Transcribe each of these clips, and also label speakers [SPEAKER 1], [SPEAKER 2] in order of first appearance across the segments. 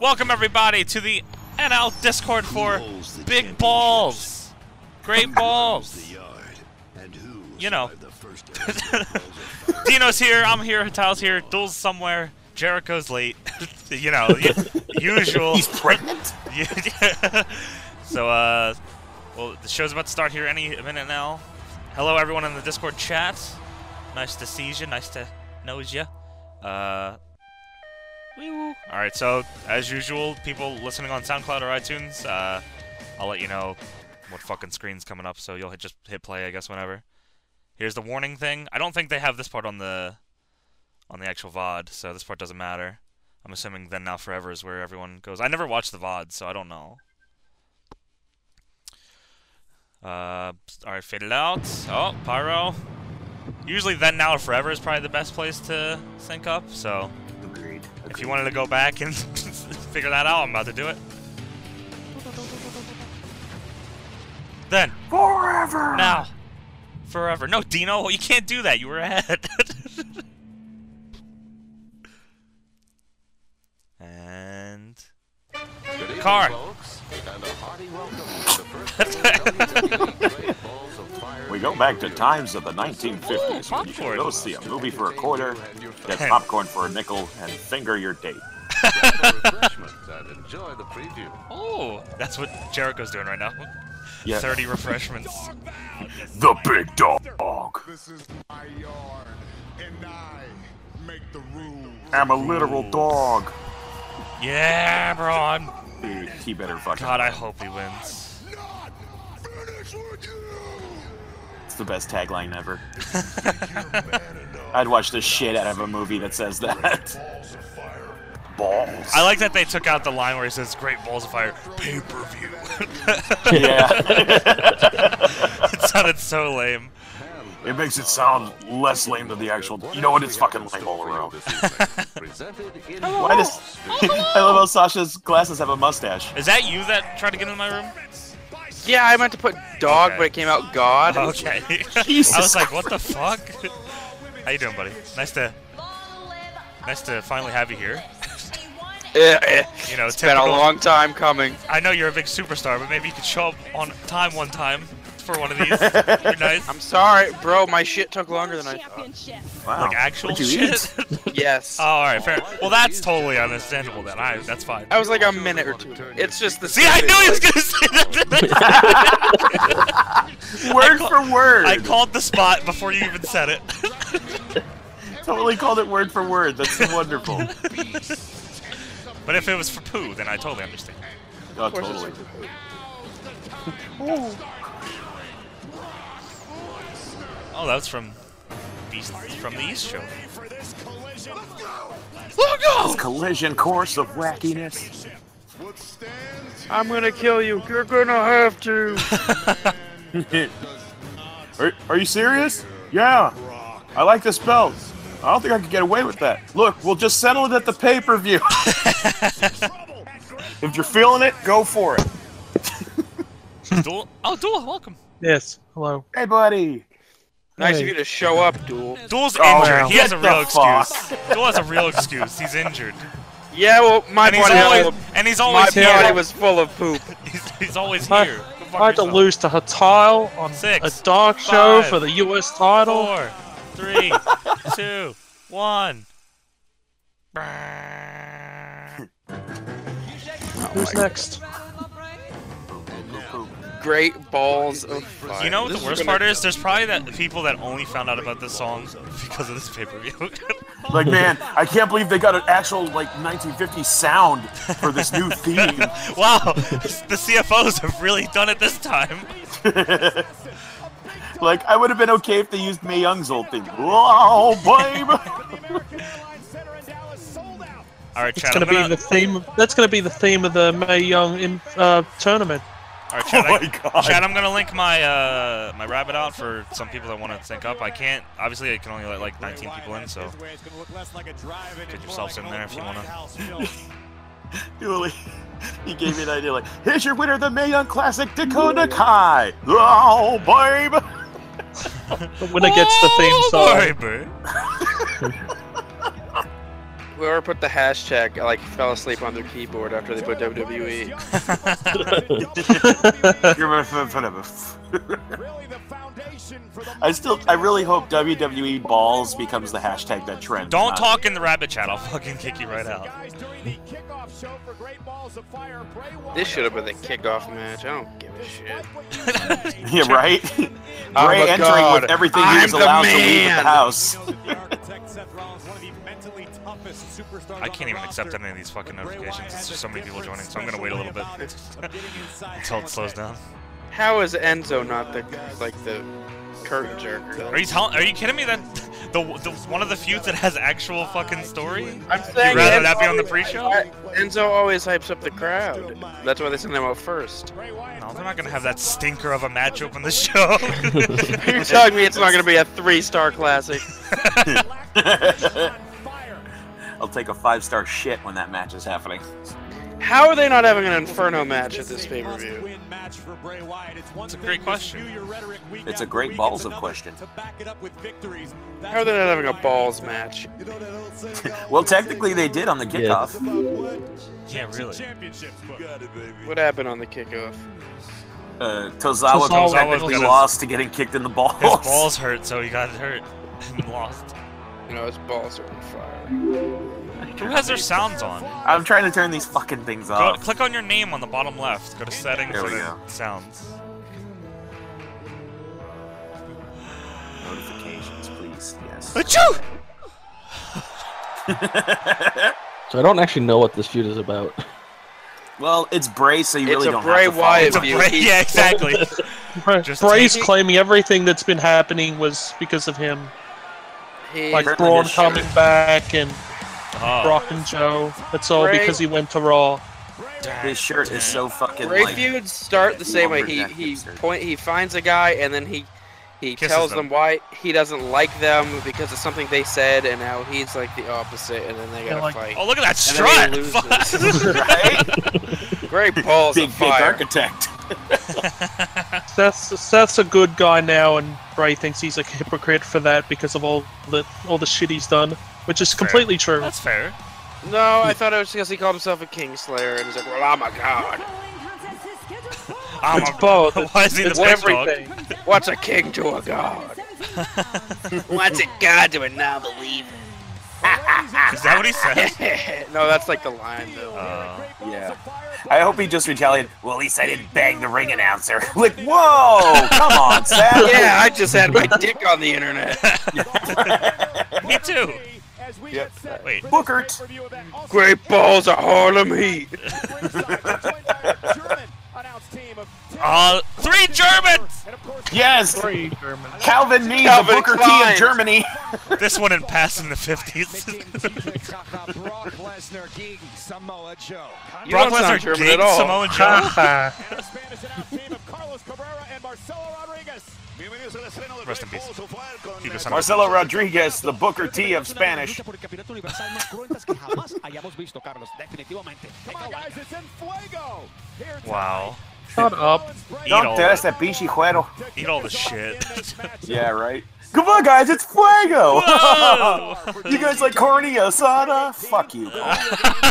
[SPEAKER 1] Welcome everybody to the NL Discord for Big Balls. Great balls. You know. Dino's here, I'm here, Hatal's here, Duel's somewhere, Jericho's late. you know, y- usual.
[SPEAKER 2] He's pregnant.
[SPEAKER 1] Yeah. so, uh, well, the show's about to start here any minute now. Hello, everyone in the Discord chat. Nice to see you. Nice to know you. Uh, wee-woo. All right. So, as usual, people listening on SoundCloud or iTunes, uh, I'll let you know what fucking screen's coming up. So you'll hit, just hit play, I guess, whenever. Here's the warning thing. I don't think they have this part on the on the actual VOD, so this part doesn't matter. I'm assuming then now forever is where everyone goes. I never watched the VOD, so I don't know. Uh, all right, fade it out. Oh, pyro. Usually, then now or forever is probably the best place to sync up. So,
[SPEAKER 2] Agreed.
[SPEAKER 1] if you wanted to go back and figure that out, I'm about to do it. Then
[SPEAKER 2] Forever.
[SPEAKER 1] now, forever. No, Dino, you can't do that. You were ahead. and
[SPEAKER 3] Good
[SPEAKER 1] Car.
[SPEAKER 3] evening, folks, and a hearty welcome to the first Great Balls of Fire
[SPEAKER 2] We go back to times of the 1950s when you
[SPEAKER 1] popcorn.
[SPEAKER 2] could go see a movie for a quarter, get popcorn for a nickel, and finger your date.
[SPEAKER 3] and refreshments, and enjoy the preview.
[SPEAKER 1] oh, that's what Jericho's doing right now.
[SPEAKER 2] Yeah.
[SPEAKER 1] Thirty refreshments.
[SPEAKER 2] The big dog.
[SPEAKER 4] This is my yard, and I make the rules.
[SPEAKER 2] I'm a literal dog.
[SPEAKER 1] Yeah, Braun.
[SPEAKER 2] Dude, he better fucking.
[SPEAKER 1] God, I hope he wins.
[SPEAKER 4] Not finish with you.
[SPEAKER 2] It's the best tagline ever.
[SPEAKER 4] You're man enough.
[SPEAKER 2] I'd watch the shit out of a movie that says that.
[SPEAKER 4] Balls of fire.
[SPEAKER 2] Balls.
[SPEAKER 1] I like that they took out the line where he says "Great Balls of Fire."
[SPEAKER 4] Pay per view.
[SPEAKER 2] Yeah.
[SPEAKER 1] It sounded so lame.
[SPEAKER 2] it makes it sound less lame than the actual. You know what? It's fucking lame all around. Why does? I love how Sasha's glasses have a mustache.
[SPEAKER 1] Is that you that tried to get into my room?
[SPEAKER 5] Yeah, I meant to put dog,
[SPEAKER 1] Okay.
[SPEAKER 5] but it came out God.
[SPEAKER 1] Oh, Okay.
[SPEAKER 2] Jesus
[SPEAKER 1] I was like, what the fuck? How you doing, buddy? Nice to nice to finally have you here.
[SPEAKER 5] Eh, eh.
[SPEAKER 1] You know,
[SPEAKER 5] It's been a
[SPEAKER 1] typical-
[SPEAKER 5] long time coming.
[SPEAKER 1] I know you're a big superstar, but maybe you could show up on time one time for one of these. You're nice.
[SPEAKER 5] I'm sorry, bro. My shit took longer than I thought.
[SPEAKER 6] Championship.
[SPEAKER 2] Wow.
[SPEAKER 1] like actual
[SPEAKER 2] What'd you
[SPEAKER 1] shit.
[SPEAKER 2] eat?
[SPEAKER 5] Yes.
[SPEAKER 1] oh, all right, fair. Well, that's totally understandable then. I that's fine.
[SPEAKER 2] Oh,
[SPEAKER 5] I was like a minute or two. It's just the.
[SPEAKER 1] See, I
[SPEAKER 5] stupid,
[SPEAKER 1] knew he was
[SPEAKER 5] like-
[SPEAKER 1] gonna say that.
[SPEAKER 2] Word
[SPEAKER 1] ca-
[SPEAKER 2] for word.
[SPEAKER 1] I called the spot before you even said it.
[SPEAKER 2] totally called it word for word. That's wonderful.
[SPEAKER 1] But if it was for poo, then I totally understand.
[SPEAKER 2] Oh,
[SPEAKER 5] course
[SPEAKER 2] totally.
[SPEAKER 5] it's
[SPEAKER 1] Oh, that was from Beast from the East show.
[SPEAKER 2] Collision course of wackiness.
[SPEAKER 4] What stands
[SPEAKER 5] I'm gonna kill you. You're gonna have to.
[SPEAKER 2] are, are you serious? Yeah. I like this belt. I don't think I could get away with that. Look, we'll just settle it at the pay per view. if you're feeling it, go for it.
[SPEAKER 1] Duel. Oh, Duel, welcome.
[SPEAKER 7] Yes. Hello.
[SPEAKER 2] Hey, buddy.
[SPEAKER 5] Nice
[SPEAKER 7] Hey.
[SPEAKER 5] of you to show up, Duel.
[SPEAKER 1] Duel's
[SPEAKER 2] Oh,
[SPEAKER 1] injured. He has
[SPEAKER 2] get
[SPEAKER 1] a real
[SPEAKER 2] the fuck.
[SPEAKER 1] excuse. Duel has a real excuse. He's injured.
[SPEAKER 5] Yeah, well, my
[SPEAKER 1] And he's
[SPEAKER 5] body,
[SPEAKER 1] always,
[SPEAKER 5] was,
[SPEAKER 1] and he's
[SPEAKER 5] my
[SPEAKER 1] always
[SPEAKER 5] body
[SPEAKER 1] here.
[SPEAKER 5] was full of poop.
[SPEAKER 1] He's, he's always
[SPEAKER 7] I-
[SPEAKER 1] here. Go fuck
[SPEAKER 7] I had to
[SPEAKER 1] yourself.
[SPEAKER 7] lose to Hatal on
[SPEAKER 1] Six,
[SPEAKER 7] a dark show
[SPEAKER 1] five,
[SPEAKER 7] for the US title.
[SPEAKER 1] Four, three, two, one.
[SPEAKER 7] Who's next?
[SPEAKER 5] Great balls of fire.
[SPEAKER 1] You know what
[SPEAKER 5] This
[SPEAKER 1] the worst
[SPEAKER 5] gonna-
[SPEAKER 1] part is? There's probably that people that only found out about this song because of this pay-per-view.
[SPEAKER 2] Like, man, I can't believe they got an actual, like, 1950 sound for this new theme.
[SPEAKER 1] wow, the CFOs have really done it this time.
[SPEAKER 2] Like, I would have been okay if they used Mae Young's old thing. Wow, babe.
[SPEAKER 1] All right,
[SPEAKER 7] It's
[SPEAKER 1] Chad.
[SPEAKER 7] gonna
[SPEAKER 1] I'm
[SPEAKER 7] be
[SPEAKER 1] gonna,
[SPEAKER 7] the theme. Of, that's gonna be the theme of the May Young in, uh, tournament.
[SPEAKER 1] all right, Chad,
[SPEAKER 2] Oh
[SPEAKER 1] I-
[SPEAKER 2] my God.
[SPEAKER 1] Chad, I'm gonna link my uh, my rabbit out for some people that want to sync up. I can't. Obviously, I can only let like 19 people in, so
[SPEAKER 8] Get
[SPEAKER 1] yourselves in there if you wanna.
[SPEAKER 2] Dooley, he gave me an idea like, here's your winner, the Mae Young Classic, Dakota Kai. Oh, babe.
[SPEAKER 1] Oh,
[SPEAKER 7] But when it gets the theme
[SPEAKER 1] Sorry,
[SPEAKER 7] song,
[SPEAKER 1] bro.
[SPEAKER 5] Whoever put the hashtag like fell asleep on their keyboard after they put E. WWE.
[SPEAKER 2] I still, I really hope WWE balls becomes the hashtag that trends.
[SPEAKER 1] Don't
[SPEAKER 2] not-
[SPEAKER 1] talk in the rabbit chat. I'll fucking kick you right out.
[SPEAKER 5] This should have been the kickoff match. I don't give a shit.
[SPEAKER 2] Yeah, right.
[SPEAKER 5] I'm
[SPEAKER 2] Ray
[SPEAKER 5] a
[SPEAKER 2] entering
[SPEAKER 5] god.
[SPEAKER 2] with everything he
[SPEAKER 5] I'm
[SPEAKER 2] was
[SPEAKER 5] the
[SPEAKER 2] allowed to leave at
[SPEAKER 5] man.
[SPEAKER 2] the house.
[SPEAKER 1] I can't even accept any of these fucking notifications. It's just so many people joining, so I'm gonna wait a little bit until it slows down.
[SPEAKER 5] How is Enzo not the like the curtain jerker?
[SPEAKER 1] Are you telling? Are you kidding me? That the, the one of the few that has actual fucking story.
[SPEAKER 5] I'm saying
[SPEAKER 1] You'd rather
[SPEAKER 5] Enzo
[SPEAKER 1] that be on the
[SPEAKER 5] always-
[SPEAKER 1] pre-show?
[SPEAKER 5] I- Enzo always hypes up the crowd. That's why they send them out first.
[SPEAKER 1] No, they're not gonna have that stinker of a match open the show.
[SPEAKER 5] You're telling me it's not gonna be a three-star classic?
[SPEAKER 2] I'll take a five-star shit when that match is happening.
[SPEAKER 5] How are they not having an Inferno match at this pay-per-view?
[SPEAKER 1] It's a great question.
[SPEAKER 2] It's a great balls of question.
[SPEAKER 5] How are they not having a balls match?
[SPEAKER 2] Well, technically they did on the kickoff.
[SPEAKER 1] yeah, really.
[SPEAKER 5] What happened on the kickoff?
[SPEAKER 2] Uh, Tozawa,
[SPEAKER 7] Tozawa
[SPEAKER 2] technically
[SPEAKER 1] got his-
[SPEAKER 2] lost to getting kicked in the balls.
[SPEAKER 1] His balls hurt, so he got hurt and lost.
[SPEAKER 5] You know, his balls are on fire.
[SPEAKER 1] Who has their sounds on?
[SPEAKER 2] I'm trying to turn these fucking things
[SPEAKER 7] Uh,
[SPEAKER 1] Go,
[SPEAKER 2] off.
[SPEAKER 1] click on your name on the bottom left. Go to settings
[SPEAKER 2] There we
[SPEAKER 1] and then
[SPEAKER 2] go.
[SPEAKER 1] sounds.
[SPEAKER 2] Notifications, please. Yes.
[SPEAKER 1] Achoo!
[SPEAKER 6] So I don't actually know what this feud is about.
[SPEAKER 2] Well, it's Bray, so you
[SPEAKER 5] it's
[SPEAKER 2] really
[SPEAKER 5] a
[SPEAKER 2] don't
[SPEAKER 5] Bray
[SPEAKER 2] have to follow
[SPEAKER 5] Wyatt
[SPEAKER 1] It's a
[SPEAKER 5] view.
[SPEAKER 1] break.
[SPEAKER 5] He-
[SPEAKER 1] Yeah, exactly.
[SPEAKER 7] Bra-
[SPEAKER 1] Just
[SPEAKER 7] Bray's
[SPEAKER 1] take it.
[SPEAKER 7] claiming everything that's been happening was because of him,
[SPEAKER 5] he-
[SPEAKER 7] like
[SPEAKER 2] Apparently
[SPEAKER 7] Braun
[SPEAKER 2] his shirt.
[SPEAKER 7] coming back and
[SPEAKER 1] Oh,
[SPEAKER 7] Brock and Joe. That's all
[SPEAKER 5] Bray-
[SPEAKER 7] because he went to Raw.
[SPEAKER 2] His shirt is so fucking
[SPEAKER 5] Ray
[SPEAKER 2] like.
[SPEAKER 5] feuds start the same way. He
[SPEAKER 2] Lumberjack
[SPEAKER 5] he
[SPEAKER 2] hipster.
[SPEAKER 5] point he finds a guy and then he he
[SPEAKER 1] Kisses
[SPEAKER 5] tells
[SPEAKER 1] them.
[SPEAKER 5] them. why he doesn't like them because of something they said and how he's like the opposite and then they
[SPEAKER 7] And,
[SPEAKER 5] gotta
[SPEAKER 7] like,
[SPEAKER 5] fight.
[SPEAKER 1] oh look at that
[SPEAKER 5] And then
[SPEAKER 1] strut!
[SPEAKER 5] he
[SPEAKER 1] Fuck.
[SPEAKER 5] loses.
[SPEAKER 2] Right?
[SPEAKER 5] Great balls
[SPEAKER 2] Big,
[SPEAKER 5] of
[SPEAKER 2] big
[SPEAKER 5] fire.
[SPEAKER 2] architect.
[SPEAKER 7] Seth's Seth's a good guy now, and Bray thinks he's like a hypocrite for that because of all the all the shit he's done, which is completely true.
[SPEAKER 1] That's fair.
[SPEAKER 5] No, I thought it was because he called himself a Kingslayer and he's like, well, I'm a god.
[SPEAKER 1] I'm
[SPEAKER 7] It's
[SPEAKER 1] a-
[SPEAKER 7] both.
[SPEAKER 1] Why is he the
[SPEAKER 7] It's
[SPEAKER 1] best dog?
[SPEAKER 7] everything.
[SPEAKER 5] What's a king to a god? What's a god to a non-believer?
[SPEAKER 1] Is that what he said?
[SPEAKER 5] no, that's like the line though.
[SPEAKER 1] Uh,
[SPEAKER 2] Yeah. I hope he just retaliated. Well, at least I didn't bang the ring announcer. like, whoa! Come on, Seth.
[SPEAKER 5] yeah, I just had my dick on the internet.
[SPEAKER 1] Uh, me too. Wait.
[SPEAKER 2] Bookert.
[SPEAKER 5] Great balls of Harlem Heat.
[SPEAKER 1] Uh, three Germans!
[SPEAKER 2] Yes.
[SPEAKER 7] Three Germans.
[SPEAKER 2] Calvin Nee, the
[SPEAKER 5] Calvin
[SPEAKER 2] Booker T
[SPEAKER 5] Klein.
[SPEAKER 2] of Germany.
[SPEAKER 1] This one didn't pass in the 50s.
[SPEAKER 5] You
[SPEAKER 1] Brock
[SPEAKER 5] don't sound
[SPEAKER 1] Lesnar,
[SPEAKER 5] German at
[SPEAKER 1] Jake,
[SPEAKER 5] all.
[SPEAKER 1] Samoa Joe. Rest in peace. Hugo Sanchez.
[SPEAKER 2] Marcelo Rodriguez, the Booker T of Spanish.
[SPEAKER 1] Wow.
[SPEAKER 7] Shut up.
[SPEAKER 1] Eat
[SPEAKER 2] Don't
[SPEAKER 1] all,
[SPEAKER 2] tell us
[SPEAKER 1] that,
[SPEAKER 2] that bichi juero.
[SPEAKER 1] eat all the shit.
[SPEAKER 2] Yeah, right. Come on, guys, it's fuego.
[SPEAKER 1] Whoa!
[SPEAKER 2] you guys like corny asada? Fuck you.
[SPEAKER 8] I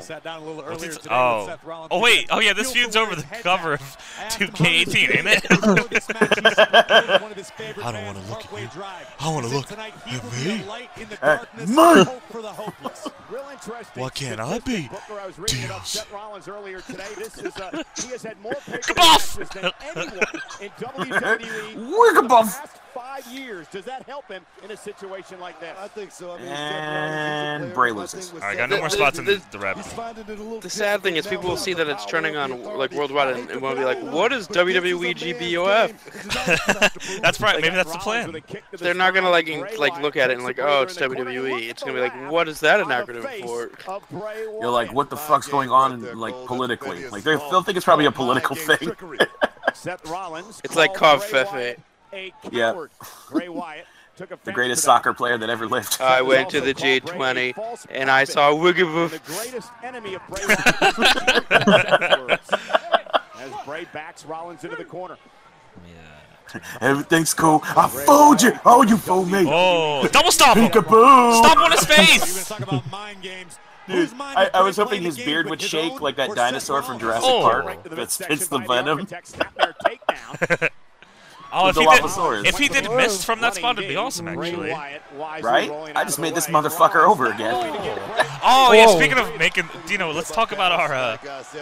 [SPEAKER 8] sat down a little
[SPEAKER 1] What's
[SPEAKER 8] earlier
[SPEAKER 1] it-
[SPEAKER 8] today
[SPEAKER 1] oh.
[SPEAKER 8] with Seth Rollins.
[SPEAKER 1] oh, wait. Oh, yeah, this
[SPEAKER 8] Feel
[SPEAKER 1] feud's
[SPEAKER 8] for
[SPEAKER 1] over
[SPEAKER 8] his
[SPEAKER 1] the
[SPEAKER 8] head
[SPEAKER 1] cover of
[SPEAKER 8] back. After
[SPEAKER 1] 2K18, ain't it?
[SPEAKER 8] Before this match, he supported one of his favorite
[SPEAKER 1] I don't
[SPEAKER 8] bands,
[SPEAKER 1] wanna look at
[SPEAKER 8] Parkway
[SPEAKER 1] you.
[SPEAKER 8] Drive.
[SPEAKER 1] I wanna
[SPEAKER 8] Said
[SPEAKER 1] look
[SPEAKER 8] tonight he
[SPEAKER 1] at
[SPEAKER 8] will be a
[SPEAKER 1] me.
[SPEAKER 8] light in the
[SPEAKER 2] Uh,
[SPEAKER 8] darkness,
[SPEAKER 2] me.
[SPEAKER 8] hope for the hopeless. Real interesting
[SPEAKER 1] What can I be?
[SPEAKER 8] statistic, Booker, I was reading about
[SPEAKER 1] Dios.
[SPEAKER 8] Seth Rollins earlier today. This is, uh, he has had more
[SPEAKER 1] Come off!
[SPEAKER 8] pay-per-view matches than anyone in WWE
[SPEAKER 2] Work
[SPEAKER 8] in the
[SPEAKER 2] 'em.
[SPEAKER 8] past five years. Does that help him in a situation like that?
[SPEAKER 9] I think so. I mean,
[SPEAKER 2] And Bray loses.
[SPEAKER 1] All right, got no more spots in the rabbit.
[SPEAKER 9] The
[SPEAKER 5] The sad thing is people will see that it's trending on like worldwide and, and will be like, what is E WWE GBOF?
[SPEAKER 9] GBOF?
[SPEAKER 1] That's right. Maybe that's the plan.
[SPEAKER 5] They're not gonna like in- like look at it and like, oh, it's WWE. It's gonna be like, what is that an acronym for?
[SPEAKER 2] You're like, what the fuck's going on, like politically? Like they- they'll think it's probably a political thing.
[SPEAKER 8] Seth Rollins.
[SPEAKER 5] It's like
[SPEAKER 8] called
[SPEAKER 5] Cov
[SPEAKER 8] Bray
[SPEAKER 5] Fefe.
[SPEAKER 8] Wyatt a
[SPEAKER 2] Yeah.
[SPEAKER 8] coward. Bray Wyatt took
[SPEAKER 2] The
[SPEAKER 8] offense
[SPEAKER 2] greatest
[SPEAKER 8] to that.
[SPEAKER 2] soccer player that ever lived.
[SPEAKER 5] I went to the G20 and I saw
[SPEAKER 8] The
[SPEAKER 5] Wiggaboof.
[SPEAKER 8] greatest enemy of Bray Wyatt. As Bray backs Rollins into the corner.
[SPEAKER 2] Everything's cool. I fooled you. Oh, you fooled me.
[SPEAKER 1] Oh, double stomp him!
[SPEAKER 2] Peekaboo.
[SPEAKER 1] Stomp on his
[SPEAKER 9] We're gonna
[SPEAKER 1] face!
[SPEAKER 9] talk about mind games.
[SPEAKER 2] Dude,
[SPEAKER 9] Whose mind
[SPEAKER 2] I,
[SPEAKER 9] is
[SPEAKER 2] I was
[SPEAKER 9] better
[SPEAKER 2] hoping
[SPEAKER 9] playing
[SPEAKER 2] his
[SPEAKER 9] the game
[SPEAKER 2] beard
[SPEAKER 9] with
[SPEAKER 2] would
[SPEAKER 9] his
[SPEAKER 2] shake
[SPEAKER 9] own
[SPEAKER 2] like
[SPEAKER 9] or
[SPEAKER 2] that dinosaur
[SPEAKER 9] Seth
[SPEAKER 2] from
[SPEAKER 9] Rollins?
[SPEAKER 2] Jurassic
[SPEAKER 1] Oh.
[SPEAKER 2] Park
[SPEAKER 8] to the
[SPEAKER 2] that
[SPEAKER 8] midsection
[SPEAKER 2] spits the
[SPEAKER 8] by the
[SPEAKER 2] venom.
[SPEAKER 8] architect, snap their takedown.
[SPEAKER 1] Oh, if
[SPEAKER 2] The
[SPEAKER 1] he
[SPEAKER 2] Dilophosaurus.
[SPEAKER 1] did, if he did miss from that
[SPEAKER 8] Running
[SPEAKER 1] spot, it'd be
[SPEAKER 8] game,
[SPEAKER 1] awesome,
[SPEAKER 8] Bray
[SPEAKER 1] actually.
[SPEAKER 8] Wyatt wisely
[SPEAKER 2] Right?
[SPEAKER 8] rolling
[SPEAKER 2] I
[SPEAKER 8] out
[SPEAKER 2] just
[SPEAKER 8] of
[SPEAKER 2] made
[SPEAKER 8] the
[SPEAKER 2] this
[SPEAKER 8] way.
[SPEAKER 2] motherfucker over again.
[SPEAKER 1] Oh, yeah,
[SPEAKER 7] Whoa.
[SPEAKER 1] speaking of making, Dino, let's talk about our, uh,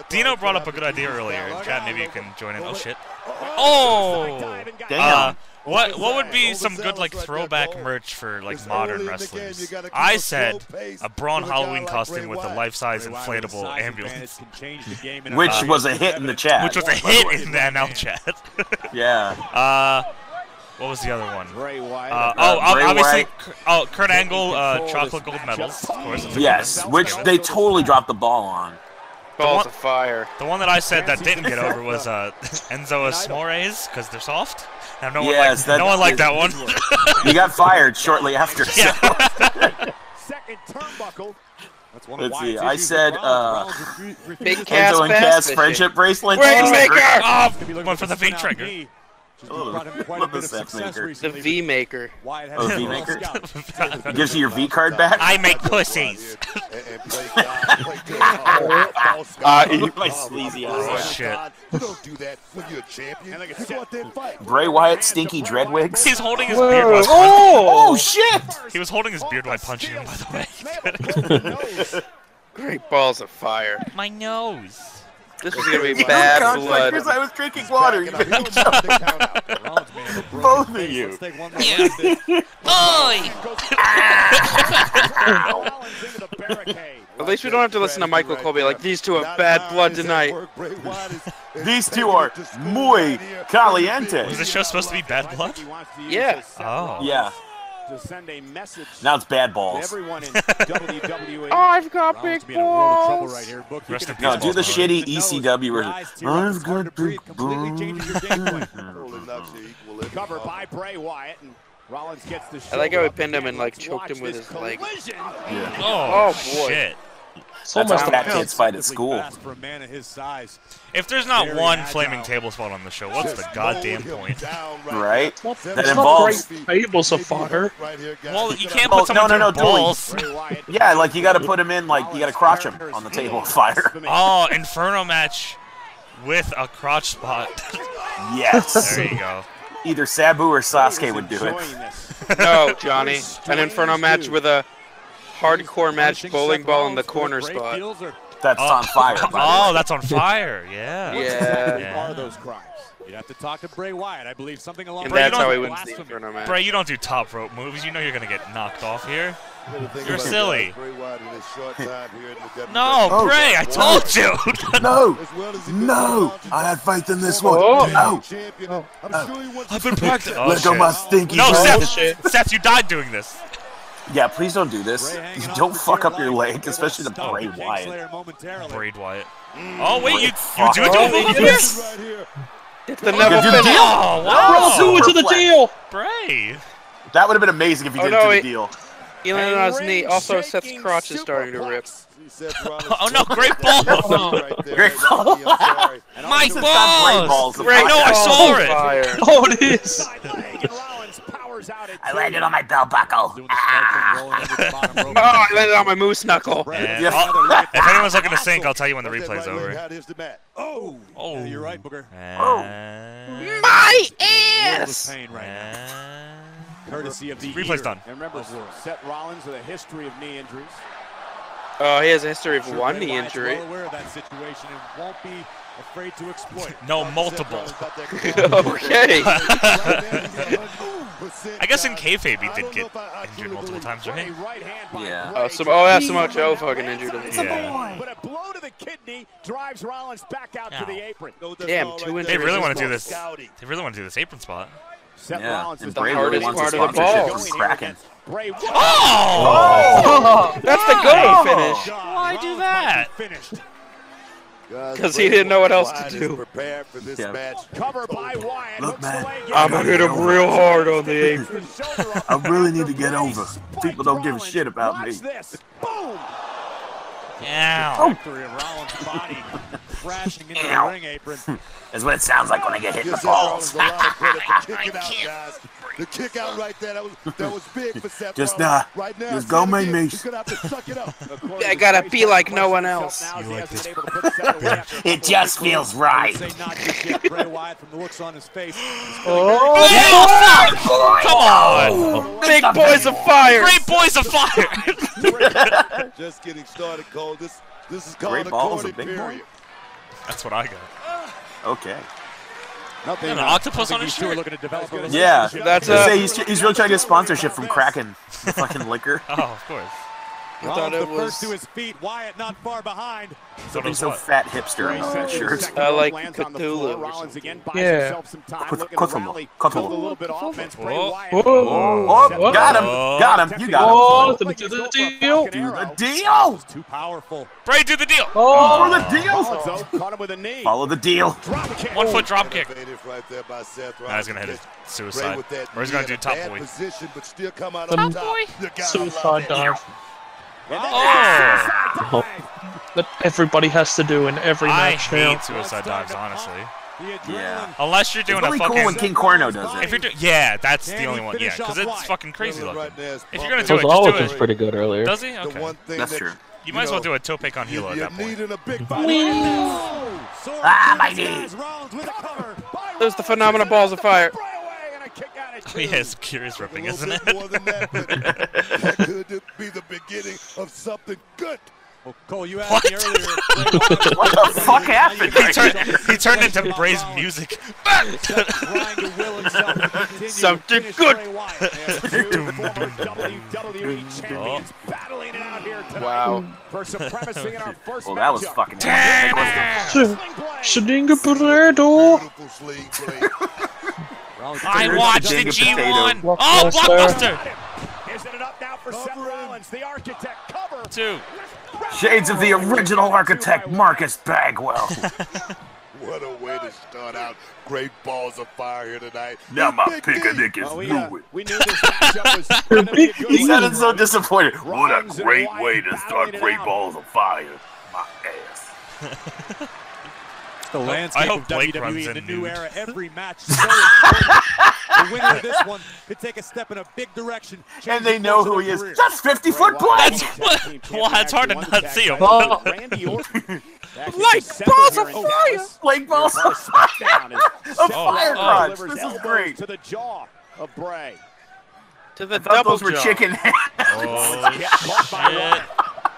[SPEAKER 1] Dino brought up a good idea earlier. Chad, maybe you can join in. Oh, shit. Oh! Uh,
[SPEAKER 2] Damn.
[SPEAKER 1] what what would be some good like throwback merch for like modern wrestlers? I said a Braun Halloween costume with a life-size inflatable ambulance,
[SPEAKER 2] Which was a hit in the chat.
[SPEAKER 1] which was a
[SPEAKER 2] by the way.
[SPEAKER 1] hit in the NL chat.
[SPEAKER 2] Yeah.
[SPEAKER 1] uh, what was the other one?
[SPEAKER 8] Bray Wyatt.
[SPEAKER 1] Uh, oh, ob-
[SPEAKER 2] Bray
[SPEAKER 1] obviously,
[SPEAKER 2] Wyatt.
[SPEAKER 1] Cur- oh, Kurt Angle, uh, chocolate gold medals, of course. It's a-
[SPEAKER 2] Yes, which they totally dropped the ball on.
[SPEAKER 5] Balls
[SPEAKER 1] The
[SPEAKER 5] of fire.
[SPEAKER 1] The one that I said that didn't get over was uh, Enzo Asmores because they're soft. And no one
[SPEAKER 2] Yes,
[SPEAKER 1] liked,
[SPEAKER 2] that
[SPEAKER 1] no one liked
[SPEAKER 2] is-
[SPEAKER 1] that one.
[SPEAKER 2] He got fired shortly after. so-
[SPEAKER 1] yeah.
[SPEAKER 8] Second turnbuckle. That's one
[SPEAKER 2] Let's see.
[SPEAKER 8] Wyatt's
[SPEAKER 2] I
[SPEAKER 8] issues
[SPEAKER 2] said
[SPEAKER 8] with Rollins.
[SPEAKER 2] uh,
[SPEAKER 8] Rollins refu- refuses
[SPEAKER 5] Big Cass
[SPEAKER 2] Enzo and
[SPEAKER 5] Bass
[SPEAKER 2] Cass
[SPEAKER 5] fishing.
[SPEAKER 2] friendship bracelet.
[SPEAKER 5] Rainmaker!
[SPEAKER 8] to
[SPEAKER 1] Oh,
[SPEAKER 8] be looking
[SPEAKER 1] one for the
[SPEAKER 8] the
[SPEAKER 1] big
[SPEAKER 8] spin-out
[SPEAKER 1] trigger.
[SPEAKER 8] knee, which has
[SPEAKER 2] Oh,
[SPEAKER 8] brought him quite a
[SPEAKER 2] love
[SPEAKER 8] bit
[SPEAKER 2] the
[SPEAKER 8] of
[SPEAKER 2] Zack
[SPEAKER 8] success
[SPEAKER 2] Snyder.
[SPEAKER 5] The
[SPEAKER 8] recently.
[SPEAKER 5] V maker.
[SPEAKER 8] Wyatt
[SPEAKER 2] Oh,
[SPEAKER 8] has
[SPEAKER 2] V-maker?
[SPEAKER 8] a scout.
[SPEAKER 2] Gives you your V card back.
[SPEAKER 1] I make pussies.
[SPEAKER 2] Look at my sleazy
[SPEAKER 1] Oh,
[SPEAKER 2] ass.
[SPEAKER 1] shit.
[SPEAKER 9] You don't do that when you're a champion.
[SPEAKER 8] And like a
[SPEAKER 9] You
[SPEAKER 8] step-
[SPEAKER 9] want that fight.
[SPEAKER 2] Bray Wyatt, Stinky Dreadwigs.
[SPEAKER 1] He's holding his beard while
[SPEAKER 2] Oh shit!
[SPEAKER 1] he was holding his beard while punching him. By the way,
[SPEAKER 5] Great balls of fire.
[SPEAKER 1] my nose.
[SPEAKER 5] This is gonna be
[SPEAKER 2] You
[SPEAKER 5] bad
[SPEAKER 2] counts like
[SPEAKER 5] blood.
[SPEAKER 2] yours, I was drinking water. you Both of you.
[SPEAKER 1] Oi!
[SPEAKER 5] At least we don't have to listen to Michael Colby like these two have bad blood tonight.
[SPEAKER 2] These two are muy caliente.
[SPEAKER 1] Was this show supposed to be Bad Blood?
[SPEAKER 5] Yeah.
[SPEAKER 1] Oh.
[SPEAKER 2] Yeah.
[SPEAKER 8] To send a message
[SPEAKER 2] Now it's bad
[SPEAKER 8] to
[SPEAKER 2] balls.
[SPEAKER 8] everyone in WWE.
[SPEAKER 5] Oh, I've got
[SPEAKER 8] Rollins
[SPEAKER 5] big
[SPEAKER 8] being in a world of trouble
[SPEAKER 5] balls.
[SPEAKER 8] right here. Book, you
[SPEAKER 1] Rest
[SPEAKER 8] can
[SPEAKER 1] in
[SPEAKER 2] No,
[SPEAKER 1] peace,
[SPEAKER 2] do the
[SPEAKER 1] Balls.
[SPEAKER 2] shitty
[SPEAKER 8] Nose,
[SPEAKER 2] ECW
[SPEAKER 8] your
[SPEAKER 2] version.
[SPEAKER 8] eyes tear up,
[SPEAKER 2] E. I've
[SPEAKER 8] it's hard to
[SPEAKER 2] got
[SPEAKER 8] breathe,
[SPEAKER 2] big
[SPEAKER 8] completely changes your game
[SPEAKER 2] balls.
[SPEAKER 8] plan. Cover by Bray Wyatt and Rollins gets the
[SPEAKER 5] I like how
[SPEAKER 8] shoulder
[SPEAKER 5] he
[SPEAKER 8] up
[SPEAKER 5] pinned him
[SPEAKER 8] again.
[SPEAKER 5] and, like,
[SPEAKER 8] Let's
[SPEAKER 5] choked
[SPEAKER 8] watch
[SPEAKER 5] him with
[SPEAKER 8] this
[SPEAKER 5] his leg.
[SPEAKER 8] collision.
[SPEAKER 5] Oh,
[SPEAKER 1] Oh,
[SPEAKER 5] boy.
[SPEAKER 1] shit!
[SPEAKER 7] It's
[SPEAKER 2] That's
[SPEAKER 7] almost
[SPEAKER 2] how
[SPEAKER 7] a
[SPEAKER 2] fat
[SPEAKER 7] pound.
[SPEAKER 2] kids fight at school.
[SPEAKER 9] Fast for a man of his size.
[SPEAKER 1] If there's not
[SPEAKER 9] Very
[SPEAKER 1] one
[SPEAKER 9] agile.
[SPEAKER 1] flaming table spot on the show, what's the
[SPEAKER 9] Just
[SPEAKER 1] goddamn
[SPEAKER 9] hold him
[SPEAKER 1] point?
[SPEAKER 9] down
[SPEAKER 2] Right?
[SPEAKER 7] It's not,
[SPEAKER 9] That
[SPEAKER 7] it's not
[SPEAKER 2] involves-
[SPEAKER 7] great tables of fire.
[SPEAKER 9] Right here, guys.
[SPEAKER 1] Well,
[SPEAKER 9] Look
[SPEAKER 1] you
[SPEAKER 9] at
[SPEAKER 1] can't
[SPEAKER 9] how-
[SPEAKER 1] put
[SPEAKER 2] Oh,
[SPEAKER 1] someone
[SPEAKER 2] no, no,
[SPEAKER 1] through
[SPEAKER 2] no, totally.
[SPEAKER 1] balls.
[SPEAKER 8] Bray Wyatt
[SPEAKER 2] Yeah, like you gotta put him in, like you gotta crotch him on the table of fire.
[SPEAKER 1] Oh, Inferno match with a crotch spot.
[SPEAKER 2] Yes.
[SPEAKER 1] there you go.
[SPEAKER 2] Either Sabu or Sasuke would do
[SPEAKER 8] enjoying
[SPEAKER 2] it.
[SPEAKER 8] this.
[SPEAKER 5] No, Johnny. An inferno match with a hardcore match bowling ball in the corner spot.
[SPEAKER 2] That's on fire. by
[SPEAKER 1] Oh, that's on fire. Yeah.
[SPEAKER 5] Yeah.
[SPEAKER 1] Yeah.
[SPEAKER 8] Are those crimes? You'd have to talk to Bray Wyatt. I believe something along
[SPEAKER 5] And
[SPEAKER 1] Bro, you
[SPEAKER 5] that's
[SPEAKER 1] don't-
[SPEAKER 5] how he wins the inferno match.
[SPEAKER 1] Bray, you don't do top rope moves. You know you're gonna get knocked off here.
[SPEAKER 9] the thing
[SPEAKER 1] You're
[SPEAKER 9] about
[SPEAKER 1] silly.
[SPEAKER 9] Bray Wyatt in his short time here in the WWE.
[SPEAKER 1] No, Oh.
[SPEAKER 2] Oh.
[SPEAKER 1] Bray, I told you.
[SPEAKER 2] the way. No!
[SPEAKER 9] As well as he did
[SPEAKER 2] No!
[SPEAKER 9] with Rollins,
[SPEAKER 2] I had faith in this one.
[SPEAKER 5] Oh.
[SPEAKER 2] No!
[SPEAKER 9] champion,
[SPEAKER 1] Oh.
[SPEAKER 9] I'm sure he wants
[SPEAKER 1] I've been practicing. Oh,
[SPEAKER 2] Let go
[SPEAKER 1] shit.
[SPEAKER 2] my stinky
[SPEAKER 1] no,
[SPEAKER 2] balls.
[SPEAKER 1] Seth, Seth, you died doing this.
[SPEAKER 2] Yeah, please don't do this. Don't fuck up your leg, especially the Bray Wyatt.
[SPEAKER 1] Braid Wyatt. Oh wait, you you
[SPEAKER 2] Fuck.
[SPEAKER 1] do do a move here?
[SPEAKER 9] to right here.
[SPEAKER 5] It's the Neville
[SPEAKER 2] Did you
[SPEAKER 5] finish.
[SPEAKER 2] deal?
[SPEAKER 1] Oh
[SPEAKER 7] Roll
[SPEAKER 1] wow,
[SPEAKER 7] two into the
[SPEAKER 2] Superplex.
[SPEAKER 7] deal.
[SPEAKER 1] Bray.
[SPEAKER 2] That would have been amazing if he
[SPEAKER 5] Oh,
[SPEAKER 2] did
[SPEAKER 5] no,
[SPEAKER 2] do the
[SPEAKER 5] it-
[SPEAKER 2] deal.
[SPEAKER 5] He landed on his knee. Also, Seth's crotch is starting to rip.
[SPEAKER 1] Oh no, great balls.
[SPEAKER 2] Great
[SPEAKER 1] My
[SPEAKER 2] This is not Bray
[SPEAKER 1] balls.
[SPEAKER 2] balls.
[SPEAKER 5] Great
[SPEAKER 1] I know, I
[SPEAKER 5] balls
[SPEAKER 1] saw
[SPEAKER 5] of
[SPEAKER 1] it.
[SPEAKER 5] fire.
[SPEAKER 7] Oh, it is.
[SPEAKER 2] I landed on my belt buckle.
[SPEAKER 5] Oh, I landed on my moose knuckle.
[SPEAKER 1] And
[SPEAKER 2] Yeah.
[SPEAKER 1] I'll- Oh, if anyone's looking to sync, I'll tell you when the replay's over.
[SPEAKER 9] Oh,
[SPEAKER 1] Oh,
[SPEAKER 9] you're right, Booger.
[SPEAKER 1] And-
[SPEAKER 5] My
[SPEAKER 9] World
[SPEAKER 5] ass!
[SPEAKER 9] of pain right now.
[SPEAKER 1] and-
[SPEAKER 8] courtesy of the
[SPEAKER 1] Replay's
[SPEAKER 8] ear.
[SPEAKER 1] done.
[SPEAKER 8] And remember, Seth Rollins with a history of knee injuries.
[SPEAKER 5] Oh, he has a history of
[SPEAKER 8] Sure
[SPEAKER 5] one
[SPEAKER 8] Bray
[SPEAKER 5] knee
[SPEAKER 8] Wyatt's
[SPEAKER 5] injury.
[SPEAKER 8] Well aware of that situation and won't be afraid to exploit. it.
[SPEAKER 1] No, multiple.
[SPEAKER 5] Okay.
[SPEAKER 1] I
[SPEAKER 9] I
[SPEAKER 1] guess in kayfabe he did get injured multiple times,
[SPEAKER 8] What a
[SPEAKER 1] right?
[SPEAKER 8] right hand by
[SPEAKER 2] Yeah.
[SPEAKER 8] Bray
[SPEAKER 5] Oh, some, oh yeah,
[SPEAKER 8] to-
[SPEAKER 5] Samoa Joe fucking injured him.
[SPEAKER 1] Yeah.
[SPEAKER 8] But a blow to the kidney drives Rollins back out to
[SPEAKER 1] Ow.
[SPEAKER 8] the apron.
[SPEAKER 5] Damn, two injuries.
[SPEAKER 1] They really want to do this.
[SPEAKER 9] Scouting.
[SPEAKER 1] They really want to do this apron spot.
[SPEAKER 8] Seth
[SPEAKER 2] Yeah,
[SPEAKER 8] Rollins
[SPEAKER 2] and
[SPEAKER 8] is
[SPEAKER 2] Bray
[SPEAKER 8] the
[SPEAKER 5] really
[SPEAKER 8] hardest
[SPEAKER 5] wants
[SPEAKER 8] part
[SPEAKER 5] a
[SPEAKER 8] of the
[SPEAKER 5] sponsor
[SPEAKER 8] ball.
[SPEAKER 2] from Kraken.
[SPEAKER 8] Bray Wyatt.
[SPEAKER 1] Oh!
[SPEAKER 5] That's the
[SPEAKER 2] Oh.
[SPEAKER 5] goalie finish.
[SPEAKER 1] Why do that?
[SPEAKER 8] Finished.
[SPEAKER 9] Because
[SPEAKER 5] he didn't know what else to do.
[SPEAKER 9] Prepared for this
[SPEAKER 2] Yeah.
[SPEAKER 9] match.
[SPEAKER 8] Cover by Wyatt.
[SPEAKER 2] Look,
[SPEAKER 8] hooks
[SPEAKER 2] man,
[SPEAKER 8] away again.
[SPEAKER 2] I'm gonna hit him real
[SPEAKER 5] hard on the
[SPEAKER 8] His shoulder up.
[SPEAKER 2] I really need to get
[SPEAKER 8] Bray
[SPEAKER 2] over.
[SPEAKER 8] spiked
[SPEAKER 2] People don't give a
[SPEAKER 8] Rollins.
[SPEAKER 2] shit about me.
[SPEAKER 8] Watch this. Boom.
[SPEAKER 1] Ow.
[SPEAKER 10] Oh,
[SPEAKER 8] Victory in Rollins' body.
[SPEAKER 11] crashing into the
[SPEAKER 2] Ow.
[SPEAKER 11] ring apron.
[SPEAKER 2] Is what it sounds like when I get hit in the
[SPEAKER 10] Gives Seth Rollins
[SPEAKER 2] balls.
[SPEAKER 10] a lot of credit for kicking out, guys. The kick out right there, that was, that was big for Seth
[SPEAKER 2] Just,
[SPEAKER 10] Rollins.
[SPEAKER 2] uh,
[SPEAKER 10] right now,
[SPEAKER 2] just go,
[SPEAKER 10] Sammy,
[SPEAKER 2] Mamie.
[SPEAKER 10] He's going to have to suck it up.
[SPEAKER 5] I gotta be like no one else.
[SPEAKER 11] Now, as he hasn't been able to put Seth away after a
[SPEAKER 2] It
[SPEAKER 11] couple
[SPEAKER 2] just
[SPEAKER 11] of weeks.
[SPEAKER 2] feels right.
[SPEAKER 11] Say not just yet. Bray Wyatt, from the looks on his face, is
[SPEAKER 1] Come on!
[SPEAKER 10] Oh.
[SPEAKER 5] Big boys of fire.
[SPEAKER 1] Great boys of fire!
[SPEAKER 10] Just getting started, Cole. This, this is called
[SPEAKER 2] Great
[SPEAKER 10] a
[SPEAKER 2] balls, a
[SPEAKER 10] Cordy
[SPEAKER 2] big boy.
[SPEAKER 10] period.
[SPEAKER 1] That's what I got.
[SPEAKER 2] Okay.
[SPEAKER 11] Nothing.
[SPEAKER 1] An
[SPEAKER 11] uh,
[SPEAKER 1] octopus
[SPEAKER 11] I think
[SPEAKER 1] on his
[SPEAKER 11] these two are
[SPEAKER 1] shirt?
[SPEAKER 11] looking to develop. a
[SPEAKER 2] Yeah.
[SPEAKER 11] relationship.
[SPEAKER 5] That's
[SPEAKER 2] They
[SPEAKER 5] uh,
[SPEAKER 2] say he's, he's really trying to get sponsorship from Kraken, the fucking liquor.
[SPEAKER 1] Oh, of course.
[SPEAKER 5] I thought
[SPEAKER 11] Rollins
[SPEAKER 5] it
[SPEAKER 11] the first
[SPEAKER 5] was-
[SPEAKER 11] to his feet. Wyatt not far behind.
[SPEAKER 1] Thought it
[SPEAKER 2] Something
[SPEAKER 1] was
[SPEAKER 2] so
[SPEAKER 1] what?
[SPEAKER 2] fat hipster on that shirt.
[SPEAKER 5] I like
[SPEAKER 11] Lands on the
[SPEAKER 5] Cthulhu
[SPEAKER 11] floor.
[SPEAKER 5] or
[SPEAKER 11] Rollins
[SPEAKER 5] something.
[SPEAKER 11] again buys
[SPEAKER 12] Yeah.
[SPEAKER 11] himself some time,
[SPEAKER 2] Cth-
[SPEAKER 11] looking to
[SPEAKER 2] Cthulhu.
[SPEAKER 11] rally,
[SPEAKER 2] Cthulhu.
[SPEAKER 11] build a little bit of offense. Bray
[SPEAKER 1] Whoa.
[SPEAKER 11] Wyatt
[SPEAKER 12] Whoa!
[SPEAKER 2] Oh,
[SPEAKER 12] Whoa.
[SPEAKER 2] got him.
[SPEAKER 1] Oh.
[SPEAKER 2] Got him. You got him.
[SPEAKER 12] Oh, the- the deal.
[SPEAKER 2] Do the deal.
[SPEAKER 11] Too powerful.
[SPEAKER 1] Bray, do the deal!
[SPEAKER 2] For
[SPEAKER 12] Oh,
[SPEAKER 2] the deal.
[SPEAKER 11] Rollins though, caught him with a knee.
[SPEAKER 2] Follow the deal.
[SPEAKER 11] Drop kick.
[SPEAKER 1] One foot drop kick.
[SPEAKER 10] Innovative right there by Seth
[SPEAKER 1] Nah, he's gonna hit
[SPEAKER 10] Rollins.
[SPEAKER 1] his
[SPEAKER 10] Bray
[SPEAKER 1] suicide.
[SPEAKER 10] with that
[SPEAKER 1] Or he's
[SPEAKER 10] knee
[SPEAKER 1] gonna
[SPEAKER 10] in
[SPEAKER 1] do
[SPEAKER 10] a
[SPEAKER 1] top
[SPEAKER 10] bad
[SPEAKER 1] boy.
[SPEAKER 10] Position, but still come out
[SPEAKER 12] Top
[SPEAKER 10] on top.
[SPEAKER 5] boy.
[SPEAKER 10] You gotta love
[SPEAKER 12] suicide
[SPEAKER 10] it.
[SPEAKER 12] dive.
[SPEAKER 11] And then
[SPEAKER 1] Oh.
[SPEAKER 11] suicide dive.
[SPEAKER 12] That everybody has to do in every
[SPEAKER 1] I
[SPEAKER 12] match now.
[SPEAKER 1] hate suicide dives, honestly.
[SPEAKER 11] The adrenaline.
[SPEAKER 2] Yeah.
[SPEAKER 1] Unless you're
[SPEAKER 2] It's
[SPEAKER 1] doing a
[SPEAKER 2] really cool
[SPEAKER 1] fucking.
[SPEAKER 2] when King Corno does
[SPEAKER 1] If
[SPEAKER 2] it.
[SPEAKER 1] you're doing, yeah, that's
[SPEAKER 11] Can
[SPEAKER 1] the
[SPEAKER 11] he
[SPEAKER 1] only one. Yeah,
[SPEAKER 11] finish
[SPEAKER 1] because
[SPEAKER 11] off
[SPEAKER 1] it's
[SPEAKER 11] wide?
[SPEAKER 1] fucking crazy
[SPEAKER 10] Right
[SPEAKER 1] looking.
[SPEAKER 10] there is
[SPEAKER 1] If you're gonna do
[SPEAKER 10] bumping.
[SPEAKER 1] it, just
[SPEAKER 13] Those
[SPEAKER 1] do
[SPEAKER 13] always was
[SPEAKER 1] it.
[SPEAKER 13] pretty good earlier.
[SPEAKER 1] Does he?
[SPEAKER 10] The
[SPEAKER 1] Okay.
[SPEAKER 10] one thing
[SPEAKER 2] That's
[SPEAKER 10] that
[SPEAKER 2] true.
[SPEAKER 1] You might as well
[SPEAKER 10] know,
[SPEAKER 1] do a toe pick on Hilo at
[SPEAKER 10] You're
[SPEAKER 1] that point.
[SPEAKER 10] needing a big
[SPEAKER 2] Ah, my knee.
[SPEAKER 5] There's the phenomenal balls of fire.
[SPEAKER 1] Yeah, it's curious ripping,
[SPEAKER 10] little
[SPEAKER 1] isn't
[SPEAKER 10] bit
[SPEAKER 1] it?
[SPEAKER 10] more than that, but that could be the beginning of something good.
[SPEAKER 11] Well, Cole, you asked
[SPEAKER 1] What?
[SPEAKER 11] me earlier.
[SPEAKER 2] What the fuck happened?
[SPEAKER 1] He turned, he turned into Bray's music.
[SPEAKER 11] Trying to will himself to continue to
[SPEAKER 5] Something
[SPEAKER 11] finish
[SPEAKER 5] good.
[SPEAKER 11] Bray Wyatt. And two former WWE champions
[SPEAKER 2] Oh.
[SPEAKER 11] battling it out here tonight
[SPEAKER 5] Wow.
[SPEAKER 11] for supremacy in our first
[SPEAKER 2] Well, that was
[SPEAKER 11] matchup.
[SPEAKER 2] fucking.
[SPEAKER 12] Sh-
[SPEAKER 11] Sling blade.
[SPEAKER 12] Shadinga
[SPEAKER 5] Oh,
[SPEAKER 12] Barredo.
[SPEAKER 10] Beautiful sling blade.
[SPEAKER 11] Rollins
[SPEAKER 1] I
[SPEAKER 2] There's
[SPEAKER 1] watched the
[SPEAKER 2] a big
[SPEAKER 1] G1.
[SPEAKER 2] potato.
[SPEAKER 1] Oh,
[SPEAKER 12] Blockbuster.
[SPEAKER 1] blockbuster!
[SPEAKER 11] Is it enough now for Seth
[SPEAKER 10] Cover him.
[SPEAKER 11] Rollins, the architect? Cover.
[SPEAKER 1] Two.
[SPEAKER 2] Shades of the original architect, Marcus Bagwell.
[SPEAKER 10] What a way to start out. Great balls of fire here tonight.
[SPEAKER 2] now
[SPEAKER 10] And
[SPEAKER 2] my
[SPEAKER 10] Big E.
[SPEAKER 2] picnic is
[SPEAKER 11] Well, we, uh,
[SPEAKER 2] ruined.
[SPEAKER 11] we knew this matchup was going to be a good
[SPEAKER 2] He sounded
[SPEAKER 11] one.
[SPEAKER 2] so disappointed. What a
[SPEAKER 11] Rollins and
[SPEAKER 2] great
[SPEAKER 11] Wyatt
[SPEAKER 2] way to start
[SPEAKER 11] battling it
[SPEAKER 2] Great
[SPEAKER 11] out.
[SPEAKER 2] Balls of Fire. My ass.
[SPEAKER 11] the landscape
[SPEAKER 1] I hope
[SPEAKER 11] of
[SPEAKER 1] Blake
[SPEAKER 11] WWE
[SPEAKER 1] runs
[SPEAKER 11] in the
[SPEAKER 1] in
[SPEAKER 11] new
[SPEAKER 1] nude.
[SPEAKER 11] era. Every match so important. The winner of this one could take a step in a big direction. change
[SPEAKER 2] And
[SPEAKER 11] the
[SPEAKER 2] they know
[SPEAKER 11] course of
[SPEAKER 2] who
[SPEAKER 11] their
[SPEAKER 2] he is.
[SPEAKER 11] career.
[SPEAKER 2] That's 50 foot
[SPEAKER 11] Bray
[SPEAKER 2] Blades!
[SPEAKER 11] Wyatt won the tag team
[SPEAKER 1] Well, it's hard to
[SPEAKER 11] championship,
[SPEAKER 1] not
[SPEAKER 11] won
[SPEAKER 1] see him.
[SPEAKER 11] the tag title with Randy Orton. Back in
[SPEAKER 5] Like
[SPEAKER 11] December
[SPEAKER 5] balls
[SPEAKER 11] here
[SPEAKER 5] of
[SPEAKER 11] in
[SPEAKER 5] fire.
[SPEAKER 11] Dallas.
[SPEAKER 2] Blake Balls of
[SPEAKER 11] Smackdown is-
[SPEAKER 2] A
[SPEAKER 11] Seth
[SPEAKER 2] fire
[SPEAKER 11] Rollins
[SPEAKER 2] crotch.
[SPEAKER 11] delivers
[SPEAKER 2] This is
[SPEAKER 11] elbows
[SPEAKER 2] great. Oh,
[SPEAKER 11] To the jaw of Bray.
[SPEAKER 5] To the
[SPEAKER 2] Thought
[SPEAKER 5] double
[SPEAKER 2] those were
[SPEAKER 5] jaw.
[SPEAKER 2] chicken hands.
[SPEAKER 1] Oh,
[SPEAKER 11] Get caught by Wyatt.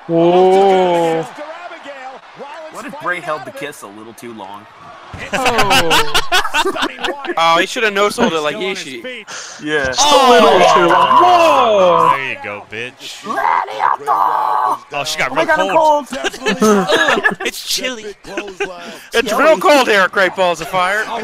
[SPEAKER 12] Whoa.
[SPEAKER 11] After Abigail, Rollins
[SPEAKER 2] What if
[SPEAKER 11] fighting
[SPEAKER 2] Bray held
[SPEAKER 11] out
[SPEAKER 2] the
[SPEAKER 11] of it.
[SPEAKER 2] kiss a little too long?
[SPEAKER 11] Stunning Wyatt.
[SPEAKER 5] Oh, he should have no sold it like
[SPEAKER 11] Still on his
[SPEAKER 5] Ishii.
[SPEAKER 11] feet.
[SPEAKER 2] Yeah.
[SPEAKER 12] A little too long. Whoa.
[SPEAKER 1] there you go, bitch. Oh, she got
[SPEAKER 2] Oh my
[SPEAKER 1] real
[SPEAKER 2] god, I'm
[SPEAKER 1] cold.
[SPEAKER 2] cold.
[SPEAKER 1] It's chilly.
[SPEAKER 10] Big clothesline.
[SPEAKER 5] It's real cold here at Great Balls of Fire.
[SPEAKER 12] Oh,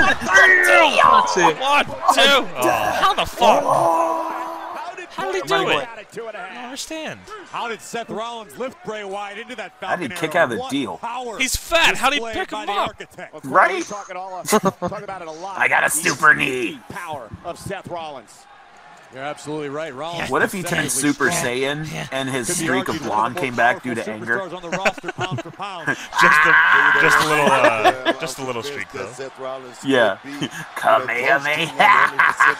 [SPEAKER 12] That's it.
[SPEAKER 1] One, two. Oh, how the fuck?
[SPEAKER 11] How did
[SPEAKER 1] How did he
[SPEAKER 11] Bray
[SPEAKER 1] do
[SPEAKER 11] Wyatt
[SPEAKER 1] it?
[SPEAKER 11] out at two and a
[SPEAKER 1] I don't
[SPEAKER 11] half?
[SPEAKER 1] understand.
[SPEAKER 11] How did Seth Rollins lift Bray Wyatt into that
[SPEAKER 2] How
[SPEAKER 11] Falcon
[SPEAKER 2] did he kick
[SPEAKER 11] arrow?
[SPEAKER 2] out of the
[SPEAKER 11] What
[SPEAKER 2] deal?
[SPEAKER 11] power
[SPEAKER 1] He's fat. How did he
[SPEAKER 11] displayed
[SPEAKER 1] pick
[SPEAKER 11] by
[SPEAKER 1] him
[SPEAKER 11] the
[SPEAKER 1] up?
[SPEAKER 11] architect. Of course,
[SPEAKER 2] Right?
[SPEAKER 11] we Talking all of, talk about it a lot.
[SPEAKER 2] I got a
[SPEAKER 11] The
[SPEAKER 2] super knee.
[SPEAKER 11] Power of Seth Rollins. You're absolutely right, Rollins.
[SPEAKER 2] What if he turned
[SPEAKER 11] consecutively
[SPEAKER 2] Super
[SPEAKER 11] strong.
[SPEAKER 2] Saiyan and his
[SPEAKER 11] Could be
[SPEAKER 2] streak of
[SPEAKER 11] argued
[SPEAKER 2] blonde
[SPEAKER 11] one of the
[SPEAKER 2] came
[SPEAKER 11] most
[SPEAKER 2] back due to
[SPEAKER 11] powerful
[SPEAKER 2] anger?
[SPEAKER 11] superstars on the roster, pound for pound.
[SPEAKER 1] Just a, just a little, uh,
[SPEAKER 10] Well,
[SPEAKER 1] just a little
[SPEAKER 10] I'm
[SPEAKER 1] streak
[SPEAKER 10] convinced
[SPEAKER 1] though.
[SPEAKER 10] that Seth Rollins
[SPEAKER 2] Yeah.
[SPEAKER 10] could be
[SPEAKER 2] Come here,
[SPEAKER 10] close to
[SPEAKER 2] me.
[SPEAKER 10] 100%,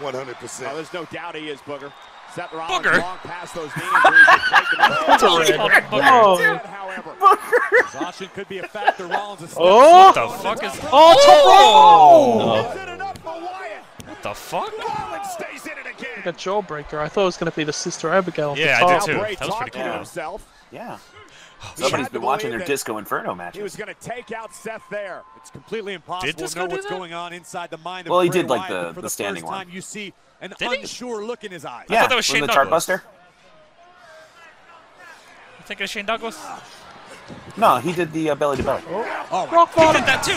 [SPEAKER 10] if not 100%.
[SPEAKER 11] Oh, there's no doubt he is, Booger. Seth Rollins
[SPEAKER 1] Booger?
[SPEAKER 11] long past those knee injuries. that plagued him.
[SPEAKER 12] That's
[SPEAKER 5] Oh,
[SPEAKER 12] a red. Whoa.
[SPEAKER 11] Instead, however, exhaustion could be a factor. Rollins is
[SPEAKER 12] Oh.
[SPEAKER 1] What the fuck is?
[SPEAKER 12] Oh, Toronto!
[SPEAKER 11] Is it enough for Wyatt?
[SPEAKER 1] What the fuck?
[SPEAKER 11] Rollins stays in it
[SPEAKER 12] A
[SPEAKER 11] again.
[SPEAKER 12] jawbreaker. I thought it was going to be the Sister Abigail. at the
[SPEAKER 1] Yeah, I
[SPEAKER 12] top.
[SPEAKER 1] did too.
[SPEAKER 11] Now Bray
[SPEAKER 1] That was pretty
[SPEAKER 11] talking
[SPEAKER 1] cool.
[SPEAKER 11] to himself.
[SPEAKER 2] Yeah.
[SPEAKER 11] He had
[SPEAKER 2] Somebody's
[SPEAKER 11] to
[SPEAKER 2] been watching
[SPEAKER 11] believe
[SPEAKER 2] their
[SPEAKER 11] that
[SPEAKER 2] Disco Inferno
[SPEAKER 11] He
[SPEAKER 2] matches.
[SPEAKER 11] was going to take out Seth there. It's completely impossible
[SPEAKER 1] Did
[SPEAKER 11] to
[SPEAKER 1] Disco
[SPEAKER 11] know
[SPEAKER 1] do
[SPEAKER 11] what's
[SPEAKER 1] that?
[SPEAKER 11] going on inside the mind of
[SPEAKER 2] Well, he
[SPEAKER 11] Bray
[SPEAKER 2] did, like,
[SPEAKER 11] Wyatt,
[SPEAKER 2] the-
[SPEAKER 11] but for
[SPEAKER 2] the standing
[SPEAKER 11] first
[SPEAKER 2] one.
[SPEAKER 11] Time you see an
[SPEAKER 1] Did he?
[SPEAKER 11] unsure look in his eyes.
[SPEAKER 2] Yeah,
[SPEAKER 1] that was
[SPEAKER 2] wasn't
[SPEAKER 1] Shane
[SPEAKER 2] it Chart
[SPEAKER 1] Douglas.
[SPEAKER 2] Buster?
[SPEAKER 1] You thinking of Shane Douglas?
[SPEAKER 2] No, he did the uh, belly to belly.
[SPEAKER 11] Oh, my-
[SPEAKER 12] Rock
[SPEAKER 1] He
[SPEAKER 12] bottom.
[SPEAKER 1] did that too.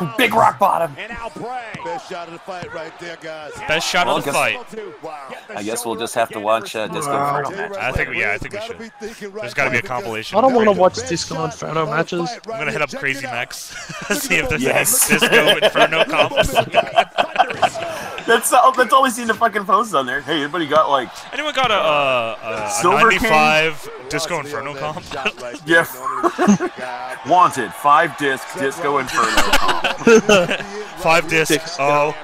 [SPEAKER 11] Oh,
[SPEAKER 2] Big rock bottom.
[SPEAKER 11] and now Bray.
[SPEAKER 10] Best shot of the fight right there, guys.
[SPEAKER 1] Best shot
[SPEAKER 2] Well,
[SPEAKER 1] of the
[SPEAKER 2] guess-
[SPEAKER 1] fight.
[SPEAKER 2] I guess we'll just have to watch uh, Disco Inferno match.
[SPEAKER 1] I think we- yeah, I think we should. There's gotta be a compilation.
[SPEAKER 12] I don't wanna
[SPEAKER 10] to
[SPEAKER 12] watch Disco Inferno matches.
[SPEAKER 1] I'm gonna hit up Crazy Max. See if there's
[SPEAKER 2] Yes.
[SPEAKER 1] any Cisco Inferno comps.
[SPEAKER 10] Thunderous
[SPEAKER 11] That's all, that's all we seen the fucking posts on there. Hey, anybody got like
[SPEAKER 1] Anyone got a, uh, a, a
[SPEAKER 11] Silver King?
[SPEAKER 1] 95 Disco
[SPEAKER 8] Watch the
[SPEAKER 1] Inferno
[SPEAKER 8] old man
[SPEAKER 1] comp?
[SPEAKER 8] shot like
[SPEAKER 11] Yeah.
[SPEAKER 8] that. Normally, God,
[SPEAKER 11] wanted five disc disco inferno?
[SPEAKER 1] Five discs. Oh.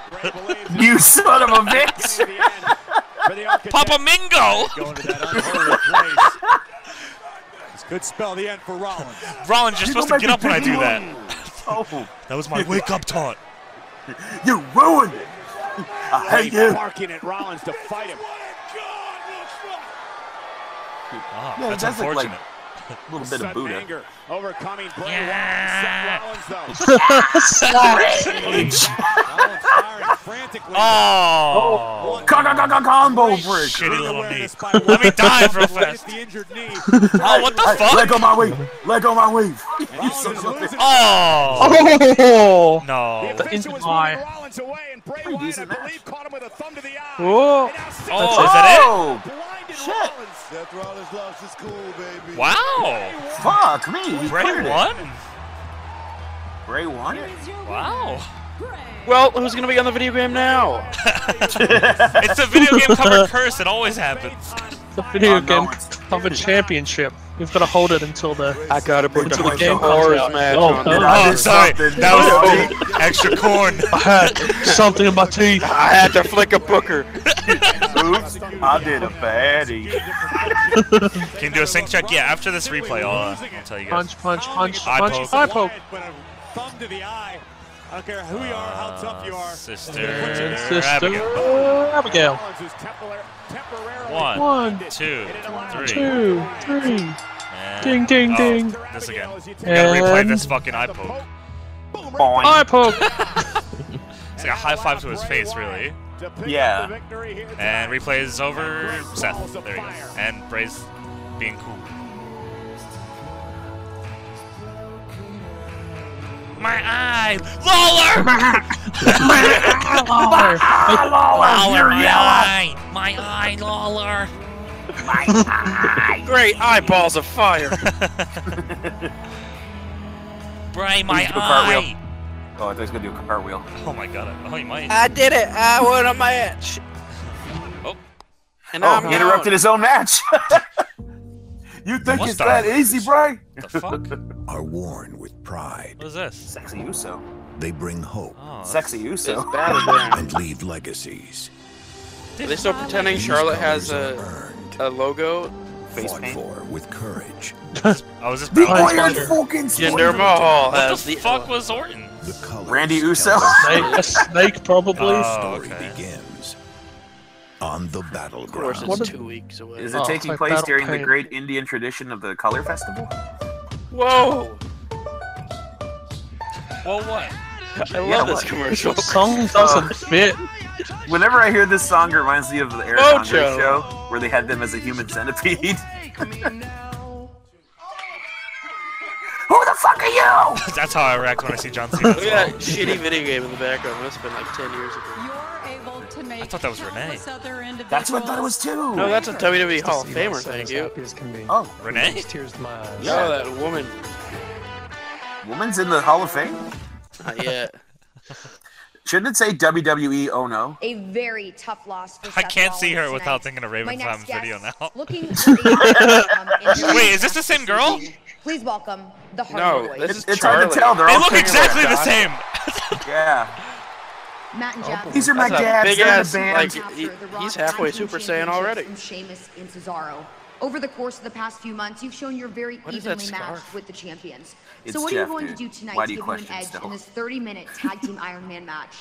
[SPEAKER 11] you son of a bitch!
[SPEAKER 1] Papa Mingo!
[SPEAKER 3] Going to that unheard of place. This could spell the end for Rollins.
[SPEAKER 1] Rollins, you're
[SPEAKER 11] You
[SPEAKER 1] supposed to
[SPEAKER 11] go back
[SPEAKER 1] get up when I do
[SPEAKER 11] Disney
[SPEAKER 1] that.
[SPEAKER 11] World. Oh,
[SPEAKER 1] That was my wake up taunt.
[SPEAKER 11] you ruined it. I hate you.
[SPEAKER 3] Barking at Rollins to fight him.
[SPEAKER 1] Wow,
[SPEAKER 11] Yeah, it
[SPEAKER 1] Ah, that's
[SPEAKER 11] does look like
[SPEAKER 1] unfortunate.
[SPEAKER 11] A little bit of
[SPEAKER 3] Sudden
[SPEAKER 11] Buddha.
[SPEAKER 3] anger overcoming Bray
[SPEAKER 1] Yeah.
[SPEAKER 3] Wyatt. Seth Rollins, though. Rollins firing frantically.
[SPEAKER 1] Oh!
[SPEAKER 11] Combo break.
[SPEAKER 1] Shitty little knee.
[SPEAKER 3] Awareness by
[SPEAKER 1] Let me
[SPEAKER 3] Rollins.
[SPEAKER 1] dive real
[SPEAKER 3] Hit
[SPEAKER 1] fast.
[SPEAKER 3] the injured knee.
[SPEAKER 1] Oh, what the
[SPEAKER 11] Hey,
[SPEAKER 1] fuck?
[SPEAKER 11] Let go my weave. Let go my weave.
[SPEAKER 3] Rollins is losing.
[SPEAKER 1] Oh!
[SPEAKER 12] Oh!
[SPEAKER 1] No.
[SPEAKER 3] The official
[SPEAKER 12] injured
[SPEAKER 3] is
[SPEAKER 12] eye.
[SPEAKER 3] moving Rollins away, and Bray Wyatt, I
[SPEAKER 11] decent match.
[SPEAKER 3] believe, caught him with a thumb to the eye.
[SPEAKER 12] Oh.
[SPEAKER 3] And now Seth
[SPEAKER 1] Oh,
[SPEAKER 3] Rollins
[SPEAKER 1] is that it?
[SPEAKER 11] oh,
[SPEAKER 3] blinded
[SPEAKER 11] Shit.
[SPEAKER 3] Rollins.
[SPEAKER 8] Seth Rollins lost his cool, baby.
[SPEAKER 1] Wow!
[SPEAKER 11] fuck me. He
[SPEAKER 1] Bray
[SPEAKER 11] cleared it.
[SPEAKER 1] won?
[SPEAKER 11] Bray won it.
[SPEAKER 1] Wow.
[SPEAKER 5] Well, who's gonna be on the video game now?
[SPEAKER 1] It's a video game cover curse, it always happens.
[SPEAKER 12] The video
[SPEAKER 11] Oh, no,
[SPEAKER 12] game
[SPEAKER 11] it's-
[SPEAKER 12] of a championship. You've got to hold it until the
[SPEAKER 5] I gotta put
[SPEAKER 11] Into
[SPEAKER 5] the
[SPEAKER 11] the
[SPEAKER 5] fucking
[SPEAKER 11] game
[SPEAKER 5] horrors
[SPEAKER 12] comes out.
[SPEAKER 5] match
[SPEAKER 12] Oh,
[SPEAKER 5] on
[SPEAKER 12] no.
[SPEAKER 5] there.
[SPEAKER 11] I
[SPEAKER 1] Oh,
[SPEAKER 11] did
[SPEAKER 1] sorry.
[SPEAKER 11] something.
[SPEAKER 1] That was extra corn.
[SPEAKER 12] I had something in my teeth.
[SPEAKER 5] I had to flick a booker.
[SPEAKER 11] Oops, I did a baddie.
[SPEAKER 1] Can you do a sync check? Yeah, after this replay, I'll, uh, I'll tell you guys.
[SPEAKER 12] Punch, punch, punch,
[SPEAKER 1] Eye
[SPEAKER 12] punch,
[SPEAKER 1] poke.
[SPEAKER 12] eye poke.
[SPEAKER 3] Wyatt, but a thumb to the eye. I don't care who you are, how tough you are.
[SPEAKER 1] Uh, Sister Abigail.
[SPEAKER 12] Sister Abigail.
[SPEAKER 3] Rollins is tempor- temporarily
[SPEAKER 1] One,
[SPEAKER 12] One,
[SPEAKER 1] two, three.
[SPEAKER 12] two, three.
[SPEAKER 1] And-
[SPEAKER 12] Ding, ding,
[SPEAKER 1] oh,
[SPEAKER 12] ding.
[SPEAKER 1] This again. I gotta
[SPEAKER 12] And-
[SPEAKER 1] replay this fucking eye poke.
[SPEAKER 11] Boing.
[SPEAKER 12] Eye poke.
[SPEAKER 1] It's like a high five to his face, really.
[SPEAKER 11] Yeah.
[SPEAKER 1] And replay is over. Seth. There you go. And Bray's being cool. My eye! Lawler!
[SPEAKER 11] Oh,
[SPEAKER 1] Lawler, my eye! My eye, Lawler!
[SPEAKER 5] Great eyeballs of fire.
[SPEAKER 1] Bray, my
[SPEAKER 11] Please do a
[SPEAKER 1] eye!
[SPEAKER 11] cartwheel. Oh, I thought he was gonna do a cartwheel.
[SPEAKER 1] Oh my god. Oh, you might.
[SPEAKER 5] I did it. I won a match.
[SPEAKER 1] Oh.
[SPEAKER 5] And
[SPEAKER 11] Oh,
[SPEAKER 5] I'm
[SPEAKER 11] he interrupted his own match. you think
[SPEAKER 1] What
[SPEAKER 11] it's
[SPEAKER 1] the-
[SPEAKER 11] that easy, Bray?
[SPEAKER 1] What the fuck?
[SPEAKER 2] are worn with pride.
[SPEAKER 1] What is this?
[SPEAKER 11] Sexy Uso.
[SPEAKER 2] They bring hope
[SPEAKER 1] Oh, that's-
[SPEAKER 11] Sexy Uso.
[SPEAKER 2] and leave legacies.
[SPEAKER 5] Are they still pretending
[SPEAKER 2] These
[SPEAKER 5] Charlotte has
[SPEAKER 2] colors are
[SPEAKER 5] a,
[SPEAKER 2] earned,
[SPEAKER 5] a logo?
[SPEAKER 11] Face
[SPEAKER 2] fought
[SPEAKER 11] paint.
[SPEAKER 2] for with courage.
[SPEAKER 1] I was just.
[SPEAKER 11] The
[SPEAKER 1] What
[SPEAKER 11] Iron Falcon.
[SPEAKER 5] Jinder Mahal
[SPEAKER 1] uh, the
[SPEAKER 5] has the. uh,
[SPEAKER 1] fuck was Orton?
[SPEAKER 2] The colors
[SPEAKER 11] Randy
[SPEAKER 2] tell
[SPEAKER 11] Uso?
[SPEAKER 2] the
[SPEAKER 12] Snake, a snake, probably.
[SPEAKER 1] Oh,
[SPEAKER 2] story
[SPEAKER 1] okay.
[SPEAKER 2] begins on the
[SPEAKER 5] Of course,
[SPEAKER 2] battleground.
[SPEAKER 5] it's two weeks away.
[SPEAKER 11] Is it
[SPEAKER 12] Oh,
[SPEAKER 11] taking
[SPEAKER 12] like
[SPEAKER 11] place
[SPEAKER 12] Battle
[SPEAKER 11] during the
[SPEAKER 12] Paint.
[SPEAKER 11] great Indian tradition of the Color Festival?
[SPEAKER 5] Whoa!
[SPEAKER 1] Well, what?
[SPEAKER 5] I love
[SPEAKER 11] Yeah,
[SPEAKER 5] this
[SPEAKER 11] what?
[SPEAKER 5] commercial.
[SPEAKER 12] The song doesn't fit.
[SPEAKER 11] Whenever I hear this song, it reminds me of the Eric
[SPEAKER 5] Mojo.
[SPEAKER 11] Andre show where they had them as a human centipede. Who the fuck are you?
[SPEAKER 1] That's how I react when I see John Cena. as
[SPEAKER 5] Look at
[SPEAKER 1] well.
[SPEAKER 5] that shitty video game in the background. Must have been like 10 years ago.
[SPEAKER 1] I thought that was Renee.
[SPEAKER 11] That's what I thought it was too.
[SPEAKER 5] No, that's a WWE Hall of Famer, thank you.
[SPEAKER 11] oh,
[SPEAKER 1] Renee?
[SPEAKER 5] No, that woman.
[SPEAKER 11] woman's in the Hall of Fame.
[SPEAKER 5] Not yet.
[SPEAKER 11] Shouldn't it say WWE? Oh no.
[SPEAKER 13] A very tough loss for
[SPEAKER 1] I
[SPEAKER 13] Seth
[SPEAKER 1] can't see her
[SPEAKER 13] Rollins
[SPEAKER 1] without
[SPEAKER 13] tonight.
[SPEAKER 1] thinking of
[SPEAKER 13] My
[SPEAKER 1] Raven
[SPEAKER 13] next
[SPEAKER 1] Tom's video
[SPEAKER 13] guest,
[SPEAKER 1] now.
[SPEAKER 13] Looking for the outcome in
[SPEAKER 1] Wait, is this the same girl?
[SPEAKER 13] season. Please welcome the
[SPEAKER 5] No,
[SPEAKER 13] Hardy Boys.
[SPEAKER 5] this is
[SPEAKER 11] It's hard
[SPEAKER 5] Charlotte.
[SPEAKER 11] to tell. They're
[SPEAKER 1] They
[SPEAKER 11] all
[SPEAKER 1] look
[SPEAKER 11] single.
[SPEAKER 1] exactly the same.
[SPEAKER 11] Yeah.
[SPEAKER 13] Matt and Jack.
[SPEAKER 11] These are my
[SPEAKER 5] That's a
[SPEAKER 11] dads.
[SPEAKER 5] big
[SPEAKER 11] They're in
[SPEAKER 5] ass,
[SPEAKER 11] the band.
[SPEAKER 5] like-
[SPEAKER 13] After
[SPEAKER 5] he-
[SPEAKER 13] the Raw
[SPEAKER 5] he's halfway
[SPEAKER 13] Tag Team
[SPEAKER 5] Super Saiyan
[SPEAKER 13] Championships
[SPEAKER 5] already.
[SPEAKER 13] From Sheamus and Cesaro. Over the course of the past few months, you've shown you're very
[SPEAKER 5] What is that
[SPEAKER 13] evenly matched
[SPEAKER 5] scarf?
[SPEAKER 13] with the champions.
[SPEAKER 11] It's
[SPEAKER 13] so what are
[SPEAKER 11] Jeff,
[SPEAKER 13] you going
[SPEAKER 11] dude.
[SPEAKER 13] to do tonight
[SPEAKER 11] Why
[SPEAKER 13] to
[SPEAKER 11] do you
[SPEAKER 13] give you an
[SPEAKER 11] question
[SPEAKER 13] edge
[SPEAKER 11] still?
[SPEAKER 13] in this 30-minute tag team Iron Man match?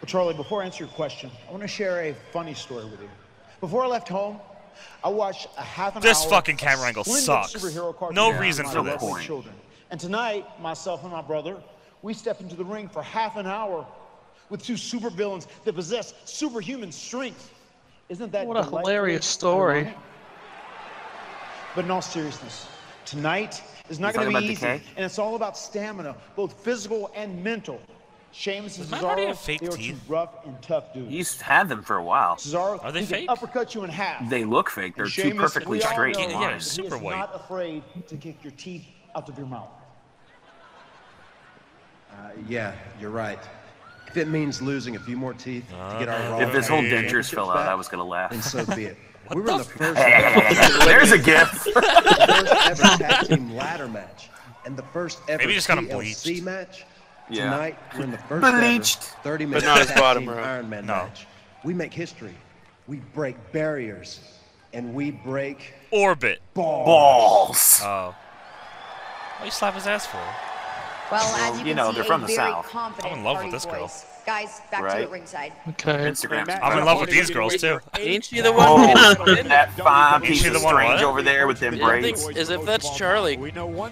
[SPEAKER 2] Well, Charlie, before I answer your question, I want to share a funny story with you. Before I left home, I watched a half an
[SPEAKER 1] This
[SPEAKER 2] hour
[SPEAKER 1] fucking
[SPEAKER 2] of
[SPEAKER 1] camera angle
[SPEAKER 2] splendid
[SPEAKER 1] sucks.
[SPEAKER 2] superhero cartoons
[SPEAKER 1] No
[SPEAKER 2] on
[SPEAKER 1] reason
[SPEAKER 2] my
[SPEAKER 1] for
[SPEAKER 2] lovely
[SPEAKER 11] this.
[SPEAKER 2] Children. And tonight, myself and my brother, we step into the ring for half an hour with two supervillains that possess superhuman strength. Isn't that
[SPEAKER 12] What a
[SPEAKER 2] delightfully
[SPEAKER 12] hilarious story.
[SPEAKER 2] ironic? But in all seriousness, tonight is not
[SPEAKER 11] You
[SPEAKER 2] going to
[SPEAKER 11] talking
[SPEAKER 2] be easy,
[SPEAKER 11] about decay?
[SPEAKER 2] and it's all about stamina, both physical and mental. Sheamus and
[SPEAKER 1] Does my body
[SPEAKER 2] Cesaro,
[SPEAKER 1] have fake
[SPEAKER 2] they are two
[SPEAKER 1] teeth?
[SPEAKER 2] rough and tough dudes.
[SPEAKER 11] You used to have them for a while.
[SPEAKER 2] Cesaro,
[SPEAKER 1] Are they
[SPEAKER 2] he can
[SPEAKER 1] fake?
[SPEAKER 2] uppercut you in half.
[SPEAKER 11] They look fake. They're two
[SPEAKER 2] Sheamus,
[SPEAKER 11] perfectly
[SPEAKER 2] we all
[SPEAKER 11] straight
[SPEAKER 2] know
[SPEAKER 1] Yeah,
[SPEAKER 11] lines.
[SPEAKER 1] super
[SPEAKER 2] he is
[SPEAKER 1] white.
[SPEAKER 2] not afraid to kick your teeth out of your mouth.
[SPEAKER 8] Yeah, you're right.
[SPEAKER 14] If it means losing a few more teeth to get our Raw
[SPEAKER 2] Uh, If this whole
[SPEAKER 14] Championship
[SPEAKER 2] dentures fell out,
[SPEAKER 14] back,
[SPEAKER 2] I was gonna laugh.
[SPEAKER 14] And so be it. we were in the first.
[SPEAKER 2] There's a gift.
[SPEAKER 14] The first ever tag team ladder match, and the first ever
[SPEAKER 1] Maybe just got 'em
[SPEAKER 14] TLC match.
[SPEAKER 1] Yeah.
[SPEAKER 14] Tonight we're in the first
[SPEAKER 1] Bleached.
[SPEAKER 14] ever 30
[SPEAKER 1] But
[SPEAKER 14] minute
[SPEAKER 1] not his
[SPEAKER 14] tag
[SPEAKER 1] bottom
[SPEAKER 14] team
[SPEAKER 1] row.
[SPEAKER 14] Iron Man
[SPEAKER 1] No.
[SPEAKER 14] match. We make history. We break barriers, and we break
[SPEAKER 1] Orbit.
[SPEAKER 14] balls.
[SPEAKER 1] Oh. What you slap his ass for?
[SPEAKER 15] Well, as you,
[SPEAKER 1] You
[SPEAKER 15] can
[SPEAKER 1] know,
[SPEAKER 15] see,
[SPEAKER 1] they're
[SPEAKER 15] a
[SPEAKER 1] from the
[SPEAKER 15] very
[SPEAKER 1] South.
[SPEAKER 15] confident
[SPEAKER 1] I'm in love with
[SPEAKER 15] Hardy
[SPEAKER 1] this girl.
[SPEAKER 15] voice. Guys, back to
[SPEAKER 1] Right?
[SPEAKER 15] the ringside.
[SPEAKER 1] Okay.
[SPEAKER 2] Instagram.
[SPEAKER 1] I'm in love with these girls too.
[SPEAKER 5] Ain't she the one?
[SPEAKER 2] Oh, that fine
[SPEAKER 5] Ain't
[SPEAKER 2] piece
[SPEAKER 5] she
[SPEAKER 2] of
[SPEAKER 5] the one what?
[SPEAKER 2] strange over there with them
[SPEAKER 5] I don't think-
[SPEAKER 2] braids.
[SPEAKER 5] Is if that's Charlie,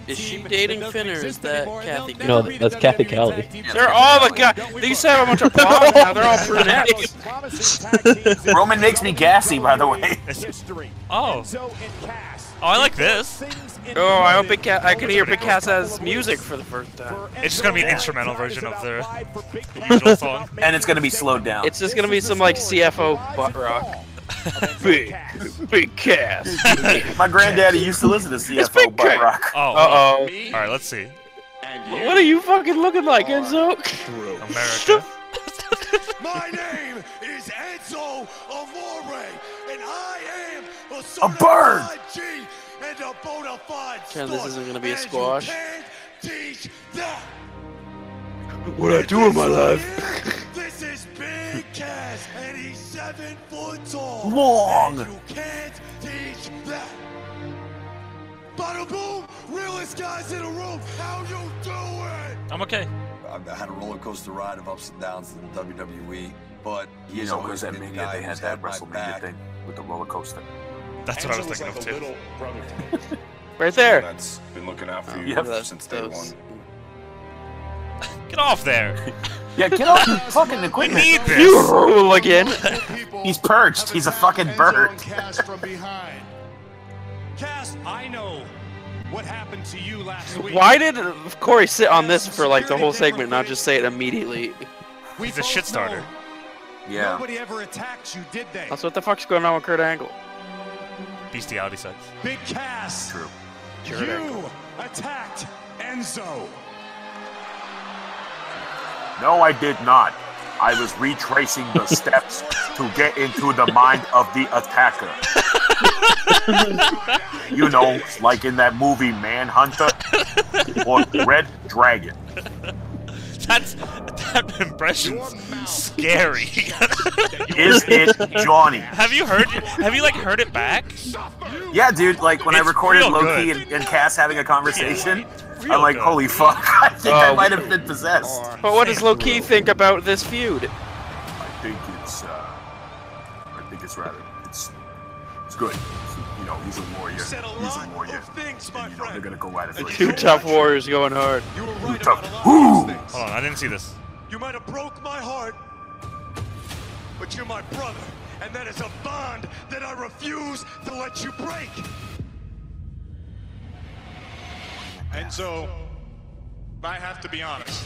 [SPEAKER 5] is she dating Finn or is that Kathy?
[SPEAKER 6] No, that's Kathy Kelly.
[SPEAKER 5] They're all the guys. These have a bunch of blondes now. They're all brunettes.
[SPEAKER 2] Roman makes me gassy, by the way.
[SPEAKER 1] Oh. Oh, I like this.
[SPEAKER 5] Oh, I hope it ca- I can hear Picasso's music for the first time.
[SPEAKER 1] It's just gonna be an instrumental version of the
[SPEAKER 2] usual song. And it's gonna be slowed down.
[SPEAKER 5] It's just gonna be some like CFO butt rock. big, big cast.
[SPEAKER 2] My granddaddy used to listen to CFO Butt Rock.
[SPEAKER 1] Oh.
[SPEAKER 5] Uh-oh.
[SPEAKER 1] All right, let's see.
[SPEAKER 5] What are you fucking looking like, Enzo?
[SPEAKER 1] America.
[SPEAKER 9] My name is Enzo Amore, and I am a,
[SPEAKER 2] certified bird.
[SPEAKER 9] G and a bona fide
[SPEAKER 5] Ken, this isn't gonna be a squash.
[SPEAKER 9] teach that.
[SPEAKER 5] What I do in my life.
[SPEAKER 9] This is Big Cass, and he's seven foot tall.
[SPEAKER 2] Long.
[SPEAKER 9] And you can't teach that. Bada boom, realest guys in the room. How you doing?
[SPEAKER 1] I'm okay.
[SPEAKER 16] I've had a roller coaster ride of ups and downs in WWE, E, but he
[SPEAKER 2] You
[SPEAKER 16] has
[SPEAKER 2] know, it
[SPEAKER 16] always
[SPEAKER 2] was that
[SPEAKER 16] been the
[SPEAKER 2] Mania
[SPEAKER 16] guy
[SPEAKER 2] they had
[SPEAKER 16] who's
[SPEAKER 2] that
[SPEAKER 16] my
[SPEAKER 2] WrestleMania
[SPEAKER 16] back.
[SPEAKER 2] thing with the roller coaster.
[SPEAKER 1] That's what I was thinking of too.
[SPEAKER 5] Right there.
[SPEAKER 12] That's been looking out for you
[SPEAKER 2] Yep.
[SPEAKER 12] since day one.
[SPEAKER 1] Get off there.
[SPEAKER 2] Yeah, get off your fucking equipment.
[SPEAKER 1] need this. You
[SPEAKER 5] rule again.
[SPEAKER 2] He's perched. He's a fucking bird.
[SPEAKER 4] Cass from behind. Cass, I know what happened to you last week.
[SPEAKER 5] Why did Corey sit on this for like the whole segment, not just say it immediately?
[SPEAKER 1] He's a shit starter.
[SPEAKER 5] Yeah.
[SPEAKER 4] Nobody ever attacked you, did they?
[SPEAKER 5] That's what the fuck's going on with Kurt Angle.
[SPEAKER 1] Bestiality sucks.
[SPEAKER 4] Big Cass.
[SPEAKER 1] True.
[SPEAKER 5] Jared
[SPEAKER 4] You attacked Enzo.
[SPEAKER 2] No, I did not. I was retracing the steps to get into the mind of the attacker. you know, like in that movie Manhunter or Red Dragon.
[SPEAKER 1] That's that impression's scary.
[SPEAKER 2] Is it Johnny?
[SPEAKER 1] Have you heard? Have you like heard it back?
[SPEAKER 2] Yeah, dude, like when I
[SPEAKER 1] It's
[SPEAKER 2] recorded
[SPEAKER 1] real
[SPEAKER 2] Loki
[SPEAKER 1] good.
[SPEAKER 2] and, and Cass having a conversation,
[SPEAKER 1] Real
[SPEAKER 2] I'm like,
[SPEAKER 1] good.
[SPEAKER 2] holy fuck, I think I
[SPEAKER 5] Oh.
[SPEAKER 2] might have been possessed.
[SPEAKER 5] But what does Loki think about this feud?
[SPEAKER 12] Oh, I think it's, uh, I think it's rather, it's, it's good. You know, he's a warrior. He's a warrior. And, you know, they're gonna go at it for
[SPEAKER 5] Two tough warriors going hard.
[SPEAKER 1] Hold on, I didn't see this.
[SPEAKER 9] You might have broke my heart, but you're my brother, and that is a bond that I refuse to let you break.
[SPEAKER 4] Enzo, I have to be honest.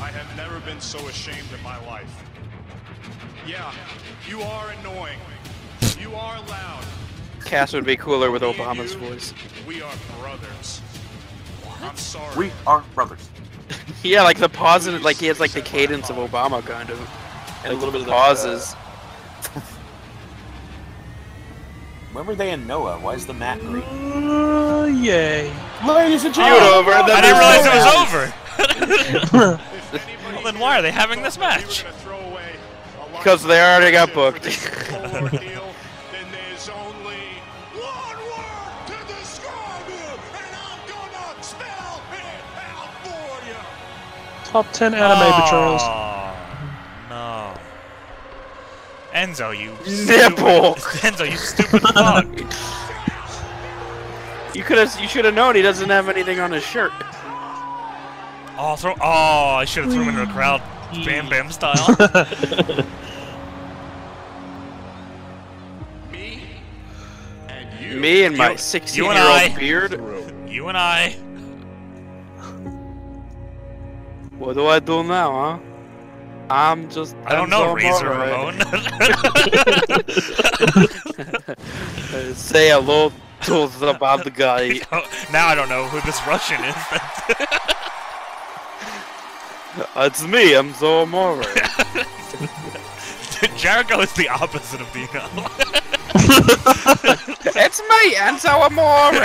[SPEAKER 4] I have never been so ashamed in my life. Yeah, you are annoying. You are loud.
[SPEAKER 5] Cass would be cooler with Obama's voice.
[SPEAKER 4] We are brothers. I'm sorry.
[SPEAKER 2] We are brothers.
[SPEAKER 5] Yeah, like the positive, like he has like the cadence of Obama kind of, and a little bit of uh, pauses.
[SPEAKER 2] When were they in Noah? Why is the mat green?
[SPEAKER 7] Uh, yay.
[SPEAKER 2] Ladies and
[SPEAKER 7] gentlemen.
[SPEAKER 1] over, and then Oh. I didn't realize it was over.
[SPEAKER 7] over.
[SPEAKER 1] Well, then why are they having this match?
[SPEAKER 5] Because they already got booked.
[SPEAKER 7] Top 10 anime
[SPEAKER 5] Oh.
[SPEAKER 7] betrayals.
[SPEAKER 1] No. Enzo, you
[SPEAKER 5] Nipple.
[SPEAKER 1] Stupid, Enzo, you stupid fuck.
[SPEAKER 5] You could have, you should have known he doesn't have anything on his shirt.
[SPEAKER 1] Oh, throw. Oh, I should have thrown him into a crowd, Bam Bam style.
[SPEAKER 5] Me and my
[SPEAKER 1] You-
[SPEAKER 5] 16
[SPEAKER 1] you
[SPEAKER 5] year
[SPEAKER 1] and
[SPEAKER 5] old
[SPEAKER 1] I.
[SPEAKER 5] beard.
[SPEAKER 1] you and I.
[SPEAKER 5] What do I do now, huh? I'm just.
[SPEAKER 1] I don't know, Razor
[SPEAKER 5] Ramon. Say hello to the bad guy.
[SPEAKER 1] Now I don't know who this Russian is.
[SPEAKER 5] It's me, I'm Zomora.
[SPEAKER 1] Jericho is the opposite of Dino.
[SPEAKER 5] it's me, Enzo Amore.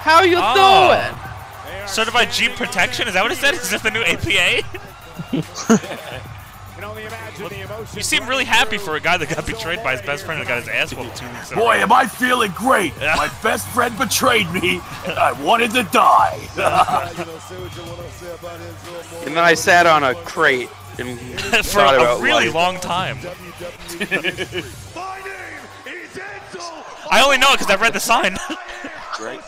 [SPEAKER 5] How you
[SPEAKER 1] Oh. Certified Jeep Protection? Is that what it said? Is this the new APA? you seem really happy for a guy that got betrayed by his best friend and got his ass whooped two weeks in a
[SPEAKER 2] Boy,
[SPEAKER 1] row.
[SPEAKER 2] am I feeling great! My best friend betrayed me, and I wanted to die.
[SPEAKER 5] doing? And then I sat on a crate and
[SPEAKER 1] for
[SPEAKER 5] thought
[SPEAKER 1] a
[SPEAKER 5] about
[SPEAKER 1] really
[SPEAKER 5] life.
[SPEAKER 1] long time. I only know it because I read the sign.
[SPEAKER 2] Great.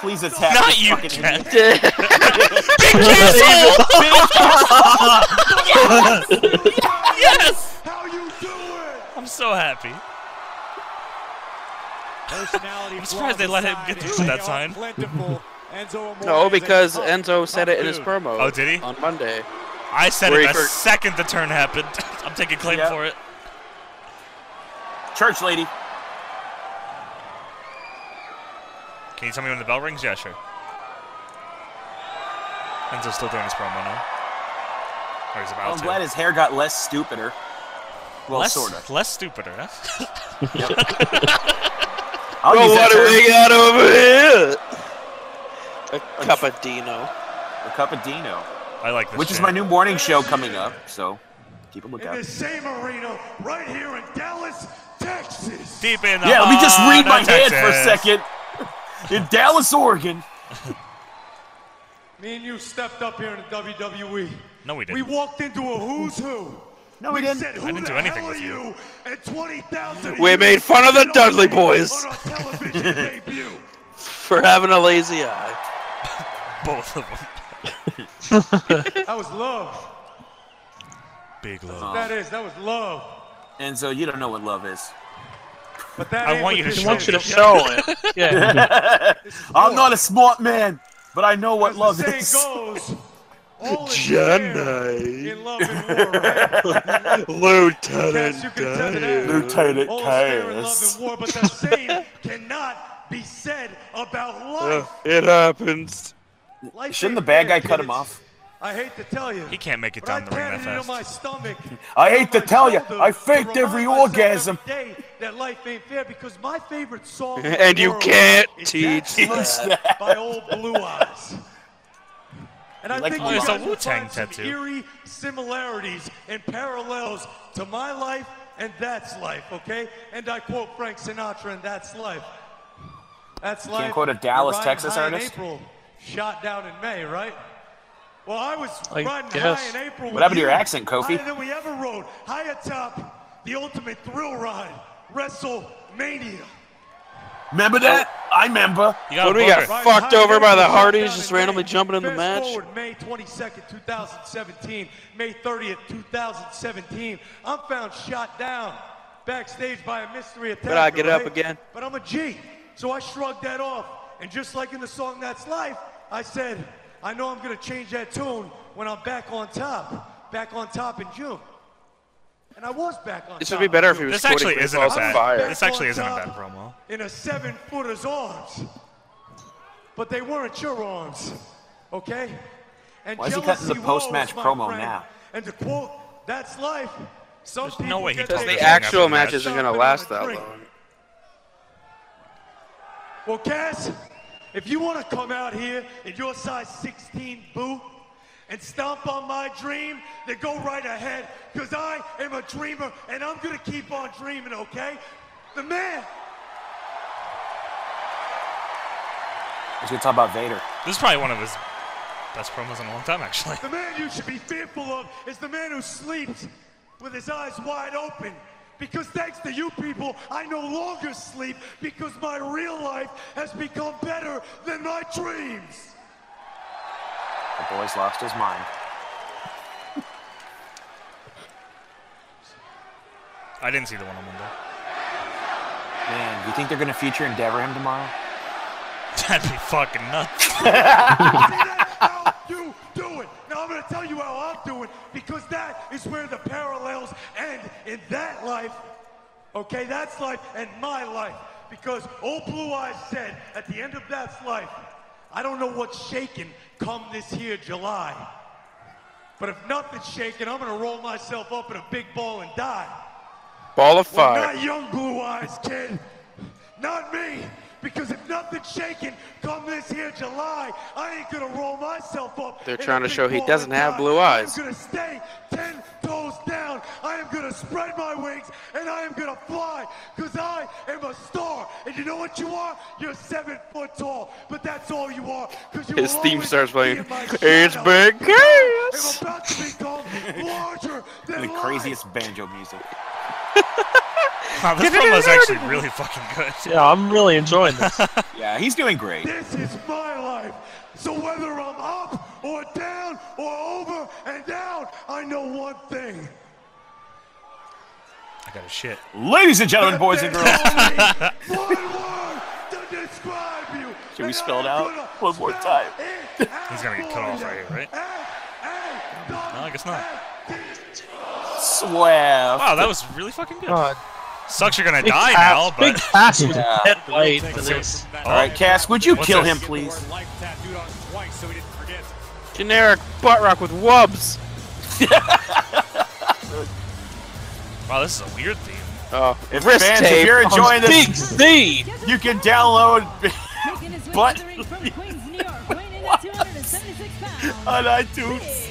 [SPEAKER 2] Please attack.
[SPEAKER 1] Not
[SPEAKER 2] this
[SPEAKER 1] you,
[SPEAKER 2] fucking
[SPEAKER 1] Ken.
[SPEAKER 2] idiot.
[SPEAKER 1] Big
[SPEAKER 2] Yes!
[SPEAKER 1] yes! I'm so happy. I'm surprised they let him get through with that sign.
[SPEAKER 5] No, because Enzo said it in his promo.
[SPEAKER 1] Oh, did he?
[SPEAKER 5] On Monday.
[SPEAKER 1] I said
[SPEAKER 5] Where
[SPEAKER 1] it
[SPEAKER 5] he
[SPEAKER 1] the
[SPEAKER 5] cur-
[SPEAKER 1] second the turn happened. I'm taking claim for it.
[SPEAKER 2] Church lady.
[SPEAKER 1] Can you tell me when the bell rings? Yeah, sure. Enzo's still doing his promo now. Or he's about
[SPEAKER 2] I'm
[SPEAKER 1] to.
[SPEAKER 2] glad his hair got less stupider. Well,
[SPEAKER 1] less,
[SPEAKER 2] sorta.
[SPEAKER 1] Less stupider, huh?
[SPEAKER 2] I'll
[SPEAKER 5] well,
[SPEAKER 2] use that
[SPEAKER 5] Oh, what do we
[SPEAKER 2] term.
[SPEAKER 5] got over here? A cup of Dino.
[SPEAKER 2] A cup of Dino.
[SPEAKER 1] I like this.
[SPEAKER 2] Which is
[SPEAKER 1] shit.
[SPEAKER 2] my new morning show coming up, so keep a lookout.
[SPEAKER 9] The same arena right here in Dallas, Texas.
[SPEAKER 1] Deep in the
[SPEAKER 2] Yeah, let me just read my
[SPEAKER 1] heart of
[SPEAKER 2] head for
[SPEAKER 1] Texas.
[SPEAKER 2] a second. In Dallas, Oregon.
[SPEAKER 9] Me and you stepped up here in the WWE.
[SPEAKER 1] No, we
[SPEAKER 9] We
[SPEAKER 1] didn't.
[SPEAKER 9] walked into a who's who. No, we, didn't. Said, who
[SPEAKER 1] I didn't
[SPEAKER 9] the
[SPEAKER 1] do anything
[SPEAKER 9] hell
[SPEAKER 1] with
[SPEAKER 9] are
[SPEAKER 1] you.
[SPEAKER 9] you? And 20,000
[SPEAKER 5] We made fun of the Dudley boys. For having a lazy eye.
[SPEAKER 1] Both of them.
[SPEAKER 9] That was love.
[SPEAKER 1] Big
[SPEAKER 2] Um,
[SPEAKER 9] That is, that was love.
[SPEAKER 2] Enzo, you don't know what love is.
[SPEAKER 9] But that
[SPEAKER 1] I
[SPEAKER 9] ain't
[SPEAKER 1] want
[SPEAKER 9] what
[SPEAKER 1] you to
[SPEAKER 9] this is.
[SPEAKER 1] show He wants you to
[SPEAKER 7] show it.
[SPEAKER 2] Yeah. I'm not a smart man, but I know what love
[SPEAKER 9] Saying
[SPEAKER 2] is.
[SPEAKER 9] goes, all is fair
[SPEAKER 5] Jenny.
[SPEAKER 9] in love and war, right? Yes, you
[SPEAKER 5] Lieutenant
[SPEAKER 9] can tell me
[SPEAKER 5] Dan.
[SPEAKER 9] that.
[SPEAKER 2] Lieutenant
[SPEAKER 9] All is fair in love
[SPEAKER 2] Chaos.
[SPEAKER 9] and war, but the same cannot be said about
[SPEAKER 5] Uh,
[SPEAKER 9] life.
[SPEAKER 5] it happens.
[SPEAKER 9] Life
[SPEAKER 2] Shouldn't the
[SPEAKER 9] ain't
[SPEAKER 2] bad guy
[SPEAKER 9] fair,
[SPEAKER 2] cut him
[SPEAKER 9] kids.
[SPEAKER 2] off?
[SPEAKER 9] I hate to tell you.
[SPEAKER 1] He can't make it
[SPEAKER 9] But I
[SPEAKER 1] down the ring
[SPEAKER 9] tatted
[SPEAKER 1] that
[SPEAKER 9] it on
[SPEAKER 1] fast.
[SPEAKER 9] my stomach.
[SPEAKER 2] I hate to tell you, I faked
[SPEAKER 9] faked
[SPEAKER 2] every orgasm.
[SPEAKER 9] Day that life ain't fair because my favorite song. in the
[SPEAKER 5] And you
[SPEAKER 9] world
[SPEAKER 5] can't
[SPEAKER 9] is
[SPEAKER 5] teach
[SPEAKER 9] That's Love
[SPEAKER 5] that.
[SPEAKER 9] by old blue eyes. And I
[SPEAKER 1] Like
[SPEAKER 9] think
[SPEAKER 1] the
[SPEAKER 9] you
[SPEAKER 1] Wu-
[SPEAKER 9] guys
[SPEAKER 1] Oh, it's a
[SPEAKER 9] will
[SPEAKER 1] Wu-Tang
[SPEAKER 9] find some
[SPEAKER 1] tattoo.
[SPEAKER 9] eerie similarities and parallels to my life and that's life, okay? And I quote Frank Sinatra and that's life. That's
[SPEAKER 2] You can't
[SPEAKER 9] life.
[SPEAKER 2] quote a Dallas,
[SPEAKER 9] Ryan
[SPEAKER 2] Texas
[SPEAKER 9] High in
[SPEAKER 2] artist?
[SPEAKER 9] April, shot down in May, right? Well, I was
[SPEAKER 2] I
[SPEAKER 9] riding
[SPEAKER 2] guess.
[SPEAKER 9] high in April.
[SPEAKER 2] What
[SPEAKER 9] with
[SPEAKER 2] happened to
[SPEAKER 9] you.
[SPEAKER 2] your accent, Kofi?
[SPEAKER 9] Higher than we ever rode. High atop the ultimate thrill ride, WrestleMania.
[SPEAKER 2] Remember that? I remember.
[SPEAKER 1] You
[SPEAKER 5] When we got fucked over by the Hardys just randomly jumping in the match.
[SPEAKER 9] Forward, May 22nd, 2017. May 30th, 2017. I'm found shot down backstage by a mystery attacker.
[SPEAKER 5] But I get up
[SPEAKER 9] right?
[SPEAKER 5] again.
[SPEAKER 9] But I'm a G, so I shrugged that off. And just like in the song That's Life, I said, I know I'm going to change that tune when I'm back on top. Back on top in June. And I was back on top.
[SPEAKER 5] This would be better if he
[SPEAKER 9] in
[SPEAKER 5] was
[SPEAKER 1] This
[SPEAKER 9] June.
[SPEAKER 5] quoting
[SPEAKER 1] actually
[SPEAKER 5] Great
[SPEAKER 1] isn't a
[SPEAKER 5] Balls of
[SPEAKER 1] bad-
[SPEAKER 5] Fire.
[SPEAKER 1] this actually
[SPEAKER 9] on
[SPEAKER 1] isn't a
[SPEAKER 9] top
[SPEAKER 1] bad promo.
[SPEAKER 9] In a seven footer's arms. But they weren't your arms, okay? And
[SPEAKER 2] Why is he cutting the
[SPEAKER 9] jealousy
[SPEAKER 2] post-match
[SPEAKER 9] rolls, my
[SPEAKER 2] promo
[SPEAKER 9] friend.
[SPEAKER 2] now?
[SPEAKER 9] And to quote, that's life. Some
[SPEAKER 1] no
[SPEAKER 9] people
[SPEAKER 1] way he
[SPEAKER 9] get
[SPEAKER 1] took
[SPEAKER 9] their
[SPEAKER 1] the
[SPEAKER 5] The
[SPEAKER 1] thing
[SPEAKER 9] shot
[SPEAKER 1] after the
[SPEAKER 5] actual match
[SPEAKER 1] match.
[SPEAKER 5] isn't going to
[SPEAKER 9] chomping on
[SPEAKER 5] last
[SPEAKER 9] the
[SPEAKER 5] that
[SPEAKER 9] drink.
[SPEAKER 5] long.
[SPEAKER 9] Well, Cass, if you want to come out here in your size 16 boot and stomp on my dream, then go right ahead, because I am a dreamer and I'm going to keep on dreaming, okay? The man.
[SPEAKER 2] I was gonna talk about Vader.
[SPEAKER 1] This is probably one of his best promos in a long time, actually.
[SPEAKER 9] The man you should be fearful of is the man who sleeps with his eyes wide open. Because thanks to you people, I no longer sleep because my real life has become better than my dreams.
[SPEAKER 2] The boy's lost his mind.
[SPEAKER 1] I didn't see the one on Monday.
[SPEAKER 2] Man, you think they're gonna feature Endeavor him tomorrow?
[SPEAKER 1] That'd be fucking nuts.
[SPEAKER 9] You do it. Now I'm going to tell you how I'm doing because that is where the parallels end in that life. Okay, that's life and my life. Because old Blue Eyes said at the end of that's life, I don't know what's shaking come this here July. But if nothing's shaking, I'm gonna roll myself up in a big ball and die.
[SPEAKER 5] Ball of
[SPEAKER 9] Well,
[SPEAKER 5] fire.
[SPEAKER 9] not young blue eyes, kid. Not me. Because if nothing's shaking come this here July, I ain't gonna roll myself up.
[SPEAKER 5] They're
[SPEAKER 9] in a
[SPEAKER 5] trying to
[SPEAKER 9] big
[SPEAKER 5] show he
[SPEAKER 9] ball
[SPEAKER 5] doesn't
[SPEAKER 9] and
[SPEAKER 5] have
[SPEAKER 9] die.
[SPEAKER 5] blue eyes.
[SPEAKER 9] I'm gonna stay ten toes down. I am gonna spread my wings and I am gonna fly. Cause I am a star. And you know what you are? You're seven foot tall. But that's all you are. Cause you
[SPEAKER 5] His
[SPEAKER 9] will
[SPEAKER 5] theme
[SPEAKER 9] always
[SPEAKER 5] starts
[SPEAKER 9] be
[SPEAKER 5] playing.
[SPEAKER 9] in my
[SPEAKER 5] It's
[SPEAKER 9] shadow."
[SPEAKER 5] big chaos.
[SPEAKER 9] I'm about to become larger than
[SPEAKER 2] The
[SPEAKER 9] life.
[SPEAKER 2] craziest banjo music.
[SPEAKER 1] Wow, this promo's actually really fucking good.
[SPEAKER 12] Yeah, I'm really enjoying this.
[SPEAKER 2] yeah, he's doing great.
[SPEAKER 9] This is my life. So whether I'm up or down or over and down, I know one thing.
[SPEAKER 1] I got a shit.
[SPEAKER 2] Ladies and gentlemen, boys and girls.
[SPEAKER 9] One word to describe you.
[SPEAKER 2] Should we spell it out one more time?
[SPEAKER 1] He's gonna get cut off right here, right? No, I guess not.
[SPEAKER 2] Swear.
[SPEAKER 1] Wow, that was really fucking good.
[SPEAKER 2] God.
[SPEAKER 1] Sucks you're gonna
[SPEAKER 2] Big
[SPEAKER 1] die
[SPEAKER 2] Cass-
[SPEAKER 1] now, but
[SPEAKER 2] Big Cass was
[SPEAKER 1] Yeah.
[SPEAKER 2] dead
[SPEAKER 12] weight
[SPEAKER 1] Let's
[SPEAKER 12] for
[SPEAKER 1] see.
[SPEAKER 12] this.
[SPEAKER 2] All right, Cass, would you
[SPEAKER 1] What's
[SPEAKER 2] kill
[SPEAKER 1] this?
[SPEAKER 2] him, please?
[SPEAKER 5] Generic butt rock with wubs.
[SPEAKER 1] Wow, this is a weird theme.
[SPEAKER 5] Oh,
[SPEAKER 2] If
[SPEAKER 5] wrist
[SPEAKER 2] fans,
[SPEAKER 5] tape
[SPEAKER 2] if you're
[SPEAKER 5] on
[SPEAKER 2] enjoying this,
[SPEAKER 5] Big Z.
[SPEAKER 2] you can download Butt on iTunes.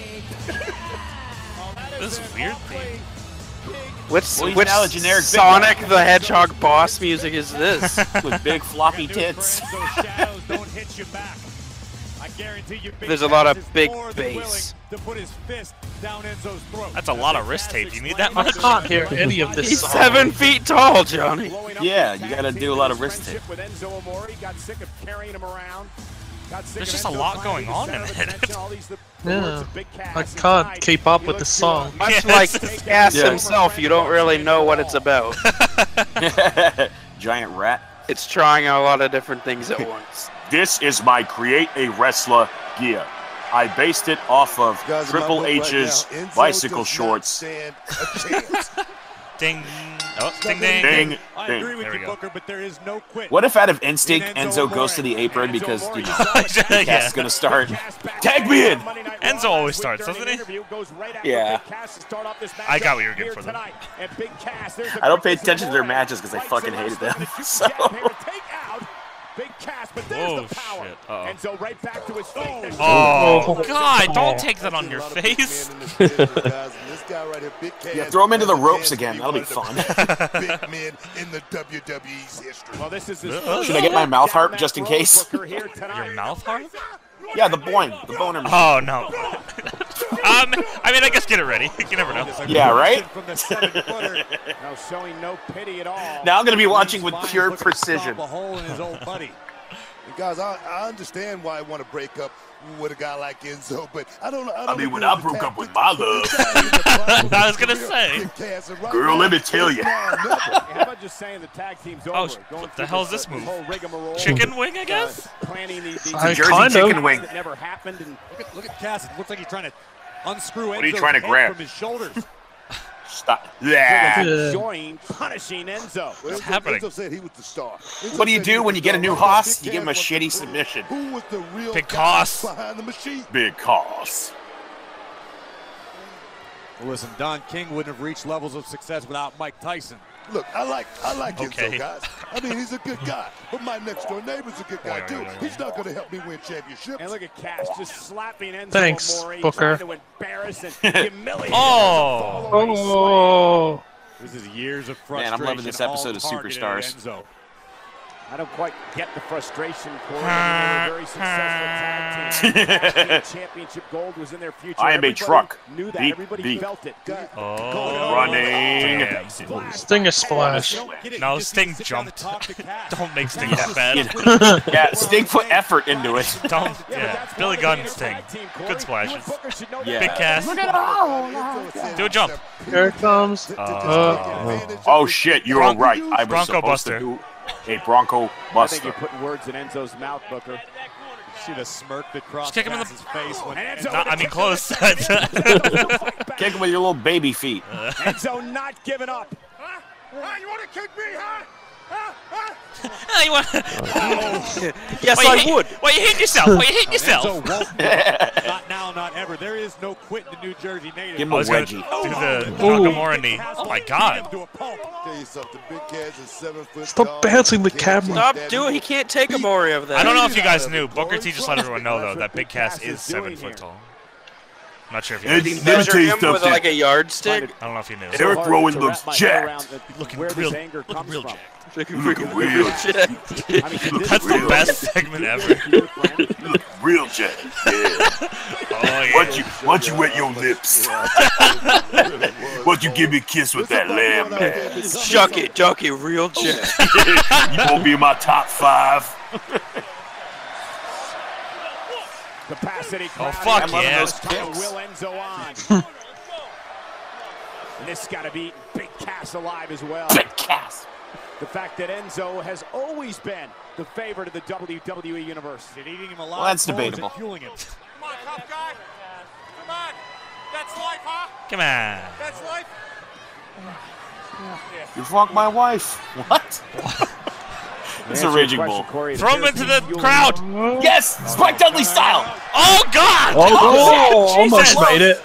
[SPEAKER 1] This is weird theme.
[SPEAKER 5] What's
[SPEAKER 2] Well, he's
[SPEAKER 5] what's
[SPEAKER 2] now a generic big
[SPEAKER 5] Sonic
[SPEAKER 2] guy.
[SPEAKER 5] the Hedgehog boss music is this?
[SPEAKER 2] With big floppy tits.
[SPEAKER 5] There's a lot of big bass.
[SPEAKER 1] That's a lot of wrist tape. You need that
[SPEAKER 12] I
[SPEAKER 1] much?
[SPEAKER 12] can't hear any of this.
[SPEAKER 5] He's
[SPEAKER 12] song.
[SPEAKER 5] seven feet tall, Johnny.
[SPEAKER 2] Yeah, you gotta do a lot of wrist tape.
[SPEAKER 8] With Enzo Amore, got sick of carrying him around. Got sick
[SPEAKER 1] There's
[SPEAKER 8] of
[SPEAKER 1] just a
[SPEAKER 8] Enzo
[SPEAKER 1] lot
[SPEAKER 8] climbing
[SPEAKER 1] going
[SPEAKER 8] the
[SPEAKER 1] on
[SPEAKER 8] center
[SPEAKER 1] in
[SPEAKER 8] of
[SPEAKER 1] it.
[SPEAKER 8] attention, all these- the- the words
[SPEAKER 12] Yeah.
[SPEAKER 8] of Big Cass
[SPEAKER 12] I
[SPEAKER 8] is
[SPEAKER 12] can't
[SPEAKER 8] tight.
[SPEAKER 12] keep up
[SPEAKER 8] He
[SPEAKER 12] with the
[SPEAKER 8] looks
[SPEAKER 12] song.
[SPEAKER 8] good.
[SPEAKER 5] Much like
[SPEAKER 8] Take
[SPEAKER 5] Cass
[SPEAKER 2] Yeah.
[SPEAKER 5] himself, you don't really know what it's about.
[SPEAKER 2] Giant rat.
[SPEAKER 5] It's trying a lot of different things at once.
[SPEAKER 2] This is my create a wrestler gear. I based it off of
[SPEAKER 10] Guys, in my
[SPEAKER 2] Triple
[SPEAKER 10] book right
[SPEAKER 2] H's
[SPEAKER 10] now, Enzo
[SPEAKER 2] bicycle
[SPEAKER 10] does not
[SPEAKER 2] shorts.
[SPEAKER 10] stand a chance.
[SPEAKER 1] Ding. Oh, ding, ding.
[SPEAKER 2] Ding,
[SPEAKER 1] I
[SPEAKER 2] ding.
[SPEAKER 1] agree with
[SPEAKER 2] There
[SPEAKER 1] you,
[SPEAKER 2] we go.
[SPEAKER 1] Booker,
[SPEAKER 9] but there is no quit.
[SPEAKER 2] What if out of instinct Enzo goes to the apron because you know the
[SPEAKER 1] Yeah.
[SPEAKER 2] cast is gonna start tag me in?
[SPEAKER 1] Enzo always starts, doesn't he?
[SPEAKER 2] Yeah.
[SPEAKER 1] I got what you were getting for them.
[SPEAKER 2] I don't pay attention to their matches because I fucking hated them. So
[SPEAKER 1] Whoa, Oh, shit. Uh-oh.
[SPEAKER 8] Enzo right back to his face.
[SPEAKER 1] Oh, God, don't take that on your face.
[SPEAKER 2] yeah, throw him into the ropes again. That'll be fun.
[SPEAKER 10] Big men in the WWE's history.
[SPEAKER 1] Oh.
[SPEAKER 8] Well, this is
[SPEAKER 2] Should I get my mouth harp just in case?
[SPEAKER 1] Your mouth hard?
[SPEAKER 2] yeah, the boing, the boner.
[SPEAKER 1] Oh, no. um, I mean, I guess get it ready. You never know.
[SPEAKER 2] Yeah, right?
[SPEAKER 8] From the seven footer, now showing no pity at all.
[SPEAKER 2] Now I'm gonna be watching with pure precision.
[SPEAKER 10] Stop a hole in his old buddy. And guys, I, I understand why I want to break up with a guy like Enzo, but I don't. I, don't
[SPEAKER 2] I mean, when
[SPEAKER 10] agree
[SPEAKER 2] I
[SPEAKER 10] with Pat
[SPEAKER 2] broke up with my love,
[SPEAKER 1] I was gonna say.
[SPEAKER 10] Cass and Rock.
[SPEAKER 2] girl, let me tell you.
[SPEAKER 8] How about just saying the tag team's over?
[SPEAKER 1] Oh, sh-
[SPEAKER 8] Going
[SPEAKER 1] what
[SPEAKER 8] through
[SPEAKER 1] the
[SPEAKER 8] uh,
[SPEAKER 1] hell is this move?
[SPEAKER 8] whole rigmarole.
[SPEAKER 1] Chicken wing, I guess?
[SPEAKER 8] Uh, planning the, the
[SPEAKER 12] I Jersey kind of. chicken wing.
[SPEAKER 8] That never happened. And
[SPEAKER 3] Look at, look at Cass. It looks like he's trying to unscrew
[SPEAKER 2] What are you
[SPEAKER 3] Enzo's
[SPEAKER 2] trying to
[SPEAKER 3] head
[SPEAKER 2] grab? Ah.
[SPEAKER 3] from his shoulders.
[SPEAKER 2] Stop. Yeah.
[SPEAKER 8] enjoying punishing Enzo.
[SPEAKER 10] What's
[SPEAKER 1] happening?
[SPEAKER 10] Enzo said he was the star. Enzo
[SPEAKER 2] What do you
[SPEAKER 10] said
[SPEAKER 2] do
[SPEAKER 10] he
[SPEAKER 2] when
[SPEAKER 10] was
[SPEAKER 2] you
[SPEAKER 10] the
[SPEAKER 2] get a
[SPEAKER 10] star.
[SPEAKER 2] new
[SPEAKER 10] Big
[SPEAKER 2] hoss?
[SPEAKER 10] Cass
[SPEAKER 2] You give him a
[SPEAKER 10] was the
[SPEAKER 2] shitty
[SPEAKER 10] proof
[SPEAKER 2] submission.
[SPEAKER 10] Who was the real
[SPEAKER 1] Big
[SPEAKER 10] guy
[SPEAKER 1] Hoss.
[SPEAKER 10] behind the machine?
[SPEAKER 2] Big hoss.
[SPEAKER 3] Well, listen, Don King wouldn't have reached levels of success without Mike Tyson.
[SPEAKER 10] Look, I like I like
[SPEAKER 1] Okay.
[SPEAKER 10] Enzo, guys. I mean, he's a good guy, but my next door neighbor's a good guy
[SPEAKER 1] Oi,
[SPEAKER 10] too.
[SPEAKER 1] oi, oi, oi.
[SPEAKER 10] He's not going to help me win championships.
[SPEAKER 8] And look at Cass just slapping Enzo
[SPEAKER 12] Thanks,
[SPEAKER 8] Amore,
[SPEAKER 12] Booker.
[SPEAKER 8] trying to embarrass and humiliate him as a
[SPEAKER 1] Oh.
[SPEAKER 8] follower. He
[SPEAKER 12] Oh,
[SPEAKER 3] This is years of
[SPEAKER 2] Man,
[SPEAKER 3] frustration.
[SPEAKER 2] I'm loving this
[SPEAKER 3] all
[SPEAKER 2] episode of
[SPEAKER 3] targeted
[SPEAKER 2] Superstars.
[SPEAKER 3] at Enzo.
[SPEAKER 8] I don't quite get the frustration for it. I mean, they were a very successful tag team. Tag team championship gold was in their future.
[SPEAKER 2] I am a
[SPEAKER 8] Everybody
[SPEAKER 2] truck.
[SPEAKER 8] Knew that.
[SPEAKER 2] Deep,
[SPEAKER 8] Everybody
[SPEAKER 2] deep.
[SPEAKER 8] felt it.
[SPEAKER 1] Oh,
[SPEAKER 2] Running.
[SPEAKER 1] damn.
[SPEAKER 12] Stinger Splash.
[SPEAKER 1] No, Sting jumped. Don't make Sting that bad.
[SPEAKER 2] Yeah, Sting put effort into it.
[SPEAKER 1] Don't. Yeah, Billy Gunn Sting. Good splashes.
[SPEAKER 2] Yeah.
[SPEAKER 1] Big cast. Do a jump.
[SPEAKER 12] Here it
[SPEAKER 1] Uh,
[SPEAKER 12] comes.
[SPEAKER 10] Uh,
[SPEAKER 2] Oh shit, you are right. I was
[SPEAKER 1] Bronco
[SPEAKER 2] supposed
[SPEAKER 1] Buster.
[SPEAKER 2] to do a Bronco
[SPEAKER 8] I think
[SPEAKER 2] Buster.
[SPEAKER 8] you're putting words in Enzo's mouth, Booker.
[SPEAKER 3] See the smirk that crossed
[SPEAKER 1] kick him in the-
[SPEAKER 3] Cass's face when
[SPEAKER 8] And
[SPEAKER 3] Enzo
[SPEAKER 8] Enzo
[SPEAKER 1] No,
[SPEAKER 8] with
[SPEAKER 1] I
[SPEAKER 8] a
[SPEAKER 1] mean,
[SPEAKER 8] kick to
[SPEAKER 1] close.
[SPEAKER 8] the second.
[SPEAKER 2] Kick him with your little baby feet.
[SPEAKER 1] Uh,
[SPEAKER 8] Enzo not giving up.
[SPEAKER 9] Huh? Huh? You want to kick me, huh? Huh? Huh?
[SPEAKER 1] Oh, you want-
[SPEAKER 5] Yes,
[SPEAKER 1] Why you
[SPEAKER 5] I
[SPEAKER 1] hate-
[SPEAKER 5] would.
[SPEAKER 1] Why you hate yourself? Why you hate
[SPEAKER 3] Now,
[SPEAKER 1] yourself?
[SPEAKER 3] Enzo won't quit. not now, not ever. There is no quit in the New Jersey native.
[SPEAKER 1] I was gonna do the Nakamura knee. Oh my god.
[SPEAKER 12] Stop bouncing the camera.
[SPEAKER 5] Stop doing. He can't take a Mori of that.
[SPEAKER 1] I don't know if you guys knew. Booker T just let everyone know though that Big Cass is seven foot tall. I'm not sure if you
[SPEAKER 2] It's
[SPEAKER 1] guys-
[SPEAKER 2] limited
[SPEAKER 5] Measure him with like a yardstick.
[SPEAKER 1] I don't know if you knew.
[SPEAKER 2] Eric Rowan looks jacked.
[SPEAKER 1] Looking real, looking real jacked.
[SPEAKER 2] Looking real jacked.
[SPEAKER 1] That's the best segment ever.
[SPEAKER 2] Real jacked. Yeah.
[SPEAKER 1] Oh, yeah.
[SPEAKER 2] Why don't you, why don't you wet your lips? why don't you give me a kiss with that lamb man?
[SPEAKER 5] Shuck it, duck it, real jack.
[SPEAKER 2] you won't be in my top five.
[SPEAKER 8] Capacity
[SPEAKER 1] Oh fuck
[SPEAKER 8] crowd. And
[SPEAKER 1] yeah.
[SPEAKER 8] those kicks. Will Enzo on. and this got to be Big Cass alive as well. Big
[SPEAKER 2] Cass.
[SPEAKER 8] The fact that Enzo has always been the favorite of the WWE universe. eating him alive.
[SPEAKER 2] Well, that's debatable.
[SPEAKER 8] Fueling him.
[SPEAKER 1] Come on.
[SPEAKER 11] That's life.
[SPEAKER 2] You fucked my wife. What? it's a raging bull.
[SPEAKER 1] Throw him into the crowd.
[SPEAKER 2] Yes, Spike Dudley style.
[SPEAKER 1] Oh god.
[SPEAKER 2] Oh,
[SPEAKER 1] Oh,
[SPEAKER 2] oh,
[SPEAKER 1] shit,
[SPEAKER 2] almost
[SPEAKER 1] Jesus.
[SPEAKER 2] made it.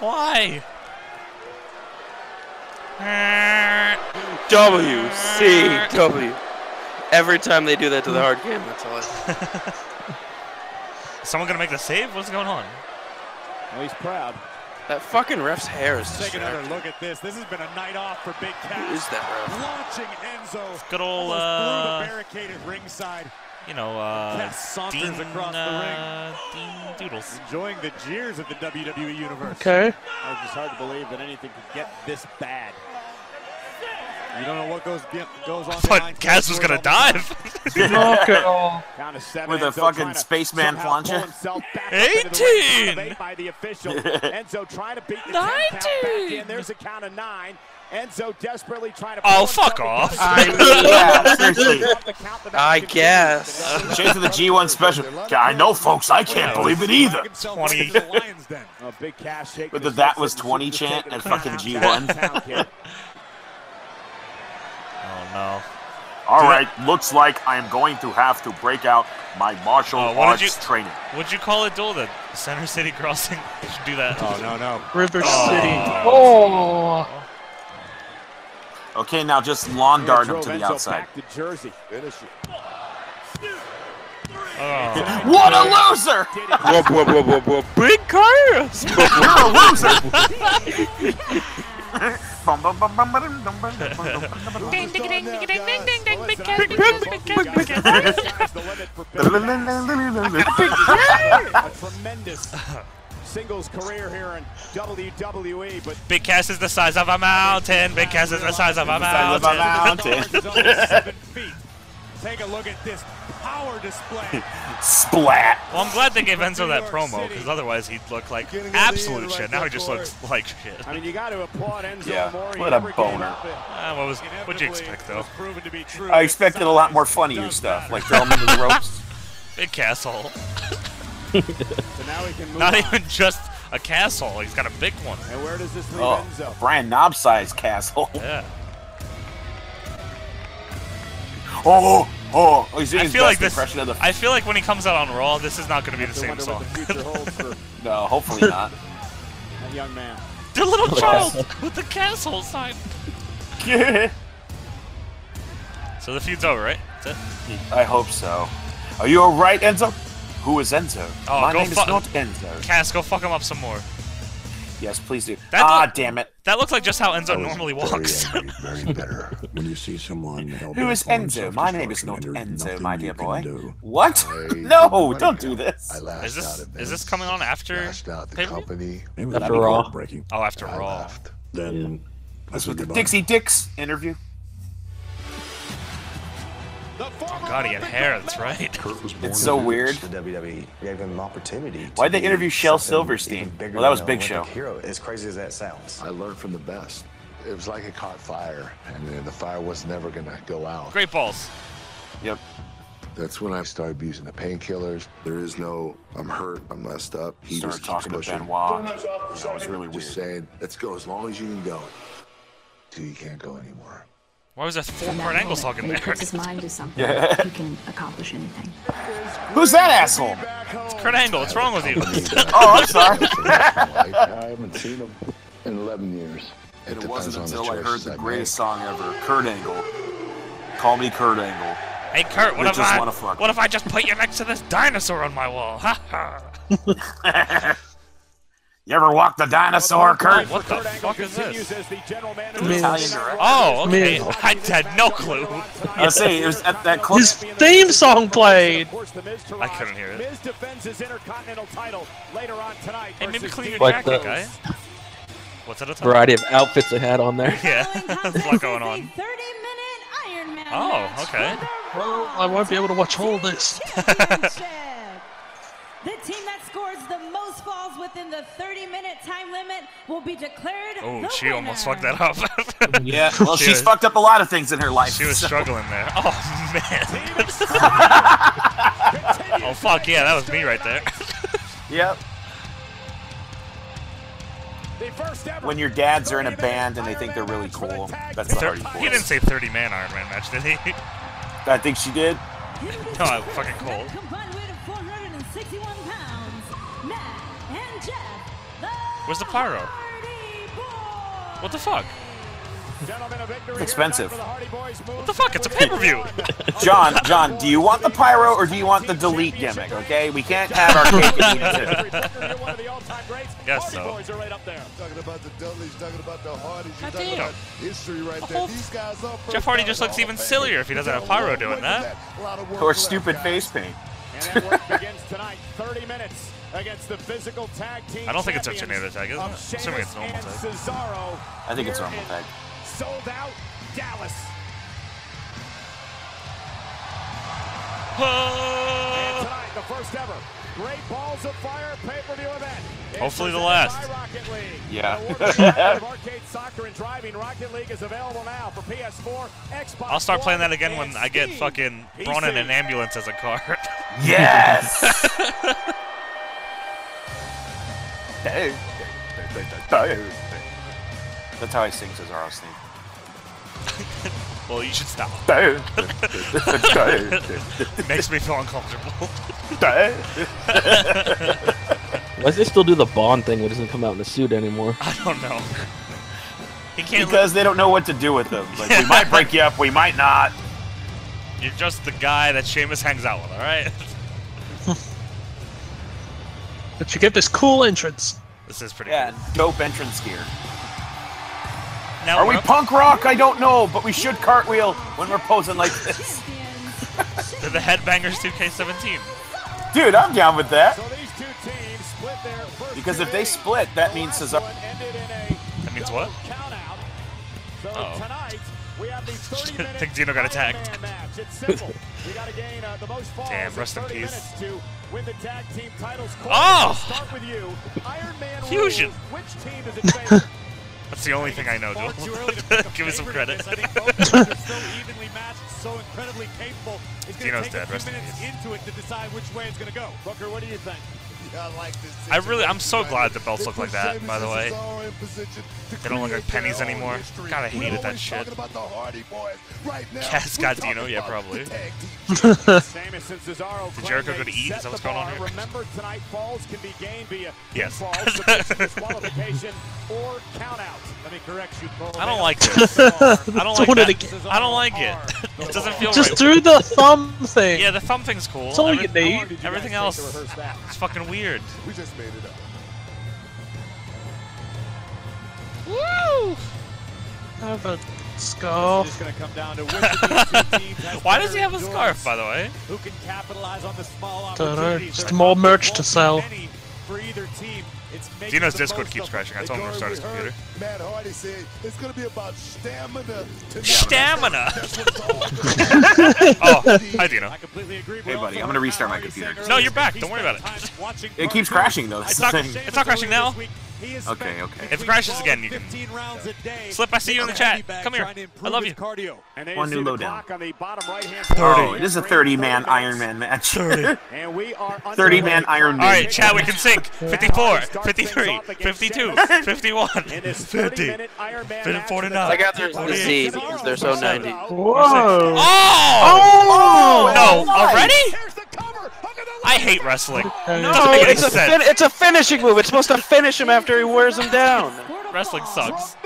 [SPEAKER 1] Why? Eh,
[SPEAKER 5] WCW. Every time they do that to the hard game, that's all. I-
[SPEAKER 1] Someone gonna make the save? What's going on?
[SPEAKER 8] Well, he's proud.
[SPEAKER 5] That fucking ref's hair is
[SPEAKER 8] Take another
[SPEAKER 5] distracting.
[SPEAKER 8] look at this. This has been a night off for Big Cass.
[SPEAKER 5] Who is that
[SPEAKER 8] Launching Enzo.
[SPEAKER 1] Good old,
[SPEAKER 8] almost
[SPEAKER 1] uh,
[SPEAKER 8] through the barricade at ringside.
[SPEAKER 1] You know, uh,
[SPEAKER 8] Cass saunters
[SPEAKER 1] Dean,
[SPEAKER 8] across
[SPEAKER 1] uh, Dean Doodles.
[SPEAKER 8] Enjoying the jeers of the WWE universe.
[SPEAKER 12] Okay.
[SPEAKER 8] It's just hard to believe that anything could get this bad. You don't know what goes be- goes on. I
[SPEAKER 1] thought Cass was gonna dive.
[SPEAKER 12] Look at all.
[SPEAKER 8] Count of seven.
[SPEAKER 2] With a
[SPEAKER 8] Enzo
[SPEAKER 2] fucking
[SPEAKER 8] trying to
[SPEAKER 2] spaceman
[SPEAKER 8] somehow
[SPEAKER 2] plancha.
[SPEAKER 8] pull himself back up into the ring. Count of eight by the official. Enzo trying to beat the 10 count back in. There's a count of nine. Enzo desperately trying to.
[SPEAKER 1] Oh,
[SPEAKER 8] pull
[SPEAKER 1] fuck
[SPEAKER 8] himself
[SPEAKER 1] off.
[SPEAKER 8] because-
[SPEAKER 5] I mean,
[SPEAKER 1] Oh,
[SPEAKER 5] yeah, seriously. I
[SPEAKER 2] Chase
[SPEAKER 5] guess.
[SPEAKER 2] to the G1 special. God, I know, folks. I can't believe it either.
[SPEAKER 1] Twenty.
[SPEAKER 8] A Oh, big cash shake.
[SPEAKER 2] With the that was 20 chant and fucking G1.
[SPEAKER 1] Oh no.
[SPEAKER 2] All
[SPEAKER 1] Dude,
[SPEAKER 2] right, looks like I am going to have to break out my martial
[SPEAKER 1] Oh, what
[SPEAKER 2] arts
[SPEAKER 1] did you-
[SPEAKER 2] training.
[SPEAKER 1] What'd you call it, Duel? The Center City Crossing? You should do that. Uh,
[SPEAKER 8] Oh no no.
[SPEAKER 12] River City.
[SPEAKER 17] Oh.
[SPEAKER 2] Okay, now just lawn dart him
[SPEAKER 8] Drove
[SPEAKER 2] to the
[SPEAKER 8] Enzo
[SPEAKER 2] outside.
[SPEAKER 8] Back to Jersey. Finish it.
[SPEAKER 1] Oh.
[SPEAKER 2] What a loser!
[SPEAKER 5] Whoop, whoop, whoop, whoop, whoop. Big cars.
[SPEAKER 2] You're a loser!
[SPEAKER 11] Ding ding ding ding ding ding ding ding big cat.
[SPEAKER 8] a tremendous singles career here in WWE, but
[SPEAKER 1] Big Cass is the size of a mountain. Big Cass is the size of a
[SPEAKER 2] size of a
[SPEAKER 1] mountain.
[SPEAKER 2] mountain.
[SPEAKER 8] is only seven feet. Take a look at this power display.
[SPEAKER 2] Splat!
[SPEAKER 1] Well, I'm glad they gave Enzo that promo, because otherwise he'd look like absolute shit. Now he just looks like shit.
[SPEAKER 8] I mean, you got to applaud Enzo
[SPEAKER 2] Yeah,
[SPEAKER 8] Amore. He
[SPEAKER 2] what a
[SPEAKER 8] never gave
[SPEAKER 2] boner.
[SPEAKER 8] up. It
[SPEAKER 1] Ah, what was? What'd you expect though?
[SPEAKER 8] proven to be true.
[SPEAKER 2] I expected a lot more funnier stuff, like throw him into the ropes.
[SPEAKER 1] Big castle.
[SPEAKER 8] So now we can move
[SPEAKER 1] Not
[SPEAKER 8] on.
[SPEAKER 1] even just a castle. He's got a big one.
[SPEAKER 8] And where does this leave
[SPEAKER 2] Oh,
[SPEAKER 8] Enzo?
[SPEAKER 2] Brian Knob size castle.
[SPEAKER 1] Yeah.
[SPEAKER 2] Oh, oh, oh, he's doing
[SPEAKER 1] I
[SPEAKER 2] his
[SPEAKER 1] feel
[SPEAKER 2] best
[SPEAKER 1] like this.
[SPEAKER 2] impression of the.
[SPEAKER 1] I feel like when he comes out on Raw, this is not going to be the
[SPEAKER 8] I
[SPEAKER 1] same
[SPEAKER 8] wonder
[SPEAKER 1] song.
[SPEAKER 8] what the future holds for
[SPEAKER 2] no, hopefully not.
[SPEAKER 8] that young man.
[SPEAKER 1] The little child with the castle sign. So the feud's over, right? That's it.
[SPEAKER 2] I hope so. Are you alright, Enzo? Who is Enzo?
[SPEAKER 1] Oh,
[SPEAKER 2] My
[SPEAKER 1] go
[SPEAKER 2] name is
[SPEAKER 1] fuck-
[SPEAKER 2] not Enzo.
[SPEAKER 1] Cass, go fuck him up some more.
[SPEAKER 2] Yes, please do.
[SPEAKER 1] That
[SPEAKER 2] ah,
[SPEAKER 1] look-
[SPEAKER 2] damn it.
[SPEAKER 1] That looks like just how Enzo
[SPEAKER 10] I was
[SPEAKER 1] normally
[SPEAKER 10] very
[SPEAKER 1] walks.
[SPEAKER 10] angry, very bitter when you see someone
[SPEAKER 2] Who is Enzo? My name is not Enzo, my dear boy. What?
[SPEAKER 10] I-
[SPEAKER 2] no, don't do this.
[SPEAKER 10] I laughed
[SPEAKER 1] Is
[SPEAKER 10] out
[SPEAKER 1] this
[SPEAKER 10] of
[SPEAKER 1] is this coming on after?
[SPEAKER 10] out the
[SPEAKER 1] pay-per-view?
[SPEAKER 10] company.
[SPEAKER 17] After Raw.
[SPEAKER 1] Oh, after Raw.
[SPEAKER 10] Then I said goodbye.
[SPEAKER 2] Dixie Dicks interview.
[SPEAKER 1] Oh god, he had hair. That's right.
[SPEAKER 10] Kurt was born
[SPEAKER 2] It's so
[SPEAKER 10] to do
[SPEAKER 2] weird.
[SPEAKER 10] this. The WWE gave him an opportunity. to
[SPEAKER 2] Why'd they
[SPEAKER 10] be
[SPEAKER 2] interview Shel
[SPEAKER 10] something
[SPEAKER 2] Silverstein?
[SPEAKER 10] even bigger
[SPEAKER 2] Well, that was
[SPEAKER 10] than
[SPEAKER 2] Big
[SPEAKER 10] an
[SPEAKER 2] Show.
[SPEAKER 10] Olympic Hero, as crazy as that sounds. I learned from the best. It was like it caught fire, and uh, the fire was never gonna go out.
[SPEAKER 1] Great balls.
[SPEAKER 2] Yep.
[SPEAKER 10] That's when I started abusing the painkillers. There is no, I'm hurt, I'm messed up. He
[SPEAKER 2] Started
[SPEAKER 10] just talking
[SPEAKER 2] talking to
[SPEAKER 10] pushing.
[SPEAKER 2] Benoit.
[SPEAKER 10] That was really just saying, let's go as long as you can go. Dude, you can't go anymore.
[SPEAKER 1] Why was there four part angle talking
[SPEAKER 18] When he
[SPEAKER 1] there?
[SPEAKER 18] puts his mind to something,
[SPEAKER 1] Yeah.
[SPEAKER 18] he can accomplish anything.
[SPEAKER 2] Who's that asshole?
[SPEAKER 1] It's Kurt Angle. What's wrong with you?
[SPEAKER 2] Oh, I'm sorry.
[SPEAKER 11] I haven't seen him in 11 years.
[SPEAKER 2] And it
[SPEAKER 11] depends
[SPEAKER 2] wasn't
[SPEAKER 11] on the
[SPEAKER 2] until I heard
[SPEAKER 11] choices
[SPEAKER 2] the
[SPEAKER 11] I
[SPEAKER 2] greatest song ever, Kurt Angle. Call me Kurt Angle.
[SPEAKER 1] Hey Kurt, what
[SPEAKER 2] You
[SPEAKER 1] if
[SPEAKER 2] just
[SPEAKER 1] I
[SPEAKER 2] wanna fuck.
[SPEAKER 1] what if I just put you next to this dinosaur on my wall? Ha ha.
[SPEAKER 2] You ever walk the dinosaur, Kurt?
[SPEAKER 1] What the fuck is this?
[SPEAKER 2] Italian director.
[SPEAKER 1] Oh, okay. I had no clue.
[SPEAKER 2] I was saying, it was at that close.
[SPEAKER 12] His theme song played.
[SPEAKER 1] I couldn't hear it.
[SPEAKER 8] Miz defends his Intercontinental title later on tonight.
[SPEAKER 1] Hey, maybe
[SPEAKER 8] versus
[SPEAKER 1] clean your
[SPEAKER 8] Dean
[SPEAKER 5] Like
[SPEAKER 1] jacket,
[SPEAKER 5] the-
[SPEAKER 1] guy. What's at a time?
[SPEAKER 5] Variety of outfits they had on there.
[SPEAKER 1] Yeah, there's a lot going on. Oh, okay.
[SPEAKER 12] Well, I won't be able to watch all this.
[SPEAKER 13] The team that scores the most falls within the 30-minute time limit will be declared
[SPEAKER 1] Oh,
[SPEAKER 13] the
[SPEAKER 1] she almost fucked that up.
[SPEAKER 2] Yeah, well,
[SPEAKER 1] She
[SPEAKER 2] she's
[SPEAKER 1] was-
[SPEAKER 2] fucked up a lot of things in her life.
[SPEAKER 1] She was
[SPEAKER 2] so-
[SPEAKER 1] struggling there. Oh man. oh fuck yeah, that was me right there.
[SPEAKER 2] Yep.
[SPEAKER 8] The first ever.
[SPEAKER 2] When your dads are in a band and they think they're really cool, that's the
[SPEAKER 1] Thir-
[SPEAKER 2] hardest
[SPEAKER 1] he didn't say 30 man Iron Man match, did he?
[SPEAKER 2] I think she did.
[SPEAKER 1] no, I'm Oh, fucking cold.
[SPEAKER 13] combined weight of 461 pounds. Matt and Jeff.
[SPEAKER 1] Where's the pyro? What the fuck?
[SPEAKER 2] It's expensive.
[SPEAKER 1] What the fuck? It's a pay per view.
[SPEAKER 2] John, John, do you want the pyro or do you want the delete gimmick? Okay, we can't have our cake and eat it too.
[SPEAKER 1] Guess so.
[SPEAKER 10] Talking about the Dudleys, talking about the Hardys, you're
[SPEAKER 1] God
[SPEAKER 10] talking
[SPEAKER 1] damn.
[SPEAKER 10] about history right there. These guys are
[SPEAKER 1] Jeff Hardy just looks even sillier if he doesn't have pyro doing that.
[SPEAKER 2] Or stupid face paint.
[SPEAKER 8] And that work begins tonight. 30 minutes against the physical tag team.
[SPEAKER 1] I don't think it's a tornado
[SPEAKER 8] champions
[SPEAKER 1] tag, isn't
[SPEAKER 8] of
[SPEAKER 1] it? I'm assuming it's
[SPEAKER 8] Sheamus
[SPEAKER 1] normal
[SPEAKER 8] and
[SPEAKER 1] tag.
[SPEAKER 8] Cesaro
[SPEAKER 2] I think it's
[SPEAKER 8] here
[SPEAKER 2] normal
[SPEAKER 8] in
[SPEAKER 2] tag.
[SPEAKER 8] Sold out Dallas. And tonight, the first ever Great Balls of Fire pay-per-view event. It's
[SPEAKER 1] Hopefully the last.
[SPEAKER 8] presented by Rocket League.
[SPEAKER 1] Yeah.
[SPEAKER 8] An award for active arcade soccer and driving Rocket League is available now for PS4, Xbox.
[SPEAKER 1] I'll start playing that
[SPEAKER 8] One,
[SPEAKER 1] again when
[SPEAKER 8] and
[SPEAKER 1] I get
[SPEAKER 8] Steam.
[SPEAKER 1] fucking thrown in an ambulance as a car.
[SPEAKER 2] Yes! That's how I sing Cesaro Sneak.
[SPEAKER 1] well, you should stop.
[SPEAKER 2] It
[SPEAKER 1] Makes me feel uncomfortable.
[SPEAKER 5] Why does they still do the Bond thing when he doesn't come out in a suit anymore?
[SPEAKER 1] I don't know. He can't.
[SPEAKER 2] Because they don't know what to do with them. Like, we might break you up, we might not.
[SPEAKER 1] You're just the guy that Seamus hangs out with, all right?
[SPEAKER 12] But you get this cool entrance.
[SPEAKER 1] This is pretty
[SPEAKER 2] Yeah, dope entrance gear.
[SPEAKER 1] Now
[SPEAKER 2] Are
[SPEAKER 1] we're
[SPEAKER 2] we
[SPEAKER 1] up-
[SPEAKER 2] punk rock? I don't know, but we should cartwheel when we're posing like this.
[SPEAKER 1] They're the Headbangers 2K17.
[SPEAKER 2] Dude, I'm down with that.
[SPEAKER 8] These two teams split their first
[SPEAKER 2] Because if they split, that means Cesaro.
[SPEAKER 1] That means what?
[SPEAKER 8] So
[SPEAKER 1] Oh.
[SPEAKER 8] tonight we have the 30
[SPEAKER 1] I
[SPEAKER 8] minute
[SPEAKER 1] think Dino got attacked.
[SPEAKER 8] Man match. It's simple. we got to gain uh, the most falls
[SPEAKER 1] Damn,
[SPEAKER 8] in
[SPEAKER 1] rest in
[SPEAKER 8] 30
[SPEAKER 1] peace.
[SPEAKER 8] minutes to win the tag team titles.
[SPEAKER 1] Oh!
[SPEAKER 8] We'll start with you. Iron Man
[SPEAKER 1] Fusion.
[SPEAKER 8] rules. Which team is in favor?
[SPEAKER 1] That's the only thing I know, Joel. Give me some credit.
[SPEAKER 3] evenly matched, so incredibly capable. It's going to
[SPEAKER 1] Dino's
[SPEAKER 3] take
[SPEAKER 1] dead,
[SPEAKER 3] a
[SPEAKER 1] rest
[SPEAKER 3] few
[SPEAKER 1] in
[SPEAKER 3] minutes into it to decide which way it's going to go. Booker, what do you think? Yeah, I like this.
[SPEAKER 1] I really, I'm so glad the belts look like that, by the way. They don't look like pennies anymore. God, I hated that shit. Cass got Dino, yeah, probably.
[SPEAKER 8] Samus and Cesaro
[SPEAKER 1] Did Jericho go to
[SPEAKER 8] claim they
[SPEAKER 1] eat? Is
[SPEAKER 8] set
[SPEAKER 1] that what's
[SPEAKER 8] the
[SPEAKER 1] going on
[SPEAKER 8] bar.
[SPEAKER 1] here?
[SPEAKER 8] Remember, tonight falls can be gained via
[SPEAKER 1] Yes.
[SPEAKER 8] pinfall, submission, disqualification, or countout. Let me correct you, Cole.
[SPEAKER 1] I don't
[SPEAKER 8] They
[SPEAKER 1] like
[SPEAKER 8] don't
[SPEAKER 1] this.
[SPEAKER 8] set the bar.
[SPEAKER 1] I don't
[SPEAKER 12] Doing
[SPEAKER 1] like
[SPEAKER 12] it
[SPEAKER 1] that. I don't like it. It doesn't feel
[SPEAKER 12] Just
[SPEAKER 1] right.
[SPEAKER 12] do the thumb thing.
[SPEAKER 1] Yeah, the thumb thing's cool.
[SPEAKER 12] That's all you
[SPEAKER 1] Everyth-
[SPEAKER 12] need. How long did you
[SPEAKER 1] Everything
[SPEAKER 12] guys take to
[SPEAKER 1] else,
[SPEAKER 12] rehearse that?
[SPEAKER 1] it's fucking weird.
[SPEAKER 10] We just made it up.
[SPEAKER 12] Woo! Have a scarf.
[SPEAKER 3] It's going to come down to which of these two teams has
[SPEAKER 1] Why does he
[SPEAKER 3] better
[SPEAKER 1] have a scarf, by the way?
[SPEAKER 3] who can capitalize on the small
[SPEAKER 12] Dunno,
[SPEAKER 3] opportunities.
[SPEAKER 12] just
[SPEAKER 3] There
[SPEAKER 12] more
[SPEAKER 3] are
[SPEAKER 12] merch to sell.
[SPEAKER 3] many for either team. It's making
[SPEAKER 1] Dino's
[SPEAKER 3] the
[SPEAKER 1] Discord
[SPEAKER 3] most
[SPEAKER 1] keeps
[SPEAKER 3] of
[SPEAKER 1] crashing. I told him to restart his computer.
[SPEAKER 10] Matt Hardy said it's going to be about stamina. To
[SPEAKER 1] Stamina. oh, hi Dino.
[SPEAKER 2] Hey, buddy, I'm gonna restart my computer.
[SPEAKER 1] No, you're back. Don't worry about it.
[SPEAKER 2] It keeps crashing though. That's
[SPEAKER 1] It's
[SPEAKER 2] the
[SPEAKER 1] not,
[SPEAKER 2] thing.
[SPEAKER 1] it's not crashing now.
[SPEAKER 2] Okay, okay.
[SPEAKER 1] If it crashes again, you can. Slip, I see you in the chat. Come here. I love you.
[SPEAKER 8] And they
[SPEAKER 2] One
[SPEAKER 8] see
[SPEAKER 2] new
[SPEAKER 8] the
[SPEAKER 2] lowdown.
[SPEAKER 8] clock on the bottom right-hand
[SPEAKER 2] Oh, it is a 30 man Iron Man match. 30
[SPEAKER 8] And we are
[SPEAKER 2] man Iron Man.
[SPEAKER 1] All right, chat, we can sync. 54,
[SPEAKER 8] starts
[SPEAKER 1] 53, 52, 51, 50, 49.
[SPEAKER 5] I got their disease because they're so 90.
[SPEAKER 1] Whoa! Oh! no! Already? I hate wrestling.
[SPEAKER 5] No,
[SPEAKER 1] Doesn't make any
[SPEAKER 5] it's a,
[SPEAKER 1] sense.
[SPEAKER 5] fin- it's a finishing move. It's supposed to finish him after he wears him down.
[SPEAKER 1] Wrestling sucks.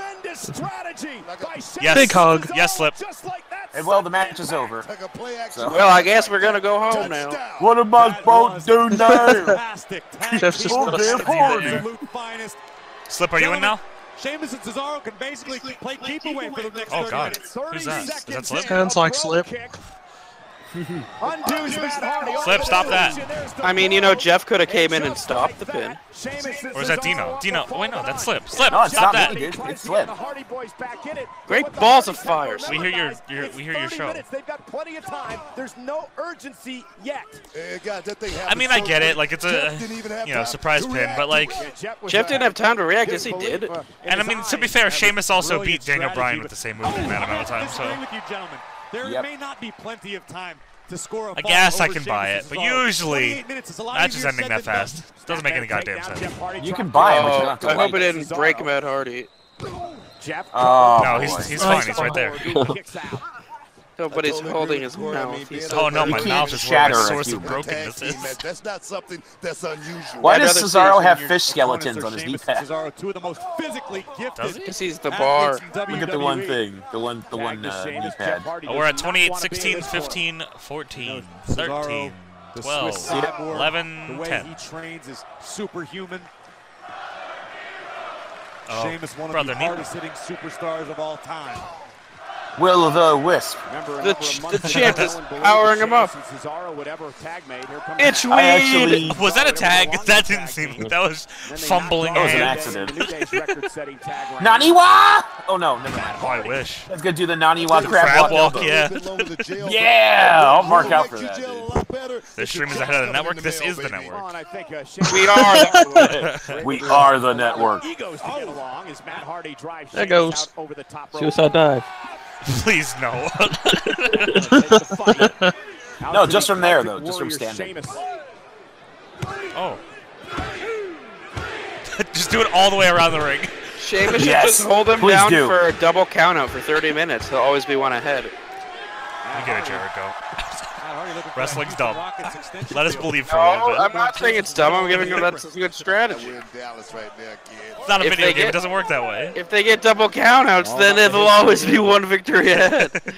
[SPEAKER 5] Big hug.
[SPEAKER 1] Yes,
[SPEAKER 3] Oh,
[SPEAKER 1] slip.
[SPEAKER 2] And well, the match is over. So-
[SPEAKER 5] Well, I guess we're gonna go home now.
[SPEAKER 2] What am I supposed to do now?
[SPEAKER 5] Jeff's just gonna
[SPEAKER 2] Damn
[SPEAKER 5] sit
[SPEAKER 2] horny.
[SPEAKER 5] there.
[SPEAKER 1] Slip, are you in now?
[SPEAKER 3] Sheamus and Cesaro can basically play keep away for the next
[SPEAKER 1] Oh
[SPEAKER 3] 30
[SPEAKER 1] god,
[SPEAKER 3] minutes.
[SPEAKER 1] who's that? Is that Slip?
[SPEAKER 12] Sounds like slip.
[SPEAKER 8] Undoes Matt Hardy.
[SPEAKER 1] Slip, stop that.
[SPEAKER 5] I mean, you know, Jeff could have came in and stopped the pin.
[SPEAKER 1] Or is that Dino? Dino, wait, no, that's Slip. Slip,
[SPEAKER 5] No, it's not
[SPEAKER 1] stop that.
[SPEAKER 5] me, dude.
[SPEAKER 1] It's
[SPEAKER 5] Slip.
[SPEAKER 1] Great balls of fire. We hear your, your we hear your show.
[SPEAKER 8] Minutes. They've got plenty of time. There's no urgency yet.
[SPEAKER 1] I mean, I get it. Like it's a you know surprise pin, but like
[SPEAKER 5] Jeff didn't have time to react. Yes, he did.
[SPEAKER 1] And I mean, to be fair, Sheamus also beat Daniel Bryan with the same move in that amount of time.
[SPEAKER 3] Agree
[SPEAKER 1] So
[SPEAKER 3] with you, gentlemen. There
[SPEAKER 1] Yep.
[SPEAKER 3] may not be plenty of time to score a
[SPEAKER 1] I guess
[SPEAKER 3] ball
[SPEAKER 1] I
[SPEAKER 3] over
[SPEAKER 1] can buy it,
[SPEAKER 3] Sheamus'
[SPEAKER 1] but
[SPEAKER 3] Cesaro.
[SPEAKER 1] usually
[SPEAKER 3] 28 minutes is a lot
[SPEAKER 1] matches
[SPEAKER 3] easier
[SPEAKER 1] ending
[SPEAKER 3] said
[SPEAKER 1] that
[SPEAKER 3] than done.
[SPEAKER 1] fast doesn't make any goddamn sense.
[SPEAKER 2] You can buy him, but you don't
[SPEAKER 5] Oh,
[SPEAKER 2] have to
[SPEAKER 5] I hope it
[SPEAKER 2] like it.
[SPEAKER 5] didn't break Matt Hardy.
[SPEAKER 8] Jeff.
[SPEAKER 2] Oh,
[SPEAKER 1] No, he's he's fine. He's right there.
[SPEAKER 5] No, but he's holding his mouth. He's so
[SPEAKER 1] Oh, no,
[SPEAKER 5] hurt.
[SPEAKER 1] my mouth is where my source of brokenness is.
[SPEAKER 10] That's not something that's unusual.
[SPEAKER 2] Why does Cesaro have fish skeletons on his kneecap?
[SPEAKER 3] Cesaro, two of the most physically gifted.
[SPEAKER 5] Because he's the
[SPEAKER 2] Look
[SPEAKER 5] bar.
[SPEAKER 3] E.
[SPEAKER 2] at the one thing, the one, the one uh, knee pad.
[SPEAKER 1] Oh, we're at 28, 16, 15, 14, 13, 12, 11,
[SPEAKER 3] the way
[SPEAKER 1] 10.
[SPEAKER 3] he trains is superhuman.
[SPEAKER 1] Oh,
[SPEAKER 3] Sheamus, one of
[SPEAKER 1] brother,
[SPEAKER 3] the
[SPEAKER 1] knee-
[SPEAKER 3] hardest hitting superstars of all time.
[SPEAKER 2] Will the Wisp.
[SPEAKER 3] Remember,
[SPEAKER 5] The,
[SPEAKER 3] over a
[SPEAKER 5] ch-
[SPEAKER 3] month
[SPEAKER 5] the
[SPEAKER 3] ago,
[SPEAKER 5] champ is
[SPEAKER 3] everyone believed
[SPEAKER 5] powering
[SPEAKER 3] that
[SPEAKER 5] him up.
[SPEAKER 3] Sheamus and Cesaro would ever tag mate. Here comes
[SPEAKER 5] It's
[SPEAKER 2] I
[SPEAKER 5] weed.
[SPEAKER 2] actually-
[SPEAKER 1] Was that a tag? That didn't seem. That was fumbling.
[SPEAKER 2] That was an
[SPEAKER 1] hand.
[SPEAKER 2] accident.
[SPEAKER 3] New Day's record-setting tag round.
[SPEAKER 2] Naniwa! Oh no, never mind.
[SPEAKER 1] Oh, I wish.
[SPEAKER 2] Let's go do the Naniwa crab,
[SPEAKER 1] Crab walk,
[SPEAKER 2] walk. elbow.
[SPEAKER 1] yeah.
[SPEAKER 2] yeah, I'll mark out for that. dude.
[SPEAKER 1] This stream is ahead of the network. This is the network.
[SPEAKER 8] I think uh,
[SPEAKER 5] We are the
[SPEAKER 2] We are the network.
[SPEAKER 8] Egos to
[SPEAKER 1] Oh.
[SPEAKER 8] get along as Matt Hardy drives
[SPEAKER 19] There
[SPEAKER 8] Sheamus
[SPEAKER 19] goes.
[SPEAKER 8] out over the top rope.
[SPEAKER 19] Suicide dive.
[SPEAKER 1] Please no.
[SPEAKER 2] No, just from there though, just from standing.
[SPEAKER 1] Oh. Just do it all the way around the ring.
[SPEAKER 5] Sheamus
[SPEAKER 2] Yes.
[SPEAKER 5] should just hold him
[SPEAKER 2] Please
[SPEAKER 5] down
[SPEAKER 2] do.
[SPEAKER 5] for a double countout for 30 minutes. He'll always be one ahead.
[SPEAKER 1] You get it, Jericho.
[SPEAKER 3] looking for a
[SPEAKER 1] Wrestling's
[SPEAKER 3] Houston
[SPEAKER 1] dumb.
[SPEAKER 3] Rockets extension
[SPEAKER 1] Let us
[SPEAKER 3] deal.
[SPEAKER 1] believe for a
[SPEAKER 5] No,
[SPEAKER 1] little
[SPEAKER 5] I'm
[SPEAKER 1] bit.
[SPEAKER 5] not saying it's dumb. I'm giving him that's a good strategy.
[SPEAKER 10] Dallas right there, kid.
[SPEAKER 1] It's not a
[SPEAKER 5] if
[SPEAKER 1] video
[SPEAKER 5] they
[SPEAKER 1] game.
[SPEAKER 5] get-
[SPEAKER 1] it doesn't work that way.
[SPEAKER 5] If they get double countouts, then it'll always be one victory ahead.
[SPEAKER 8] One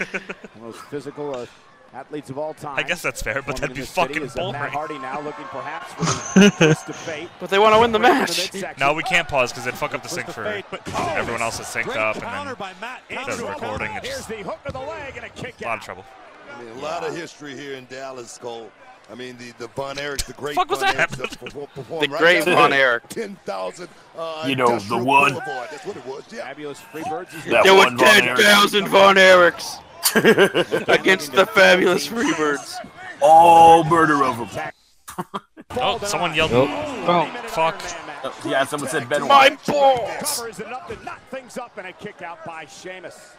[SPEAKER 8] of those physical uh, athletes of all time.
[SPEAKER 1] I guess that's fair, but
[SPEAKER 8] Woman
[SPEAKER 1] that'd
[SPEAKER 8] in
[SPEAKER 1] be
[SPEAKER 8] this city
[SPEAKER 1] fucking
[SPEAKER 8] is, uh, Matt
[SPEAKER 1] boring.
[SPEAKER 8] Hardy now looking perhaps for the twist of fate.
[SPEAKER 5] But they want to win the
[SPEAKER 8] Right into
[SPEAKER 5] match.
[SPEAKER 8] midsection.
[SPEAKER 1] No, we can't pause because it'd fuck up the sync for
[SPEAKER 8] fate, but- oh,
[SPEAKER 1] everyone else is synced
[SPEAKER 3] Great
[SPEAKER 1] up, and then
[SPEAKER 3] counter by Matt
[SPEAKER 1] it does
[SPEAKER 3] Andrew.
[SPEAKER 1] recording. It's
[SPEAKER 8] Here's
[SPEAKER 1] just
[SPEAKER 8] the hook of the leg and a kick
[SPEAKER 1] a
[SPEAKER 8] out.
[SPEAKER 1] lot of trouble.
[SPEAKER 10] I mean, a lot of history here in Dallas, Cole. I mean, the, the Von Erich, the great
[SPEAKER 1] Fuck was
[SPEAKER 10] Von
[SPEAKER 1] that?
[SPEAKER 10] Erich, perform- perform
[SPEAKER 5] The
[SPEAKER 10] right
[SPEAKER 5] great
[SPEAKER 10] down
[SPEAKER 5] Von
[SPEAKER 10] there.
[SPEAKER 5] Erich.
[SPEAKER 10] 10,000. Uh,
[SPEAKER 2] You know, the
[SPEAKER 10] Industrial
[SPEAKER 2] one.
[SPEAKER 10] Boulevard. That's what it was, yeah.
[SPEAKER 8] Fabulous Freebirds. is-
[SPEAKER 2] That
[SPEAKER 5] There were
[SPEAKER 2] one Von Erich.
[SPEAKER 5] 10,000 Von Erichs against the fabulous Freebirds.
[SPEAKER 2] All murder of them.
[SPEAKER 1] Oh, someone yelled.
[SPEAKER 19] Nope.
[SPEAKER 1] Oh, fuck.
[SPEAKER 2] Yeah, someone said Ben
[SPEAKER 5] My
[SPEAKER 2] White.
[SPEAKER 5] balls!
[SPEAKER 8] Covers it up to knock things up and a kick out by Sheamus.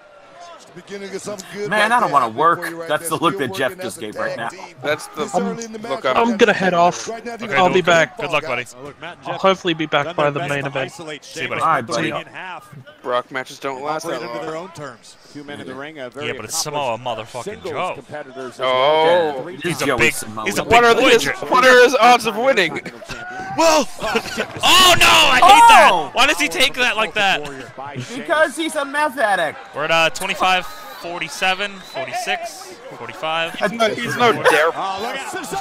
[SPEAKER 10] Beginning of something good
[SPEAKER 2] Man,
[SPEAKER 10] right
[SPEAKER 2] I don't
[SPEAKER 10] there.
[SPEAKER 2] wanna
[SPEAKER 10] I think
[SPEAKER 2] work.
[SPEAKER 10] for you
[SPEAKER 2] That's
[SPEAKER 10] there.
[SPEAKER 2] the look
[SPEAKER 10] Still
[SPEAKER 2] that Jeff
[SPEAKER 10] working as
[SPEAKER 2] just
[SPEAKER 10] a
[SPEAKER 2] gave right
[SPEAKER 10] tag
[SPEAKER 2] now.
[SPEAKER 10] team.
[SPEAKER 5] That's the
[SPEAKER 10] This early in the
[SPEAKER 5] look
[SPEAKER 10] match,
[SPEAKER 5] up.
[SPEAKER 12] I'm gonna head off.
[SPEAKER 10] Right now, these
[SPEAKER 1] Okay,
[SPEAKER 12] I'll
[SPEAKER 1] dude,
[SPEAKER 12] be
[SPEAKER 1] good-
[SPEAKER 12] back.
[SPEAKER 1] Good luck, buddy.
[SPEAKER 3] Now look, Matt and
[SPEAKER 12] I'll
[SPEAKER 3] Jeff
[SPEAKER 12] hopefully be back
[SPEAKER 3] done
[SPEAKER 12] by
[SPEAKER 3] their
[SPEAKER 12] the
[SPEAKER 3] best
[SPEAKER 12] main
[SPEAKER 3] to
[SPEAKER 12] event.
[SPEAKER 3] isolate
[SPEAKER 1] See you,
[SPEAKER 3] Sheamus,
[SPEAKER 1] buddy.
[SPEAKER 3] but the
[SPEAKER 2] Alright,
[SPEAKER 3] ring
[SPEAKER 2] buddy.
[SPEAKER 3] in half.
[SPEAKER 5] Brock matches don't last
[SPEAKER 3] Operate
[SPEAKER 5] that
[SPEAKER 3] under
[SPEAKER 5] long.
[SPEAKER 3] their own terms.
[SPEAKER 8] Two men in the ring. A very
[SPEAKER 1] Yeah, but it's Samoa
[SPEAKER 8] accomplished
[SPEAKER 1] motherfucking
[SPEAKER 8] singles
[SPEAKER 1] Joe.
[SPEAKER 8] competitors as
[SPEAKER 5] Oh.
[SPEAKER 8] well. Three
[SPEAKER 1] He's
[SPEAKER 8] times.
[SPEAKER 1] a
[SPEAKER 2] Joe
[SPEAKER 1] big.
[SPEAKER 2] is Samoa.
[SPEAKER 1] He's a
[SPEAKER 5] What
[SPEAKER 1] big
[SPEAKER 5] are
[SPEAKER 1] boy.
[SPEAKER 5] the
[SPEAKER 1] Joe.
[SPEAKER 5] what are his odds of winning?
[SPEAKER 1] Whoa! Oh no! I hate that.
[SPEAKER 2] Oh!
[SPEAKER 1] Why does he take that like that?
[SPEAKER 8] By Sheamus.
[SPEAKER 2] Because he's a meth addict.
[SPEAKER 1] We're at uh, 25, 47, 46, 45.
[SPEAKER 5] No, he's no dare.
[SPEAKER 3] Oh, look at Cesaro.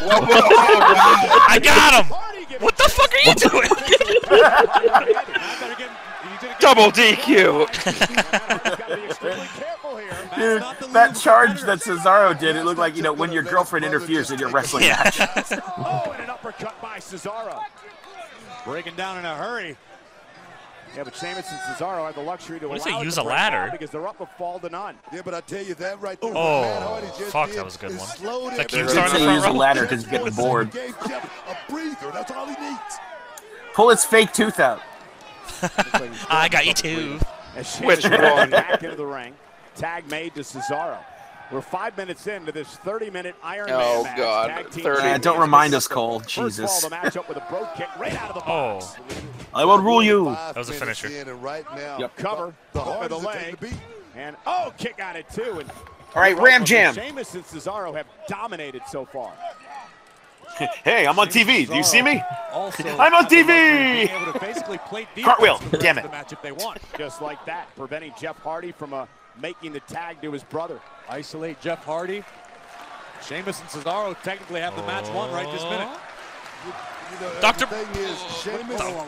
[SPEAKER 5] Whoa, whoa, whoa, wow.
[SPEAKER 1] I got him! What the fuck are you doing?
[SPEAKER 3] Matt better get- you did it again.
[SPEAKER 5] Double DQ.
[SPEAKER 8] He's gotta be extremely careful here.
[SPEAKER 2] Dude, that charge that Cesaro did, it looked like, you know, when your girlfriend interferes in your wrestling
[SPEAKER 1] Yeah.
[SPEAKER 2] match.
[SPEAKER 8] Oh, and an uppercut by Cesaro.
[SPEAKER 3] Breaking down in a hurry.
[SPEAKER 8] Yeah, but Sheamus and Cesaro have the luxury to
[SPEAKER 1] What if
[SPEAKER 8] allow
[SPEAKER 1] they
[SPEAKER 8] it
[SPEAKER 1] use
[SPEAKER 8] to
[SPEAKER 1] a
[SPEAKER 8] break
[SPEAKER 1] ladder?
[SPEAKER 8] down because they're up a fall to none.
[SPEAKER 10] Yeah, but I tell you that right there.
[SPEAKER 1] Oh,
[SPEAKER 10] Matt Hardy just
[SPEAKER 1] fuck,
[SPEAKER 10] did
[SPEAKER 1] that was a good
[SPEAKER 10] is
[SPEAKER 1] one.
[SPEAKER 10] slowed
[SPEAKER 1] That
[SPEAKER 10] him
[SPEAKER 1] keeps
[SPEAKER 10] down.
[SPEAKER 1] starting to
[SPEAKER 2] They use a
[SPEAKER 1] front row.
[SPEAKER 2] ladder because he's getting bored.
[SPEAKER 10] Gave Jeff a breather. That's all he needs.
[SPEAKER 2] Pull his fake tooth out.
[SPEAKER 1] I got you too.
[SPEAKER 8] As
[SPEAKER 5] Which
[SPEAKER 8] Sheamus goes
[SPEAKER 5] one?
[SPEAKER 8] Back into the ring. Tag made to Cesaro. We're five minutes into this 30-minute Iron
[SPEAKER 5] Oh,
[SPEAKER 8] Man match.
[SPEAKER 5] God,
[SPEAKER 8] Tag team
[SPEAKER 5] 30.
[SPEAKER 2] Yeah, don't remind us, Cole.
[SPEAKER 8] First of all,
[SPEAKER 2] Jesus.
[SPEAKER 8] the matchup with a broke kick right out of the
[SPEAKER 1] Oh.
[SPEAKER 2] I will rule you.
[SPEAKER 1] That was a finisher.
[SPEAKER 8] Yep. Cover. The of the leg. And oh, kick out it too. And
[SPEAKER 2] All right, Ram Jam.
[SPEAKER 8] Sheamus and Cesaro have dominated so far.
[SPEAKER 2] hey, I'm on TV. Do you see me?
[SPEAKER 8] Also-
[SPEAKER 2] I'm on TV.
[SPEAKER 8] Being able to basically play defense
[SPEAKER 2] Cartwheel.
[SPEAKER 8] for the rest
[SPEAKER 2] Damn
[SPEAKER 8] of
[SPEAKER 2] it.
[SPEAKER 8] The match if they want. Just like that, preventing Jeff Hardy from uh, making the tag to his brother.
[SPEAKER 3] Isolate Jeff Hardy. Sheamus and Cesaro technically have the match won right this minute.
[SPEAKER 1] Doctor.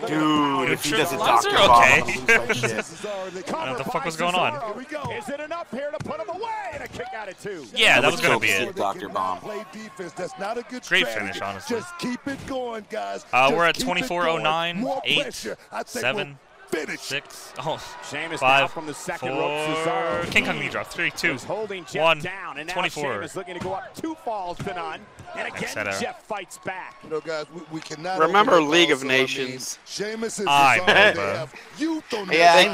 [SPEAKER 2] Dude, if he doesn't
[SPEAKER 1] Lungs
[SPEAKER 2] doctor
[SPEAKER 1] are
[SPEAKER 2] bomb,
[SPEAKER 1] okay.
[SPEAKER 2] I'm gonna lose my shit.
[SPEAKER 1] I don't know what the fuck was going on.
[SPEAKER 8] Is it enough here to put him away? And a kick out of two.
[SPEAKER 1] Yeah, that was gonna
[SPEAKER 2] Cool.
[SPEAKER 1] be it.
[SPEAKER 2] Doctor bomb.
[SPEAKER 10] Play defense. That's not a good
[SPEAKER 1] Great
[SPEAKER 10] strategy.
[SPEAKER 1] finish, honestly.
[SPEAKER 10] Just keep it going, guys.
[SPEAKER 1] Uh,
[SPEAKER 10] Just
[SPEAKER 1] we're at
[SPEAKER 10] keep it
[SPEAKER 1] 24:09,
[SPEAKER 10] going. More
[SPEAKER 1] eight,
[SPEAKER 10] pressure. I think
[SPEAKER 1] seven,
[SPEAKER 10] we'll finish.
[SPEAKER 1] six, oh,
[SPEAKER 8] Sheamus now
[SPEAKER 1] five,
[SPEAKER 8] from the second
[SPEAKER 1] four,
[SPEAKER 8] rope. Cesaro.
[SPEAKER 1] King Kong knee drop. Three, two,
[SPEAKER 8] Who's holding Jeff
[SPEAKER 1] one,
[SPEAKER 8] down, and now
[SPEAKER 1] 24.
[SPEAKER 8] Sheamus looking to go up two falls to none. And again,
[SPEAKER 1] Etc.
[SPEAKER 8] Jeff fights back.
[SPEAKER 10] You know, guys, we, we cannot
[SPEAKER 5] Remember
[SPEAKER 10] overlook
[SPEAKER 5] League of
[SPEAKER 10] also, I mean,
[SPEAKER 5] Nations.
[SPEAKER 10] Sheamus is
[SPEAKER 5] I
[SPEAKER 10] Cesaro, they
[SPEAKER 5] remember.
[SPEAKER 10] have youth on
[SPEAKER 5] Yeah,
[SPEAKER 10] their
[SPEAKER 5] I
[SPEAKER 10] side.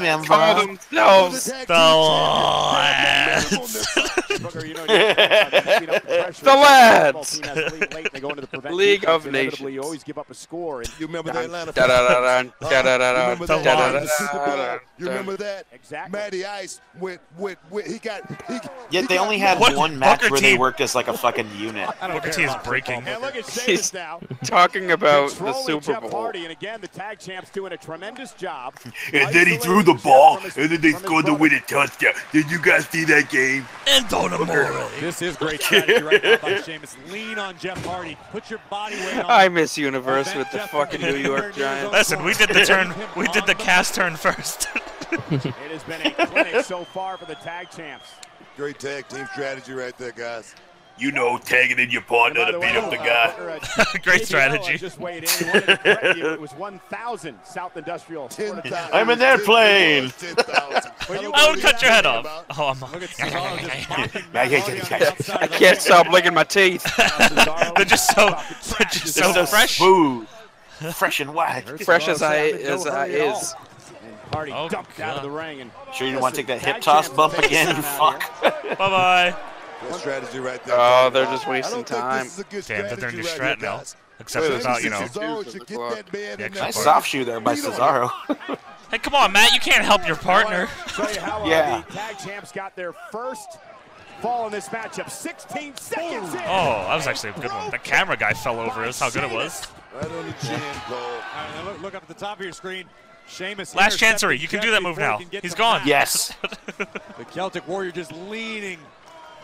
[SPEAKER 5] remember. Themselves
[SPEAKER 10] They're the tag team
[SPEAKER 1] the
[SPEAKER 8] Booker, you know, you gotta beat up the pressure.
[SPEAKER 5] The lads.
[SPEAKER 8] Team has to lead late, they go into the prevent
[SPEAKER 5] League
[SPEAKER 8] defense,
[SPEAKER 5] of
[SPEAKER 8] inevitably
[SPEAKER 5] Nations.
[SPEAKER 8] always give up a score. And
[SPEAKER 10] you remember the Atlanta
[SPEAKER 5] Da-da-da-dun,
[SPEAKER 10] Falcons? Remember that?
[SPEAKER 5] da-da-da-dun, da-da-da-dun,
[SPEAKER 10] The Super Bowl. You remember
[SPEAKER 5] da-da-dun.
[SPEAKER 10] that? Exactly. Matty Ice went with with he got he. he
[SPEAKER 2] Yet they
[SPEAKER 10] got-
[SPEAKER 2] only had one match where they worked as like a fucking unit.
[SPEAKER 1] Booker T is breaking.
[SPEAKER 8] And look at Sheamus
[SPEAKER 5] He's
[SPEAKER 8] now.
[SPEAKER 5] talking about the
[SPEAKER 8] Controlling
[SPEAKER 5] Super
[SPEAKER 8] Jeff
[SPEAKER 5] Bowl.
[SPEAKER 8] Hardy, and again, the tag champs doing a tremendous job.
[SPEAKER 9] And then he threw the ball, and then they scored the winning touchdown. Did you guys see that game?
[SPEAKER 1] And
[SPEAKER 3] This is great strategy right now by Sheamus. Lean on Jeff Hardy. Put your body weight on
[SPEAKER 5] I miss Universe with the fucking New York Giants.
[SPEAKER 1] Listen, we did the turn. We did the cast turn first.
[SPEAKER 8] It has been a clinic so far for the tag champs.
[SPEAKER 10] Great tag team strategy right there, guys.
[SPEAKER 9] You know, tagging in your partner
[SPEAKER 8] By
[SPEAKER 9] to
[SPEAKER 8] way,
[SPEAKER 9] beat up the
[SPEAKER 8] uh,
[SPEAKER 9] guy.
[SPEAKER 8] Booker, uh,
[SPEAKER 1] Great
[SPEAKER 8] JBL
[SPEAKER 1] strategy.
[SPEAKER 8] Just weighed in. He wanted to correct you. It was 1,000 South Industrial.
[SPEAKER 2] I'm an airplane.
[SPEAKER 1] I would cut your head off. Oh, I'm.
[SPEAKER 5] I can't stop licking my teeth.
[SPEAKER 1] they're just so. They're just so,
[SPEAKER 2] It's so
[SPEAKER 1] fresh.
[SPEAKER 2] smooth, fresh and white.
[SPEAKER 5] Fresh as I as I is.
[SPEAKER 8] Hardy
[SPEAKER 1] Oh,
[SPEAKER 8] dumped out of the ring. And
[SPEAKER 2] Sure you didn't want to take that hip toss bump again? You fuck.
[SPEAKER 1] Bye bye.
[SPEAKER 10] That strategy right there.
[SPEAKER 5] Oh, they're just
[SPEAKER 10] I
[SPEAKER 5] wasting
[SPEAKER 10] don't think
[SPEAKER 5] time.
[SPEAKER 10] this is a good
[SPEAKER 1] Damn, they're
[SPEAKER 10] strategy
[SPEAKER 1] doing new
[SPEAKER 10] right
[SPEAKER 1] strat
[SPEAKER 10] here,
[SPEAKER 1] now.
[SPEAKER 10] guys.
[SPEAKER 1] Except without, you know.
[SPEAKER 10] Cesaro should get that man in
[SPEAKER 1] extra
[SPEAKER 10] there.
[SPEAKER 1] part.
[SPEAKER 2] Nice soft shoe there by
[SPEAKER 10] Beat on him.
[SPEAKER 2] Cesaro.
[SPEAKER 1] Hey, come on, Matt. You can't help your partner.
[SPEAKER 8] Tell you how uh,
[SPEAKER 2] Yeah.
[SPEAKER 8] the tag champs got their first fall in this matchup. 16 seconds in.
[SPEAKER 1] Oh, that was actually a good one. The camera guy fell over. That's how good it was.
[SPEAKER 10] Right on the chin, Cole.
[SPEAKER 3] All right, now look, look up at the top of your screen. Sheamus.
[SPEAKER 1] Last
[SPEAKER 3] intercepted
[SPEAKER 1] chancery. You can
[SPEAKER 3] Jeff
[SPEAKER 1] do that move
[SPEAKER 3] before
[SPEAKER 1] now.
[SPEAKER 3] he can get
[SPEAKER 1] He's
[SPEAKER 3] the
[SPEAKER 1] gone.
[SPEAKER 3] pass.
[SPEAKER 1] Yes.
[SPEAKER 3] The Celtic Warrior just leaning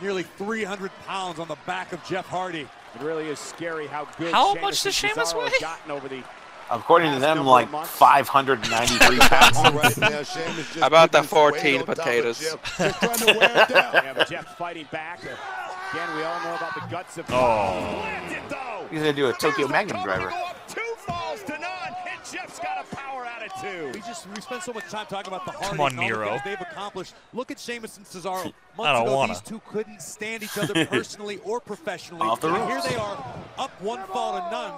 [SPEAKER 3] nearly 300 pounds on the back of Jeff Hardy.
[SPEAKER 8] It really is scary how good
[SPEAKER 1] How
[SPEAKER 8] Sheamus
[SPEAKER 1] much
[SPEAKER 8] and
[SPEAKER 1] does Sheamus
[SPEAKER 8] Cesaro have
[SPEAKER 1] weigh?
[SPEAKER 8] gotten over the
[SPEAKER 2] According to them, like 593
[SPEAKER 10] Right
[SPEAKER 2] pounds.
[SPEAKER 10] now, Sheamus just
[SPEAKER 5] About
[SPEAKER 10] putting his
[SPEAKER 5] the
[SPEAKER 10] weight
[SPEAKER 5] 14
[SPEAKER 10] on top of
[SPEAKER 5] potatoes.
[SPEAKER 10] Jeff. Just trying to wear him down.
[SPEAKER 8] yeah, but Jeff fighting back. Again, we all know about the guts of.
[SPEAKER 1] Oh.
[SPEAKER 8] Planted, though.
[SPEAKER 2] He's gonna do a Tokyo Magnum
[SPEAKER 8] Cover to
[SPEAKER 2] driver.
[SPEAKER 8] go up Two falls to none, and Jeff's got a power attitude.
[SPEAKER 3] We just we spend so much time talking about the Hardys
[SPEAKER 1] Come on,
[SPEAKER 3] and all the
[SPEAKER 1] Nero.
[SPEAKER 3] things they've accomplished. Look at Sheamus and Cesaro. Months
[SPEAKER 1] I don't
[SPEAKER 3] ago,
[SPEAKER 1] wanna.
[SPEAKER 3] these two couldn't stand each other personally or professionally.
[SPEAKER 2] Off the
[SPEAKER 3] and here
[SPEAKER 2] ropes.
[SPEAKER 3] they are, up one fall to none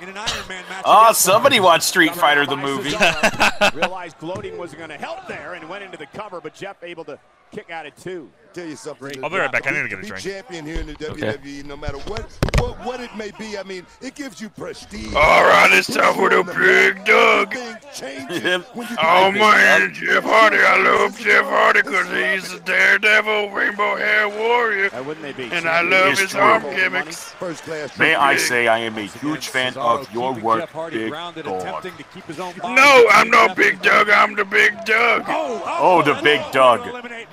[SPEAKER 3] in an Iron Man match.
[SPEAKER 2] Oh,
[SPEAKER 3] against
[SPEAKER 2] somebody
[SPEAKER 3] Hardy.
[SPEAKER 2] watched Street Fighter the movie.
[SPEAKER 8] Cesaro realized gloating wasn't going to help there and went into the cover, but Jeff able to kick out at two.
[SPEAKER 10] Tell you something.
[SPEAKER 1] I'll be right back. I need to get a
[SPEAKER 10] be
[SPEAKER 1] drink.
[SPEAKER 10] champion here in the WWE, no matter what, what what it may be. I mean, it gives you prestige.
[SPEAKER 11] All right, it's time for the big dog.
[SPEAKER 10] Everything changes
[SPEAKER 2] Yep.
[SPEAKER 10] when you
[SPEAKER 11] Oh
[SPEAKER 10] do
[SPEAKER 11] man,
[SPEAKER 10] this.
[SPEAKER 11] Jeff Hardy, I love Jeff Hardy because he's a daredevil, rainbow hair warrior,
[SPEAKER 8] Why wouldn't they be?
[SPEAKER 11] and I love
[SPEAKER 2] It's
[SPEAKER 11] his
[SPEAKER 2] true.
[SPEAKER 11] arm gimmicks.
[SPEAKER 10] First class.
[SPEAKER 2] May I
[SPEAKER 10] champion.
[SPEAKER 2] say I am a huge fan of your
[SPEAKER 3] Keeping
[SPEAKER 2] work,
[SPEAKER 3] Jeff Hardy
[SPEAKER 2] Big
[SPEAKER 3] grounded,
[SPEAKER 2] Dog.
[SPEAKER 3] attempting to keep his own body.
[SPEAKER 11] No, I'm not Big Doug, I'm the Big Doug.
[SPEAKER 2] Oh, the Big Doug.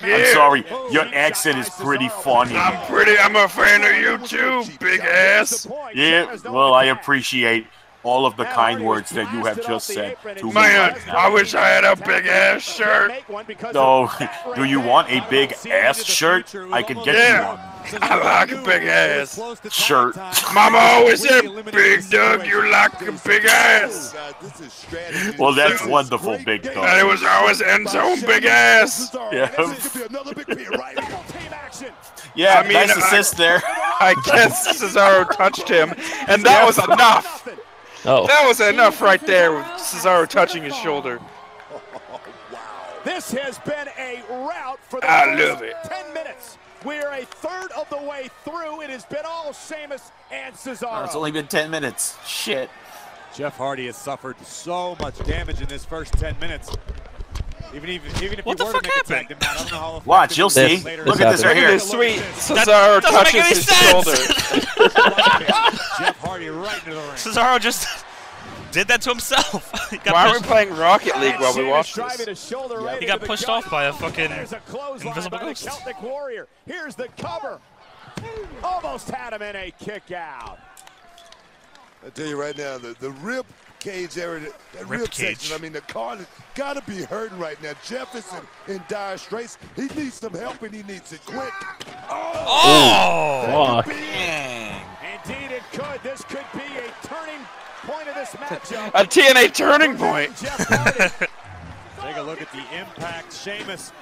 [SPEAKER 2] I'm
[SPEAKER 11] Yeah.
[SPEAKER 2] sorry, your accent is pretty funny.
[SPEAKER 11] I'm pretty, I'm a fan of you too, big ass.
[SPEAKER 2] Yeah, well, I appreciate all of the kind words that you have just said to me.
[SPEAKER 11] Man,
[SPEAKER 2] right
[SPEAKER 11] I
[SPEAKER 2] now.
[SPEAKER 11] wish I had a big ass shirt.
[SPEAKER 2] So, do you want a big ass shirt? I can get you one.
[SPEAKER 11] Yeah, I like a big ass.
[SPEAKER 2] Shirt.
[SPEAKER 11] Mama always said, Big Doug, you like a big ass.
[SPEAKER 10] Oh, God, this is strategy.
[SPEAKER 2] Well, that's
[SPEAKER 10] This is
[SPEAKER 2] wonderful,
[SPEAKER 10] great
[SPEAKER 2] Big
[SPEAKER 10] game.
[SPEAKER 2] Dog. And it
[SPEAKER 11] was always end zone, big ass.
[SPEAKER 10] Cesaro.
[SPEAKER 2] Yeah.
[SPEAKER 10] This could be another big pin right here.
[SPEAKER 8] Team action.
[SPEAKER 2] Yeah,
[SPEAKER 11] I mean,
[SPEAKER 2] nice
[SPEAKER 11] I-
[SPEAKER 2] assist there.
[SPEAKER 5] I guess Cesaro touched him, and that was enough.
[SPEAKER 12] Oh.
[SPEAKER 5] That was enough right there with Cesaro touching his shoulder.
[SPEAKER 8] This has been a rout for the
[SPEAKER 11] I
[SPEAKER 8] first
[SPEAKER 11] love it.
[SPEAKER 8] 10 minutes. We're a third of the way through. It has been all Sheamus and Cesaro.
[SPEAKER 2] Oh, it's only been 10 minutes. Shit.
[SPEAKER 3] Jeff Hardy has suffered so much damage in this first 10 minutes. Even, even, even if
[SPEAKER 1] What the
[SPEAKER 3] you were
[SPEAKER 1] fuck
[SPEAKER 3] to make a
[SPEAKER 1] happened?
[SPEAKER 3] tag to Matt, I don't know how effective
[SPEAKER 2] Watch, you'll
[SPEAKER 3] it
[SPEAKER 2] see.
[SPEAKER 3] is later.
[SPEAKER 2] Look at this right here.
[SPEAKER 5] Sweet
[SPEAKER 1] That
[SPEAKER 5] Cesaro
[SPEAKER 1] doesn't make
[SPEAKER 5] touches
[SPEAKER 1] any
[SPEAKER 5] his
[SPEAKER 1] sense.
[SPEAKER 5] shoulder.
[SPEAKER 3] Jeff Hardy right into the ring.
[SPEAKER 1] Cesaro just did that to himself. He got
[SPEAKER 5] Why are we
[SPEAKER 1] pushed-
[SPEAKER 5] playing Rocket League while we watch this?
[SPEAKER 1] He got pushed off by a fucking invisible
[SPEAKER 8] by the
[SPEAKER 1] ghost.
[SPEAKER 8] Celtic Warrior. Here's the cover. Almost had him in a kick out.
[SPEAKER 10] I tell you right now, the, the rib cage area, that
[SPEAKER 1] Rib
[SPEAKER 10] rib,
[SPEAKER 1] cage.
[SPEAKER 10] section. I mean, the car has got to be hurting right now. Jefferson in dire straits. He needs some help, and he needs it quick.
[SPEAKER 11] Oh,
[SPEAKER 1] Oh!
[SPEAKER 10] That could be it.
[SPEAKER 8] Indeed, it could. This could be a turning point of this matchup.
[SPEAKER 5] A TNA turning point.
[SPEAKER 3] Take a look at the impact. Sheamus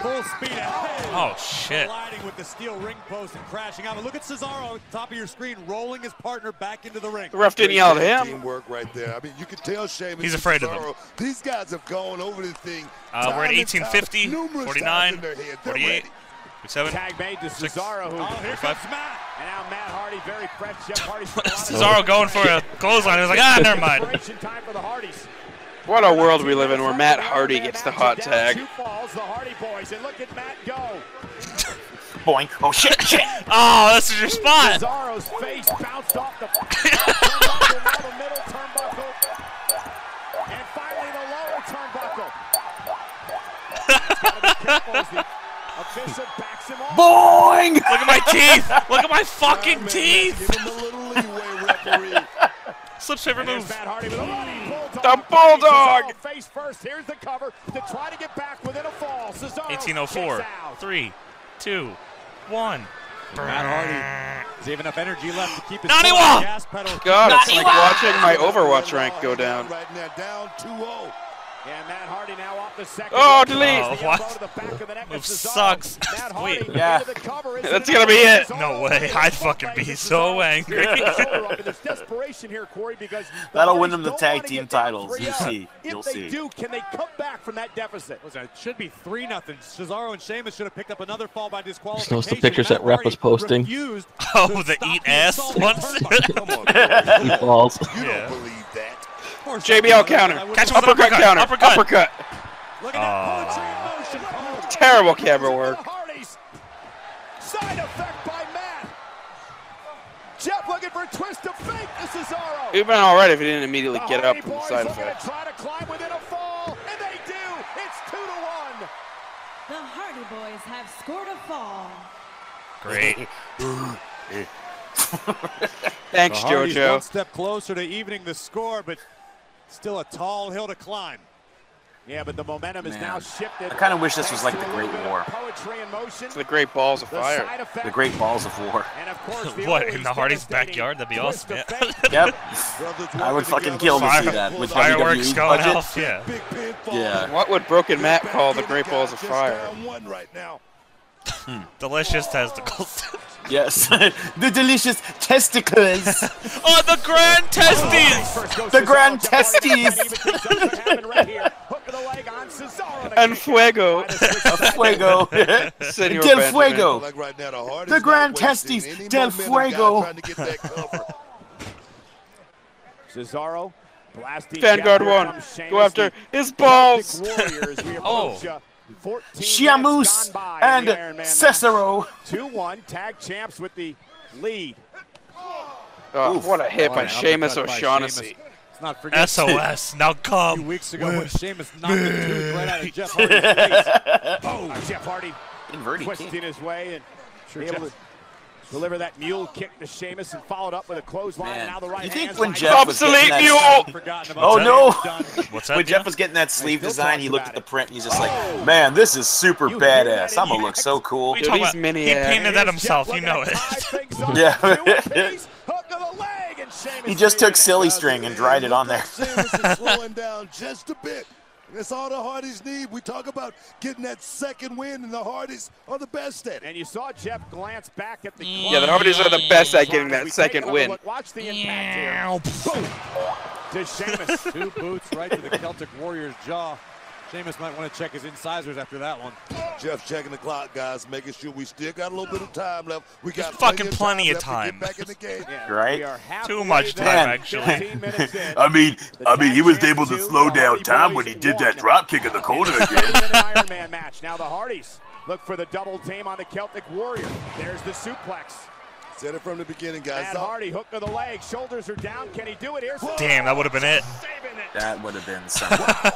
[SPEAKER 3] full speed ahead.
[SPEAKER 1] Oh, shit.
[SPEAKER 3] Colliding with the steel ring post and crashing out. But look at Cesaro at the top of your screen rolling his partner back into the ring.
[SPEAKER 5] The ref didn't yell at him.
[SPEAKER 10] Teamwork right there. I mean, you can tell Sheamus.
[SPEAKER 1] He's
[SPEAKER 10] and
[SPEAKER 1] afraid of them.
[SPEAKER 10] Cesaro, These guys have gone over this thing.
[SPEAKER 1] Uh, we're at
[SPEAKER 10] time and time,
[SPEAKER 1] 1850,
[SPEAKER 10] numerous times
[SPEAKER 1] 49,
[SPEAKER 10] in their head. They're
[SPEAKER 1] 48, 47.
[SPEAKER 8] Tag made to
[SPEAKER 1] Six.
[SPEAKER 8] Cesaro, who
[SPEAKER 1] Oh, here comes
[SPEAKER 8] Matt. And now Matt Hardy, very fresh. Jeff Hardy's
[SPEAKER 1] Cesaro going for a clothesline. He was like, ah, never mind.
[SPEAKER 8] Preparation time for the Hardys.
[SPEAKER 5] What a world we live in where Matt Hardy gets the hot tag.
[SPEAKER 8] Two falls, the Hardy boys, and look at Matt go.
[SPEAKER 2] Boink. Oh, shit, shit.
[SPEAKER 1] Oh, this is your spot.
[SPEAKER 8] Cesaro's face bounced off the, turnbuckle, now the middle turnbuckle, and finally the lower turnbuckle. He's gotta be careful as the official backs him off.
[SPEAKER 2] Boing! Look
[SPEAKER 1] at my teeth. Look at my fucking teeth.
[SPEAKER 10] Give him a little leeway, referee.
[SPEAKER 1] Slip shiver move.
[SPEAKER 8] Matt Hardy with a running bulldog.
[SPEAKER 1] The bulldog.
[SPEAKER 8] Cesaro Face first. Here's the cover to try to get back within a fall. Cesaro
[SPEAKER 1] 1804.
[SPEAKER 8] kicks out.
[SPEAKER 1] Three, two, one.
[SPEAKER 3] Matt Hardy. Does he have enough energy left to keep his foot on
[SPEAKER 1] Naniwa!
[SPEAKER 3] the gas pedal?
[SPEAKER 5] God, it's like watching my Overwatch rank go down.
[SPEAKER 10] Right now, down oh. 2-0.
[SPEAKER 8] And Matt Hardy now off the second.
[SPEAKER 5] Oh,
[SPEAKER 8] rope.
[SPEAKER 5] delete.
[SPEAKER 8] The
[SPEAKER 1] Oh, what?
[SPEAKER 8] elbow to the back of the neck of
[SPEAKER 1] Move
[SPEAKER 8] Cesaro.
[SPEAKER 1] sucks.
[SPEAKER 8] Matt Hardy
[SPEAKER 1] Wait.
[SPEAKER 8] into
[SPEAKER 1] Yeah.
[SPEAKER 8] the cover. Is it
[SPEAKER 5] That's
[SPEAKER 8] an
[SPEAKER 5] gonna be
[SPEAKER 8] elbow?
[SPEAKER 5] it.
[SPEAKER 8] Cesaro
[SPEAKER 1] No way. I'd fucking be so angry.
[SPEAKER 8] Cesaro up, and there's desperation here, Corey, because the
[SPEAKER 2] That'll win
[SPEAKER 8] Hardys
[SPEAKER 2] them the
[SPEAKER 8] don't
[SPEAKER 2] tag
[SPEAKER 8] wanna
[SPEAKER 2] team
[SPEAKER 8] get down
[SPEAKER 2] titles.
[SPEAKER 8] 3-0.
[SPEAKER 2] You'll see.
[SPEAKER 8] If
[SPEAKER 2] You'll
[SPEAKER 8] they
[SPEAKER 2] see.
[SPEAKER 8] do, can they come back from that deficit?
[SPEAKER 3] Listen, it should be 3 nothing. Cesaro and Sheamus should have picked up another fall by disqualification.
[SPEAKER 11] Notice the pictures that ref was posting.
[SPEAKER 3] Used
[SPEAKER 1] Oh, the eat ass ones.
[SPEAKER 11] He falls.
[SPEAKER 10] You
[SPEAKER 1] Yeah.
[SPEAKER 10] don't believe that.
[SPEAKER 5] JBL counter.
[SPEAKER 1] Catch him with
[SPEAKER 5] uppercut
[SPEAKER 1] an uppercut,
[SPEAKER 5] counter.
[SPEAKER 1] uppercut.
[SPEAKER 5] Uppercut.
[SPEAKER 3] Ah.
[SPEAKER 1] Oh.
[SPEAKER 5] Terrible camera work.
[SPEAKER 8] Hardy's side effect by Matt. Jeff looking for a twist to fake to Cesaro.
[SPEAKER 5] It would have been alright if he didn't immediately
[SPEAKER 8] The
[SPEAKER 5] get up
[SPEAKER 8] Hardy
[SPEAKER 5] and
[SPEAKER 8] boys
[SPEAKER 5] side
[SPEAKER 8] looking to
[SPEAKER 5] effect.
[SPEAKER 8] try to climb within a fall, and they do. It's two to one.
[SPEAKER 13] The Hardy Boys have scored a fall.
[SPEAKER 1] Great.
[SPEAKER 5] Thanks,
[SPEAKER 3] The Hardys One
[SPEAKER 5] JoJo.
[SPEAKER 3] step closer to evening the score, but still a tall hill to climb.
[SPEAKER 8] Yeah, but the momentum is
[SPEAKER 2] Man.
[SPEAKER 8] now shifted.
[SPEAKER 2] I kinda wish this was like the Great War.
[SPEAKER 8] Poetry in motion.
[SPEAKER 5] The great balls of
[SPEAKER 8] The
[SPEAKER 5] fire.
[SPEAKER 8] side effect.
[SPEAKER 2] The Great Balls of War.
[SPEAKER 8] And of course, the
[SPEAKER 1] What,
[SPEAKER 8] always
[SPEAKER 1] in the Hardy's
[SPEAKER 8] devastating
[SPEAKER 1] backyard? That'd be
[SPEAKER 8] twist
[SPEAKER 1] awesome,
[SPEAKER 8] of
[SPEAKER 1] yeah.
[SPEAKER 8] fate.
[SPEAKER 2] Yep.
[SPEAKER 10] Brothers
[SPEAKER 2] I would
[SPEAKER 10] working
[SPEAKER 2] fucking
[SPEAKER 10] together.
[SPEAKER 2] kill to see
[SPEAKER 1] Fire-
[SPEAKER 2] that with
[SPEAKER 1] Fireworks
[SPEAKER 2] WWE's
[SPEAKER 1] going
[SPEAKER 2] budget.
[SPEAKER 1] off. Yeah.
[SPEAKER 10] Big pinfall.
[SPEAKER 2] Yeah.
[SPEAKER 5] What would Broken Matt
[SPEAKER 10] Back
[SPEAKER 5] call
[SPEAKER 10] in
[SPEAKER 5] the great
[SPEAKER 10] guy
[SPEAKER 5] balls of
[SPEAKER 10] just
[SPEAKER 5] fire?
[SPEAKER 10] down One right now.
[SPEAKER 1] Delicious testicles.
[SPEAKER 2] Yes. the delicious testicles.
[SPEAKER 1] oh, the grand testes.
[SPEAKER 8] First goes
[SPEAKER 2] The
[SPEAKER 8] Cesaro,
[SPEAKER 2] grand
[SPEAKER 8] Jeff Hardy can't even
[SPEAKER 2] testes.
[SPEAKER 8] control what happened right here. Hook of the leg on Cesaro.
[SPEAKER 5] And fuego.
[SPEAKER 2] Fuego.
[SPEAKER 5] Senor
[SPEAKER 2] Del
[SPEAKER 5] Benjamin.
[SPEAKER 2] Fuego.
[SPEAKER 10] Like right now, the hardest.
[SPEAKER 2] Oh. The grand
[SPEAKER 10] not wasting
[SPEAKER 2] testes,
[SPEAKER 10] any
[SPEAKER 2] del
[SPEAKER 10] momentum, guy
[SPEAKER 2] fuego.
[SPEAKER 10] Trying to get that cover.
[SPEAKER 8] Cesaro. Blasting
[SPEAKER 5] Vanguard
[SPEAKER 8] Jeff. Here
[SPEAKER 5] one.
[SPEAKER 8] comes Sheamus,
[SPEAKER 5] Go after
[SPEAKER 8] the
[SPEAKER 5] his balls.
[SPEAKER 8] Celtic Warriors. We
[SPEAKER 1] Oh.
[SPEAKER 8] approach, uh, 14 minutes
[SPEAKER 2] Shamus
[SPEAKER 8] gone by in
[SPEAKER 2] and
[SPEAKER 8] the Iron Man match.
[SPEAKER 2] Cesaro.
[SPEAKER 8] 2-1 tag champs with the lead.
[SPEAKER 5] Oh, what a hit
[SPEAKER 3] What
[SPEAKER 5] by
[SPEAKER 3] an
[SPEAKER 5] Sheamus
[SPEAKER 3] uppercut by
[SPEAKER 5] O'Shaughnessy.
[SPEAKER 3] Sheamus. Let's not forget
[SPEAKER 1] SOS. Now
[SPEAKER 3] a few
[SPEAKER 1] come.
[SPEAKER 3] weeks ago when Sheamus knocked the tooth right out of Jeff Hardy's face.
[SPEAKER 8] Boom. Uh, Jeff Hardy
[SPEAKER 2] Inverted
[SPEAKER 8] twisting his way and be able to deliver that mule kick to Sheamus and followed up with a clothesline.
[SPEAKER 2] Man.
[SPEAKER 8] And now the right "Oh,
[SPEAKER 2] You think
[SPEAKER 8] hand
[SPEAKER 2] when
[SPEAKER 8] slide.
[SPEAKER 2] Jeff was
[SPEAKER 5] Obsolete
[SPEAKER 2] getting that-
[SPEAKER 5] mule.
[SPEAKER 3] Forgotten about
[SPEAKER 2] Oh
[SPEAKER 3] that.
[SPEAKER 2] no!
[SPEAKER 1] What's that?
[SPEAKER 2] When Jeff
[SPEAKER 1] yeah?
[SPEAKER 2] was getting that sleeve
[SPEAKER 8] Still
[SPEAKER 2] design,
[SPEAKER 8] talks
[SPEAKER 2] he looked
[SPEAKER 8] about
[SPEAKER 2] at the
[SPEAKER 8] it. Oh.
[SPEAKER 2] print and he's just like, "Man, this is super
[SPEAKER 8] You hear that
[SPEAKER 2] badass. I'm gonna look
[SPEAKER 8] impact?
[SPEAKER 2] so cool."
[SPEAKER 1] What are you
[SPEAKER 5] Dude,
[SPEAKER 1] talking
[SPEAKER 5] he's
[SPEAKER 1] about?
[SPEAKER 5] mini
[SPEAKER 1] He
[SPEAKER 2] uh,
[SPEAKER 5] ass.
[SPEAKER 1] painted that himself. You
[SPEAKER 8] Looking
[SPEAKER 1] know
[SPEAKER 8] to
[SPEAKER 1] it.
[SPEAKER 8] tie things up.
[SPEAKER 2] Yeah.
[SPEAKER 8] Two apiece. Hook of the leg and Sheamus
[SPEAKER 2] He just took
[SPEAKER 8] leaving it.
[SPEAKER 2] silly string and dried it on there.
[SPEAKER 10] Sheamus is slowing down just a bit. That's all the Hardys need. We talk about getting that second win, and the Hardys are the best at it.
[SPEAKER 8] And you saw Jeff glance back at the
[SPEAKER 5] Yeah, the Hardys are the best at getting that
[SPEAKER 8] We take
[SPEAKER 5] second
[SPEAKER 8] another
[SPEAKER 5] win.
[SPEAKER 8] look. Watch the impact here. Boom. To Sheamus.
[SPEAKER 3] Two boots right to the Celtic Warrior's jaw. Sheamus might want to check his incisors after that one.
[SPEAKER 10] Jeff checking the clock, guys, making sure we still got a little bit of time left. We got
[SPEAKER 1] fucking plenty of time.
[SPEAKER 10] left to get back in the game.
[SPEAKER 2] Right?
[SPEAKER 1] Too much time, actually.
[SPEAKER 11] I mean, I mean, he was able to slow down time when he did that drop kick in the corner again.
[SPEAKER 8] Iron Man match. Now the Hardys look for the double team on the Celtic Warrior. There's the suplex.
[SPEAKER 10] Said it from the beginning, guys.
[SPEAKER 8] Matt Hardy hook to the leg. Shoulders are down. Can he do it here?
[SPEAKER 1] Damn, that would have been it.
[SPEAKER 2] That would have been something.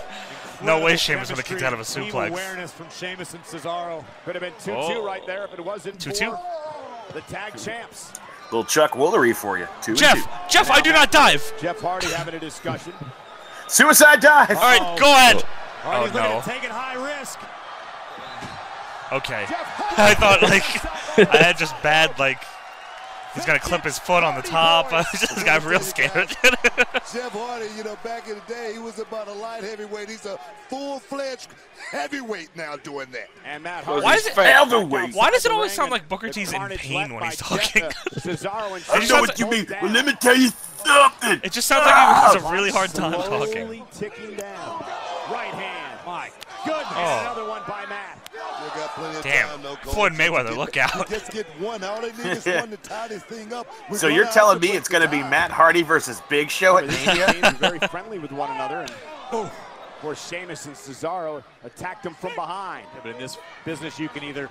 [SPEAKER 1] No way Sheamus would have kicked out of a
[SPEAKER 8] Team
[SPEAKER 1] suplex.
[SPEAKER 8] awareness from Sheamus and Cesaro. Could have been 2-2
[SPEAKER 1] Oh.
[SPEAKER 8] right there if it wasn't
[SPEAKER 1] 2-2.
[SPEAKER 8] for The tag champs.
[SPEAKER 2] Little Chuck Woolery for you. Two and two.
[SPEAKER 1] Jeff, Jeff, I do not dive.
[SPEAKER 8] Jeff Hardy having a discussion.
[SPEAKER 2] Suicide dive. All
[SPEAKER 1] right, go ahead.
[SPEAKER 8] Hardy's
[SPEAKER 1] Oh,
[SPEAKER 8] looking
[SPEAKER 1] no.
[SPEAKER 8] at taking high risk.
[SPEAKER 1] Okay. I thought like I had just bad like he's gonna clip his foot on the top. I just got real scared.
[SPEAKER 10] Uh, Jeff Hardy, you know, back in the day, he was about a light heavyweight. He's a full-fledged heavyweight now doing that.
[SPEAKER 8] And Matt
[SPEAKER 1] Why is it
[SPEAKER 10] Heavyweight.
[SPEAKER 1] Why does it always sound like Booker T's in pain when he's talking?
[SPEAKER 8] Cesaro and
[SPEAKER 11] I know what you mean. Well, let me tell you something.
[SPEAKER 1] It just sounds like he has a really hard time talking.
[SPEAKER 8] Slowly ticking down. Right hand. My goodness.
[SPEAKER 1] Oh.
[SPEAKER 8] Another one by Matt.
[SPEAKER 1] Damn. Floyd Mayweether, look out.
[SPEAKER 10] Just get one. All they need is one to tie this thing up. We
[SPEAKER 2] So
[SPEAKER 10] run
[SPEAKER 2] you're
[SPEAKER 10] out
[SPEAKER 2] telling
[SPEAKER 10] of
[SPEAKER 2] me it's going to be Matt Hardy versus Big Show at
[SPEAKER 8] They're
[SPEAKER 2] Mania?
[SPEAKER 8] very friendly with one another. And of course, Sheamus and Cesaro attacked him from behind.
[SPEAKER 3] But in this business, you can either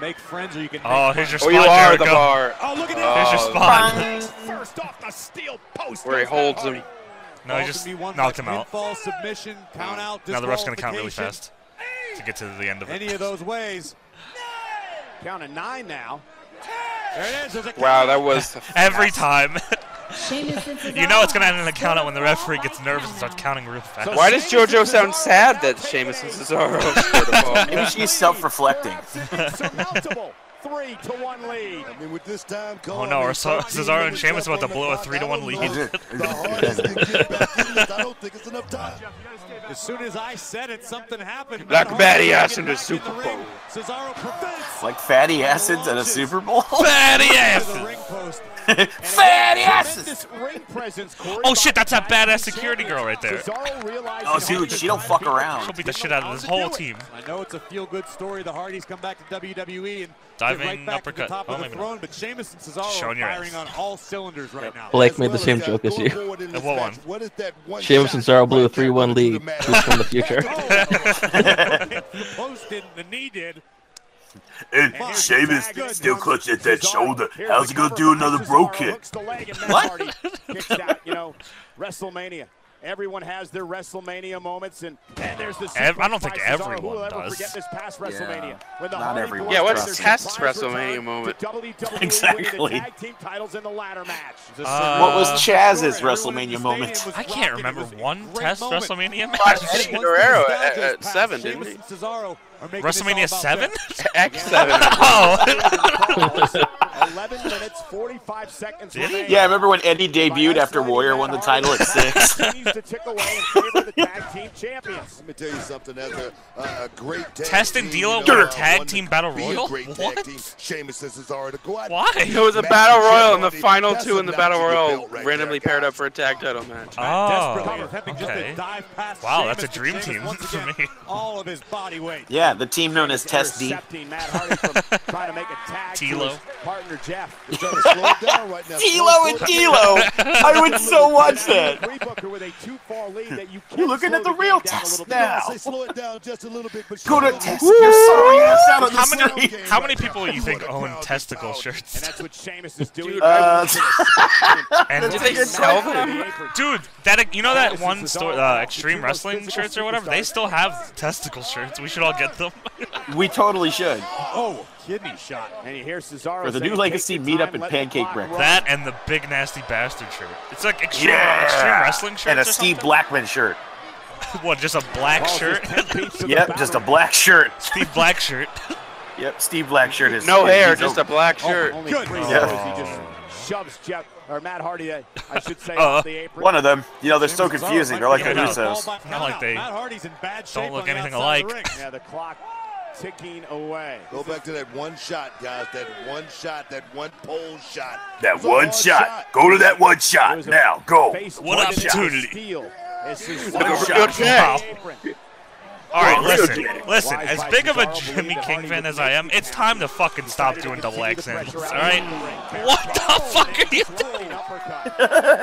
[SPEAKER 3] make friends or you can.
[SPEAKER 1] Oh,
[SPEAKER 3] make
[SPEAKER 1] here's your
[SPEAKER 3] money.
[SPEAKER 1] spot, Jericho.
[SPEAKER 3] Oh, look at
[SPEAKER 1] Here's
[SPEAKER 3] that!
[SPEAKER 1] your spot.
[SPEAKER 8] First off the steel post.
[SPEAKER 5] Where he holds him.
[SPEAKER 1] No, he just knocked him out.
[SPEAKER 3] Fall submission, count out.
[SPEAKER 1] Now the ref's gonna count really
[SPEAKER 3] disqualification.
[SPEAKER 1] fast to get to the end of
[SPEAKER 3] Any
[SPEAKER 1] it.
[SPEAKER 3] of those ways.
[SPEAKER 8] Count of nine now.
[SPEAKER 3] There it is. There's a
[SPEAKER 5] Wow, that was.
[SPEAKER 1] Every time.
[SPEAKER 20] Sheamus and
[SPEAKER 1] You know it's gonna end in a count out when the referee gets nervous and starts counting real fast.
[SPEAKER 5] Why does JoJo sound sad that Sheamus and Cesaro scored a ball?
[SPEAKER 2] Maybe she's self-reflecting.
[SPEAKER 8] Insurmountable. Three to one lead.
[SPEAKER 10] I mean, with this time, Cole,
[SPEAKER 1] Oh no,
[SPEAKER 10] I
[SPEAKER 1] are
[SPEAKER 10] mean,
[SPEAKER 1] Cesaro Cesaro and Sheamus about to blow a three to one lead.
[SPEAKER 10] I don't think it's enough time.
[SPEAKER 3] As soon as I said it, something happened.
[SPEAKER 5] Like
[SPEAKER 3] Matt
[SPEAKER 5] Matty
[SPEAKER 3] Hardy
[SPEAKER 5] Ash in the
[SPEAKER 3] back
[SPEAKER 5] Super
[SPEAKER 3] ring.
[SPEAKER 5] Bowl.
[SPEAKER 3] Cesaro prevents.
[SPEAKER 2] Like fatty acids at a Super Bowl?
[SPEAKER 1] Fatty
[SPEAKER 3] to the
[SPEAKER 1] asses.
[SPEAKER 3] ring post.
[SPEAKER 2] fatty asses!
[SPEAKER 8] This ring presence. Corey
[SPEAKER 1] Oh shit, that's that badass security girl right there.
[SPEAKER 8] Cesaro realized.
[SPEAKER 2] Oh, dude, she don't fuck around.
[SPEAKER 1] She'll beat the shit out of this whole team.
[SPEAKER 3] I know it's a feel-good story. The Hardys come back to WWE and
[SPEAKER 1] Diving
[SPEAKER 3] get right back
[SPEAKER 1] uppercut.
[SPEAKER 3] To the top
[SPEAKER 1] Oh,
[SPEAKER 3] of the
[SPEAKER 1] maybe not.
[SPEAKER 3] throne, but Sheamus and Cesaro
[SPEAKER 1] Showing your
[SPEAKER 3] are firing on
[SPEAKER 1] ass.
[SPEAKER 3] all cylinders right now.
[SPEAKER 21] Blake made the same joke this year.
[SPEAKER 10] Forward in
[SPEAKER 1] And
[SPEAKER 10] this
[SPEAKER 1] what
[SPEAKER 10] match,
[SPEAKER 1] one?
[SPEAKER 10] What is that one
[SPEAKER 21] Sheamus
[SPEAKER 10] shot
[SPEAKER 21] and Cesaro blew a
[SPEAKER 10] right there
[SPEAKER 21] 3-1
[SPEAKER 10] that
[SPEAKER 21] lead.
[SPEAKER 10] matters?
[SPEAKER 21] Truth from the future.
[SPEAKER 3] the post didn't. The knee did.
[SPEAKER 11] And Sheamus still clutched at that shoulder. How's he gonna do another bro kick?
[SPEAKER 8] Hooks the leg and Matt Hardy kicks out. You know, WrestleMania. Everyone has their WrestleMania moments, and, and there's the.
[SPEAKER 1] Ev- I don't
[SPEAKER 8] suplex
[SPEAKER 1] think
[SPEAKER 8] by Cesaro.
[SPEAKER 1] everyone
[SPEAKER 8] Who will ever
[SPEAKER 1] does.
[SPEAKER 8] forget this past WrestleMania? When the
[SPEAKER 2] not
[SPEAKER 8] Hardy
[SPEAKER 2] everyone.
[SPEAKER 8] Boys
[SPEAKER 5] Yeah,
[SPEAKER 8] made their
[SPEAKER 5] what's past
[SPEAKER 8] surprise return
[SPEAKER 5] WrestleMania moment?
[SPEAKER 8] to
[SPEAKER 10] E
[SPEAKER 8] WWE
[SPEAKER 2] Exactly.
[SPEAKER 8] winning the tag team titles in the ladder match.
[SPEAKER 1] Uh,
[SPEAKER 2] What was Chaz's WrestleMania moment?
[SPEAKER 1] I can't remember one
[SPEAKER 3] great
[SPEAKER 1] test
[SPEAKER 3] moment.
[SPEAKER 1] WrestleMania
[SPEAKER 5] Watch
[SPEAKER 1] match.
[SPEAKER 5] Eddie Guerrero at, at seven, didn't he?
[SPEAKER 3] Sheamus and Cesaro are making this all
[SPEAKER 1] WrestleMania
[SPEAKER 3] about
[SPEAKER 1] seven?
[SPEAKER 3] them.
[SPEAKER 5] X seven.
[SPEAKER 1] Oh.
[SPEAKER 8] 11 minutes, 45 seconds
[SPEAKER 1] Did he?
[SPEAKER 8] remaining.
[SPEAKER 2] Yeah, I remember when Eddie debuted after Warrior won the title at six.
[SPEAKER 8] Continues to tick away in favor of the tag team champions.
[SPEAKER 10] Let me tell you something. That's a, a, a great tag
[SPEAKER 1] Test and
[SPEAKER 10] team, you
[SPEAKER 1] D'Lo
[SPEAKER 10] know,
[SPEAKER 1] won a
[SPEAKER 10] uh,
[SPEAKER 1] tag
[SPEAKER 10] one
[SPEAKER 1] team
[SPEAKER 10] to
[SPEAKER 1] battle
[SPEAKER 10] be a
[SPEAKER 1] royal?
[SPEAKER 10] great
[SPEAKER 1] What?
[SPEAKER 10] Tag team. Sheamus and Cesaro to go out.
[SPEAKER 1] Why?
[SPEAKER 5] It was a
[SPEAKER 10] Match
[SPEAKER 5] battle
[SPEAKER 10] with Jeff
[SPEAKER 5] royal, and the
[SPEAKER 10] Hardy.
[SPEAKER 5] final
[SPEAKER 10] That's
[SPEAKER 5] two
[SPEAKER 10] a
[SPEAKER 5] in the
[SPEAKER 10] match
[SPEAKER 5] battle
[SPEAKER 10] you built
[SPEAKER 5] royal
[SPEAKER 10] right there,
[SPEAKER 5] randomly
[SPEAKER 10] guys.
[SPEAKER 5] paired up for a tag title match.
[SPEAKER 1] Oh.
[SPEAKER 3] Desperate Having just
[SPEAKER 1] Okay.
[SPEAKER 3] a dive past
[SPEAKER 1] Wow, that's a
[SPEAKER 3] Sheamus,
[SPEAKER 1] dream
[SPEAKER 3] and Sheamus
[SPEAKER 1] team
[SPEAKER 3] once
[SPEAKER 1] for
[SPEAKER 3] again,
[SPEAKER 1] me.
[SPEAKER 3] All of his body weight.
[SPEAKER 2] Yeah, the team known as Test D.
[SPEAKER 8] Intercepting Matt Hardy from trying to make a tag to
[SPEAKER 1] D'Lo.
[SPEAKER 8] his partner Jeff.
[SPEAKER 10] Slow down right now.
[SPEAKER 2] D'Lo and D'Lo! I would so watch that.
[SPEAKER 8] Rebooker with a two-fall lead that you
[SPEAKER 2] You're
[SPEAKER 8] can
[SPEAKER 2] looking
[SPEAKER 8] slow
[SPEAKER 2] at the
[SPEAKER 8] game down
[SPEAKER 2] real
[SPEAKER 8] a
[SPEAKER 2] test
[SPEAKER 8] little bit.
[SPEAKER 2] now.
[SPEAKER 10] I say slow it down just a little bit, but
[SPEAKER 2] Go to
[SPEAKER 10] Sheamus-
[SPEAKER 2] test your sorry ass out on the
[SPEAKER 1] How many
[SPEAKER 2] street.
[SPEAKER 1] how many people you think own testicle shirts?
[SPEAKER 8] And that's what Sheamus is doing.
[SPEAKER 5] Dude,
[SPEAKER 2] Uh,
[SPEAKER 1] And
[SPEAKER 5] Did they sell them?
[SPEAKER 1] dude, that you know that one store, uh, Extreme Wrestling shirts or whatever, they still have testicle shirts. We should all get them.
[SPEAKER 2] we totally should.
[SPEAKER 3] Oh, kidney shot.
[SPEAKER 8] and you hear Cesaro
[SPEAKER 2] For the
[SPEAKER 8] saying,
[SPEAKER 2] new legacy
[SPEAKER 8] "Take your
[SPEAKER 2] meetup
[SPEAKER 8] time,
[SPEAKER 2] and
[SPEAKER 8] let the
[SPEAKER 2] pancake
[SPEAKER 8] clock run."
[SPEAKER 2] breakfast."
[SPEAKER 1] That and the big nasty bastard shirt. It's like extreme,
[SPEAKER 2] Yeah!
[SPEAKER 1] extreme wrestling shirt
[SPEAKER 2] And a Steve Blackman shirt.
[SPEAKER 1] What, just a black
[SPEAKER 8] Balls is
[SPEAKER 1] shirt?
[SPEAKER 8] 10 feet to the
[SPEAKER 2] Yep, just a
[SPEAKER 8] boundary.
[SPEAKER 2] black shirt.
[SPEAKER 1] Steve Black shirt.
[SPEAKER 2] Yep, Steve Black shirt is.
[SPEAKER 5] No hair,
[SPEAKER 2] he's
[SPEAKER 5] just
[SPEAKER 2] over.
[SPEAKER 5] a black
[SPEAKER 8] Oh,
[SPEAKER 5] shirt.
[SPEAKER 8] Only
[SPEAKER 3] Good.
[SPEAKER 8] three
[SPEAKER 2] Yeah.
[SPEAKER 8] throws. He just shoves Jeff or Matt Hardy, uh, I should say,
[SPEAKER 1] Uh,
[SPEAKER 8] off the apron.
[SPEAKER 2] One of them. You know, they're so confusing. They're like the
[SPEAKER 1] Yeah, I know.
[SPEAKER 2] Usos.
[SPEAKER 1] Not like they
[SPEAKER 3] Matt Hardy's in bad shape
[SPEAKER 1] don't look
[SPEAKER 3] on the
[SPEAKER 1] anything
[SPEAKER 3] outside of
[SPEAKER 1] alike.
[SPEAKER 3] the ring.
[SPEAKER 8] Yeah, the clock ticking away.
[SPEAKER 10] Go back to that one shot, guys. That one shot. That one pole shot.
[SPEAKER 11] That
[SPEAKER 10] It's a
[SPEAKER 11] one
[SPEAKER 10] hard
[SPEAKER 11] shot. Go to that one shot. Now, go.
[SPEAKER 8] Face
[SPEAKER 1] What
[SPEAKER 8] pointed at
[SPEAKER 1] opportunity.
[SPEAKER 8] Steele as Cesaro
[SPEAKER 2] One
[SPEAKER 8] on
[SPEAKER 2] shot.
[SPEAKER 8] the apron.
[SPEAKER 1] All right,
[SPEAKER 11] Well,
[SPEAKER 1] listen,
[SPEAKER 11] Rio did.
[SPEAKER 1] listen. As big of a Jimmy King fan as I am, it's time to fucking stop doing double accents. All right? What the fuck are you doing?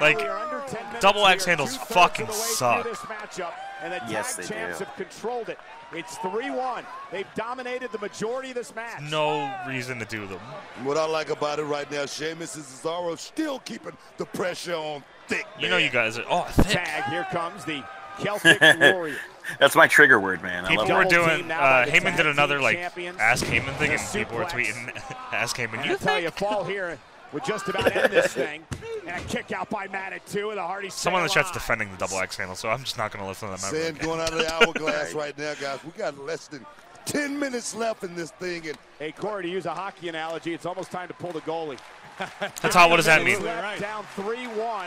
[SPEAKER 1] Like, double axe handles fucking suck.
[SPEAKER 8] This matchup, and the
[SPEAKER 1] Yes,
[SPEAKER 8] tag
[SPEAKER 1] they
[SPEAKER 8] champs
[SPEAKER 1] do.
[SPEAKER 8] have controlled it. It's 3-1. They've dominated the majority of this match.
[SPEAKER 1] No reason to do them.
[SPEAKER 10] What I like about it right now, Sheamus and Cesaro still keeping the pressure on thick.
[SPEAKER 1] You know you guys are. Oh,
[SPEAKER 8] Tag. Here comes the Celtic Warrior.
[SPEAKER 2] That's my trigger word, man. I
[SPEAKER 1] People
[SPEAKER 2] love
[SPEAKER 1] were
[SPEAKER 2] it.
[SPEAKER 1] doing. Uh, Heyman did another like Ask Heyman thing, and people were tweeting Ask Heyman.
[SPEAKER 8] And
[SPEAKER 1] You
[SPEAKER 8] I tell you, fall here would just about end this thing. And a kick out by Manitou with a hardy
[SPEAKER 1] Someone in the chat's defending the double axe handle, so I'm just not gonna listen to them. ever
[SPEAKER 10] Sand
[SPEAKER 1] again.
[SPEAKER 10] going out of the hourglass right now, guys. We got less than 10 minutes left in this thing. And
[SPEAKER 8] Hey, Corey, to use a hockey analogy, it's almost time to pull the goalie.
[SPEAKER 1] Atal, what does that mean?
[SPEAKER 8] Down 3-1.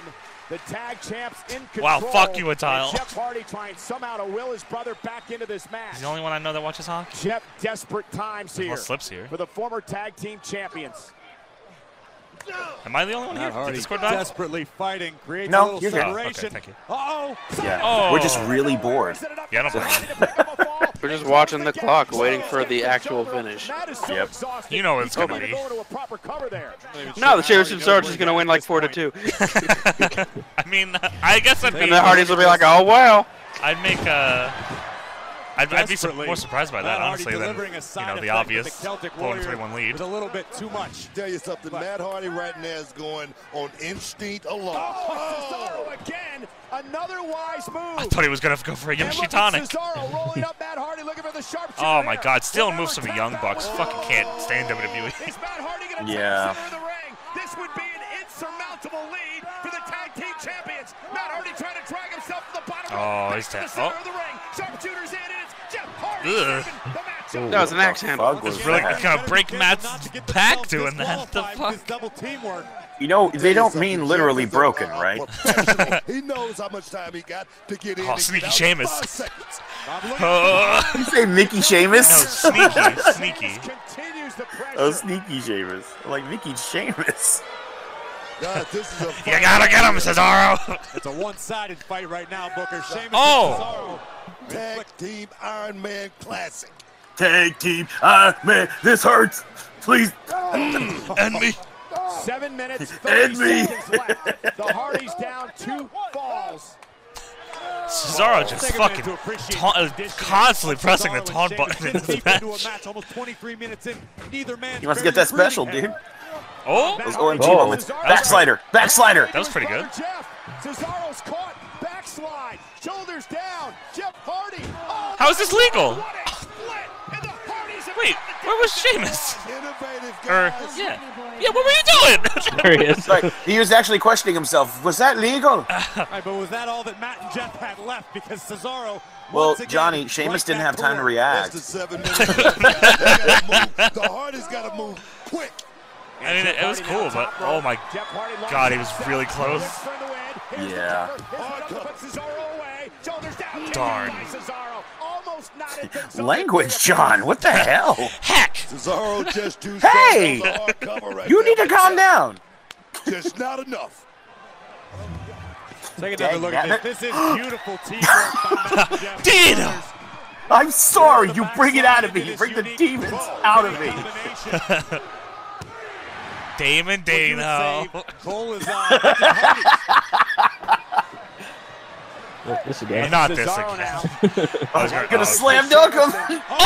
[SPEAKER 8] The tag champs in control.
[SPEAKER 1] Wow, fuck you, Atal.
[SPEAKER 8] And Jeff Hardy trying somehow to will his brother back into this match.
[SPEAKER 1] He's the only one I know that watches hockey.
[SPEAKER 8] Jeff, desperate times
[SPEAKER 1] There's
[SPEAKER 8] here.
[SPEAKER 1] more slips here.
[SPEAKER 8] For the former tag team champions.
[SPEAKER 1] Am I the only one here? Did Discord die?
[SPEAKER 3] desperately fighting creates
[SPEAKER 1] No,
[SPEAKER 3] a little
[SPEAKER 1] you're good.
[SPEAKER 3] separation.
[SPEAKER 1] Okay, thank you.
[SPEAKER 3] Uh-oh.
[SPEAKER 2] Yeah.
[SPEAKER 1] Oh.
[SPEAKER 2] We're just really bored.
[SPEAKER 1] Yeah, I
[SPEAKER 5] We're just watching the clock, waiting for the actual finish.
[SPEAKER 2] Yep.
[SPEAKER 1] You know what it's
[SPEAKER 5] Oh
[SPEAKER 1] gonna
[SPEAKER 5] my-
[SPEAKER 1] be.
[SPEAKER 5] No, the championships are just gonna win like four to two.
[SPEAKER 1] I mean, I guess I'd be.
[SPEAKER 5] And the Hardys will be like, "Oh wow."
[SPEAKER 1] I'd make uh, I'd, I'd be su-
[SPEAKER 3] Desperately,
[SPEAKER 1] more surprised by that,
[SPEAKER 3] Matt Hardy
[SPEAKER 1] honestly, than
[SPEAKER 3] delivering a
[SPEAKER 1] you
[SPEAKER 3] side
[SPEAKER 1] know the
[SPEAKER 3] effect with
[SPEAKER 1] obvious
[SPEAKER 3] the Celtic
[SPEAKER 1] blowing
[SPEAKER 3] Warrior
[SPEAKER 1] 3-1 lead.
[SPEAKER 3] was a little bit too much.
[SPEAKER 10] tell you something, Matt Hardy right now is going on instinct alone.
[SPEAKER 1] Oh,
[SPEAKER 10] Oh.
[SPEAKER 8] Cesaro again, another wise move.
[SPEAKER 1] I thought he was gonna go for a
[SPEAKER 8] And look
[SPEAKER 1] Yamashita
[SPEAKER 8] at
[SPEAKER 1] tonic.
[SPEAKER 8] Cesaro rolling up Matt Hardy looking for the sharp
[SPEAKER 1] Oh my God! Still moves from the Young Bucks. Fucking can't stand E. WWE.
[SPEAKER 2] Yeah.
[SPEAKER 8] This would be an insurmountable lead for the tag team champions. Matt Hardy trying to drag himself to the bottom
[SPEAKER 1] Oh, he's
[SPEAKER 8] of the
[SPEAKER 1] that.
[SPEAKER 8] center
[SPEAKER 1] Oh,
[SPEAKER 8] of the ring. Sharpshooters in, and it's Jeff Hardy.
[SPEAKER 1] ugh.
[SPEAKER 5] That was an axe handle.
[SPEAKER 1] It's really gonna break Matt's back doing that. The fuck?
[SPEAKER 3] Double teamwork.
[SPEAKER 2] You know, they don't mean literally broken, right?
[SPEAKER 10] He knows how much time he got to get in.
[SPEAKER 1] Oh,
[SPEAKER 10] and get
[SPEAKER 1] sneaky
[SPEAKER 10] out. Five
[SPEAKER 1] Sheamus.
[SPEAKER 10] seconds.
[SPEAKER 1] Oh.
[SPEAKER 2] you say Mickey Sheamus?
[SPEAKER 1] No, sneaky, sneaky.
[SPEAKER 2] oh, sneaky Sheamus. Like Mickey Sheamus.
[SPEAKER 10] Guys, this is a
[SPEAKER 1] You gotta get him, Cesaro.
[SPEAKER 3] It's a one-sided fight right now, Booker. Sheamus
[SPEAKER 1] Oh.
[SPEAKER 3] and Cesaro. Tag team Iron Man classic.
[SPEAKER 11] Tag team. Ah, man, this hurts. Please.
[SPEAKER 1] and me.
[SPEAKER 8] Seven minutes,
[SPEAKER 11] And
[SPEAKER 8] 30
[SPEAKER 11] me.
[SPEAKER 8] seconds left. The Hardys down two falls.
[SPEAKER 1] Cesaro just fucking ta- uh, constantly pressing the taunt button in this match.
[SPEAKER 3] Into a match almost 23 minutes in. Neither man.
[SPEAKER 2] He wants to get that special, dude.
[SPEAKER 1] Oh,
[SPEAKER 2] Those OMG
[SPEAKER 1] Oh.
[SPEAKER 2] moments.
[SPEAKER 1] That was
[SPEAKER 2] Backslider.
[SPEAKER 1] pretty-
[SPEAKER 2] Backslider.
[SPEAKER 1] That was pretty good.
[SPEAKER 8] Cesaro's caught, backslide, shoulders down. Jeff Hardy. Oh,
[SPEAKER 1] How is this legal?
[SPEAKER 8] Wait,
[SPEAKER 1] where was Sheamus?
[SPEAKER 2] Or-
[SPEAKER 1] yeah. Yeah, what were you doing?
[SPEAKER 2] There he is. Like, he was actually questioning himself. Was that legal?
[SPEAKER 3] All right, but was that all that Matt and Jeff had left? Because Cesaro.
[SPEAKER 2] Well,
[SPEAKER 3] once again,
[SPEAKER 2] Johnny, Sheamus didn't have time to react.
[SPEAKER 10] The Hardy's got to move quick.
[SPEAKER 1] I mean, it, it was cool, but oh my god, he was really close.
[SPEAKER 2] Yeah.
[SPEAKER 1] Darn.
[SPEAKER 2] Language, John. What the hell?
[SPEAKER 10] Cesaro just too strong on
[SPEAKER 2] Hey!
[SPEAKER 10] the hard cover right
[SPEAKER 2] You
[SPEAKER 10] now.
[SPEAKER 2] need to calm down.
[SPEAKER 10] Just not enough.
[SPEAKER 3] Take another
[SPEAKER 2] Dang,
[SPEAKER 3] look
[SPEAKER 2] Matt.
[SPEAKER 3] at this. This is beautiful teamwork by Matt and Jeff.
[SPEAKER 2] Dino! I'm sorry. You bring it out of me. You bring the demons out of me.
[SPEAKER 1] Damon Dano.
[SPEAKER 3] Cole is on. Matt and Hardy.
[SPEAKER 22] This again.
[SPEAKER 1] Not this again. I was
[SPEAKER 2] Gonna
[SPEAKER 1] oh,
[SPEAKER 2] slam dunk him.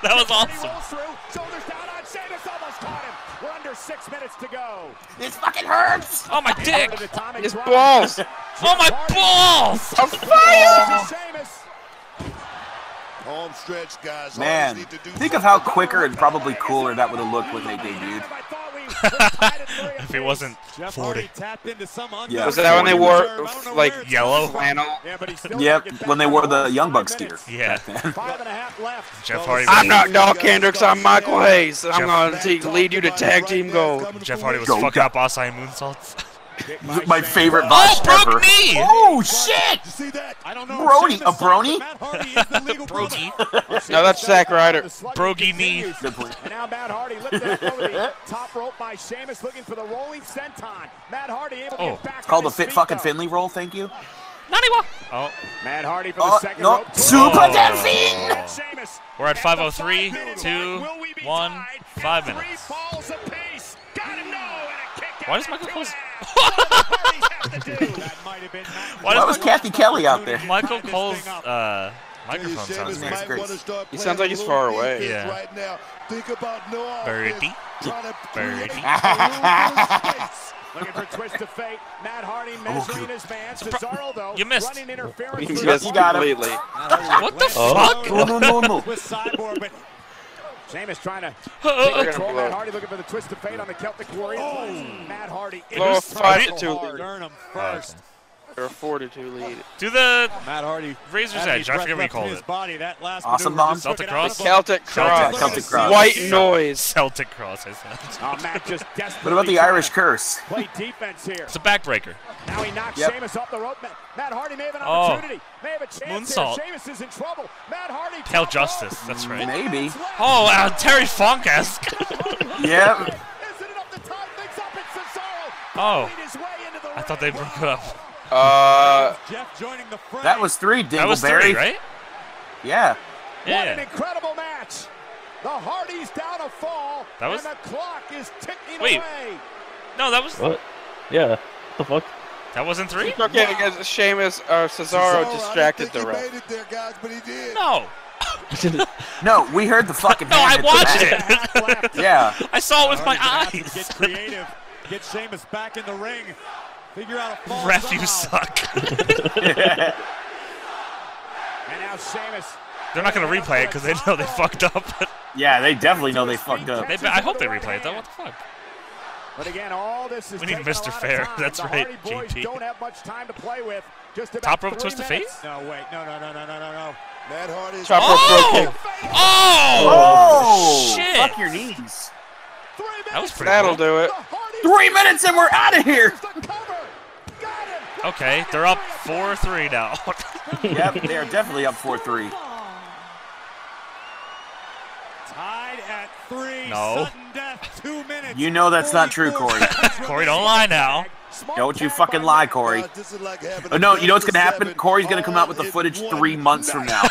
[SPEAKER 1] That was awesome.
[SPEAKER 8] We're under six minutes to go.
[SPEAKER 2] This fucking hurts.
[SPEAKER 1] Oh my dick.
[SPEAKER 5] His balls.
[SPEAKER 1] Oh my balls.
[SPEAKER 2] I'm fire.
[SPEAKER 10] Home stretch, guys.
[SPEAKER 2] Man, think of how quicker and probably cooler that would have looked when they debuted.
[SPEAKER 1] if it wasn't 40.
[SPEAKER 3] tapped into some
[SPEAKER 2] Yeah.
[SPEAKER 5] Was that when they wore like
[SPEAKER 1] Yellow?
[SPEAKER 5] flannel?
[SPEAKER 2] Yep, when they wore the Young Bucks gear.
[SPEAKER 1] Yeah. Jeff Hardy.
[SPEAKER 5] I'm not Doc Hendricks. I'm Michael Hayes. I'm gonna te- lead you to tag team gold.
[SPEAKER 1] Jeff Hardy was
[SPEAKER 2] Go
[SPEAKER 1] fucking
[SPEAKER 2] down.
[SPEAKER 1] up Asai moonsaults.
[SPEAKER 2] My favorite
[SPEAKER 1] Oh,
[SPEAKER 2] botch
[SPEAKER 1] broke
[SPEAKER 2] ever.
[SPEAKER 1] knee!
[SPEAKER 2] Oh shit!
[SPEAKER 10] See that?
[SPEAKER 3] I don't know.
[SPEAKER 2] Brony, a
[SPEAKER 3] Sheamus saw that
[SPEAKER 2] brony?
[SPEAKER 3] Matt Hardy is the legal brother.
[SPEAKER 5] No, that's Zack Ryder.
[SPEAKER 1] Brogy knee.
[SPEAKER 8] And now Matt Hardy lifted up over the top rope by Sheamus looking for the rolling senton. Matt Hardy able to
[SPEAKER 2] Oh,
[SPEAKER 8] get back.
[SPEAKER 2] it's called
[SPEAKER 8] on
[SPEAKER 2] the
[SPEAKER 8] his
[SPEAKER 2] fit
[SPEAKER 8] feet,
[SPEAKER 2] fucking
[SPEAKER 8] though.
[SPEAKER 2] Finley roll. Thank you.
[SPEAKER 1] Naniwa! Oh.
[SPEAKER 8] Matt Hardy for
[SPEAKER 1] Oh,
[SPEAKER 8] the second
[SPEAKER 1] no.
[SPEAKER 8] rope.
[SPEAKER 1] Super
[SPEAKER 8] Oh.
[SPEAKER 1] Delphine!
[SPEAKER 8] And Sheamus
[SPEAKER 1] We're at 503, 2, 1, 5 minutes.
[SPEAKER 8] falls apiece. Got him, no, and a kick
[SPEAKER 1] Why does Michael Cole...
[SPEAKER 2] Why was Kathy Kelly out there?
[SPEAKER 1] Michael Cole's uh, microphone sounds
[SPEAKER 10] Might wanna
[SPEAKER 1] weird.
[SPEAKER 10] start
[SPEAKER 5] He
[SPEAKER 10] playing
[SPEAKER 5] sounds like
[SPEAKER 10] a
[SPEAKER 5] he's
[SPEAKER 10] little
[SPEAKER 5] far away.
[SPEAKER 10] defense
[SPEAKER 1] Yeah.
[SPEAKER 10] Right now. Think about no
[SPEAKER 1] Birdie. Birdie.
[SPEAKER 8] Looking for twist of fate. Matt Hardy measuring his man. Cesaro, though,
[SPEAKER 1] You missed.
[SPEAKER 8] running interference.
[SPEAKER 5] He's
[SPEAKER 8] with-
[SPEAKER 5] missed completely.
[SPEAKER 1] What the fuck?
[SPEAKER 2] Oh,
[SPEAKER 8] With Cyborg, but Sheamus trying to
[SPEAKER 1] uh,
[SPEAKER 8] take
[SPEAKER 1] uh.
[SPEAKER 8] control.
[SPEAKER 1] Blow.
[SPEAKER 8] Matt Hardy looking for the twist of fate on the Celtic Warrior.
[SPEAKER 1] Oh.
[SPEAKER 8] Matt Hardy.
[SPEAKER 5] Blow a
[SPEAKER 8] is
[SPEAKER 5] five
[SPEAKER 8] so
[SPEAKER 5] to two
[SPEAKER 8] hard.
[SPEAKER 5] lead.
[SPEAKER 8] Earn 'em first.
[SPEAKER 5] Or a four to two lead.
[SPEAKER 1] Do the
[SPEAKER 5] Matt Hardy.
[SPEAKER 1] Razor's
[SPEAKER 5] That'd be
[SPEAKER 1] Edge. I forget what you
[SPEAKER 5] breath left
[SPEAKER 1] called
[SPEAKER 5] in his
[SPEAKER 1] it.
[SPEAKER 8] Body, that last
[SPEAKER 1] Awesome
[SPEAKER 8] maneuver
[SPEAKER 1] Bomb?
[SPEAKER 8] just
[SPEAKER 1] Celtic
[SPEAKER 8] took it out
[SPEAKER 1] Cross?
[SPEAKER 8] of the
[SPEAKER 5] Celtic
[SPEAKER 8] box.
[SPEAKER 5] Cross.
[SPEAKER 2] Celtic Cross.
[SPEAKER 5] White
[SPEAKER 1] Celtic-
[SPEAKER 5] noise.
[SPEAKER 1] Celtic Cross, I said.
[SPEAKER 8] Oh, Matt just
[SPEAKER 2] What about
[SPEAKER 8] desperately
[SPEAKER 2] the Irish curse?
[SPEAKER 8] play defense here.
[SPEAKER 1] It's a backbreaker.
[SPEAKER 8] Now he knocks
[SPEAKER 2] Yep.
[SPEAKER 8] Sheamus off the rope. Matt, Matt Hardy may have an
[SPEAKER 1] Oh.
[SPEAKER 8] opportunity. May have a chance
[SPEAKER 1] Moonsault.
[SPEAKER 8] here. Sheamus is in trouble. Matt Hardy.
[SPEAKER 1] Tell Justice, that's right.
[SPEAKER 2] Maybe.
[SPEAKER 1] Oh, uh, Terry Funk esque.
[SPEAKER 2] Yep.
[SPEAKER 1] Oh. I thought they broke it up.
[SPEAKER 5] Uh,
[SPEAKER 8] Jeff joining the fray.
[SPEAKER 2] That was three, Dingleberry.
[SPEAKER 1] That was three, right?
[SPEAKER 2] Yeah.
[SPEAKER 8] What an
[SPEAKER 1] Yeah.
[SPEAKER 8] incredible match. The Hardys down a fall.
[SPEAKER 13] That was-
[SPEAKER 8] And the clock is ticking
[SPEAKER 1] Wait.
[SPEAKER 8] away.
[SPEAKER 1] No, that was.
[SPEAKER 13] What? Yeah. What the fuck?
[SPEAKER 1] That wasn't three?
[SPEAKER 5] Okay, because Sheamus or Cesaro distracted the ref.
[SPEAKER 1] No.
[SPEAKER 2] No, we heard the fucking.
[SPEAKER 1] No, I
[SPEAKER 2] hand at the
[SPEAKER 1] watched
[SPEAKER 2] back.
[SPEAKER 1] it.
[SPEAKER 2] Yeah.
[SPEAKER 1] I saw it with my
[SPEAKER 8] Hardy's gonna
[SPEAKER 1] eyes.
[SPEAKER 8] have to Get creative. Get Sheamus back in the ring. Figure out a fall
[SPEAKER 1] Ref, you
[SPEAKER 8] somehow.
[SPEAKER 1] suck.
[SPEAKER 8] And now Sheamus.
[SPEAKER 1] They're not going to replay it because they know they fucked up.
[SPEAKER 2] Yeah, they definitely know they fucked up.
[SPEAKER 1] They- I hope they replay it, though. What the fuck?
[SPEAKER 8] But again, all this is
[SPEAKER 1] We need
[SPEAKER 8] taking a
[SPEAKER 1] Mr.
[SPEAKER 8] lot of
[SPEAKER 1] Fair.
[SPEAKER 8] time.
[SPEAKER 1] That's
[SPEAKER 8] the
[SPEAKER 1] right,
[SPEAKER 8] Hardy boys
[SPEAKER 1] GP.
[SPEAKER 8] don't have much time to play with. Just about
[SPEAKER 1] Top rope
[SPEAKER 8] three
[SPEAKER 1] twist of fate?
[SPEAKER 8] minutes. No, wait, no, no, no, no, no, no, no.
[SPEAKER 10] Matt Hardy is
[SPEAKER 5] Top rope
[SPEAKER 1] Oh!
[SPEAKER 5] throw kick.
[SPEAKER 2] Oh,
[SPEAKER 1] Oh, shit.
[SPEAKER 2] Fuck your knees.
[SPEAKER 1] That was pretty
[SPEAKER 5] That'll
[SPEAKER 1] cool.
[SPEAKER 5] do it.
[SPEAKER 2] Three minutes and we're out of here.
[SPEAKER 1] Okay, they're up 4 3 now.
[SPEAKER 2] yep, they are definitely up four three.
[SPEAKER 8] Tied at three.
[SPEAKER 2] No.
[SPEAKER 8] Sudden death. Two minutes.
[SPEAKER 2] You know that's not true, Corey.
[SPEAKER 1] Corey, don't lie now.
[SPEAKER 2] Don't you fucking lie, Corey. Oh, no, you know what's gonna happen? Corey's gonna come out with the footage three months from now.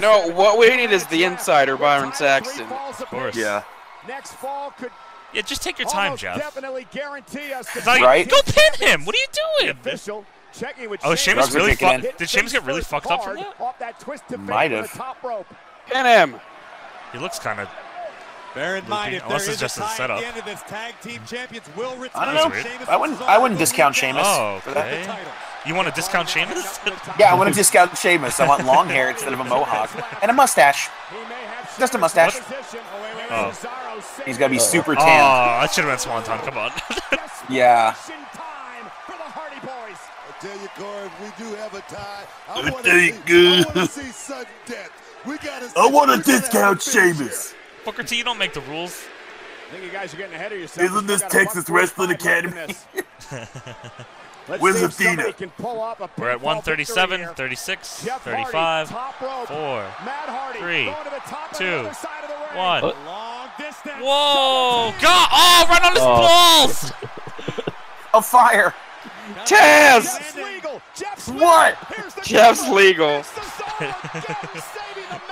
[SPEAKER 5] No, what we need is the insider, Byron Saxton.
[SPEAKER 1] Of course.
[SPEAKER 2] Yeah.
[SPEAKER 8] Next fall could
[SPEAKER 1] Yeah, just take your time,
[SPEAKER 8] almost
[SPEAKER 1] Jeff.
[SPEAKER 8] definitely guarantee us
[SPEAKER 1] It's like,
[SPEAKER 2] Right?
[SPEAKER 1] Go pin him. What are you doing?
[SPEAKER 8] Official checking with
[SPEAKER 1] Oh, Sheamus
[SPEAKER 2] Drugs are
[SPEAKER 1] really
[SPEAKER 2] kicking
[SPEAKER 1] fucked.
[SPEAKER 2] in.
[SPEAKER 1] Did Sheamus get really fucked up from
[SPEAKER 8] Hard
[SPEAKER 1] that?
[SPEAKER 8] Off that twist to fate
[SPEAKER 2] Might
[SPEAKER 8] on the
[SPEAKER 2] have.
[SPEAKER 8] top rope.
[SPEAKER 5] Pin him.
[SPEAKER 1] He looks kind of.
[SPEAKER 3] Bear in
[SPEAKER 1] Looping.
[SPEAKER 3] mind, if there
[SPEAKER 1] Unless
[SPEAKER 3] is
[SPEAKER 1] it's oh, just
[SPEAKER 3] a
[SPEAKER 1] a
[SPEAKER 3] tie at
[SPEAKER 1] setup.
[SPEAKER 3] the end of this, tag team champions will retire.
[SPEAKER 2] I don't know.
[SPEAKER 3] Sheamus
[SPEAKER 2] I wouldn't.
[SPEAKER 3] versus
[SPEAKER 2] I wouldn't
[SPEAKER 3] Alberto
[SPEAKER 2] discount
[SPEAKER 3] Luke
[SPEAKER 2] Sheamus.
[SPEAKER 1] Oh,
[SPEAKER 2] for that.
[SPEAKER 1] okay. You want to discount Sheamus?
[SPEAKER 2] Yeah, I want to discount Sheamus. I want long hair instead of a mohawk and a mustache. Just a mustache.
[SPEAKER 1] Oh.
[SPEAKER 2] He's gonna be super
[SPEAKER 1] Oh,
[SPEAKER 2] tan.
[SPEAKER 1] that should have been Swanton. Come on.
[SPEAKER 2] Yeah.
[SPEAKER 10] I tell you, Corey, if we do have a tie, I
[SPEAKER 9] I
[SPEAKER 10] want
[SPEAKER 9] tell
[SPEAKER 10] to
[SPEAKER 9] you,
[SPEAKER 10] see, I
[SPEAKER 9] good.
[SPEAKER 10] wanna see sudden death. We gotta.
[SPEAKER 9] I want to
[SPEAKER 10] we gotta have
[SPEAKER 9] discount
[SPEAKER 10] a finish
[SPEAKER 9] Sheamus.
[SPEAKER 1] Booker T, you don't make the rules.
[SPEAKER 8] I think you guys are getting ahead of yourselves.
[SPEAKER 9] Isn't this
[SPEAKER 8] We've got a
[SPEAKER 9] Texas
[SPEAKER 8] 145
[SPEAKER 9] Wrestling
[SPEAKER 8] left in
[SPEAKER 9] Academy?
[SPEAKER 8] this. Let's
[SPEAKER 9] Where's
[SPEAKER 8] see if somebody
[SPEAKER 9] Athena?
[SPEAKER 8] can pull off a
[SPEAKER 1] We're at
[SPEAKER 8] pinfall
[SPEAKER 1] 137,
[SPEAKER 8] victory here.
[SPEAKER 1] 36,
[SPEAKER 8] Jeff Hardy,
[SPEAKER 1] 35,
[SPEAKER 8] top rope.
[SPEAKER 1] 4,
[SPEAKER 8] Matt Hardy,
[SPEAKER 1] 3,
[SPEAKER 8] going to the top of the
[SPEAKER 1] 2,
[SPEAKER 8] other side of the ring.
[SPEAKER 1] 1.
[SPEAKER 8] Long distance.
[SPEAKER 1] Whoa! God! Oh, right on his
[SPEAKER 13] Oh.
[SPEAKER 1] balls!
[SPEAKER 2] A Oh, fire.
[SPEAKER 5] Taz!
[SPEAKER 8] Jeff's legal. Jeff's legal.
[SPEAKER 2] What?
[SPEAKER 8] Here's the
[SPEAKER 5] Jeff's
[SPEAKER 8] cover.
[SPEAKER 5] legal.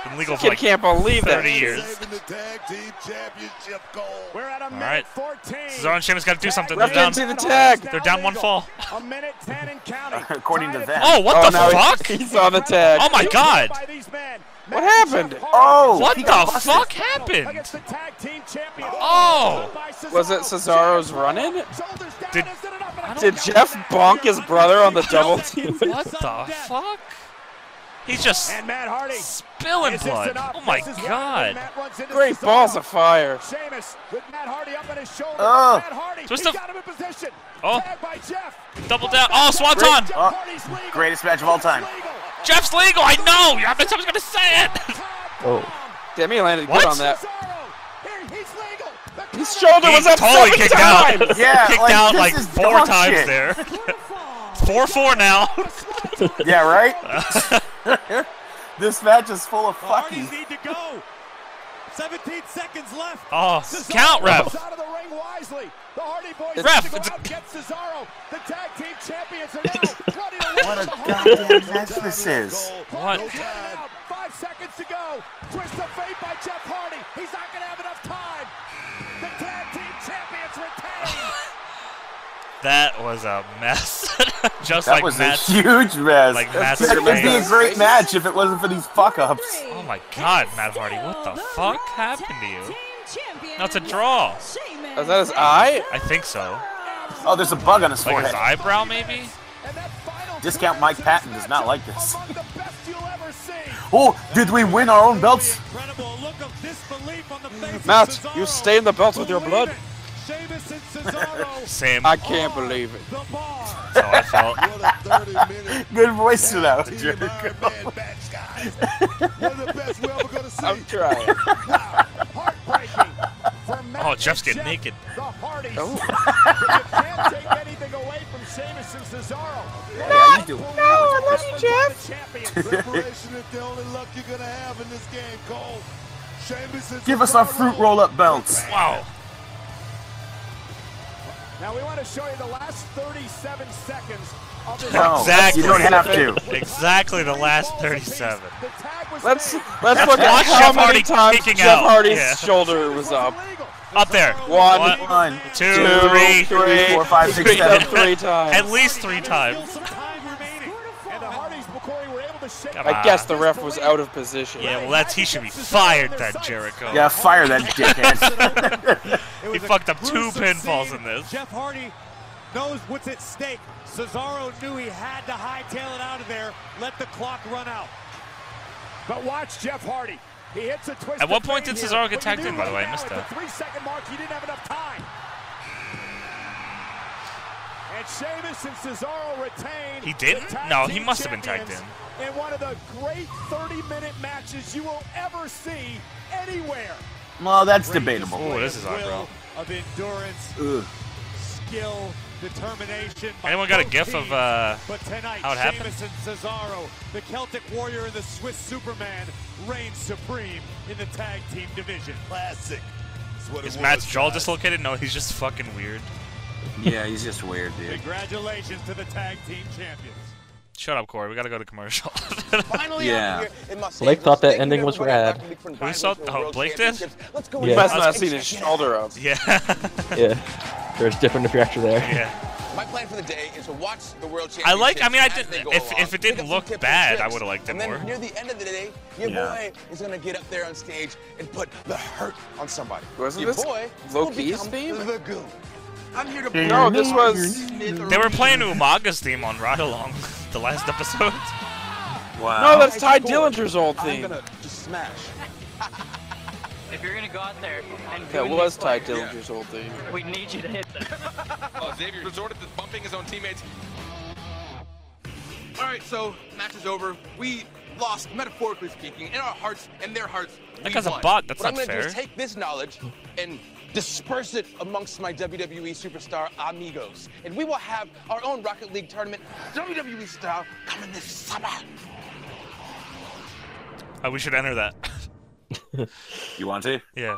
[SPEAKER 1] Been legal for
[SPEAKER 5] Kid
[SPEAKER 1] like
[SPEAKER 5] can't believe
[SPEAKER 1] 30
[SPEAKER 5] that.
[SPEAKER 1] years.
[SPEAKER 10] Saving the tag team championship goal.
[SPEAKER 8] We're at a minute
[SPEAKER 1] right.
[SPEAKER 8] 14.
[SPEAKER 1] Cesaro and Sheamus got to do something. They're
[SPEAKER 5] Ref
[SPEAKER 1] down.
[SPEAKER 5] didn't see the tag.
[SPEAKER 1] They're down one fall.
[SPEAKER 8] A minute 10 and counting.
[SPEAKER 2] According to them.
[SPEAKER 1] Oh, what
[SPEAKER 5] Oh,
[SPEAKER 1] the
[SPEAKER 5] now
[SPEAKER 1] fuck?
[SPEAKER 5] He's, he's on the tag.
[SPEAKER 1] Oh my god!
[SPEAKER 8] By these men.
[SPEAKER 5] What happened?
[SPEAKER 2] Oh,
[SPEAKER 1] What
[SPEAKER 2] he
[SPEAKER 1] the
[SPEAKER 2] got busted.
[SPEAKER 1] fuck happened?
[SPEAKER 8] Against the tag team champion.
[SPEAKER 1] Oh!
[SPEAKER 5] Was it Cesaro's run-in?
[SPEAKER 8] Shoulders down.
[SPEAKER 1] Did-
[SPEAKER 8] Is it enough? And a
[SPEAKER 5] Did
[SPEAKER 8] kick out.
[SPEAKER 5] Jeff bonk his brother on the double team?
[SPEAKER 1] What the fuck? He's just
[SPEAKER 8] And Matt Hardy.
[SPEAKER 1] spilling
[SPEAKER 8] Is this
[SPEAKER 1] blood.
[SPEAKER 8] enough?
[SPEAKER 1] Oh my
[SPEAKER 8] This is why when
[SPEAKER 1] god.
[SPEAKER 8] Matt runs into
[SPEAKER 5] Great
[SPEAKER 8] Cesaro,
[SPEAKER 5] balls of fire.
[SPEAKER 8] Sheamus with Matt Hardy up on his shoulder.
[SPEAKER 2] Oh.
[SPEAKER 8] Matt Hardy.
[SPEAKER 1] Twist
[SPEAKER 8] he
[SPEAKER 1] of-
[SPEAKER 8] got him in position.
[SPEAKER 1] Oh.
[SPEAKER 8] Tag by Jeff.
[SPEAKER 1] Double down. Oh, Swanton!
[SPEAKER 2] Oh,
[SPEAKER 8] Hardy's legal.
[SPEAKER 2] greatest match of all time.
[SPEAKER 1] Jeff's legal. I know. I bet someone's gonna say it.
[SPEAKER 13] Oh.
[SPEAKER 5] Damn, he landed
[SPEAKER 1] What?
[SPEAKER 5] good on that.
[SPEAKER 8] Cesaro. Here, he's legal. The
[SPEAKER 5] His shoulder
[SPEAKER 1] He
[SPEAKER 5] was up
[SPEAKER 1] totally
[SPEAKER 5] seven
[SPEAKER 1] kicked
[SPEAKER 5] times.
[SPEAKER 1] out.
[SPEAKER 2] Yeah,
[SPEAKER 1] kicked
[SPEAKER 2] like,
[SPEAKER 1] out
[SPEAKER 2] this
[SPEAKER 1] like
[SPEAKER 2] is
[SPEAKER 1] four
[SPEAKER 2] dog
[SPEAKER 1] times
[SPEAKER 2] shit.
[SPEAKER 1] there. Four four now.
[SPEAKER 2] Yeah, right. this match is full of fucking.
[SPEAKER 8] need to go. 17 seconds left.
[SPEAKER 1] Oh, count, ref.
[SPEAKER 8] comes out of the ring wisely. The Hardy Boys
[SPEAKER 1] Ref,
[SPEAKER 8] go
[SPEAKER 1] it's a-
[SPEAKER 8] out, gets Cesaro. The tag team champions oh, are now ready to win
[SPEAKER 2] What a
[SPEAKER 8] the Hardy
[SPEAKER 2] goddamn mess this is.
[SPEAKER 1] What?
[SPEAKER 8] Five seconds to go. Twist of fate by Jeff Hardy. He's not going to have enough time. The tag team champions retain.
[SPEAKER 1] That was a mess. Just
[SPEAKER 2] that
[SPEAKER 1] like
[SPEAKER 2] was
[SPEAKER 1] Matt's,
[SPEAKER 2] a huge mess.
[SPEAKER 1] Like Matt's
[SPEAKER 2] That's- that would be a
[SPEAKER 1] face.
[SPEAKER 2] great match if it wasn't for these fuck ups.
[SPEAKER 1] Oh my God, Matt Hardy, what the fuck happened to you? That's a draw.
[SPEAKER 2] Is that his eye?
[SPEAKER 1] I think so.
[SPEAKER 2] Oh, there's a bug on his
[SPEAKER 1] Like his
[SPEAKER 2] forehead.
[SPEAKER 1] eyebrow, maybe.
[SPEAKER 2] Discount Mike Patton does not like this. Oh, did we win our own belts?
[SPEAKER 5] Matt, you stain the belt with your blood.
[SPEAKER 1] Same.
[SPEAKER 5] I can't believe it.
[SPEAKER 1] So I felt.
[SPEAKER 2] Good voice to that,
[SPEAKER 5] I'm trying.
[SPEAKER 1] Oh, Jeff's getting naked.
[SPEAKER 5] Oh.
[SPEAKER 2] Yeah, you do. No,
[SPEAKER 8] I love you,
[SPEAKER 10] Preparation is the only luck you're gonna have in this game, Cole. Sheamus is
[SPEAKER 2] Give us our fruit roll up belts.
[SPEAKER 1] Wow.
[SPEAKER 8] Now we want to show you the last 37 seconds of this.
[SPEAKER 2] No,
[SPEAKER 1] exactly.
[SPEAKER 2] you don't have to.
[SPEAKER 1] Exactly the last 37.
[SPEAKER 5] Let's let's
[SPEAKER 1] That's
[SPEAKER 5] look at
[SPEAKER 1] watch
[SPEAKER 5] how
[SPEAKER 1] Jeff
[SPEAKER 5] many
[SPEAKER 1] Hardy
[SPEAKER 5] times
[SPEAKER 1] kicking
[SPEAKER 5] Jeff
[SPEAKER 1] out.
[SPEAKER 5] Hardy's
[SPEAKER 1] Yeah.
[SPEAKER 5] shoulder was up.
[SPEAKER 1] Up there.
[SPEAKER 5] One,
[SPEAKER 2] One,
[SPEAKER 1] two,
[SPEAKER 5] two,
[SPEAKER 1] three,
[SPEAKER 5] three,
[SPEAKER 2] four, five, six,
[SPEAKER 5] three,
[SPEAKER 2] seven.
[SPEAKER 5] three times.
[SPEAKER 1] At least three times. Come
[SPEAKER 5] I
[SPEAKER 1] on.
[SPEAKER 5] guess the ref was out of position.
[SPEAKER 1] Yeah, well, that's he should be fired then, Jericho.
[SPEAKER 2] Yeah, fire that dickhead.
[SPEAKER 1] he fucked up two pinfalls in this.
[SPEAKER 8] Jeff Hardy knows what's at stake. Cesaro knew he had to hightail it out of there. Let the clock run out. But watch Jeff Hardy. He hits a twist.
[SPEAKER 1] At what
[SPEAKER 8] of
[SPEAKER 1] point
[SPEAKER 8] fate
[SPEAKER 1] did
[SPEAKER 8] here,
[SPEAKER 1] Cesaro
[SPEAKER 8] but
[SPEAKER 1] get
[SPEAKER 8] you
[SPEAKER 1] tagged
[SPEAKER 8] knew
[SPEAKER 1] in, by the
[SPEAKER 8] right
[SPEAKER 1] way? I
[SPEAKER 8] now
[SPEAKER 1] missed
[SPEAKER 8] at the
[SPEAKER 1] that.
[SPEAKER 8] three-second mark, he didn't have enough time. And Sheamus and Cesaro retain.
[SPEAKER 1] He
[SPEAKER 8] the
[SPEAKER 1] didn't?
[SPEAKER 8] tag
[SPEAKER 1] No, he
[SPEAKER 8] team
[SPEAKER 1] must have been tagged
[SPEAKER 8] champions In one of the great 30-minute matches you will ever see anywhere.
[SPEAKER 2] Well, that's debatable.
[SPEAKER 1] Ooh, this is eyebrow.
[SPEAKER 8] Of endurance,
[SPEAKER 2] Ugh.
[SPEAKER 8] skill, determination. by
[SPEAKER 1] Anyone got a
[SPEAKER 8] both
[SPEAKER 1] gif of,
[SPEAKER 8] teams.
[SPEAKER 1] uh,
[SPEAKER 8] But tonight,
[SPEAKER 1] how it happened?
[SPEAKER 8] Sheamus and Cesaro, the Celtic Warrior and the Swiss Superman, reign supreme in the tag team division.
[SPEAKER 10] classic. It's what it
[SPEAKER 1] Is
[SPEAKER 10] was,
[SPEAKER 1] Matt's jaw
[SPEAKER 10] guys.
[SPEAKER 1] dislocated? No, he's just fucking weird.
[SPEAKER 2] Yeah, he's just weird, dude.
[SPEAKER 8] Congratulations to the tag team champions.
[SPEAKER 1] Shut up, Corey. We gotta go to commercial.
[SPEAKER 9] Finally,
[SPEAKER 2] Yeah.
[SPEAKER 9] I'm here in my
[SPEAKER 23] Blake thought that
[SPEAKER 9] Thank you,
[SPEAKER 23] ending was
[SPEAKER 9] everybody. I'm
[SPEAKER 23] rad.
[SPEAKER 9] back to Big Friend
[SPEAKER 1] Who
[SPEAKER 9] Bibles
[SPEAKER 1] saw?
[SPEAKER 9] for the
[SPEAKER 1] Oh,
[SPEAKER 9] World
[SPEAKER 1] Blake did.
[SPEAKER 9] Championships. Let's go.
[SPEAKER 23] Yeah.
[SPEAKER 5] You must not have seen his shoulder up.
[SPEAKER 1] Yeah.
[SPEAKER 23] Yeah. There's different reaction there.
[SPEAKER 1] Yeah.
[SPEAKER 9] My plan for the day is to watch the World Championships.
[SPEAKER 1] I like- I mean, I
[SPEAKER 9] as
[SPEAKER 1] didn't-
[SPEAKER 9] they go
[SPEAKER 1] if-
[SPEAKER 9] along,
[SPEAKER 1] if it
[SPEAKER 9] pick up
[SPEAKER 1] didn't
[SPEAKER 9] some
[SPEAKER 1] look
[SPEAKER 9] tips and
[SPEAKER 1] bad, I
[SPEAKER 9] tricks.
[SPEAKER 1] would've liked it
[SPEAKER 9] And then
[SPEAKER 1] more.
[SPEAKER 9] near the end of the day, your
[SPEAKER 2] Yeah.
[SPEAKER 9] boy is gonna get up there on stage and put the hurt on somebody.
[SPEAKER 5] Wasn't
[SPEAKER 9] your
[SPEAKER 5] this
[SPEAKER 9] boy
[SPEAKER 5] Loki's
[SPEAKER 9] will become
[SPEAKER 5] theme?
[SPEAKER 9] The goon. I'm here to
[SPEAKER 5] No, this was.
[SPEAKER 1] They were playing Umaga's theme on Ride Along, the last episode.
[SPEAKER 5] No, that's Ty
[SPEAKER 9] Score.
[SPEAKER 5] Dillinger's old
[SPEAKER 9] I'm
[SPEAKER 5] theme.
[SPEAKER 9] gonna just smash.
[SPEAKER 13] If you're gonna go out there and
[SPEAKER 5] That
[SPEAKER 13] ruin
[SPEAKER 5] was
[SPEAKER 13] these
[SPEAKER 5] Ty
[SPEAKER 13] players,
[SPEAKER 5] Dillinger's old theme.
[SPEAKER 13] we need you to hit them.
[SPEAKER 24] Uh, Xavier resorted to bumping his own teammates. All right, so match is over. We lost, metaphorically speaking, in our hearts and their hearts.
[SPEAKER 1] That
[SPEAKER 9] We
[SPEAKER 1] guy's a
[SPEAKER 9] won.
[SPEAKER 1] bot, that's
[SPEAKER 9] what
[SPEAKER 1] not
[SPEAKER 9] I'm gonna do is
[SPEAKER 1] fair.
[SPEAKER 9] take this knowledge and disperse it amongst my WWE superstar amigos, and we will have our own Rocket League tournament, WWE style, coming this summer.
[SPEAKER 1] Uh, we should enter that.
[SPEAKER 2] You want to?
[SPEAKER 1] Yeah.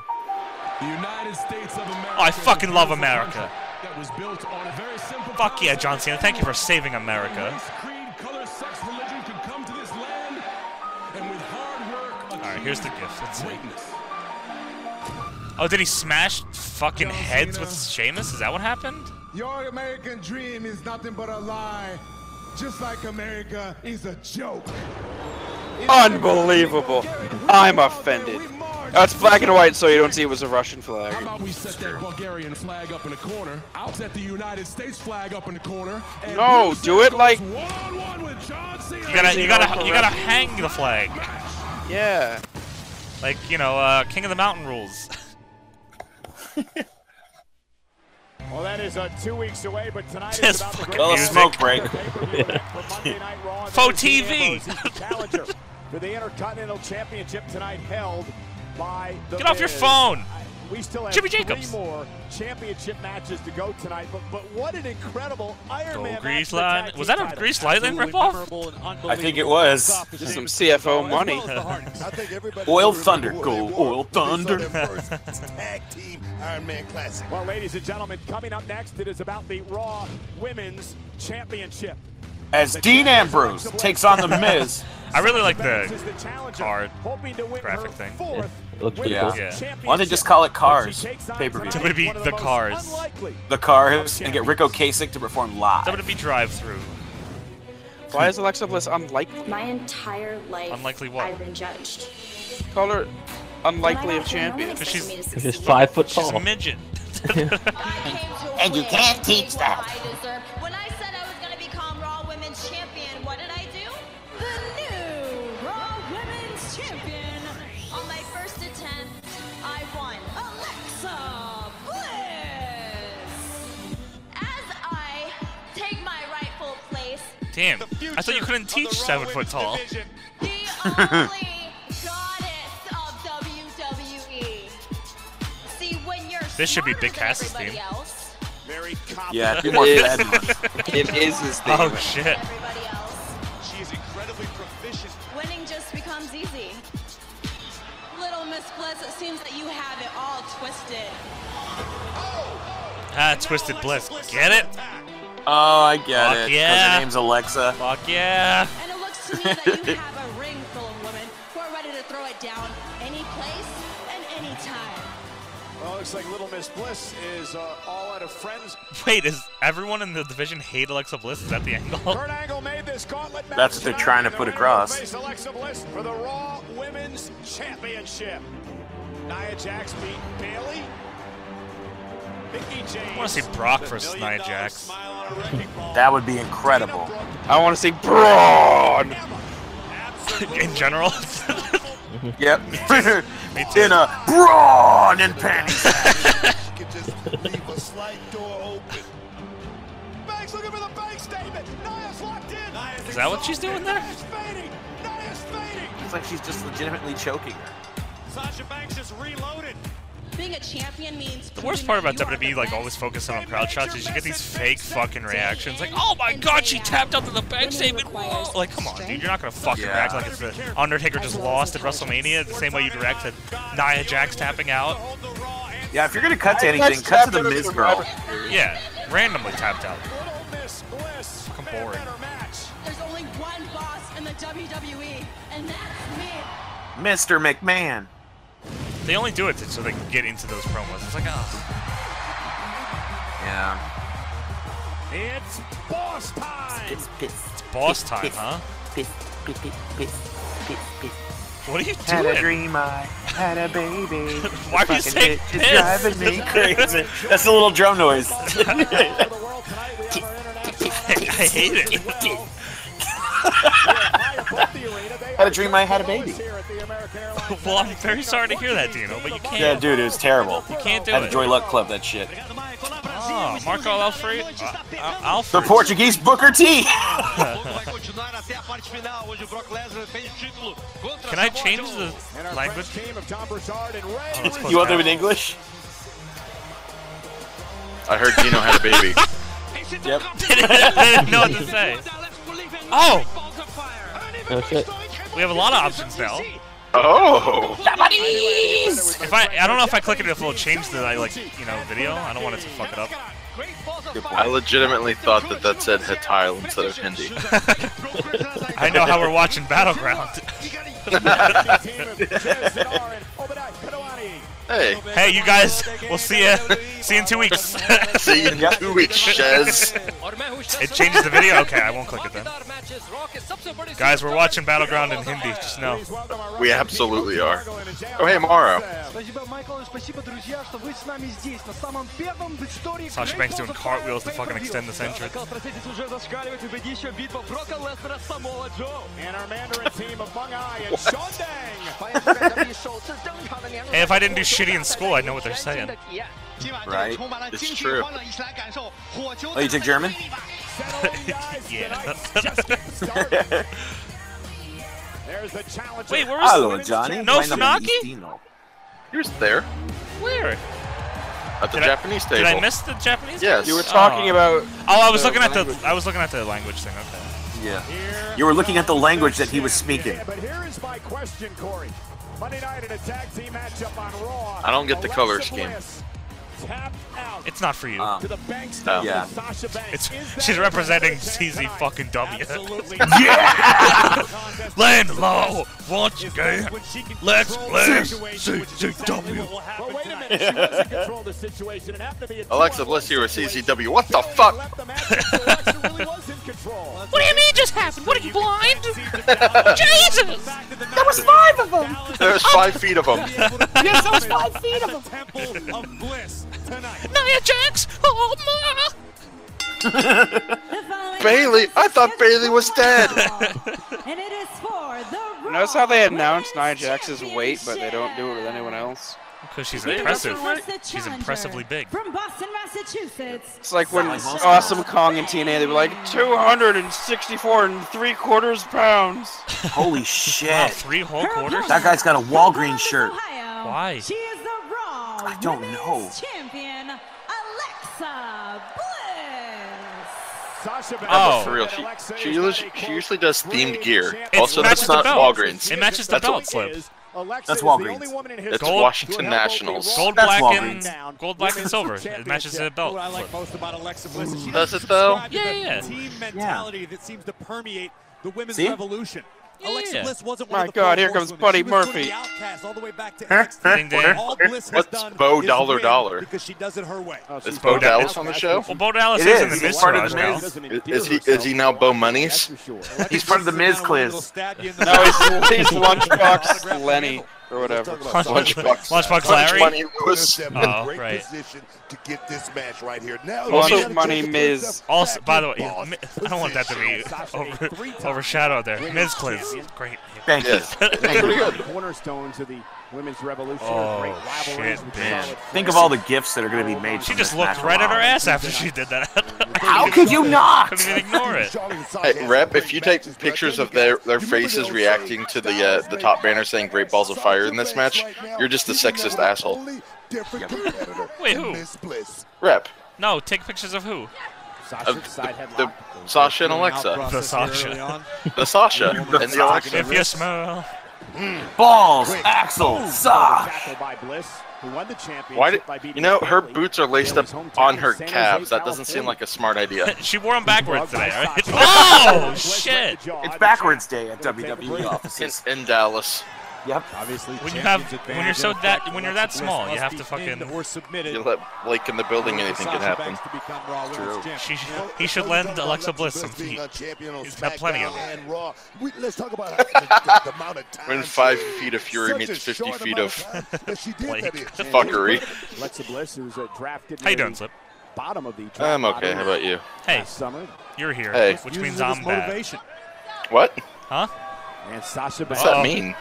[SPEAKER 11] The United States of America.
[SPEAKER 1] Oh, I fucking love
[SPEAKER 11] is a
[SPEAKER 1] America.
[SPEAKER 11] country That was built on a very simple.
[SPEAKER 1] Fuck yeah, John Cena. Thank you for saving America.
[SPEAKER 11] Creed, color, sex, religion could come to this land, and with hard work. All
[SPEAKER 1] right, here's the gift. Let's see. Oh, did he smash fucking heads with Sheamus? Is that what happened?
[SPEAKER 25] Your American dream is nothing but a lie, just like America is a joke.
[SPEAKER 5] Unbelievable. I'm offended. That's black and white, so you don't see it was a Russian
[SPEAKER 11] How
[SPEAKER 5] flag.
[SPEAKER 11] about we set that Bulgarian flag up in the corner? I'll set the United States flag up in the corner. And
[SPEAKER 5] No,
[SPEAKER 11] Rusev
[SPEAKER 5] do it
[SPEAKER 11] goes
[SPEAKER 5] like.
[SPEAKER 11] one-on-one with John Cena.
[SPEAKER 1] Oh, You gotta, you gotta, you gotta hang the flag.
[SPEAKER 5] Yeah.
[SPEAKER 1] Like you know, uh, King of the Mountain rules.
[SPEAKER 8] Well, that is uh, two weeks away, but tonight
[SPEAKER 1] Just
[SPEAKER 8] is about
[SPEAKER 1] fucking
[SPEAKER 8] the great-
[SPEAKER 1] music. Smoke break.
[SPEAKER 8] Pay-per-view event for Monday Night Raw, and
[SPEAKER 1] Faux
[SPEAKER 8] Dean
[SPEAKER 1] TV.
[SPEAKER 8] Ambrose is the challenger for the Intercontinental Championship tonight, held by the
[SPEAKER 1] Get off your
[SPEAKER 8] Miz.
[SPEAKER 1] phone.
[SPEAKER 8] I- We still have
[SPEAKER 1] Jimmy
[SPEAKER 8] three
[SPEAKER 1] Jacobs.
[SPEAKER 8] more championship matches to go tonight, but but what an incredible Iron
[SPEAKER 1] Go
[SPEAKER 8] Man match
[SPEAKER 1] Grease
[SPEAKER 8] for the
[SPEAKER 1] Lightning.
[SPEAKER 8] tag team
[SPEAKER 1] Was that a
[SPEAKER 8] title.
[SPEAKER 1] Grease Lightning
[SPEAKER 8] Absolutely
[SPEAKER 1] ripoff?
[SPEAKER 8] memorable and
[SPEAKER 11] I think it
[SPEAKER 8] unbelievable.
[SPEAKER 11] was.
[SPEAKER 8] Top of the
[SPEAKER 5] Some
[SPEAKER 8] game.
[SPEAKER 5] CFO
[SPEAKER 8] As
[SPEAKER 5] money.
[SPEAKER 8] well as the Hardys.
[SPEAKER 11] Oil Thunder. Go Oil Thunder.
[SPEAKER 8] Tag Team Iron Man Classic. Well, ladies and gentlemen, coming up next, it is about the Raw Women's Championship.
[SPEAKER 11] As Dean Ambrose takes on The Miz.
[SPEAKER 1] I really like the
[SPEAKER 8] Banks is challenger,
[SPEAKER 1] card
[SPEAKER 8] hoping to win
[SPEAKER 1] graphic
[SPEAKER 8] her
[SPEAKER 1] thing.
[SPEAKER 8] fourth
[SPEAKER 6] looks
[SPEAKER 8] pretty
[SPEAKER 11] Yeah.
[SPEAKER 8] cool.
[SPEAKER 11] Why don't they just call it Cars pay per
[SPEAKER 1] That would be
[SPEAKER 11] view?
[SPEAKER 1] the cars.
[SPEAKER 11] The Cars and get Rick Ocasek to perform live.
[SPEAKER 1] That would be drive through.
[SPEAKER 5] Why is Alexa Bliss unlikely?
[SPEAKER 26] My entire life,
[SPEAKER 1] Unlikely what?
[SPEAKER 26] I've been judged.
[SPEAKER 5] Call her unlikely of champion.
[SPEAKER 26] Because she's-
[SPEAKER 6] If it's five foot
[SPEAKER 1] She's
[SPEAKER 6] tall.
[SPEAKER 1] a midget.
[SPEAKER 13] And you can't teach that. I deserve. When I said I was going to become Raw Women's Champion, what did I do? The new Raw Women's Champion. On my first attempt, I won. Alexa Bliss. As I take my rightful place,
[SPEAKER 1] Damn. I thought you couldn't teach seven foot tall.
[SPEAKER 13] the only goddess of WWE. See, when you're
[SPEAKER 1] This should be
[SPEAKER 13] smarter
[SPEAKER 1] Big
[SPEAKER 13] than
[SPEAKER 1] Cass's
[SPEAKER 13] everybody
[SPEAKER 1] theme.
[SPEAKER 13] Else,
[SPEAKER 8] Very
[SPEAKER 11] Yeah,
[SPEAKER 8] confident.
[SPEAKER 11] be more
[SPEAKER 5] It is.
[SPEAKER 11] fabulous.
[SPEAKER 5] It is his thing.
[SPEAKER 1] Oh shit.
[SPEAKER 13] everybody else.
[SPEAKER 4] She is incredibly proficient.
[SPEAKER 13] Winning just becomes easy. Little Miss Bliss, it seems that you have it all twisted.
[SPEAKER 1] Ah, Twisted Bliss. Get it?
[SPEAKER 11] Oh, I get
[SPEAKER 1] Fuck
[SPEAKER 11] it. 'cause
[SPEAKER 1] yeah.
[SPEAKER 11] Her name's Alexa.
[SPEAKER 1] Fuck yeah.
[SPEAKER 13] And it looks to me that you have a ring full of women who are ready to throw it down any place and any time.
[SPEAKER 8] Well, it looks like Little Miss Bliss is uh, all out of friends.
[SPEAKER 1] Wait, is everyone in the division hate Alexa Bliss? Is that the angle?
[SPEAKER 8] Kurt Angle made this gauntlet match.
[SPEAKER 11] That's what they're
[SPEAKER 8] tonight,
[SPEAKER 11] trying to
[SPEAKER 8] and
[SPEAKER 11] put
[SPEAKER 8] the winner will
[SPEAKER 11] across.
[SPEAKER 8] Face Alexa Bliss for the Raw Women's Championship. Nia Jax beat Bailey. Mickey James.
[SPEAKER 1] I wanna see Brock versus Nia Jax.
[SPEAKER 11] That would be incredible.
[SPEAKER 5] I want to see
[SPEAKER 1] Oh,
[SPEAKER 5] Braun.
[SPEAKER 1] In general?
[SPEAKER 11] Yep.
[SPEAKER 1] Me too.
[SPEAKER 11] In a brawn and panties.
[SPEAKER 10] Leave a slight door open.
[SPEAKER 8] Banks looking for the bank statement. Nia's locked in.
[SPEAKER 1] Is that what she's doing there?
[SPEAKER 8] Nia's fading. Nia's fading.
[SPEAKER 11] It's like she's just legitimately choking her.
[SPEAKER 8] Sasha Banks is reloaded.
[SPEAKER 13] Being a champion means
[SPEAKER 1] The worst part about WWE, like always focusing on crowd shots, is you get these fake fucking reactions. Like, oh my god, she tapped onto the bank statement. Whoa. Like, come on, dude, you're not gonna fucking
[SPEAKER 11] Yeah.
[SPEAKER 1] react like it's the Undertaker just lost at WrestMania the same way you'd react to Nia Jax tapping out.
[SPEAKER 11] Yeah, if you're gonna cut to anything, cut to the Miz girl.
[SPEAKER 1] Yeah, randomly tapped out.
[SPEAKER 8] Little Miss Bliss.
[SPEAKER 1] Fucking
[SPEAKER 8] made a
[SPEAKER 1] boring.
[SPEAKER 8] better match.
[SPEAKER 13] There's only one boss in the WWE, and that's me.
[SPEAKER 11] Mr. McMahon.
[SPEAKER 1] They only do it so they can get into those promos. It's like, oh,
[SPEAKER 11] Yeah.
[SPEAKER 8] It's boss time.
[SPEAKER 1] it's boss time, huh? What are you
[SPEAKER 11] Had a
[SPEAKER 1] doing?
[SPEAKER 11] dream I had a baby.
[SPEAKER 1] Why are you saying
[SPEAKER 11] It's driving me
[SPEAKER 1] this?
[SPEAKER 11] crazy. That's a little drum noise.
[SPEAKER 1] I hate it.
[SPEAKER 11] had a dream I had a baby.
[SPEAKER 1] Well, I'm very sorry to hear that, Dino, but you can't.
[SPEAKER 11] Yeah, dude, it was terrible.
[SPEAKER 1] You can't do
[SPEAKER 11] had to
[SPEAKER 1] it.
[SPEAKER 11] Joy Luck Club that shit.
[SPEAKER 8] Um
[SPEAKER 1] Oh, Marco Alfred. Uh, Al-
[SPEAKER 11] The
[SPEAKER 1] Alfred.
[SPEAKER 11] Portuguese Booker T.
[SPEAKER 1] Can I change the language?
[SPEAKER 8] Team of Tom Broussard and Ray.
[SPEAKER 1] Oh, it's supposed
[SPEAKER 11] you
[SPEAKER 1] to
[SPEAKER 11] want them in
[SPEAKER 1] happen.
[SPEAKER 11] English?
[SPEAKER 22] I heard Dino had a baby.
[SPEAKER 11] Yep.
[SPEAKER 1] They didn't- they didn't know what to say. Oh,
[SPEAKER 6] Oh shit.
[SPEAKER 1] we have a lot of options now.
[SPEAKER 22] Oh!
[SPEAKER 1] If I, I don't know if I click it, if it'll change the like, you know, video. I don't want it to fuck it up.
[SPEAKER 22] I legitimately thought that that said Hatile instead of Hindi.
[SPEAKER 1] I know how we're watching Battleground.
[SPEAKER 22] Hey,
[SPEAKER 1] hey, you guys, we'll see ya. See you in two weeks.
[SPEAKER 22] see you in two weeks, Shez.
[SPEAKER 1] it changes the video. Okay, I won't click it then. Guys, we're watching Battleground in Hindi. Just know.
[SPEAKER 22] We absolutely are. Oh, hey, Mara.
[SPEAKER 1] Sasha Banks doing cartwheels to fucking extend this entrance.
[SPEAKER 8] And our Mandarin team of Bung Ai and Sean Dang.
[SPEAKER 1] Hey, if I didn't do shitty in school, I'd know what they're saying.
[SPEAKER 11] Right.
[SPEAKER 22] It's true.
[SPEAKER 11] Oh, you took German?
[SPEAKER 1] yeah.
[SPEAKER 8] There's the challenge.
[SPEAKER 1] Wait, where is
[SPEAKER 11] Hello, Johnny.
[SPEAKER 1] No
[SPEAKER 11] My name is
[SPEAKER 1] Funaki?
[SPEAKER 11] Dino.
[SPEAKER 22] He was there.
[SPEAKER 1] Where?
[SPEAKER 22] At the
[SPEAKER 1] Did I-
[SPEAKER 22] Japanese
[SPEAKER 1] did I
[SPEAKER 22] table.
[SPEAKER 1] miss the Japanese?
[SPEAKER 22] Yes.
[SPEAKER 1] place? Oh. Oh, I was looking at the I was looking at the language thing. Okay.
[SPEAKER 11] Yeah. You were looking at the language that he was speaking.
[SPEAKER 8] Question, Corey. Monday night in a tag team matchup on Raw.
[SPEAKER 22] I don't get the color
[SPEAKER 8] Alexa
[SPEAKER 22] scheme.
[SPEAKER 8] Bliss tapped out
[SPEAKER 1] It's not for you.
[SPEAKER 11] Um,
[SPEAKER 8] to the bank
[SPEAKER 22] Oh.
[SPEAKER 8] statement.
[SPEAKER 22] Yeah.
[SPEAKER 8] Sasha Banks.
[SPEAKER 1] It's
[SPEAKER 8] Is that
[SPEAKER 1] she's
[SPEAKER 8] a
[SPEAKER 1] representing CZ fucking W.
[SPEAKER 8] Yeah!
[SPEAKER 1] Land low once again. Let's play
[SPEAKER 22] CCW.
[SPEAKER 8] But wait a minute, she was in control of the situation. It happened to be a
[SPEAKER 22] Alexa Bliss here with CCW. What the fuck?
[SPEAKER 15] What do you mean just happened? What are you blind? Jesus! There was five of them.
[SPEAKER 22] There's five feet of them.
[SPEAKER 15] yes, there was five feet of them.
[SPEAKER 8] Temple of Bliss tonight.
[SPEAKER 15] Nia Jax. Oh my!
[SPEAKER 22] Bailey, I thought Bailey was dead.
[SPEAKER 13] And it is for the
[SPEAKER 5] Notice how they announce Nia Jax's weight, but they don't do it with anyone else.
[SPEAKER 1] Because she's
[SPEAKER 5] Yeah, that's
[SPEAKER 1] impressive.
[SPEAKER 5] right.
[SPEAKER 1] She's impressively big.
[SPEAKER 13] from Boston, Massachusetts.
[SPEAKER 5] It's like when
[SPEAKER 13] Sasha
[SPEAKER 5] Awesome Kong and TNA, they were like 264 and three quarters pounds.
[SPEAKER 11] Holy shit.
[SPEAKER 1] Three whole quarters?
[SPEAKER 11] That guy's got a Walgreens shirt.
[SPEAKER 1] Why?
[SPEAKER 13] She is the Raw
[SPEAKER 11] I don't know.
[SPEAKER 13] Champion, Alexa Bliss.
[SPEAKER 8] Sasha Banks.
[SPEAKER 22] Oh, for real. She, she, usually, she usually does themed gear.
[SPEAKER 1] It
[SPEAKER 22] Also,
[SPEAKER 1] matches
[SPEAKER 22] that's
[SPEAKER 1] the
[SPEAKER 22] not
[SPEAKER 1] belt.
[SPEAKER 22] Walgreens.
[SPEAKER 1] It matches the
[SPEAKER 22] that's
[SPEAKER 1] belt slip.
[SPEAKER 8] Alexa
[SPEAKER 22] That's
[SPEAKER 8] is the
[SPEAKER 22] Walgreens.
[SPEAKER 8] only woman in
[SPEAKER 22] It's
[SPEAKER 8] history
[SPEAKER 22] Washington Nationals.
[SPEAKER 1] Gold,
[SPEAKER 22] that's
[SPEAKER 1] black, and gold, black, and silver. It matches the belt.
[SPEAKER 8] What I like most about Alexa Bliss is she
[SPEAKER 22] Does
[SPEAKER 8] doesn't
[SPEAKER 22] it, though?
[SPEAKER 8] subscribe to
[SPEAKER 1] Yeah,
[SPEAKER 8] the
[SPEAKER 1] yeah.
[SPEAKER 8] team mentality that seems to permeate the women's
[SPEAKER 22] See?
[SPEAKER 8] revolution. Alexa
[SPEAKER 22] Yeah.
[SPEAKER 8] Bliss wasn't
[SPEAKER 22] My
[SPEAKER 8] one of the
[SPEAKER 22] God,
[SPEAKER 8] four
[SPEAKER 22] here comes
[SPEAKER 8] horsewomen.
[SPEAKER 22] Buddy
[SPEAKER 8] She was one of
[SPEAKER 22] Murphy.
[SPEAKER 8] the outcasts all the way back to
[SPEAKER 22] Ding, ding.
[SPEAKER 8] All Bliss has
[SPEAKER 22] What's
[SPEAKER 8] done
[SPEAKER 22] Bo
[SPEAKER 8] is
[SPEAKER 22] Dollar
[SPEAKER 8] win
[SPEAKER 22] Dollar? Oh,
[SPEAKER 8] Because she does it her way.
[SPEAKER 22] Is Bo Dallas on the show?
[SPEAKER 1] Well, Bo Dallas
[SPEAKER 22] It
[SPEAKER 1] is in the
[SPEAKER 22] He's
[SPEAKER 1] Miz
[SPEAKER 22] part of
[SPEAKER 1] Taraj
[SPEAKER 22] the
[SPEAKER 1] now.
[SPEAKER 22] Miz. Is he, is he now Bo Monies?
[SPEAKER 11] He's part of the Miz quiz.
[SPEAKER 5] No, he's, he's Lunchbox Lenny or whatever.
[SPEAKER 11] Lunchbox-
[SPEAKER 1] Lunchbox Larry?
[SPEAKER 5] Money
[SPEAKER 1] Lewis. Oh,
[SPEAKER 10] great
[SPEAKER 1] right.
[SPEAKER 10] position to get this match right here. Now
[SPEAKER 1] Also-
[SPEAKER 10] you gotta take it to the
[SPEAKER 1] Also, by the way,
[SPEAKER 10] back
[SPEAKER 1] Mi- I don't want that to be over, overshadowed there. Miz Quiz. Great.
[SPEAKER 8] Cornerstone to the women's revolution.
[SPEAKER 1] Oh,
[SPEAKER 8] Great rivalries
[SPEAKER 1] shit,
[SPEAKER 8] with
[SPEAKER 1] man.
[SPEAKER 8] solid
[SPEAKER 11] Think of all the gifts that are going to be made.
[SPEAKER 1] She
[SPEAKER 11] from
[SPEAKER 1] just
[SPEAKER 11] this
[SPEAKER 1] looked
[SPEAKER 11] match
[SPEAKER 1] right at her
[SPEAKER 11] alone.
[SPEAKER 1] ass after she did that.
[SPEAKER 11] How could you not?
[SPEAKER 1] Couldn't even ignore it.
[SPEAKER 22] Hey, Rep, if you take pictures of their, their faces reacting to the uh, the top banner saying "Great Balls of Fire" in this match, you're just a sexist asshole.
[SPEAKER 10] different competitor
[SPEAKER 1] Wait,
[SPEAKER 10] in
[SPEAKER 1] who?
[SPEAKER 10] Miss Bliss.
[SPEAKER 22] Rep,
[SPEAKER 1] No, take pictures of who?
[SPEAKER 22] of the, the Sasha and Alexa,
[SPEAKER 1] The Sasha.
[SPEAKER 22] the Sasha and the Alexa.
[SPEAKER 1] If you smell.
[SPEAKER 11] Balls,
[SPEAKER 8] Quick.
[SPEAKER 11] Axel,
[SPEAKER 8] Boom.
[SPEAKER 11] Sash.
[SPEAKER 8] Tackle by Bliss, who won the championship
[SPEAKER 22] Why did
[SPEAKER 8] by beating
[SPEAKER 22] you know her
[SPEAKER 8] Bayley.
[SPEAKER 22] boots are laced up on her calves? That doesn't seem like a smart idea.
[SPEAKER 1] she wore them backwards today, right? Oh, shit!
[SPEAKER 11] It's backwards day at E. WWE
[SPEAKER 22] In,
[SPEAKER 11] offices.
[SPEAKER 22] in Dallas,
[SPEAKER 11] Yep.
[SPEAKER 8] Obviously,
[SPEAKER 1] When you have, when you're so that, when you're that small, you have to fucking.
[SPEAKER 22] you let Blake in the building, anything can happen.
[SPEAKER 1] She, he should lend Alexa Bliss some feet. He's got plenty of them.
[SPEAKER 10] And Raw. We, let's talk about the, the, the amount of time.
[SPEAKER 22] When five feet of fury meets fifty feet of
[SPEAKER 10] that she did that in.
[SPEAKER 22] fuckery.
[SPEAKER 8] Alexa Bliss, who's a drafted
[SPEAKER 1] How you
[SPEAKER 8] near
[SPEAKER 1] doing,
[SPEAKER 8] the
[SPEAKER 1] Slip?
[SPEAKER 8] bottom of the draft
[SPEAKER 22] I'm okay.
[SPEAKER 8] lottery
[SPEAKER 22] How about you?
[SPEAKER 1] Hey,
[SPEAKER 8] last summer,
[SPEAKER 1] you're here,
[SPEAKER 22] Hey.
[SPEAKER 1] which
[SPEAKER 8] uses
[SPEAKER 1] means
[SPEAKER 8] it as
[SPEAKER 1] I'm bad.
[SPEAKER 8] motivation.
[SPEAKER 22] What?
[SPEAKER 1] Huh?
[SPEAKER 8] And Sasha
[SPEAKER 22] What's that
[SPEAKER 8] Banks
[SPEAKER 22] mean?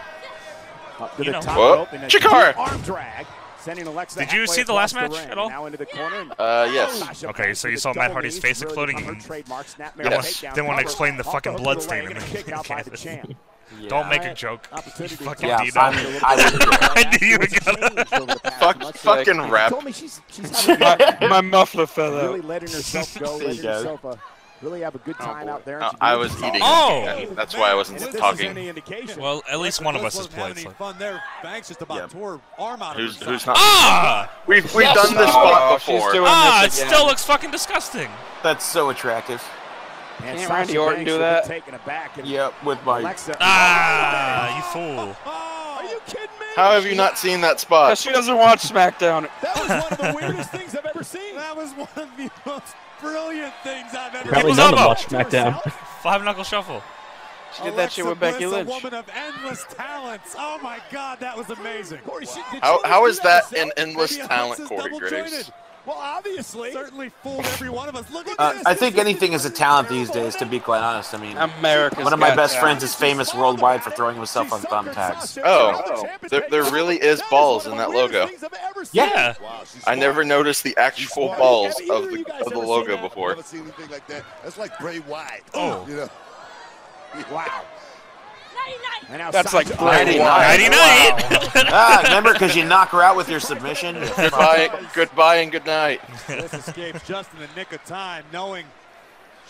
[SPEAKER 8] up to
[SPEAKER 1] You
[SPEAKER 8] the
[SPEAKER 1] know.
[SPEAKER 8] top
[SPEAKER 22] What?
[SPEAKER 8] rope and a
[SPEAKER 22] Chikara!
[SPEAKER 8] deep arm drag, sending Alexa
[SPEAKER 1] Did you
[SPEAKER 8] halfway
[SPEAKER 1] see the last
[SPEAKER 8] across
[SPEAKER 1] match
[SPEAKER 8] ring.
[SPEAKER 1] at all?
[SPEAKER 8] Now into the corner and
[SPEAKER 22] Uh, yes.
[SPEAKER 8] Sasha
[SPEAKER 1] Okay,
[SPEAKER 8] Banks
[SPEAKER 1] so you
[SPEAKER 8] with a
[SPEAKER 1] saw Matt
[SPEAKER 8] double
[SPEAKER 1] Hardy's
[SPEAKER 8] knee,
[SPEAKER 1] face
[SPEAKER 8] really
[SPEAKER 1] exploding.
[SPEAKER 8] on her
[SPEAKER 1] and
[SPEAKER 8] trademark snap
[SPEAKER 1] Didn't
[SPEAKER 8] mare
[SPEAKER 1] want,
[SPEAKER 8] takedown
[SPEAKER 1] didn't want to
[SPEAKER 8] cover.
[SPEAKER 1] explain the
[SPEAKER 8] Off
[SPEAKER 1] fucking
[SPEAKER 8] hook
[SPEAKER 1] blood
[SPEAKER 8] with a leg
[SPEAKER 1] stain. In
[SPEAKER 8] and a
[SPEAKER 1] the
[SPEAKER 8] kick out by the
[SPEAKER 1] canvas.
[SPEAKER 8] champ.
[SPEAKER 1] Don't make a joke. You
[SPEAKER 8] Opportunity to
[SPEAKER 1] fucking
[SPEAKER 11] Yeah,
[SPEAKER 1] Dino.
[SPEAKER 11] I'm- I would agree.
[SPEAKER 1] I knew you were gonna.
[SPEAKER 22] Fuck, fucking rap.
[SPEAKER 8] Told me she's she's
[SPEAKER 5] my,
[SPEAKER 8] having
[SPEAKER 5] my muffler fell
[SPEAKER 8] really
[SPEAKER 5] out.
[SPEAKER 8] letting herself go,
[SPEAKER 11] There you
[SPEAKER 8] letting
[SPEAKER 11] go.
[SPEAKER 8] herself uh, really have a good time out there. and
[SPEAKER 22] Uh,
[SPEAKER 8] she
[SPEAKER 22] I
[SPEAKER 8] did.
[SPEAKER 22] was eating.
[SPEAKER 1] Oh!
[SPEAKER 22] and that's why I wasn't talking.
[SPEAKER 1] Well, at least one of us is
[SPEAKER 3] wasn't having
[SPEAKER 1] played.
[SPEAKER 3] any
[SPEAKER 1] So.
[SPEAKER 3] fun there. Banks just about
[SPEAKER 22] Yeah.
[SPEAKER 3] tore her arm out
[SPEAKER 22] Who's
[SPEAKER 3] of her
[SPEAKER 22] who's not?
[SPEAKER 3] sock.
[SPEAKER 1] Ah!
[SPEAKER 22] We've we've
[SPEAKER 5] Yes.
[SPEAKER 22] done this
[SPEAKER 5] Oh,
[SPEAKER 22] spot
[SPEAKER 5] she's
[SPEAKER 22] before.
[SPEAKER 5] doing-
[SPEAKER 1] Ah! It
[SPEAKER 5] this again.
[SPEAKER 1] still looks fucking disgusting.
[SPEAKER 11] That's so attractive.
[SPEAKER 8] And
[SPEAKER 5] Can't
[SPEAKER 8] Sasha
[SPEAKER 5] Randy Orton
[SPEAKER 8] Banks
[SPEAKER 5] do
[SPEAKER 8] will be
[SPEAKER 5] that?
[SPEAKER 8] Taken aback and
[SPEAKER 11] Yep, with my.
[SPEAKER 8] Alexa.
[SPEAKER 1] Ah! You fool.
[SPEAKER 8] Oh, Are you kidding me?
[SPEAKER 22] How have you not seen that spot?
[SPEAKER 5] She doesn't watch SmackDown.
[SPEAKER 8] That was one of the weirdest things I've ever seen.
[SPEAKER 3] That was one of the most brilliant things I've ever
[SPEAKER 6] Probably
[SPEAKER 1] People's
[SPEAKER 6] none of
[SPEAKER 1] elbow.
[SPEAKER 6] them watch SmackDown.
[SPEAKER 1] Five knuckle shuffle.
[SPEAKER 5] She did that shit with Becky
[SPEAKER 3] Bliss,
[SPEAKER 5] Lynch.
[SPEAKER 3] A woman of endless talents. Oh my God, that was amazing.
[SPEAKER 8] Corey, she- did
[SPEAKER 22] How
[SPEAKER 8] she
[SPEAKER 22] how
[SPEAKER 8] do
[SPEAKER 22] is that
[SPEAKER 8] herself?
[SPEAKER 22] an endless
[SPEAKER 3] Maybe
[SPEAKER 22] talent,
[SPEAKER 3] Alexa's
[SPEAKER 22] Corey
[SPEAKER 3] double-jointed.
[SPEAKER 22] Graves?
[SPEAKER 8] Well, obviously.
[SPEAKER 3] Certainly fooled every one of us. Look at
[SPEAKER 11] Uh,
[SPEAKER 3] this.
[SPEAKER 11] I think anything is a talent these days, to be quite honest. I mean,
[SPEAKER 5] America's
[SPEAKER 11] one of my
[SPEAKER 5] Got
[SPEAKER 11] best
[SPEAKER 5] Talent.
[SPEAKER 11] friends is famous worldwide for throwing himself on thumbtacks.
[SPEAKER 22] Oh, there, there really is balls in that logo.
[SPEAKER 1] Yeah.
[SPEAKER 22] I never noticed the actual balls of the of the logo before.
[SPEAKER 10] Never seen anything like that. That's like Bray Wyatt.
[SPEAKER 1] Oh.
[SPEAKER 10] You know?
[SPEAKER 8] Wow.
[SPEAKER 5] That's like
[SPEAKER 11] Friday night. ah, remember, because you knock her out with your submission.
[SPEAKER 22] Goodbye, goodbye, and good night.
[SPEAKER 8] This escapes just in the nick of time, knowing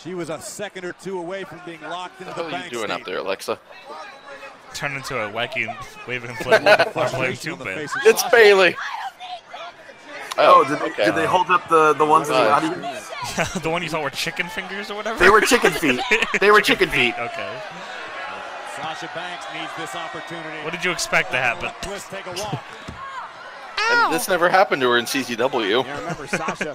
[SPEAKER 8] she was a second or two away from being locked into
[SPEAKER 22] What
[SPEAKER 8] the
[SPEAKER 22] are you
[SPEAKER 8] bank.
[SPEAKER 22] doing up there, Alexa?
[SPEAKER 1] Turned into a wacky waving inflatable or playing tube bed.
[SPEAKER 22] It's Bailey.
[SPEAKER 2] Oh, did, they did they hold up the, the ones in the
[SPEAKER 22] Nice.
[SPEAKER 2] audience?
[SPEAKER 1] the one you saw were chicken fingers or whatever.
[SPEAKER 2] They were chicken feet.
[SPEAKER 11] They were chicken feet.
[SPEAKER 1] Okay.
[SPEAKER 8] Sasha Banks needs this opportunity.
[SPEAKER 1] What did you expect to happen?
[SPEAKER 8] Twist, take a walk.
[SPEAKER 22] And this never happened to her in CCW.
[SPEAKER 8] Yeah, remember, Sasha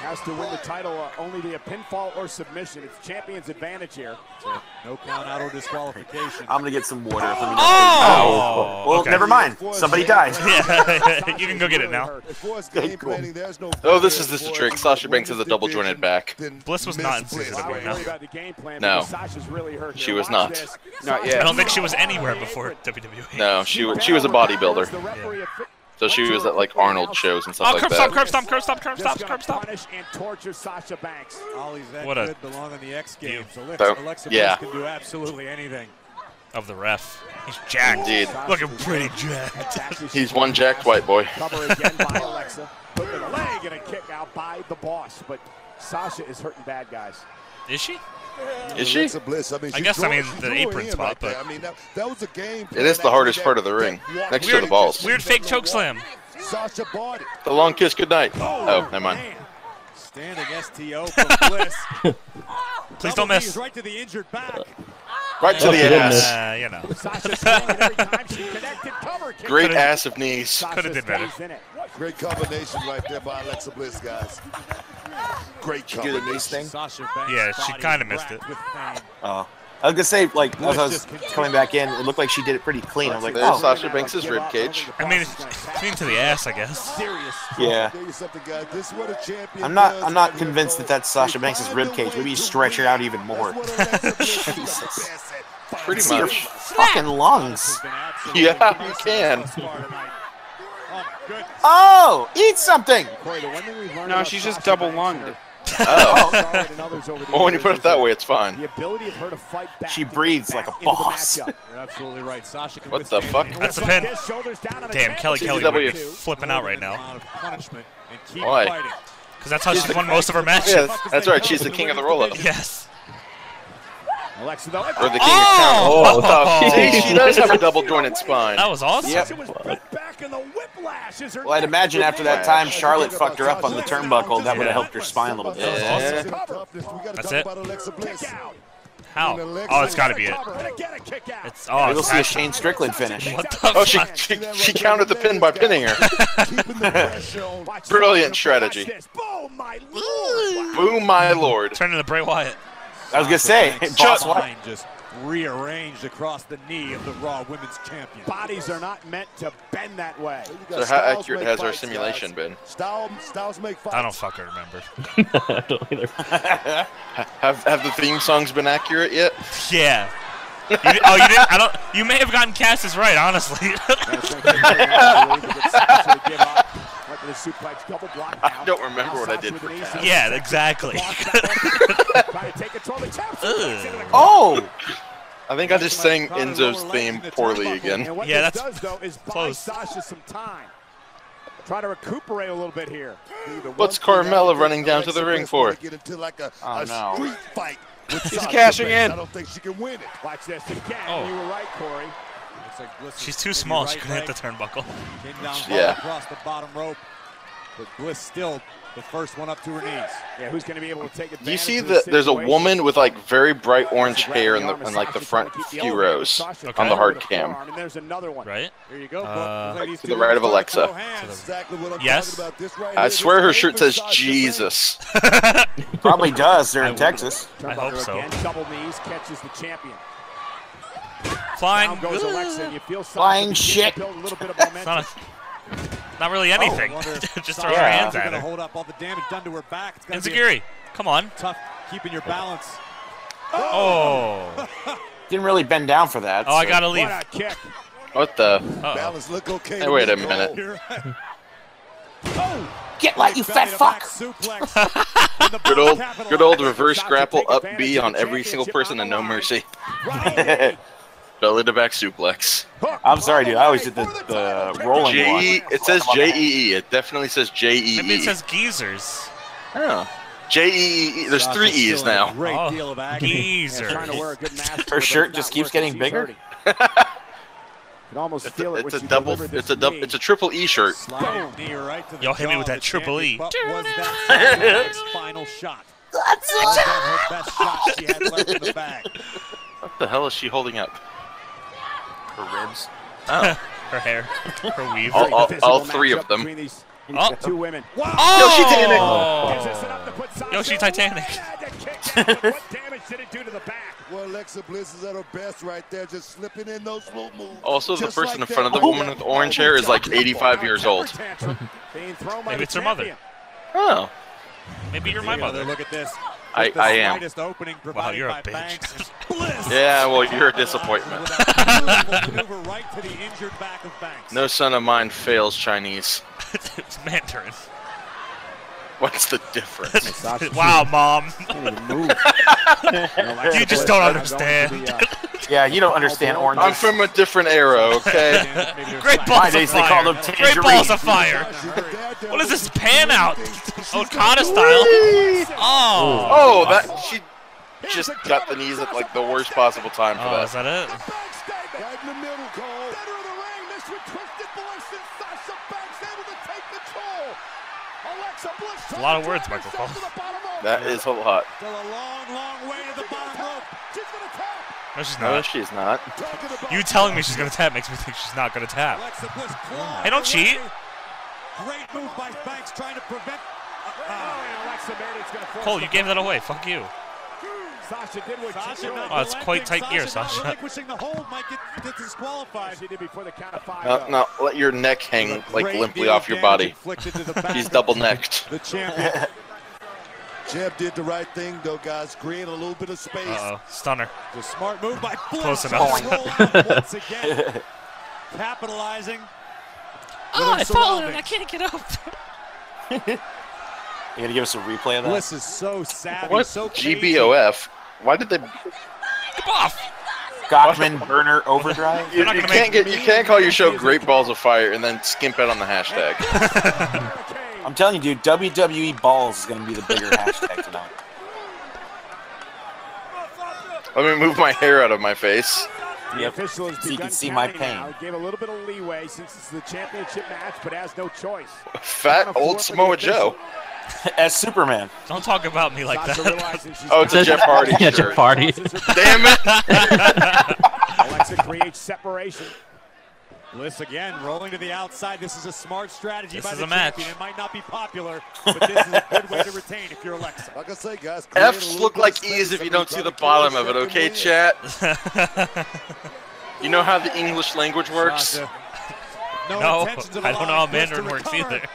[SPEAKER 8] has to win the title uh, only via pinfall or submission. It's champion's advantage here. No count out or disqualification.
[SPEAKER 11] I'm gonna get some water. Let me know.
[SPEAKER 1] Oh!
[SPEAKER 11] well,
[SPEAKER 1] Okay.
[SPEAKER 11] never mind. Somebody died.
[SPEAKER 1] Yeah, you can go get it now.
[SPEAKER 11] Okay, cool.
[SPEAKER 22] Oh, this is this a trick. Sasha Banks has a double jointed back.
[SPEAKER 1] Bliss was not in CCW.
[SPEAKER 8] Worry about the game plan
[SPEAKER 22] No.
[SPEAKER 8] because Sasha's really hurt.
[SPEAKER 22] She
[SPEAKER 8] here.
[SPEAKER 22] was
[SPEAKER 8] Watch
[SPEAKER 22] not.
[SPEAKER 8] this.
[SPEAKER 22] Not
[SPEAKER 1] I don't think she was anywhere before E. WWE.
[SPEAKER 22] No, she wa- she was a bodybuilder,
[SPEAKER 8] Referee
[SPEAKER 22] so she was at like Arnold shows and stuff
[SPEAKER 1] Oh,
[SPEAKER 22] like
[SPEAKER 1] curb stop,
[SPEAKER 22] that.
[SPEAKER 1] curb stop, curb stop, curb stop,
[SPEAKER 8] Just
[SPEAKER 1] curb
[SPEAKER 8] gonna
[SPEAKER 1] stop.
[SPEAKER 8] punish and torture Sasha Banks. Ollie's that
[SPEAKER 1] What a-
[SPEAKER 8] good belong in the X Games. Alexa,
[SPEAKER 22] Don't-
[SPEAKER 8] Alexa
[SPEAKER 22] yeah.
[SPEAKER 8] Bliss can do absolutely anything.
[SPEAKER 1] Of the ref. He's jacked.
[SPEAKER 22] Indeed.
[SPEAKER 1] Looking pretty jacked.
[SPEAKER 22] He's one jacked white boy.
[SPEAKER 8] Cover again by Alexa. Put the leg and a kick out by the boss, but Sasha is hurting bad guys.
[SPEAKER 1] Is she?
[SPEAKER 22] Is she?
[SPEAKER 10] Alexa Bliss, I, mean,
[SPEAKER 1] I
[SPEAKER 10] she
[SPEAKER 1] guess, I
[SPEAKER 10] drew-
[SPEAKER 1] mean,
[SPEAKER 10] she
[SPEAKER 1] the
[SPEAKER 10] drew her
[SPEAKER 1] apron
[SPEAKER 10] in
[SPEAKER 1] spot,
[SPEAKER 10] right there.
[SPEAKER 1] but-
[SPEAKER 10] I mean, that, that was a game.
[SPEAKER 22] It is the hardest part of the ring, next to the balls.
[SPEAKER 1] Weird fake choke slam.
[SPEAKER 10] Sasha bought it.
[SPEAKER 22] The long kiss goodnight. Oh, never mind.
[SPEAKER 8] Standing STO from Bliss.
[SPEAKER 1] Please
[SPEAKER 8] Double
[SPEAKER 1] don't miss.
[SPEAKER 8] knees Right to the injured back.
[SPEAKER 22] Right to
[SPEAKER 1] Oh,
[SPEAKER 22] the
[SPEAKER 1] goodness.
[SPEAKER 22] ass.
[SPEAKER 1] Uh, you know.
[SPEAKER 8] Sasha smiling every time she connected cover kick.
[SPEAKER 22] Great
[SPEAKER 1] Could've-
[SPEAKER 22] ass of knees.
[SPEAKER 1] Coulda did better.
[SPEAKER 8] stays in it.
[SPEAKER 10] Great combination right there by Alexa Bliss, guys. Great
[SPEAKER 11] you do the
[SPEAKER 10] combination.
[SPEAKER 11] knees thing?
[SPEAKER 8] Sasha Banks
[SPEAKER 1] Yeah, she
[SPEAKER 8] body
[SPEAKER 1] kinda missed
[SPEAKER 8] racked
[SPEAKER 1] it.
[SPEAKER 8] with pain.
[SPEAKER 11] Oh. I was gonna say, like, as I was coming back in, it looked like she did it pretty clean. I was like,
[SPEAKER 22] There's
[SPEAKER 11] oh,
[SPEAKER 22] Sasha Banks' rib cage.
[SPEAKER 1] I mean, clean to the ass, I guess.
[SPEAKER 11] yeah.
[SPEAKER 10] Tell you something, guys. This is what a champion
[SPEAKER 11] I'm not.
[SPEAKER 10] does
[SPEAKER 11] I'm
[SPEAKER 10] when
[SPEAKER 11] not
[SPEAKER 10] they're
[SPEAKER 11] convinced that
[SPEAKER 10] bold.
[SPEAKER 11] that's Sasha Banks' rib cage. Maybe you stretch her out even more. Jesus.
[SPEAKER 22] Pretty
[SPEAKER 11] See her
[SPEAKER 22] much.
[SPEAKER 11] fucking lungs.
[SPEAKER 22] Yeah, you can.
[SPEAKER 11] Oh, eat something.
[SPEAKER 8] Corey, the one thing we've learned
[SPEAKER 5] No,
[SPEAKER 8] about
[SPEAKER 5] she's just
[SPEAKER 8] Sasha
[SPEAKER 5] double
[SPEAKER 8] Banks
[SPEAKER 5] lunged.
[SPEAKER 22] Oh.
[SPEAKER 8] and Charlotte and others over the
[SPEAKER 22] Well, Oh, when you
[SPEAKER 8] years
[SPEAKER 22] put it
[SPEAKER 8] is
[SPEAKER 22] that way, it's fine.
[SPEAKER 8] The ability of her to fight back.
[SPEAKER 11] She
[SPEAKER 8] to get
[SPEAKER 11] breathes
[SPEAKER 8] back
[SPEAKER 11] like a
[SPEAKER 8] into the
[SPEAKER 11] boss.
[SPEAKER 8] matchup. You're absolutely right. Sasha can
[SPEAKER 22] What the
[SPEAKER 8] withstand
[SPEAKER 22] fuck?
[SPEAKER 8] anything.
[SPEAKER 1] That's a pin.
[SPEAKER 8] His shoulders down on the
[SPEAKER 1] Damn, Kelly
[SPEAKER 8] canvas.
[SPEAKER 1] Kelly would be
[SPEAKER 22] CCW.
[SPEAKER 1] flipping out right now.
[SPEAKER 8] Amount of punishment and keep
[SPEAKER 22] Why?
[SPEAKER 8] fighting.
[SPEAKER 1] Because that's how she's won most of her matches.
[SPEAKER 22] Yeah, that's- that's right. She's the king of the roll-up.
[SPEAKER 1] Yes.
[SPEAKER 8] Alexa, though,
[SPEAKER 22] Or the king
[SPEAKER 1] Oh!
[SPEAKER 22] of count. See, she does have a double jointed spine.
[SPEAKER 1] That was awesome.
[SPEAKER 22] Yep.
[SPEAKER 8] Sasha was put back in the whiplash. Is her
[SPEAKER 11] Well, I'd
[SPEAKER 8] neck
[SPEAKER 11] imagine after that
[SPEAKER 8] revealed.
[SPEAKER 11] time, Charlotte fucked her up on the turnbuckle. That would have helped her spine a little bit.
[SPEAKER 1] That was That's it.
[SPEAKER 8] Kick out.
[SPEAKER 1] How? Oh, it's got to be it.
[SPEAKER 8] Cover. And again, a kick out.
[SPEAKER 1] It's oh,
[SPEAKER 11] Maybe we'll
[SPEAKER 1] it's
[SPEAKER 11] see a
[SPEAKER 1] actually,
[SPEAKER 11] Shane Strickland finish.
[SPEAKER 1] what the
[SPEAKER 22] Oh, she,
[SPEAKER 1] fuck?
[SPEAKER 22] she, she countered the pin by pinning her.
[SPEAKER 10] Keeping the pressure on.
[SPEAKER 8] Watch
[SPEAKER 22] Brilliant
[SPEAKER 8] this.
[SPEAKER 22] strategy.
[SPEAKER 8] Watch this. Oh, my lord.
[SPEAKER 22] Boom, my lord.
[SPEAKER 1] Turn into Bray Wyatt.
[SPEAKER 11] I was gonna say, boss Wyatt.
[SPEAKER 8] line just rearranged across the knee of the Raw Women's Champion. Bodies are not meant to bend that way.
[SPEAKER 22] So how accurate has our simulation been?
[SPEAKER 10] Styles, styles make fights.
[SPEAKER 1] I don't fucking remember.
[SPEAKER 6] I don't either.
[SPEAKER 22] Have have the theme songs been accurate yet?
[SPEAKER 1] Yeah. You, di- oh, you didn't. I don't. You may have gotten Cass's right, honestly.
[SPEAKER 8] I
[SPEAKER 22] don't remember what I did for Cass.
[SPEAKER 1] yeah, exactly.
[SPEAKER 11] Oh,
[SPEAKER 22] I think I just sang Enzo's theme poorly again.
[SPEAKER 8] And what
[SPEAKER 1] Yeah,
[SPEAKER 8] this
[SPEAKER 1] that's
[SPEAKER 8] does, though, is buy
[SPEAKER 1] close.
[SPEAKER 8] Sasha some time. Try to recuperate a little bit here.
[SPEAKER 22] What's Carmella running down to the ring for?
[SPEAKER 10] Get into like a,
[SPEAKER 11] Oh,
[SPEAKER 10] a
[SPEAKER 11] no.
[SPEAKER 10] street fight. with
[SPEAKER 5] He's
[SPEAKER 10] Sasha
[SPEAKER 5] cashing
[SPEAKER 10] Banks.
[SPEAKER 5] in.
[SPEAKER 10] I don't think she can win it.
[SPEAKER 8] Watch this again.
[SPEAKER 1] Oh.
[SPEAKER 8] You were right, Corey. Looks like Bliss
[SPEAKER 1] She's
[SPEAKER 8] is
[SPEAKER 1] too
[SPEAKER 8] maybe
[SPEAKER 1] small. She
[SPEAKER 8] right
[SPEAKER 1] couldn't hit the
[SPEAKER 8] leg.
[SPEAKER 1] turnbuckle.
[SPEAKER 8] Came down hard
[SPEAKER 22] Yeah.
[SPEAKER 8] across the bottom rope, but Bliss still the first one up to her knees. Yeah, who's going to be able to take advantage?
[SPEAKER 22] Do you see
[SPEAKER 8] of this
[SPEAKER 22] that there's a
[SPEAKER 8] situation?
[SPEAKER 22] woman with like very bright orange
[SPEAKER 8] She's grabbing
[SPEAKER 22] hair in the
[SPEAKER 8] arm of
[SPEAKER 22] in like the
[SPEAKER 8] Sasha,
[SPEAKER 22] front
[SPEAKER 8] trying to keep the
[SPEAKER 22] few
[SPEAKER 8] elbow.
[SPEAKER 22] rows
[SPEAKER 8] Sasha
[SPEAKER 22] on the
[SPEAKER 8] covered
[SPEAKER 22] hard
[SPEAKER 8] with a
[SPEAKER 22] cam?
[SPEAKER 8] forearm, and there's another one.
[SPEAKER 1] Right?
[SPEAKER 8] There you go.
[SPEAKER 1] Uh,
[SPEAKER 8] Book. Ladies,
[SPEAKER 22] To
[SPEAKER 8] do
[SPEAKER 22] the right of
[SPEAKER 8] throw
[SPEAKER 22] Alexa.
[SPEAKER 8] hands.
[SPEAKER 10] Exactly what I'm
[SPEAKER 1] Yes.
[SPEAKER 10] talking about. This right
[SPEAKER 22] I
[SPEAKER 10] here,
[SPEAKER 22] swear
[SPEAKER 10] this
[SPEAKER 22] her
[SPEAKER 10] ain't
[SPEAKER 22] shirt
[SPEAKER 10] for
[SPEAKER 22] says
[SPEAKER 10] Sasha Banks.
[SPEAKER 22] Jesus.
[SPEAKER 11] probably does. They're in Texas.
[SPEAKER 1] I hope
[SPEAKER 8] Turnbuckle
[SPEAKER 1] so.
[SPEAKER 8] Again, double knees catches the champion.
[SPEAKER 1] Flying.
[SPEAKER 8] Down goes Alexa. and You feel something
[SPEAKER 11] Flying
[SPEAKER 8] begin to
[SPEAKER 11] shit.
[SPEAKER 8] Build a little bit of momentum.
[SPEAKER 1] It's not, a- not really anything.
[SPEAKER 8] Oh, I wonder if
[SPEAKER 1] Just
[SPEAKER 8] Sasha
[SPEAKER 1] throw our
[SPEAKER 8] Banks
[SPEAKER 1] hands
[SPEAKER 8] is
[SPEAKER 1] at
[SPEAKER 8] gonna
[SPEAKER 1] her.
[SPEAKER 8] Hold up all the damage done to her back. It's gonna be
[SPEAKER 1] Enziguri, come on.
[SPEAKER 8] tough keeping your balance.
[SPEAKER 1] Oh.
[SPEAKER 11] Didn't really bend down for that.
[SPEAKER 1] Oh, I
[SPEAKER 11] so-
[SPEAKER 1] gotta leave.
[SPEAKER 8] What a kick.
[SPEAKER 22] What the?
[SPEAKER 1] Uh-oh.
[SPEAKER 10] Balance look okay.
[SPEAKER 22] Hey,
[SPEAKER 10] to
[SPEAKER 22] wait
[SPEAKER 10] me,
[SPEAKER 22] a minute.
[SPEAKER 10] Cole.
[SPEAKER 11] get light, you fat fuck.
[SPEAKER 22] Good old good old reverse grapple up B on every single person and no mercy. Belly to back suplex.
[SPEAKER 2] I'm sorry, dude. I always did the, the rolling
[SPEAKER 22] J E.
[SPEAKER 2] one.
[SPEAKER 22] It says J E E. It definitely says J E E.
[SPEAKER 1] Maybe it says geezers.
[SPEAKER 22] Yeah. J E E. There's three E's now.
[SPEAKER 1] oh, Geezers.
[SPEAKER 2] Her shirt just keeps getting bigger.
[SPEAKER 8] Can almost
[SPEAKER 22] feel it. It's a double. It's a double. It's a triple E shirt.
[SPEAKER 1] Y'all hit me with that triple E.
[SPEAKER 8] final shot.
[SPEAKER 15] That's
[SPEAKER 8] her best shot she had left in the bag.
[SPEAKER 22] What the hell is she holding up?
[SPEAKER 2] Her ribs.
[SPEAKER 22] Oh.
[SPEAKER 1] her hair, her weave.
[SPEAKER 22] All,
[SPEAKER 8] Oh.
[SPEAKER 22] all, all three of them.
[SPEAKER 1] Oh.
[SPEAKER 8] Two women.
[SPEAKER 1] Oh! Yoshi Titanic.
[SPEAKER 8] what damage did it do to the back?
[SPEAKER 10] Well, Alexa Bliss is at her best right there, just slipping in those little moves.
[SPEAKER 22] Also, the
[SPEAKER 10] Just
[SPEAKER 22] person
[SPEAKER 10] like
[SPEAKER 22] in front of
[SPEAKER 10] that.
[SPEAKER 22] the woman with the orange hair is like 85 years old.
[SPEAKER 1] Maybe it's her mother.
[SPEAKER 22] Oh,
[SPEAKER 1] Maybe you're my mother.
[SPEAKER 8] Look at this.
[SPEAKER 22] I, I am.
[SPEAKER 1] Wow, you're a bitch.
[SPEAKER 22] Yeah, well, you're a disappointment.
[SPEAKER 8] Maneuver right to the injured back of Banks.
[SPEAKER 22] No son of mine fails Chinese.
[SPEAKER 1] it's Mandarin.
[SPEAKER 22] What's the difference?
[SPEAKER 1] wow, mom.
[SPEAKER 2] Alexa
[SPEAKER 1] you just
[SPEAKER 2] Bliss
[SPEAKER 1] don't
[SPEAKER 2] now
[SPEAKER 1] understand.
[SPEAKER 2] Yeah, you don't understand oranges.
[SPEAKER 22] I'm from a different era, okay?
[SPEAKER 1] Great
[SPEAKER 2] My
[SPEAKER 1] balls of
[SPEAKER 2] days, they
[SPEAKER 1] fire.
[SPEAKER 2] call them
[SPEAKER 1] Great balls
[SPEAKER 2] tangerines.
[SPEAKER 1] of fire. what is this pan out? Okada style. Oh.
[SPEAKER 22] Oh, that she just got the knees at like the worst possible time for
[SPEAKER 1] Oh, is
[SPEAKER 22] that.
[SPEAKER 1] that it?
[SPEAKER 10] Right in the middle, Cole. Center of the ring, this with Twisted Bliss and Sasha Banks able to take control. Alexa Bliss.
[SPEAKER 1] It's a lot of words, Michael Cole.
[SPEAKER 22] That is a lot.
[SPEAKER 8] Still a long, long way to the bottom rope.
[SPEAKER 10] She's gonna tap.
[SPEAKER 1] No, she's
[SPEAKER 22] No,
[SPEAKER 1] not.
[SPEAKER 22] she's not.
[SPEAKER 10] Talking about
[SPEAKER 1] You telling me she's gonna tap makes me think she's not gonna tap.
[SPEAKER 8] Alexa Bliss clawed
[SPEAKER 1] Hey, don't cheat.
[SPEAKER 8] away. Great move by Banks trying to prevent. Uh, and Alexa made it's gonna force
[SPEAKER 1] Cole, you
[SPEAKER 8] the
[SPEAKER 1] gave that away. Fuck you.
[SPEAKER 8] Sasha did what Sasha
[SPEAKER 1] Oh, it's quite tight gear, Sasha.
[SPEAKER 8] Relinquishing the hold might get, get disqualified. She did before the count of five.
[SPEAKER 22] No, no, let your neck hang Uh, like limply off your body. He's double necked.
[SPEAKER 8] The champion.
[SPEAKER 10] Jeb did the right thing though, guys. Create a little bit of space.
[SPEAKER 1] Uh oh. Stunner.
[SPEAKER 8] The smart move by Bliss.
[SPEAKER 1] Close enough.
[SPEAKER 8] Roll out once again, capitalizing.
[SPEAKER 15] Oh,
[SPEAKER 8] With
[SPEAKER 15] I
[SPEAKER 8] her
[SPEAKER 15] followed her and I
[SPEAKER 8] surroundings.
[SPEAKER 15] can't get up.
[SPEAKER 2] You gonna give us a replay of that?
[SPEAKER 8] Bliss is so savvy,
[SPEAKER 22] What?
[SPEAKER 8] so
[SPEAKER 22] GBOF? Why did they?
[SPEAKER 2] Gockman burner overdrive.
[SPEAKER 22] You, you can't get. You can't call your show "Great Balls of Fire" and then skimp out on the hashtag.
[SPEAKER 2] I'm telling you, dude. WWE balls is gonna be the bigger hashtag tonight.
[SPEAKER 22] Let me move my hair out of my face.
[SPEAKER 8] The official has
[SPEAKER 2] So you
[SPEAKER 8] begun
[SPEAKER 2] can see my
[SPEAKER 8] counting now.
[SPEAKER 2] pain.
[SPEAKER 8] Gave a little bit of leeway since it's the championship match, but has no choice.
[SPEAKER 22] Fat Uh, old Samoa Joe.
[SPEAKER 2] As Superman.
[SPEAKER 1] Don't talk about me like
[SPEAKER 8] Sasha
[SPEAKER 1] that.
[SPEAKER 8] realizing she's
[SPEAKER 22] Oh, it's a
[SPEAKER 8] got-
[SPEAKER 22] Jeff Hardy
[SPEAKER 6] Yeah,
[SPEAKER 22] shirt.
[SPEAKER 6] Jeff Hardy.
[SPEAKER 22] Damn it!
[SPEAKER 8] Alexa creates separation. Bliss again rolling to the outside. This is a smart strategy
[SPEAKER 1] This
[SPEAKER 8] by
[SPEAKER 1] is
[SPEAKER 8] the
[SPEAKER 1] a match.
[SPEAKER 8] champion. It might not be popular, but this is a good way to retain if you're Alexa.
[SPEAKER 10] Like I say, guys. create a
[SPEAKER 22] F's
[SPEAKER 10] little
[SPEAKER 22] look
[SPEAKER 10] bit of
[SPEAKER 22] like
[SPEAKER 10] space.
[SPEAKER 22] E's if you
[SPEAKER 10] Somebody's
[SPEAKER 22] don't see the
[SPEAKER 10] gotta
[SPEAKER 22] bottom
[SPEAKER 10] create
[SPEAKER 22] of it.
[SPEAKER 10] something in
[SPEAKER 22] Okay,
[SPEAKER 10] there.
[SPEAKER 22] chat. You know how the English language works.
[SPEAKER 8] Sasha.
[SPEAKER 1] No,
[SPEAKER 8] intentions of
[SPEAKER 1] I don't know how
[SPEAKER 8] allowing Bliss to
[SPEAKER 1] Mandarin works
[SPEAKER 8] recover.
[SPEAKER 1] either.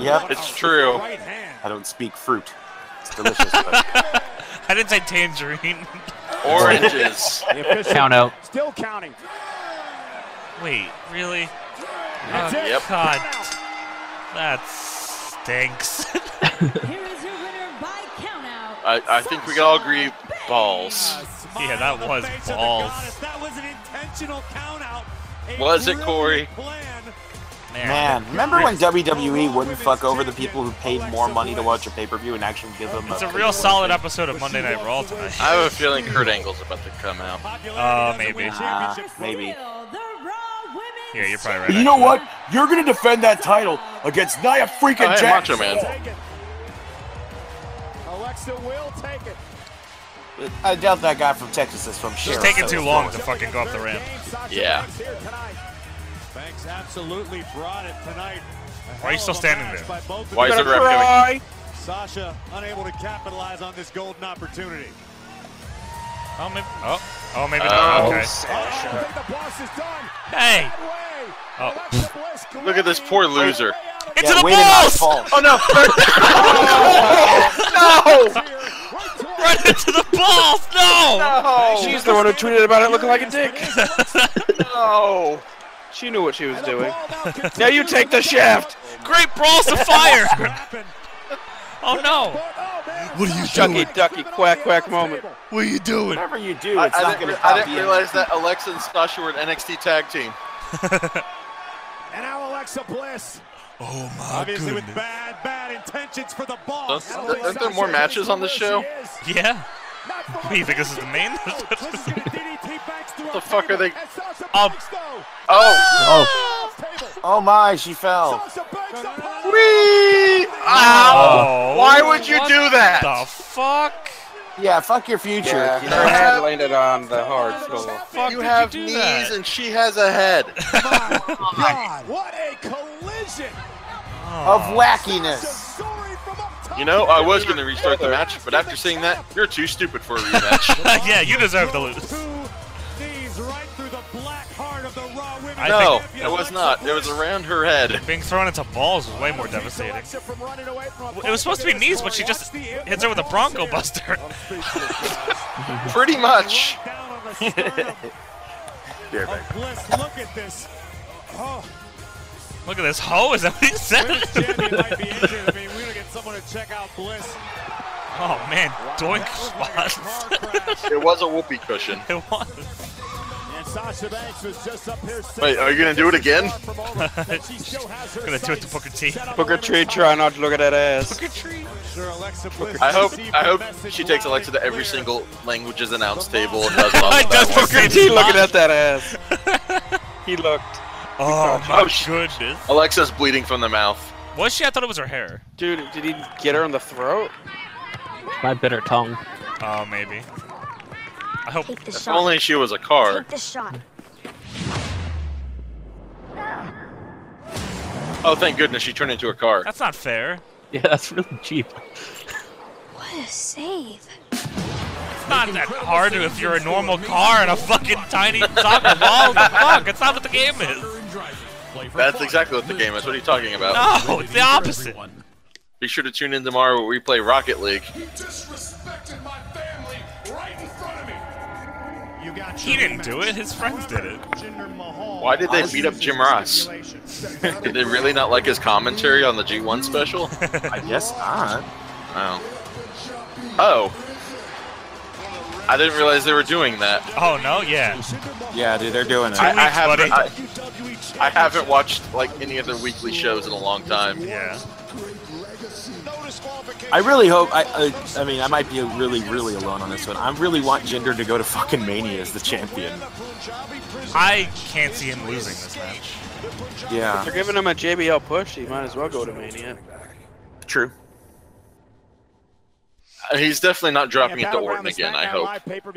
[SPEAKER 2] Yep.
[SPEAKER 22] It's true.
[SPEAKER 8] Right hand.
[SPEAKER 2] I don't speak fruit. It's delicious. but-
[SPEAKER 1] I didn't say tangerine.
[SPEAKER 22] Oranges.
[SPEAKER 8] The official
[SPEAKER 6] Count out.
[SPEAKER 8] Still counting.
[SPEAKER 1] Wait, really?
[SPEAKER 8] That's
[SPEAKER 1] Oh,
[SPEAKER 8] it.
[SPEAKER 22] Yep.
[SPEAKER 1] God,
[SPEAKER 8] Count out.
[SPEAKER 1] that stinks.
[SPEAKER 13] Here is your winner by countout.
[SPEAKER 22] I, I think we can all agree balls.
[SPEAKER 1] yeah, that was balls.
[SPEAKER 8] That was an intentional count out. A
[SPEAKER 22] Was it, Corey?
[SPEAKER 8] brilliant Plan.
[SPEAKER 2] Man, remember when WWE wouldn't fuck over the people who paid more money to watch a pay per view and actually give them
[SPEAKER 1] It's
[SPEAKER 2] a
[SPEAKER 1] a real solid episode of Monday Night Raw tonight.
[SPEAKER 22] I have a feeling Kurt Angle's about to come out.
[SPEAKER 1] Oh, maybe.
[SPEAKER 2] Nah, maybe.
[SPEAKER 1] Yeah, you're probably right.
[SPEAKER 27] You know
[SPEAKER 1] actually.
[SPEAKER 27] what? You're gonna defend that title against Nia freaking
[SPEAKER 22] Oh, hey,
[SPEAKER 27] Jax.
[SPEAKER 22] Macho Man.
[SPEAKER 8] Take it. Alexa will take it.
[SPEAKER 2] I doubt that guy from Texas is from
[SPEAKER 1] It's
[SPEAKER 2] Sheriff.
[SPEAKER 1] taking
[SPEAKER 2] so
[SPEAKER 1] too
[SPEAKER 2] it's
[SPEAKER 1] long
[SPEAKER 2] fine.
[SPEAKER 1] to fucking go off the ramp.
[SPEAKER 8] Game, Sasha
[SPEAKER 22] Yeah.
[SPEAKER 8] Banks here tonight. Banks absolutely brought it tonight. A
[SPEAKER 1] Why are you
[SPEAKER 8] hell
[SPEAKER 1] still
[SPEAKER 8] of a
[SPEAKER 1] standing
[SPEAKER 8] match
[SPEAKER 1] there?
[SPEAKER 8] by both of
[SPEAKER 22] Why is
[SPEAKER 8] these
[SPEAKER 22] the ref coming?
[SPEAKER 8] Sasha unable to capitalize on this golden opportunity.
[SPEAKER 1] Oh, maybe. Oh, oh maybe
[SPEAKER 22] Oh.
[SPEAKER 1] not. Okay.
[SPEAKER 8] Oh, I think the boss is done.
[SPEAKER 1] Hey!
[SPEAKER 8] Way.
[SPEAKER 1] Oh.
[SPEAKER 8] Alexa Bliss
[SPEAKER 22] Look at this poor loser.
[SPEAKER 1] Into
[SPEAKER 2] Yeah,
[SPEAKER 1] the
[SPEAKER 2] way to not
[SPEAKER 1] balls!
[SPEAKER 2] fall.
[SPEAKER 22] Oh no! no!
[SPEAKER 1] Right into the balls! No!
[SPEAKER 22] No!
[SPEAKER 5] She's the one who tweeted about it looking like a dick.
[SPEAKER 22] No!
[SPEAKER 5] She knew what she was doing. Now you take the shaft.
[SPEAKER 1] Great balls of fire!
[SPEAKER 8] Happened.
[SPEAKER 1] Oh no!
[SPEAKER 5] What are you Chucky
[SPEAKER 22] doing?
[SPEAKER 5] Ducky quack quack moment.
[SPEAKER 22] What are you doing?
[SPEAKER 2] Whatever you do,
[SPEAKER 22] I,
[SPEAKER 2] it's
[SPEAKER 22] I
[SPEAKER 2] not
[SPEAKER 22] didn't,
[SPEAKER 2] gonna
[SPEAKER 22] re- I
[SPEAKER 2] copy
[SPEAKER 22] didn't realize
[SPEAKER 2] anything.
[SPEAKER 22] that Alexa and Sasha were an NXT tag team.
[SPEAKER 8] And now Alexa Bliss.
[SPEAKER 22] Oh my
[SPEAKER 8] Obviously, with bad, bad intentions for the boss.
[SPEAKER 22] Don't- don't- aren't there more matches on this show?
[SPEAKER 1] Yeah. What do you think this is the main?
[SPEAKER 22] What the fuck are they?
[SPEAKER 1] Oh.
[SPEAKER 2] Oh. Oh my, she fell.
[SPEAKER 22] Whee!
[SPEAKER 2] Ow!
[SPEAKER 22] Why would you
[SPEAKER 1] oh. What
[SPEAKER 22] do that?
[SPEAKER 1] The fuck?
[SPEAKER 2] Yeah, fuck your future.
[SPEAKER 5] Yeah,
[SPEAKER 2] you
[SPEAKER 5] her
[SPEAKER 2] know?
[SPEAKER 5] head landed on the hard floor.
[SPEAKER 1] Fuck
[SPEAKER 22] you
[SPEAKER 1] did
[SPEAKER 22] have
[SPEAKER 1] you
[SPEAKER 22] knees
[SPEAKER 1] do that?
[SPEAKER 22] and she has a head.
[SPEAKER 8] God, what a collision!
[SPEAKER 2] of wackiness.
[SPEAKER 22] You know, I was going to restart the match, but after seeing that, you're too stupid for a rematch.
[SPEAKER 1] yeah, you deserve to lose. I
[SPEAKER 22] no,
[SPEAKER 1] think-
[SPEAKER 22] it was not. It was around her head.
[SPEAKER 1] Being thrown into balls was way more devastating. It was supposed to be knees, but she just hits her with a Bronco Buster.
[SPEAKER 22] Pretty much.
[SPEAKER 2] There, baby.
[SPEAKER 8] Bliss, look at this. Oh,
[SPEAKER 1] Look at this hoe. Is that what he
[SPEAKER 8] champion might be
[SPEAKER 1] said?
[SPEAKER 8] injured. I mean, we're gonna get someone to check out Bliss.
[SPEAKER 1] oh man, doink
[SPEAKER 22] It was a whoopee cushion.
[SPEAKER 1] it was.
[SPEAKER 8] And Sasha Banks was just up here.
[SPEAKER 22] Wait, are you gonna do it again?
[SPEAKER 1] Gonna do it to Booker T.
[SPEAKER 5] Booker Tree, try not to look at that ass.
[SPEAKER 8] Sure, Alexa Bliss.
[SPEAKER 22] I hope
[SPEAKER 8] received
[SPEAKER 22] I
[SPEAKER 8] the
[SPEAKER 22] hope
[SPEAKER 8] message
[SPEAKER 22] she takes
[SPEAKER 8] loud
[SPEAKER 22] Alexa
[SPEAKER 8] and
[SPEAKER 22] to every single languages announced table and does
[SPEAKER 1] I
[SPEAKER 22] love
[SPEAKER 1] just
[SPEAKER 22] that one.
[SPEAKER 1] Booker T
[SPEAKER 5] He looking
[SPEAKER 1] looked
[SPEAKER 5] at that ass. He looked.
[SPEAKER 1] Oh
[SPEAKER 22] Oh,
[SPEAKER 1] my
[SPEAKER 22] shit.
[SPEAKER 1] goodness.
[SPEAKER 22] Alexa's bleeding from the mouth.
[SPEAKER 1] Was she? I thought it was her hair.
[SPEAKER 5] Dude, did he get her in the throat?
[SPEAKER 6] My bitter tongue.
[SPEAKER 1] Oh, maybe. I hope.
[SPEAKER 15] Take the
[SPEAKER 22] If
[SPEAKER 15] shot.
[SPEAKER 22] only she was a car.
[SPEAKER 15] Take the shot.
[SPEAKER 22] Oh, thank goodness she turned into a car.
[SPEAKER 1] That's not fair.
[SPEAKER 6] Yeah, that's really cheap.
[SPEAKER 15] What a save.
[SPEAKER 1] It's not that hard if you're a normal car and a fucking tiny soccer ball. The fuck? It's not what the game is.
[SPEAKER 22] That's exactly what the game is. What are you talking about?
[SPEAKER 1] No, it's the opposite.
[SPEAKER 22] Be sure to tune in tomorrow where we play Rocket League.
[SPEAKER 28] disrespected my family right in front of me.
[SPEAKER 4] You got
[SPEAKER 1] He didn't do it. His friends did it.
[SPEAKER 22] Why did they beat up Jim Ross? Did they really not like his commentary on the G1 special?
[SPEAKER 2] I guess not.
[SPEAKER 22] Oh. Oh. I didn't realize they were doing that.
[SPEAKER 1] Oh no, yeah.
[SPEAKER 2] Yeah, dude, they're doing it.
[SPEAKER 22] I, I
[SPEAKER 1] weeks, buddy.
[SPEAKER 22] haven't. I, I haven't watched like any of their weekly shows in a long time.
[SPEAKER 1] Yeah.
[SPEAKER 2] I really hope. I, I, I mean, I might be really, really alone on this one. I really want Jinder to go to fucking Mania as the champion.
[SPEAKER 1] I can't see him losing this match.
[SPEAKER 2] Yeah.
[SPEAKER 5] They're giving him a JBL push. He might as well go to Mania.
[SPEAKER 2] True.
[SPEAKER 22] He's definitely not dropping it to Orton again. I hope.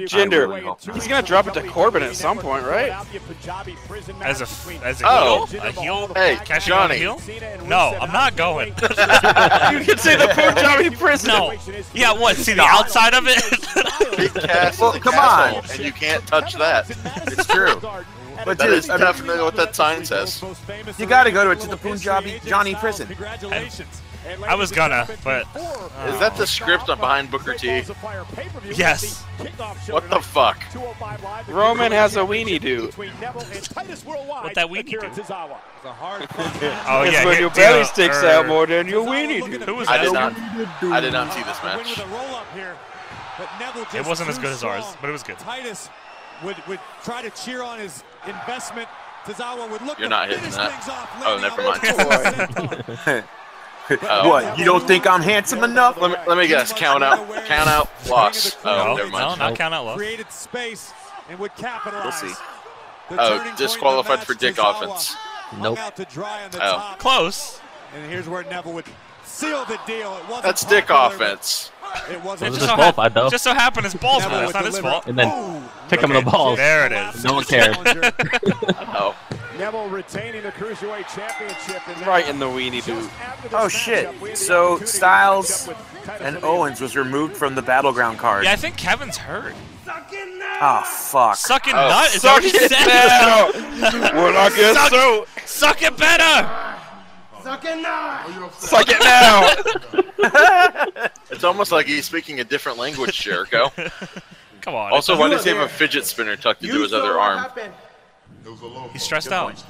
[SPEAKER 5] Gender. He's gonna drop it to Corbin at some point, right?
[SPEAKER 1] As a f- as a
[SPEAKER 22] Oh.
[SPEAKER 1] heel, a heel.
[SPEAKER 22] Hey,
[SPEAKER 1] catching on
[SPEAKER 22] Johnny.
[SPEAKER 1] a heel? No, I'm not going.
[SPEAKER 5] You can say the poor Johnny prison.
[SPEAKER 1] No. Yeah, what? See the outside of it?
[SPEAKER 22] Big Cass
[SPEAKER 2] Well,
[SPEAKER 22] is a
[SPEAKER 2] come
[SPEAKER 22] castle,
[SPEAKER 2] on.
[SPEAKER 22] and you can't touch that. It's true.
[SPEAKER 2] But
[SPEAKER 22] That
[SPEAKER 2] dude,
[SPEAKER 22] is
[SPEAKER 2] I mean-
[SPEAKER 22] definitely what that sign says.
[SPEAKER 2] You gotta go to it to the Punjabi Johnny prison.
[SPEAKER 8] Congratulations. And
[SPEAKER 1] I was gonna, but
[SPEAKER 22] Is that the script on behind Booker T?
[SPEAKER 1] yes.
[SPEAKER 22] What the fuck?
[SPEAKER 5] Roman has a weenie do.
[SPEAKER 1] What that weenie do?
[SPEAKER 5] Oh
[SPEAKER 1] Oh yeah.
[SPEAKER 5] when
[SPEAKER 1] hit
[SPEAKER 5] your belly
[SPEAKER 1] Dino-
[SPEAKER 5] sticks
[SPEAKER 1] er,
[SPEAKER 5] out more than your
[SPEAKER 22] Oh,
[SPEAKER 5] weenie. do.
[SPEAKER 1] Who was
[SPEAKER 22] I did not.
[SPEAKER 1] that?
[SPEAKER 22] I did not see this match.
[SPEAKER 1] It wasn't as good as ours, but it was good.
[SPEAKER 8] Titus would, would try to cheer on his investment. Tazawa would look
[SPEAKER 22] You're
[SPEAKER 8] to
[SPEAKER 22] not hitting
[SPEAKER 8] finish
[SPEAKER 22] that.
[SPEAKER 8] things off,
[SPEAKER 22] Oh,
[SPEAKER 8] landing
[SPEAKER 22] never
[SPEAKER 8] on
[SPEAKER 22] mind.
[SPEAKER 8] the top.
[SPEAKER 22] Oh.
[SPEAKER 2] What? You don't think I'm handsome enough?
[SPEAKER 22] Let me, let me guess. Count out. Count out. Loss.
[SPEAKER 1] No,
[SPEAKER 22] Oh, never
[SPEAKER 1] no,
[SPEAKER 22] mind.
[SPEAKER 1] not count out loss.
[SPEAKER 8] created space and would capitalize.
[SPEAKER 2] We'll see.
[SPEAKER 8] The turning point
[SPEAKER 22] Oh,
[SPEAKER 8] of the
[SPEAKER 22] disqualified
[SPEAKER 8] match,
[SPEAKER 22] for dick
[SPEAKER 8] Tozawa
[SPEAKER 22] offense.
[SPEAKER 8] hung
[SPEAKER 6] Nope.
[SPEAKER 8] out to dry on the
[SPEAKER 22] Oh.
[SPEAKER 8] top,
[SPEAKER 1] Close.
[SPEAKER 8] and here's where Neville would seal the deal. It wasn't
[SPEAKER 22] That's dick
[SPEAKER 8] popular,
[SPEAKER 22] offense.
[SPEAKER 8] but It
[SPEAKER 6] It was
[SPEAKER 8] wasn't
[SPEAKER 1] just
[SPEAKER 6] his
[SPEAKER 1] so
[SPEAKER 6] fault,
[SPEAKER 1] hap-
[SPEAKER 6] I know.
[SPEAKER 1] Just so happened his balls were there.
[SPEAKER 8] Neville
[SPEAKER 1] It's
[SPEAKER 8] would
[SPEAKER 1] not his
[SPEAKER 8] deliver.
[SPEAKER 1] fault.
[SPEAKER 6] And then
[SPEAKER 8] Ooh,
[SPEAKER 6] kick him in the
[SPEAKER 1] Okay,
[SPEAKER 6] balls.
[SPEAKER 1] There it is.
[SPEAKER 6] No one cared.
[SPEAKER 8] challenger.
[SPEAKER 22] Oh,
[SPEAKER 8] Neville retaining the cruiserweight championship. And
[SPEAKER 5] Right in the weenie do.
[SPEAKER 2] Oh shit. So Styles and Owens was removed from the battleground card.
[SPEAKER 1] Yeah, I think Kevin's hurt.
[SPEAKER 2] Oh fuck.
[SPEAKER 1] Sucking
[SPEAKER 22] Oh,
[SPEAKER 1] nut is
[SPEAKER 5] Suck
[SPEAKER 1] that what he
[SPEAKER 5] it
[SPEAKER 1] said?
[SPEAKER 5] better. Well, I guess
[SPEAKER 1] Suck-
[SPEAKER 5] so.
[SPEAKER 1] Suck it better.
[SPEAKER 5] Suck it now.
[SPEAKER 22] it's almost like he's speaking a different language, Jericho.
[SPEAKER 1] Come on.
[SPEAKER 22] Also, why does he have a fidget spinner tucked into his other arm?
[SPEAKER 1] He's stressed out.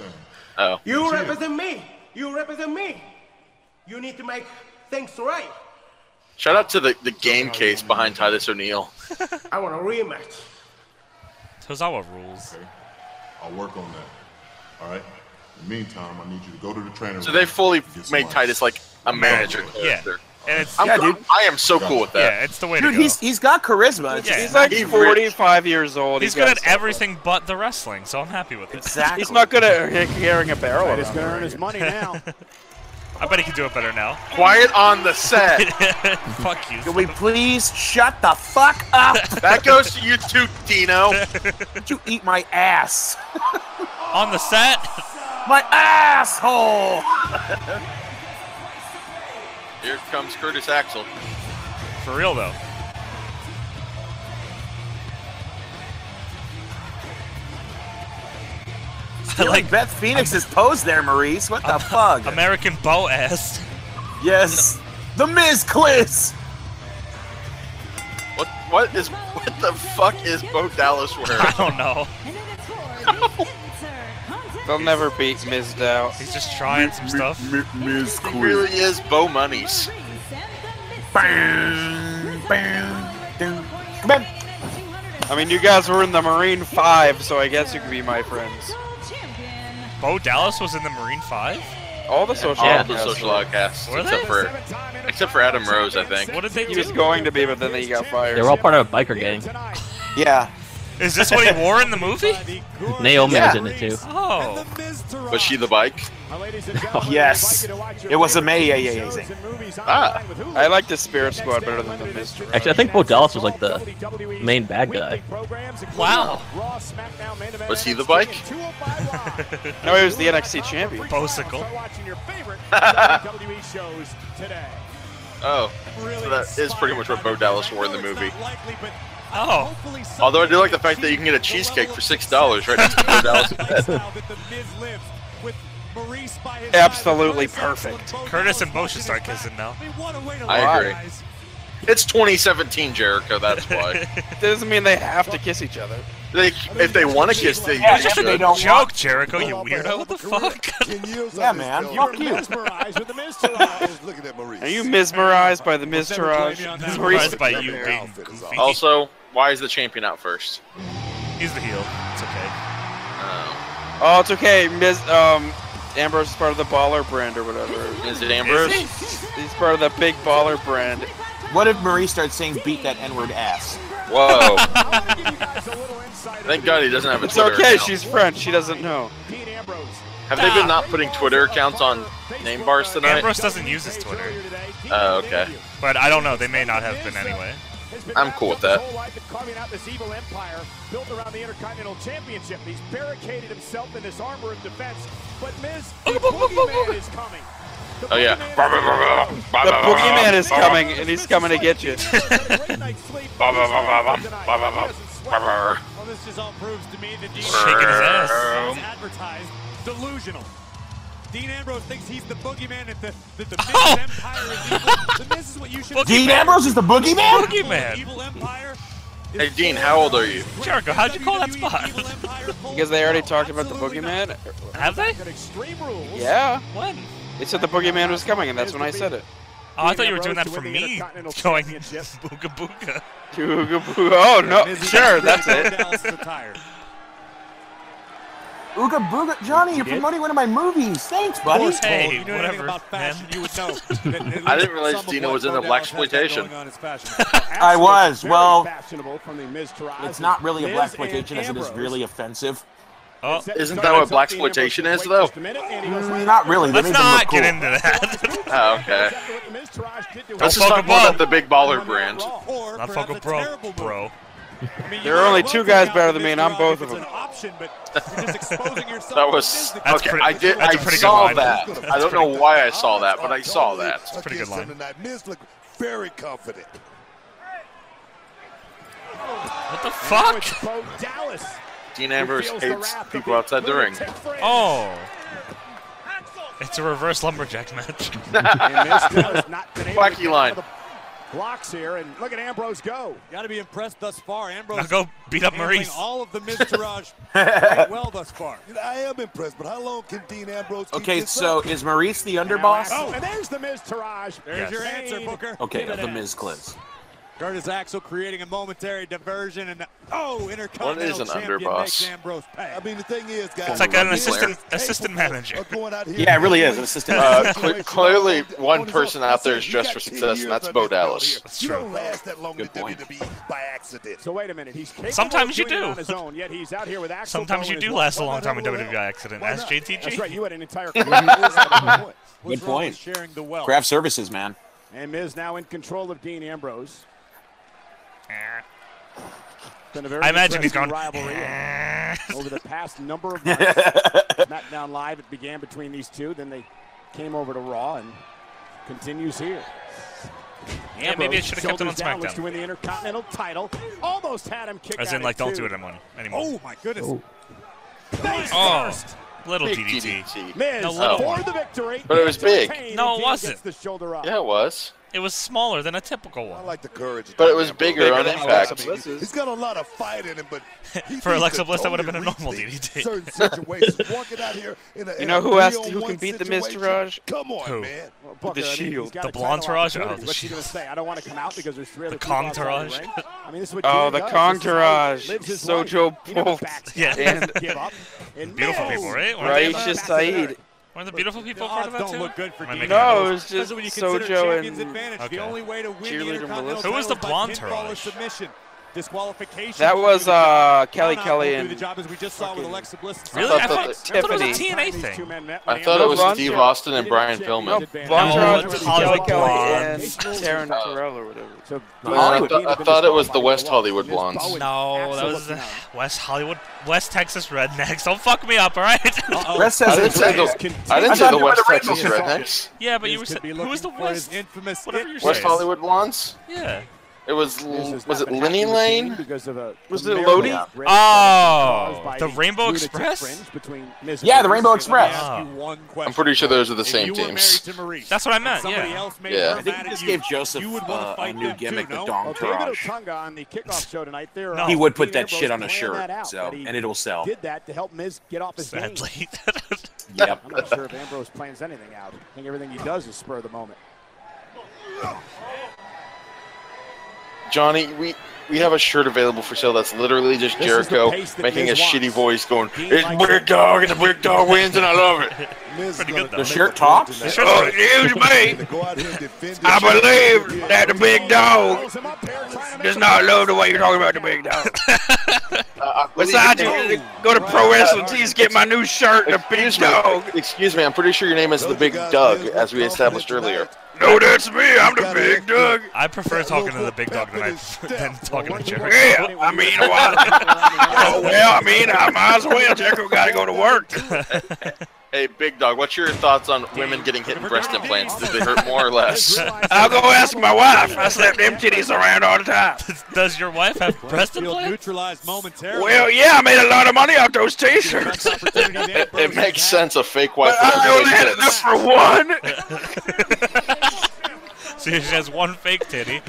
[SPEAKER 22] Oh,
[SPEAKER 7] You represent me. You represent me. You need to make things right.
[SPEAKER 22] Shout out to the, the game case behind Titus O'Neil.
[SPEAKER 9] I want a rematch.
[SPEAKER 1] Tozawa rules.
[SPEAKER 2] I'll work on that. All right. In the meantime, I need you to go to the trainer.
[SPEAKER 22] So
[SPEAKER 2] room
[SPEAKER 22] they fully
[SPEAKER 2] and get some
[SPEAKER 22] made
[SPEAKER 2] ice.
[SPEAKER 22] Titus like a manager character.
[SPEAKER 1] And it's,
[SPEAKER 22] I'm,
[SPEAKER 2] Yeah, dude.
[SPEAKER 22] I am so cool with that.
[SPEAKER 1] Yeah, it's the way
[SPEAKER 2] Dude,
[SPEAKER 1] to go.
[SPEAKER 2] he's he's got charisma. It's-
[SPEAKER 1] Yeah.
[SPEAKER 5] He's like
[SPEAKER 1] He rich.
[SPEAKER 5] 45 years old.
[SPEAKER 1] He's
[SPEAKER 5] He
[SPEAKER 1] good
[SPEAKER 5] got
[SPEAKER 1] at everything but the wrestling, so I'm happy with it.
[SPEAKER 5] He's not good at h- carrying a barrel.
[SPEAKER 1] He's
[SPEAKER 5] around.
[SPEAKER 1] earn his money now. I bet he could do it better now.
[SPEAKER 22] Quiet on the set.
[SPEAKER 1] Fuck you.
[SPEAKER 2] Can we please shut the fuck up?
[SPEAKER 22] that goes to you too, Dino.
[SPEAKER 2] you eat my ass.
[SPEAKER 1] on the set?
[SPEAKER 2] My asshole.
[SPEAKER 22] Here comes Curtis Axel.
[SPEAKER 1] For real though.
[SPEAKER 2] Stealing like Beth Phoenix's pose there, Maurice. What
[SPEAKER 5] uh,
[SPEAKER 2] the fuck?
[SPEAKER 1] American bow ass.
[SPEAKER 2] Yes. The Miz Cliss.
[SPEAKER 22] What what is what the fuck is Bo Dallas wearing?
[SPEAKER 1] I don't know.
[SPEAKER 5] They'll never beat Miz Dow.
[SPEAKER 1] He's just trying some stuff.
[SPEAKER 22] Miz He really is Bo Monies.
[SPEAKER 2] Bam, bam, dun. Come on.
[SPEAKER 5] I mean, you guys were in the Marine 5, so I guess you could be my friends.
[SPEAKER 1] Bo Dallas was in the Marine Five?
[SPEAKER 5] All the social
[SPEAKER 22] All the
[SPEAKER 5] outcasts
[SPEAKER 22] social
[SPEAKER 5] were.
[SPEAKER 22] outcasts,
[SPEAKER 1] Were
[SPEAKER 22] except
[SPEAKER 1] they?
[SPEAKER 22] for except for Adam Rose, I think.
[SPEAKER 1] What did they
[SPEAKER 5] He
[SPEAKER 1] do?
[SPEAKER 5] was going to be, but then he got fired.
[SPEAKER 12] They're all part of a biker gang.
[SPEAKER 5] Yeah.
[SPEAKER 1] Is this what he wore in the movie?
[SPEAKER 12] Naomi
[SPEAKER 22] Yeah.
[SPEAKER 12] was in it too.
[SPEAKER 1] Oh.
[SPEAKER 22] Was she the bike?
[SPEAKER 2] Yes. It was amazing.
[SPEAKER 22] Ah,
[SPEAKER 5] I like the Spirit Squad better than the Miz.
[SPEAKER 12] Actually, I think Bo Dallas was like the main bad guy.
[SPEAKER 1] Wow.
[SPEAKER 22] Was he the bike?
[SPEAKER 8] oh
[SPEAKER 5] No, he was the NXT champion.
[SPEAKER 1] Bosicle.
[SPEAKER 8] WWE E shows today.
[SPEAKER 22] oh, so that is pretty much what Bo Dallas wore in the movie.
[SPEAKER 1] Oh.
[SPEAKER 22] Although I do like the fact that you can get a cheesecake for six dollars right next to Bo Dallas' head.
[SPEAKER 5] Absolutely perfect.
[SPEAKER 1] Curtis and Bo should start kissing now.
[SPEAKER 22] I agree. It's 2017, Jericho. That's why.
[SPEAKER 5] Doesn't mean they have to kiss each other.
[SPEAKER 22] They, if they want to kiss, they
[SPEAKER 5] Yeah,
[SPEAKER 22] they
[SPEAKER 5] if
[SPEAKER 22] should.
[SPEAKER 5] they
[SPEAKER 1] Don't joke, Jericho, Oh, you weirdo. What the fuck?
[SPEAKER 2] Yeah, man. Fuck you.
[SPEAKER 5] Are you mesmerized by the Miz Taraj?
[SPEAKER 1] Mesmerized by you being goofy.
[SPEAKER 22] Also, why is the champion out first?
[SPEAKER 1] He's the heel. It's okay.
[SPEAKER 22] Oh.
[SPEAKER 5] Oh, it's okay. Miz, um, Ambrose is part of the Baller brand or whatever.
[SPEAKER 22] Is it Ambrose?
[SPEAKER 5] He's part of the Big Baller brand.
[SPEAKER 2] What if Marie starts saying beat that N word ass?
[SPEAKER 22] Whoa. Thank God he doesn't have a
[SPEAKER 5] It's
[SPEAKER 22] Twitter
[SPEAKER 5] okay.
[SPEAKER 22] account.
[SPEAKER 5] She's French. She doesn't know.
[SPEAKER 22] Have they been not putting Twitter accounts on name bars tonight?
[SPEAKER 1] Ambrose doesn't use his Twitter,
[SPEAKER 22] Oh, okay.
[SPEAKER 1] but I don't know. They may not have been anyway.
[SPEAKER 22] I'm cool with that.
[SPEAKER 8] Carving out this evil empire built around the Intercontinental Championship. He's barricaded himself in this armor of defense. But Miz, the boogeyman is coming.
[SPEAKER 22] Oh yeah.
[SPEAKER 5] The Boogeyman is coming, and he's coming to get you.
[SPEAKER 8] Well, this just all proves to me that Dean
[SPEAKER 1] Shaking his ass.
[SPEAKER 8] is advertised delusional. Dean Ambrose thinks he's the boogeyman if the, that the Miz
[SPEAKER 1] Oh!
[SPEAKER 8] Empire is evil. The Miz is what you should
[SPEAKER 2] Dean Ambrose is the boogeyman?
[SPEAKER 1] Boogeyman.
[SPEAKER 22] Hey Dean, how old are you?
[SPEAKER 1] Jericho, how'd you call that
[SPEAKER 8] E
[SPEAKER 1] spot?
[SPEAKER 5] Because they already talked about the Boogeyman.
[SPEAKER 1] Have they?
[SPEAKER 5] Yeah.
[SPEAKER 1] When?
[SPEAKER 5] They said the Boogeyman was coming, and that's when I said it.
[SPEAKER 1] Oh, I thought you were doing that for me. Going booga booga.
[SPEAKER 5] Oh no! Sure, that's it.
[SPEAKER 2] Ooga booga. Johnny, you're promoting one of my movies. Thanks, buddy.
[SPEAKER 1] Hey, whatever, man.
[SPEAKER 22] I didn't realize Dino was in the black exploitation.
[SPEAKER 2] I was. Well,
[SPEAKER 29] Fashionable from the Miz Taraj.
[SPEAKER 2] it's not really a
[SPEAKER 29] Miz
[SPEAKER 2] black exploitation
[SPEAKER 29] and
[SPEAKER 2] as it is
[SPEAKER 29] Ambrose.
[SPEAKER 2] really offensive.
[SPEAKER 1] Oh,
[SPEAKER 22] Isn't that what black exploitation is though?
[SPEAKER 2] Mm, Not really. They
[SPEAKER 1] let's
[SPEAKER 2] made them look
[SPEAKER 1] not
[SPEAKER 2] cool.
[SPEAKER 1] get into that.
[SPEAKER 22] Oh, okay. Let's just
[SPEAKER 1] fuck
[SPEAKER 22] talk
[SPEAKER 1] him
[SPEAKER 22] more
[SPEAKER 1] up.
[SPEAKER 22] about the big baller brand.
[SPEAKER 1] Not fucking bro, bro.
[SPEAKER 5] There are only two guys better than me, and I'm both of them.
[SPEAKER 22] That was
[SPEAKER 1] That's
[SPEAKER 22] okay.
[SPEAKER 1] pretty-
[SPEAKER 22] I did.
[SPEAKER 1] that's
[SPEAKER 22] I
[SPEAKER 1] a pretty good
[SPEAKER 22] saw
[SPEAKER 1] line.
[SPEAKER 22] that.
[SPEAKER 1] That's
[SPEAKER 22] I don't know
[SPEAKER 1] pretty
[SPEAKER 22] why I saw that, but I saw that.
[SPEAKER 1] It's a pretty good
[SPEAKER 10] against him
[SPEAKER 1] line.
[SPEAKER 10] Tonight. Miz looked very confident.
[SPEAKER 1] What the fuck?
[SPEAKER 22] Dean Ambrose hates people outside the ring.
[SPEAKER 1] Oh. It's a reverse lumberjack match.
[SPEAKER 22] Wacky line.
[SPEAKER 8] blocks here, and look at Ambrose go.
[SPEAKER 9] Got to be impressed thus far. Ambrose.
[SPEAKER 1] Now go beat up
[SPEAKER 9] handling
[SPEAKER 1] Maurice.
[SPEAKER 9] All of the Miztourage quite well thus far.
[SPEAKER 10] I am impressed, but how long can Dean Ambrose keep
[SPEAKER 11] Okay,
[SPEAKER 10] this
[SPEAKER 11] so
[SPEAKER 10] up?
[SPEAKER 11] is Maurice the underboss?
[SPEAKER 8] Oh, and there's the Miz Taraj.
[SPEAKER 9] There's your answer, Booker.
[SPEAKER 11] Okay,
[SPEAKER 9] Give it
[SPEAKER 11] of the
[SPEAKER 9] out.
[SPEAKER 11] Miz clips.
[SPEAKER 9] Curtis Axel creating a momentary diversion, and oh, Intercontinental
[SPEAKER 22] What is an
[SPEAKER 9] Champion
[SPEAKER 22] underboss?
[SPEAKER 9] makes Ambrose pay.
[SPEAKER 10] I mean, the thing is, guys,
[SPEAKER 22] It's like an
[SPEAKER 10] Dean is
[SPEAKER 22] assistant-
[SPEAKER 10] capable
[SPEAKER 1] assistant manager.
[SPEAKER 10] of going out here
[SPEAKER 11] Yeah, it
[SPEAKER 10] and
[SPEAKER 11] really is
[SPEAKER 10] doing
[SPEAKER 11] an assistant
[SPEAKER 22] Uh,
[SPEAKER 11] manager.
[SPEAKER 22] cle clearly, one person out there is dressed for success, and that's Bo Dallas.
[SPEAKER 1] That's
[SPEAKER 10] You
[SPEAKER 1] true.
[SPEAKER 10] don't last that long in
[SPEAKER 22] Good point.
[SPEAKER 10] WWE by accident.
[SPEAKER 8] So wait a minute, he's capable
[SPEAKER 1] Sometimes
[SPEAKER 8] of
[SPEAKER 1] you
[SPEAKER 8] doing it
[SPEAKER 1] do.
[SPEAKER 8] on his own, yet he's out here with Axel.
[SPEAKER 1] Sometimes you
[SPEAKER 8] Bowman
[SPEAKER 1] do
[SPEAKER 8] as
[SPEAKER 1] last a
[SPEAKER 8] well.
[SPEAKER 1] long time in WWE accident. Ask JTG.
[SPEAKER 8] That's right, you had an entire.
[SPEAKER 11] Good
[SPEAKER 8] What's wrong with
[SPEAKER 11] point.
[SPEAKER 8] Sharing the wealth.
[SPEAKER 11] Craft services, man.
[SPEAKER 8] And Miz now in control of Dean Ambrose. Been a very
[SPEAKER 1] I imagine he's
[SPEAKER 8] interesting
[SPEAKER 1] gone.
[SPEAKER 8] rivalry and over the past number of months. SmackDown Live it began between these two, then they came over to Raw and continues here.
[SPEAKER 1] Yeah, maybe it
[SPEAKER 8] Ambrose,
[SPEAKER 1] should have kept him on
[SPEAKER 8] shoulders down, looks to
[SPEAKER 1] SmackDown.
[SPEAKER 8] win the Intercontinental title. Almost had him kicked
[SPEAKER 1] As
[SPEAKER 8] out
[SPEAKER 1] in, like,
[SPEAKER 8] at
[SPEAKER 1] don't
[SPEAKER 8] two.
[SPEAKER 1] do it anymore. anymore.
[SPEAKER 9] Oh my goodness!
[SPEAKER 1] Oh, little
[SPEAKER 22] Big
[SPEAKER 1] DDT.
[SPEAKER 22] DDT.
[SPEAKER 8] Miz
[SPEAKER 1] No, little
[SPEAKER 8] for
[SPEAKER 1] one.
[SPEAKER 8] the victory.
[SPEAKER 22] But it was big.
[SPEAKER 8] Retain,
[SPEAKER 1] No, it
[SPEAKER 8] Dean
[SPEAKER 1] wasn't.
[SPEAKER 8] gets The shoulder up.
[SPEAKER 22] Yeah, it was.
[SPEAKER 1] It was smaller than a typical one.
[SPEAKER 10] like the courage.
[SPEAKER 22] But it was bigger on
[SPEAKER 10] than
[SPEAKER 22] impact.
[SPEAKER 10] Alexa Bliss is. He's got a lot of fight in him, but he
[SPEAKER 1] For
[SPEAKER 10] needs
[SPEAKER 1] Alexa
[SPEAKER 10] to
[SPEAKER 1] Bliss, that would have been a
[SPEAKER 10] totally
[SPEAKER 1] normal
[SPEAKER 10] rethink
[SPEAKER 1] DDT.
[SPEAKER 10] Certain situations, walking out here in a,
[SPEAKER 5] You
[SPEAKER 10] in
[SPEAKER 5] know
[SPEAKER 10] a
[SPEAKER 5] who has to-
[SPEAKER 10] three
[SPEAKER 5] who
[SPEAKER 10] on
[SPEAKER 5] can
[SPEAKER 10] one
[SPEAKER 5] beat the Miz
[SPEAKER 10] situation.
[SPEAKER 5] Taraj?
[SPEAKER 10] Come on,
[SPEAKER 1] Who?
[SPEAKER 10] man.
[SPEAKER 8] Well, Booker,
[SPEAKER 1] The
[SPEAKER 8] I mean,
[SPEAKER 1] Shield.
[SPEAKER 8] he's got
[SPEAKER 1] The
[SPEAKER 8] a
[SPEAKER 1] Blonde
[SPEAKER 8] title
[SPEAKER 1] Taraj? Oh,
[SPEAKER 8] opportunity.
[SPEAKER 1] the
[SPEAKER 8] What's she going to say? I don't want to come out because there's really
[SPEAKER 1] The Kong Taraj?
[SPEAKER 8] I mean, this is what
[SPEAKER 5] Oh,
[SPEAKER 8] Dean
[SPEAKER 5] the
[SPEAKER 8] does.
[SPEAKER 5] Kong
[SPEAKER 8] This is how he
[SPEAKER 5] Taraj.
[SPEAKER 8] lives his
[SPEAKER 5] So
[SPEAKER 8] life.
[SPEAKER 5] Joe
[SPEAKER 8] He never
[SPEAKER 5] Bolt.
[SPEAKER 8] backs
[SPEAKER 1] Yeah.
[SPEAKER 8] down, doesn't give up. And
[SPEAKER 1] Beautiful
[SPEAKER 8] Miz
[SPEAKER 1] people, right? Weren't they-
[SPEAKER 5] Raisha
[SPEAKER 8] Saeed.
[SPEAKER 5] Saeed.
[SPEAKER 1] Weren't the beautiful people
[SPEAKER 9] The
[SPEAKER 1] part of
[SPEAKER 9] odds
[SPEAKER 1] that
[SPEAKER 9] Oh, don't
[SPEAKER 1] too?
[SPEAKER 9] look good for
[SPEAKER 1] Am I
[SPEAKER 9] Dean.
[SPEAKER 1] making that up?
[SPEAKER 5] No, it was just
[SPEAKER 9] Especially when you consider
[SPEAKER 5] Sojo
[SPEAKER 9] champions
[SPEAKER 5] and
[SPEAKER 9] advantage.
[SPEAKER 1] Okay.
[SPEAKER 9] The only way to win
[SPEAKER 5] Cheerleader
[SPEAKER 9] the Intercontinental
[SPEAKER 5] Melissa.
[SPEAKER 1] Who was the
[SPEAKER 9] title
[SPEAKER 1] blonde
[SPEAKER 9] is by pinfall or
[SPEAKER 1] Taraj?
[SPEAKER 9] submission. Disqualification.
[SPEAKER 5] that was uh, Kelly
[SPEAKER 9] Count out
[SPEAKER 5] Kelly
[SPEAKER 9] will do
[SPEAKER 5] and
[SPEAKER 9] the job as we just saw with Alexa Bliss. and
[SPEAKER 1] Really? I
[SPEAKER 22] I
[SPEAKER 1] thought,
[SPEAKER 22] thought
[SPEAKER 1] I thought it was a
[SPEAKER 5] Tiffany-
[SPEAKER 1] TNA
[SPEAKER 8] These two
[SPEAKER 1] thing.
[SPEAKER 8] men met when
[SPEAKER 22] I thought it was
[SPEAKER 5] Blonde
[SPEAKER 22] Steve
[SPEAKER 5] Taraj.
[SPEAKER 22] Austin and Brian Pillman.
[SPEAKER 5] Blonde
[SPEAKER 1] No,
[SPEAKER 5] Taraj
[SPEAKER 1] it's
[SPEAKER 5] versus
[SPEAKER 1] Hollywood
[SPEAKER 5] Kelly Kelly
[SPEAKER 1] Blonde.
[SPEAKER 5] and Taryn Terrell or whatever.
[SPEAKER 8] So
[SPEAKER 22] No, I thought- I thought it was the West Hollywood Blondes.
[SPEAKER 1] No, that was the West Hollywood, West Texas rednecks. Don't fuck me up, all
[SPEAKER 9] Uh-uh.
[SPEAKER 1] right?
[SPEAKER 11] Rest
[SPEAKER 22] I
[SPEAKER 11] has
[SPEAKER 22] didn't say the, I didn't say the West Texas Rednecks.
[SPEAKER 1] yeah, but you were
[SPEAKER 9] Miz could
[SPEAKER 1] saying,
[SPEAKER 9] be
[SPEAKER 1] who was the
[SPEAKER 9] looking for his
[SPEAKER 1] West?
[SPEAKER 9] Infamous
[SPEAKER 1] Whatever
[SPEAKER 9] hit.
[SPEAKER 1] you're
[SPEAKER 22] West
[SPEAKER 1] saying.
[SPEAKER 22] Hollywood Blondes?
[SPEAKER 1] Yeah.
[SPEAKER 22] It was,
[SPEAKER 8] This
[SPEAKER 22] l-
[SPEAKER 8] has
[SPEAKER 22] was
[SPEAKER 8] not
[SPEAKER 22] it
[SPEAKER 8] been
[SPEAKER 22] Lenny
[SPEAKER 8] happening to
[SPEAKER 22] Lane?
[SPEAKER 8] Dean because of a-
[SPEAKER 9] Was
[SPEAKER 8] a
[SPEAKER 9] it
[SPEAKER 8] marital
[SPEAKER 9] Lodi?
[SPEAKER 8] red flag
[SPEAKER 1] Oh,
[SPEAKER 8] caused by
[SPEAKER 1] the Rainbow
[SPEAKER 8] lunatic
[SPEAKER 1] Express?
[SPEAKER 8] fringe between Miz and
[SPEAKER 11] Yeah, the
[SPEAKER 8] Maurice.
[SPEAKER 11] Rainbow
[SPEAKER 8] Let me
[SPEAKER 11] Express.
[SPEAKER 8] ask
[SPEAKER 1] Ah.
[SPEAKER 8] you-
[SPEAKER 9] One question.
[SPEAKER 22] I'm pretty sure those are the
[SPEAKER 9] If
[SPEAKER 22] same
[SPEAKER 9] you were
[SPEAKER 22] teams.
[SPEAKER 9] married to Maurice,
[SPEAKER 1] That's what I meant,
[SPEAKER 9] and somebody
[SPEAKER 1] yeah.
[SPEAKER 9] Else made
[SPEAKER 22] Yeah.
[SPEAKER 9] her
[SPEAKER 22] I
[SPEAKER 9] mad
[SPEAKER 11] think
[SPEAKER 9] at
[SPEAKER 11] this
[SPEAKER 9] you,
[SPEAKER 11] gave Joseph,
[SPEAKER 9] you would wanna
[SPEAKER 11] uh,
[SPEAKER 9] fight
[SPEAKER 11] a new
[SPEAKER 9] them too,
[SPEAKER 11] gimmick, the
[SPEAKER 9] no?
[SPEAKER 11] Dong
[SPEAKER 8] Well, David
[SPEAKER 11] Taraj.
[SPEAKER 8] Otunga on the kickoff show tonight. There,
[SPEAKER 1] No.
[SPEAKER 11] He would put
[SPEAKER 8] Dean
[SPEAKER 11] that
[SPEAKER 8] Ambrose
[SPEAKER 11] shit on a
[SPEAKER 8] planned
[SPEAKER 11] shirt,
[SPEAKER 8] that out,
[SPEAKER 11] so
[SPEAKER 8] but he
[SPEAKER 11] and it'll sell.
[SPEAKER 8] Did that to help Miz get off his game.
[SPEAKER 1] Sadly.
[SPEAKER 11] Yep.
[SPEAKER 8] I'm not sure if Ambrose plans anything out. I think everything he does is spur of the moment.
[SPEAKER 22] Johnny, we we have a shirt available for sale that's literally just
[SPEAKER 8] This is the
[SPEAKER 22] Jericho
[SPEAKER 8] pace that
[SPEAKER 22] making a
[SPEAKER 8] Miz wants.
[SPEAKER 22] shitty voice going,
[SPEAKER 8] Dean
[SPEAKER 22] It's
[SPEAKER 8] likes
[SPEAKER 22] Big
[SPEAKER 8] it.
[SPEAKER 22] Dog and the Big Dog wins and I love it.
[SPEAKER 10] Miz
[SPEAKER 1] Pretty
[SPEAKER 10] gonna
[SPEAKER 1] good, though.
[SPEAKER 10] make
[SPEAKER 1] The
[SPEAKER 11] shirt
[SPEAKER 10] point
[SPEAKER 11] tops?
[SPEAKER 10] tonight.
[SPEAKER 1] The
[SPEAKER 22] Oh, it was me.
[SPEAKER 10] To go out here and defend
[SPEAKER 22] I
[SPEAKER 10] his right
[SPEAKER 22] believe
[SPEAKER 10] to
[SPEAKER 22] that the Big Dog
[SPEAKER 8] Pulls him up there, trying to make
[SPEAKER 22] does
[SPEAKER 8] him-
[SPEAKER 22] not love the way you're talking about the Big Dog. Besides, you go to Pro Wrestling Tees, get my new shirt, the Big Dog. Excuse me, I'm pretty sure your name is the Big Doug, as we established earlier. No, that's me. I'm the Big Doug.
[SPEAKER 1] I prefer talking to the big dog than, I, than talking to Jericho.
[SPEAKER 22] Yeah, I mean, why? oh, well, I mean, I might as well. Jericho got to go to work. hey, Big Dog, what's your thoughts on women getting hit in breast implants? Did they hurt more or less? I'll go ask my wife. I slap them titties around all the time.
[SPEAKER 1] Does your wife have breast
[SPEAKER 9] Field
[SPEAKER 1] implants?
[SPEAKER 9] neutralized momentarily.
[SPEAKER 22] Well, yeah, I made a lot of money off those t-shirts.
[SPEAKER 9] Opportunity that Ambrose has had.
[SPEAKER 22] sense a fake wife.
[SPEAKER 9] But I only had
[SPEAKER 22] enough for one.
[SPEAKER 1] So she has one fake titty,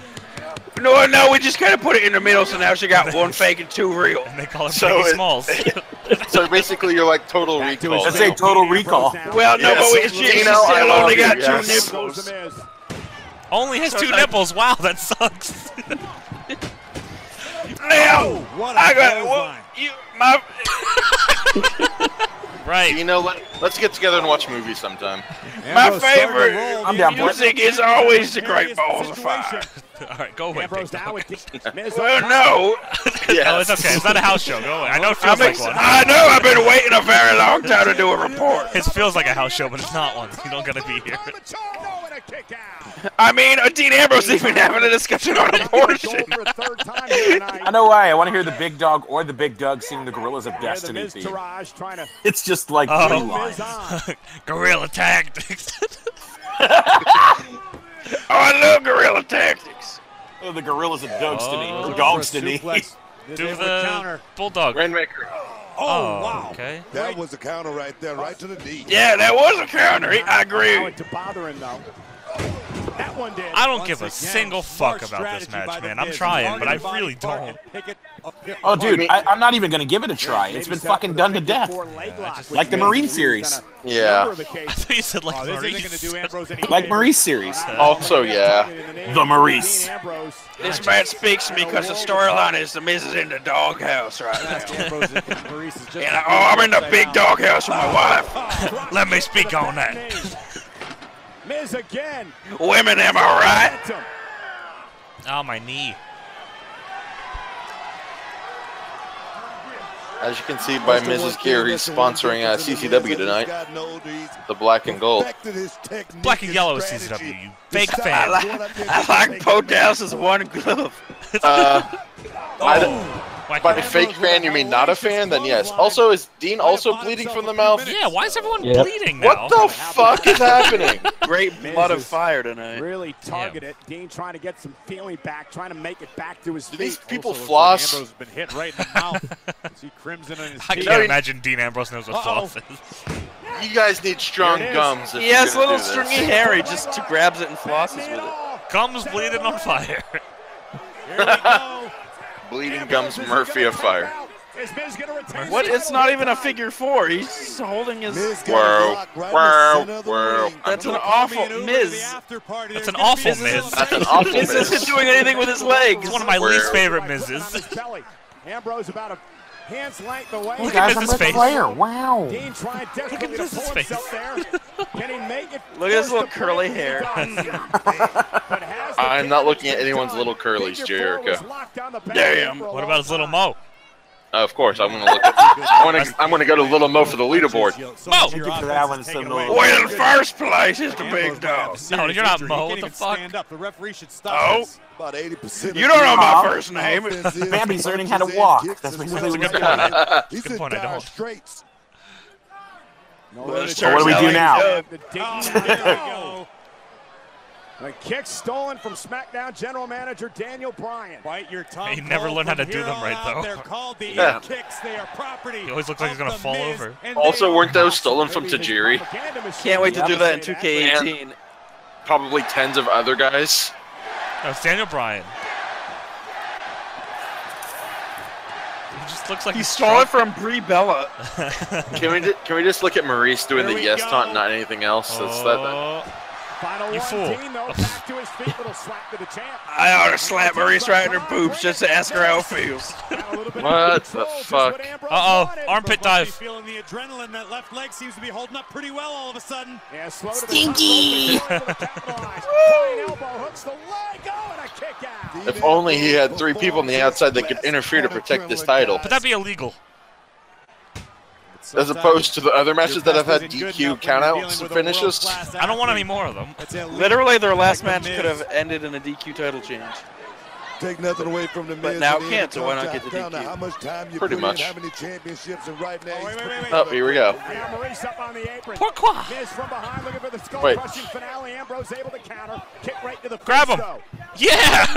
[SPEAKER 22] No, no, we just kind of put it in the middle, so now she got one fake and two real.
[SPEAKER 1] and they call her
[SPEAKER 22] So
[SPEAKER 1] Peggy
[SPEAKER 22] it-
[SPEAKER 1] Smalls.
[SPEAKER 22] So basically, you're like total recall.
[SPEAKER 11] That's a total recall.
[SPEAKER 22] Well, no, but we, she, she still only got two nipples.
[SPEAKER 8] Goes the Miz.
[SPEAKER 1] Only has two nipples. Wow, that sucks.
[SPEAKER 22] Now,
[SPEAKER 9] What a
[SPEAKER 22] I got
[SPEAKER 9] clothesline.
[SPEAKER 22] well, you, my.
[SPEAKER 1] Right.
[SPEAKER 22] know, let, let's get together and watch a movie sometime.
[SPEAKER 9] Ambrose
[SPEAKER 22] my
[SPEAKER 9] starting to
[SPEAKER 22] favorite
[SPEAKER 9] roll.
[SPEAKER 11] I'm down for it.
[SPEAKER 22] music is always the Great Balls of Fire.
[SPEAKER 9] Situation.
[SPEAKER 1] All right, go away, big
[SPEAKER 8] Ambrose now
[SPEAKER 1] dog.
[SPEAKER 8] with the- Miz.
[SPEAKER 22] Well, no.
[SPEAKER 1] No, Oh, it's okay. It's not a house show. Go away. I know it feels
[SPEAKER 22] I'm
[SPEAKER 1] like
[SPEAKER 22] ex-
[SPEAKER 1] one.
[SPEAKER 22] I know. I've been waiting a very long time to do a report.
[SPEAKER 1] It feels like a house show, but it's not one. You don't gotta be here.
[SPEAKER 8] Tomatoe and a kick out.
[SPEAKER 22] I mean, uh, Dean Ambrose even having a discussion on abortion.
[SPEAKER 8] Goal for a third time here tonight.
[SPEAKER 11] Oh, I know why. I want to hear the Big Dog or the Big Doug sing the Gorillas of
[SPEAKER 8] There's the
[SPEAKER 11] Destiny
[SPEAKER 8] Miz
[SPEAKER 11] theme.
[SPEAKER 8] Taraj trying to
[SPEAKER 11] It's just like
[SPEAKER 1] Oh.
[SPEAKER 11] three
[SPEAKER 8] Miz
[SPEAKER 11] lines.
[SPEAKER 8] on.
[SPEAKER 1] Gorilla tactics.
[SPEAKER 22] Oh, I love guerrilla tactics.
[SPEAKER 11] Oh, the Gorillas of
[SPEAKER 1] Oh.
[SPEAKER 11] Dogstiny.
[SPEAKER 9] For a
[SPEAKER 11] Dogstiny.
[SPEAKER 9] suplex.
[SPEAKER 1] Do
[SPEAKER 9] There's a
[SPEAKER 1] the
[SPEAKER 9] counter.
[SPEAKER 1] bulldog.
[SPEAKER 22] Rainmaker.
[SPEAKER 9] Oh, wow.
[SPEAKER 1] Okay.
[SPEAKER 10] That was a counter right there, right to the knee.
[SPEAKER 22] Yeah, that was a counter. He- I agree.
[SPEAKER 8] Now to bother him though. That That one did.
[SPEAKER 1] I don't give a single fuck about this match, man. I'm trying, but I really don't.
[SPEAKER 11] Oh, dude, I, I'm not even gonna give it a try. It's been fucking done to death, like the Marine series.
[SPEAKER 22] Yeah.
[SPEAKER 1] I thought you said like
[SPEAKER 8] Oh, this isn't going to do Ambrose any
[SPEAKER 11] Like Maurice series.
[SPEAKER 5] Oh,
[SPEAKER 22] Also, yeah.
[SPEAKER 11] The Maurice.
[SPEAKER 5] This man speaks to me because the storyline is the Miz is in the doghouse right now. and I, oh, I'm in the big doghouse with my wife.
[SPEAKER 1] Let me speak on that.
[SPEAKER 8] Miz again.
[SPEAKER 5] Women, am I
[SPEAKER 8] right?
[SPEAKER 1] Oh, my knee.
[SPEAKER 22] As you can see by Mrs. Gear, he's sponsoring uh, CCW tonight. The black and gold.
[SPEAKER 1] Black and yellow is CZW, you fake
[SPEAKER 5] I
[SPEAKER 1] fan.
[SPEAKER 5] like, I like Poe Dallas's one glove.
[SPEAKER 22] Uh, I don't- by fake fan, you mean not a fan? Then yes. Also, is Dean also bleeding from the mouth?
[SPEAKER 1] Yeah, why is everyone
[SPEAKER 6] Yep.
[SPEAKER 1] bleeding now?
[SPEAKER 22] What the fuck is happening?
[SPEAKER 5] Great
[SPEAKER 8] Miz
[SPEAKER 5] blood of
[SPEAKER 8] is
[SPEAKER 5] fire tonight.
[SPEAKER 8] Really targeted. Dean trying to get some feeling back, trying to make it back to his feet.
[SPEAKER 22] these people
[SPEAKER 8] Also looks
[SPEAKER 22] floss?
[SPEAKER 8] Ambrose has been hit right in the mouth. You See crimson on his
[SPEAKER 1] I
[SPEAKER 8] cheek.
[SPEAKER 1] can't imagine Dean Ambrose knows what
[SPEAKER 8] Uh-oh.
[SPEAKER 1] floss is.
[SPEAKER 22] You guys need strong
[SPEAKER 8] Here it is.
[SPEAKER 22] gums. If
[SPEAKER 5] He
[SPEAKER 22] you're
[SPEAKER 5] has
[SPEAKER 22] gonna
[SPEAKER 5] little
[SPEAKER 22] do this.
[SPEAKER 5] stringy Harry just to grabs it and flosses with it.
[SPEAKER 1] Gums bleeding on fire.
[SPEAKER 22] Bleeding gums Murphy of fire.
[SPEAKER 8] Is Miz going to retain?
[SPEAKER 5] What? It's not even a figure four. He's just holding his.
[SPEAKER 22] Wow, wow, wow.
[SPEAKER 5] That's an awful Miz.
[SPEAKER 1] That's an awful Miz.
[SPEAKER 22] That's an awful
[SPEAKER 5] Miz isn't
[SPEAKER 22] miss.
[SPEAKER 5] doing anything with his legs.
[SPEAKER 1] It's one of my
[SPEAKER 22] Where-
[SPEAKER 1] least favorite
[SPEAKER 8] On his
[SPEAKER 1] Miz's.
[SPEAKER 8] belly. Ambrose about a hand's length away.
[SPEAKER 1] Look at Miz's face. Look
[SPEAKER 11] Wow.
[SPEAKER 8] Dean trying desperately to
[SPEAKER 1] Miz's
[SPEAKER 8] pull
[SPEAKER 1] face.
[SPEAKER 8] himself there. Can he make it?
[SPEAKER 5] Look at his
[SPEAKER 8] There's
[SPEAKER 5] little
[SPEAKER 8] the
[SPEAKER 5] curly
[SPEAKER 8] break.
[SPEAKER 5] hair.
[SPEAKER 8] But has the
[SPEAKER 22] I'm not
[SPEAKER 8] damage
[SPEAKER 22] looking at
[SPEAKER 8] been
[SPEAKER 22] anyone's
[SPEAKER 8] done?
[SPEAKER 22] little curlies,
[SPEAKER 8] Figure four was
[SPEAKER 22] Jericho.
[SPEAKER 8] locked down the back
[SPEAKER 5] Damn.
[SPEAKER 8] for a
[SPEAKER 1] What
[SPEAKER 8] long
[SPEAKER 1] about his little
[SPEAKER 8] time.
[SPEAKER 1] Mo?
[SPEAKER 22] Uh, of course, I'm gonna look. At, I'm, gonna, I'm gonna go to Little Mo for the leaderboard.
[SPEAKER 1] Mo!
[SPEAKER 11] Thank you for that one, Simnel.
[SPEAKER 5] Well, first place is the big dog.
[SPEAKER 1] No, you're not Mo. What the fuck?
[SPEAKER 8] Stand up. The referee should stop.
[SPEAKER 5] Oh,
[SPEAKER 8] this.
[SPEAKER 10] About 80%
[SPEAKER 5] you don't know my
[SPEAKER 11] Aw.
[SPEAKER 5] first name.
[SPEAKER 11] Bambi's learning how to walk. That's basically
[SPEAKER 1] That's a
[SPEAKER 11] what's
[SPEAKER 1] good
[SPEAKER 11] going
[SPEAKER 1] point.
[SPEAKER 11] on.
[SPEAKER 1] That's a
[SPEAKER 10] He's
[SPEAKER 1] Good
[SPEAKER 10] in
[SPEAKER 1] point, I
[SPEAKER 10] dire
[SPEAKER 1] don't.
[SPEAKER 10] straits.
[SPEAKER 5] Well,
[SPEAKER 8] What
[SPEAKER 5] it
[SPEAKER 11] So what do we
[SPEAKER 5] turns
[SPEAKER 11] do
[SPEAKER 5] out-
[SPEAKER 11] now?
[SPEAKER 5] Uh,
[SPEAKER 8] The
[SPEAKER 1] Oh.
[SPEAKER 8] Dayton- there we go. The kick stolen from SmackDown General Manager Daniel Bryan.
[SPEAKER 9] Bite your tongue.
[SPEAKER 1] He never
[SPEAKER 9] Cole.
[SPEAKER 1] learned how to
[SPEAKER 9] From
[SPEAKER 1] do
[SPEAKER 9] here
[SPEAKER 1] them
[SPEAKER 9] on
[SPEAKER 1] right,
[SPEAKER 9] out,
[SPEAKER 1] though.
[SPEAKER 9] They're called the
[SPEAKER 22] Yeah.
[SPEAKER 9] yeah. kicks. They are property.
[SPEAKER 1] He always looks like he's
[SPEAKER 9] of
[SPEAKER 1] gonna
[SPEAKER 9] the
[SPEAKER 1] fall
[SPEAKER 9] Miz,
[SPEAKER 1] over.
[SPEAKER 9] and
[SPEAKER 22] Also,
[SPEAKER 9] they
[SPEAKER 22] weren't
[SPEAKER 9] are
[SPEAKER 22] those stolen from
[SPEAKER 8] Maybe his
[SPEAKER 22] Tajiri?
[SPEAKER 8] propaganda machine.
[SPEAKER 5] Can't wait to do that in
[SPEAKER 8] Yep.
[SPEAKER 5] 2K18.
[SPEAKER 22] Probably tens of other guys.
[SPEAKER 1] No, it's Daniel Bryan. He just looks like
[SPEAKER 5] He
[SPEAKER 1] he's
[SPEAKER 5] stole it
[SPEAKER 1] drunk.
[SPEAKER 5] from Brie Bella.
[SPEAKER 22] Can we ju- can we just look at Maurice doing
[SPEAKER 8] Here
[SPEAKER 22] the
[SPEAKER 8] we
[SPEAKER 22] yes
[SPEAKER 8] go.
[SPEAKER 22] taunt, not anything else? That's that.
[SPEAKER 1] Oh,
[SPEAKER 8] Final
[SPEAKER 1] You
[SPEAKER 8] one,
[SPEAKER 1] fool.
[SPEAKER 8] Dean, though, back to his feet. Little slap to the champ.
[SPEAKER 5] I ought to slap Maurice right in her boobs just to ask her how it feels.
[SPEAKER 8] Got a little bit
[SPEAKER 22] What
[SPEAKER 8] of control,
[SPEAKER 22] the
[SPEAKER 8] just
[SPEAKER 22] fuck?
[SPEAKER 8] what Ambrose
[SPEAKER 1] Uh-oh,
[SPEAKER 8] wanted.
[SPEAKER 1] armpit
[SPEAKER 9] must be
[SPEAKER 1] dive.
[SPEAKER 9] Feeling the adrenaline. That left leg seems to be holding up pretty well all of a sudden.
[SPEAKER 8] Yeah, slow to the
[SPEAKER 26] Stinky.
[SPEAKER 8] top, able to capitalize. Brian elbow hooks the leg. Oh, and a kick out.
[SPEAKER 22] If only he had three people on the outside that could interfere to protect this title,
[SPEAKER 1] But that'd be illegal.
[SPEAKER 22] as opposed to the other matches that have had DQ countouts and finishes.
[SPEAKER 1] I don't want any more of them.
[SPEAKER 5] Literally, their last match
[SPEAKER 9] Miz.
[SPEAKER 5] could have ended in a DQ title change.
[SPEAKER 10] Take nothing away from the
[SPEAKER 5] But
[SPEAKER 10] Miz
[SPEAKER 5] now
[SPEAKER 10] and the
[SPEAKER 5] can't, so why not get the
[SPEAKER 10] Intercontinental
[SPEAKER 5] DQ?
[SPEAKER 10] title. How much time you
[SPEAKER 22] Pretty
[SPEAKER 10] put
[SPEAKER 22] much.
[SPEAKER 10] in, how many championships, and right now.
[SPEAKER 8] Oh, wait,
[SPEAKER 10] he's
[SPEAKER 8] wait, wait, wait.
[SPEAKER 22] Oh, here we go.
[SPEAKER 8] Now Maurice up on the apron.
[SPEAKER 1] Pourquoi?
[SPEAKER 8] Miz from behind looking for the skull
[SPEAKER 22] Wait.
[SPEAKER 8] crushing finale. Ambrose able to counter. Kick right to the face,
[SPEAKER 1] Grab him.
[SPEAKER 8] though.
[SPEAKER 1] Yeah!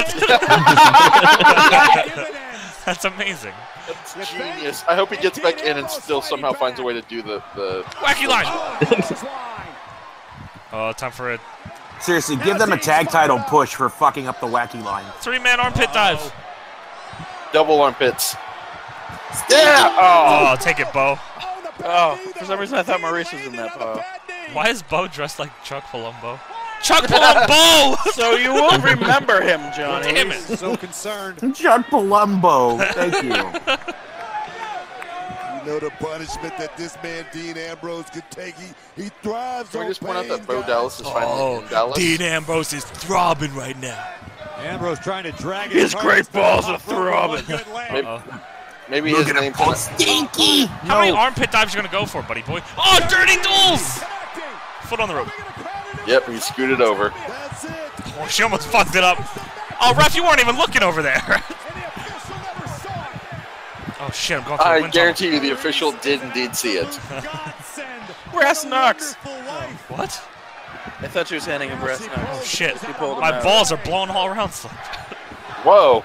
[SPEAKER 8] Dividends.
[SPEAKER 1] That's amazing.
[SPEAKER 22] That's genius. I hope he gets back in and still somehow finds a way to do the the.
[SPEAKER 1] Wacky line!
[SPEAKER 8] Oh, Ambrose line.
[SPEAKER 1] Oh, time for a
[SPEAKER 11] Seriously, give them a tag title push for fucking up the wacky line.
[SPEAKER 1] three man armpit dive.
[SPEAKER 22] Double armpits. Yeah!
[SPEAKER 1] Oh, take it, Bo.
[SPEAKER 8] Oh, the bad
[SPEAKER 5] Oh,
[SPEAKER 8] knee,
[SPEAKER 5] for
[SPEAKER 8] though.
[SPEAKER 5] some reason I thought
[SPEAKER 8] He
[SPEAKER 5] Maurice was in
[SPEAKER 8] landed
[SPEAKER 5] that
[SPEAKER 8] on the
[SPEAKER 5] pile.
[SPEAKER 8] bad knee.
[SPEAKER 1] Why is Bo dressed like Chuck Palumbo? Chuck Palumbo!
[SPEAKER 5] So you will remember him, Johnny.
[SPEAKER 1] Damn it.
[SPEAKER 9] so concerned.
[SPEAKER 11] John Palumbo, thank you.
[SPEAKER 10] You know the punishment that this man Dean Ambrose could take. He, he thrives
[SPEAKER 22] Can we
[SPEAKER 10] on
[SPEAKER 22] just point out
[SPEAKER 10] pain,
[SPEAKER 22] that Bo
[SPEAKER 10] guys.
[SPEAKER 22] Dallas is finally in Dallas?
[SPEAKER 1] Oh,
[SPEAKER 9] Oh,
[SPEAKER 1] Ambrose is throbbing right now.
[SPEAKER 9] Ambrose trying to drag
[SPEAKER 5] His great balls are throbbing.
[SPEAKER 22] Maybe, maybe
[SPEAKER 11] Look
[SPEAKER 22] his
[SPEAKER 11] at him
[SPEAKER 22] name.
[SPEAKER 11] pull stinky.
[SPEAKER 1] How many armpit dives you gonna go for, buddy boy? Oh, dirty duels!
[SPEAKER 8] Connecting.
[SPEAKER 1] Foot on the rope.
[SPEAKER 22] Yep, he scooted over.
[SPEAKER 10] That's it.
[SPEAKER 1] Oh, she almost fucked it up. Oh, ref, you weren't even looking over there. oh
[SPEAKER 8] And the official never saw it.
[SPEAKER 1] shit, I'm going for the
[SPEAKER 22] I
[SPEAKER 1] wind tunnel.
[SPEAKER 22] guarantee you, the official did indeed see it.
[SPEAKER 5] Brass Knox.
[SPEAKER 1] What?
[SPEAKER 5] I thought she was handing him breast
[SPEAKER 1] Oh
[SPEAKER 5] knives.
[SPEAKER 1] shit.
[SPEAKER 5] He pulled him
[SPEAKER 1] My
[SPEAKER 5] out.
[SPEAKER 1] balls are blown all around.
[SPEAKER 22] Whoa!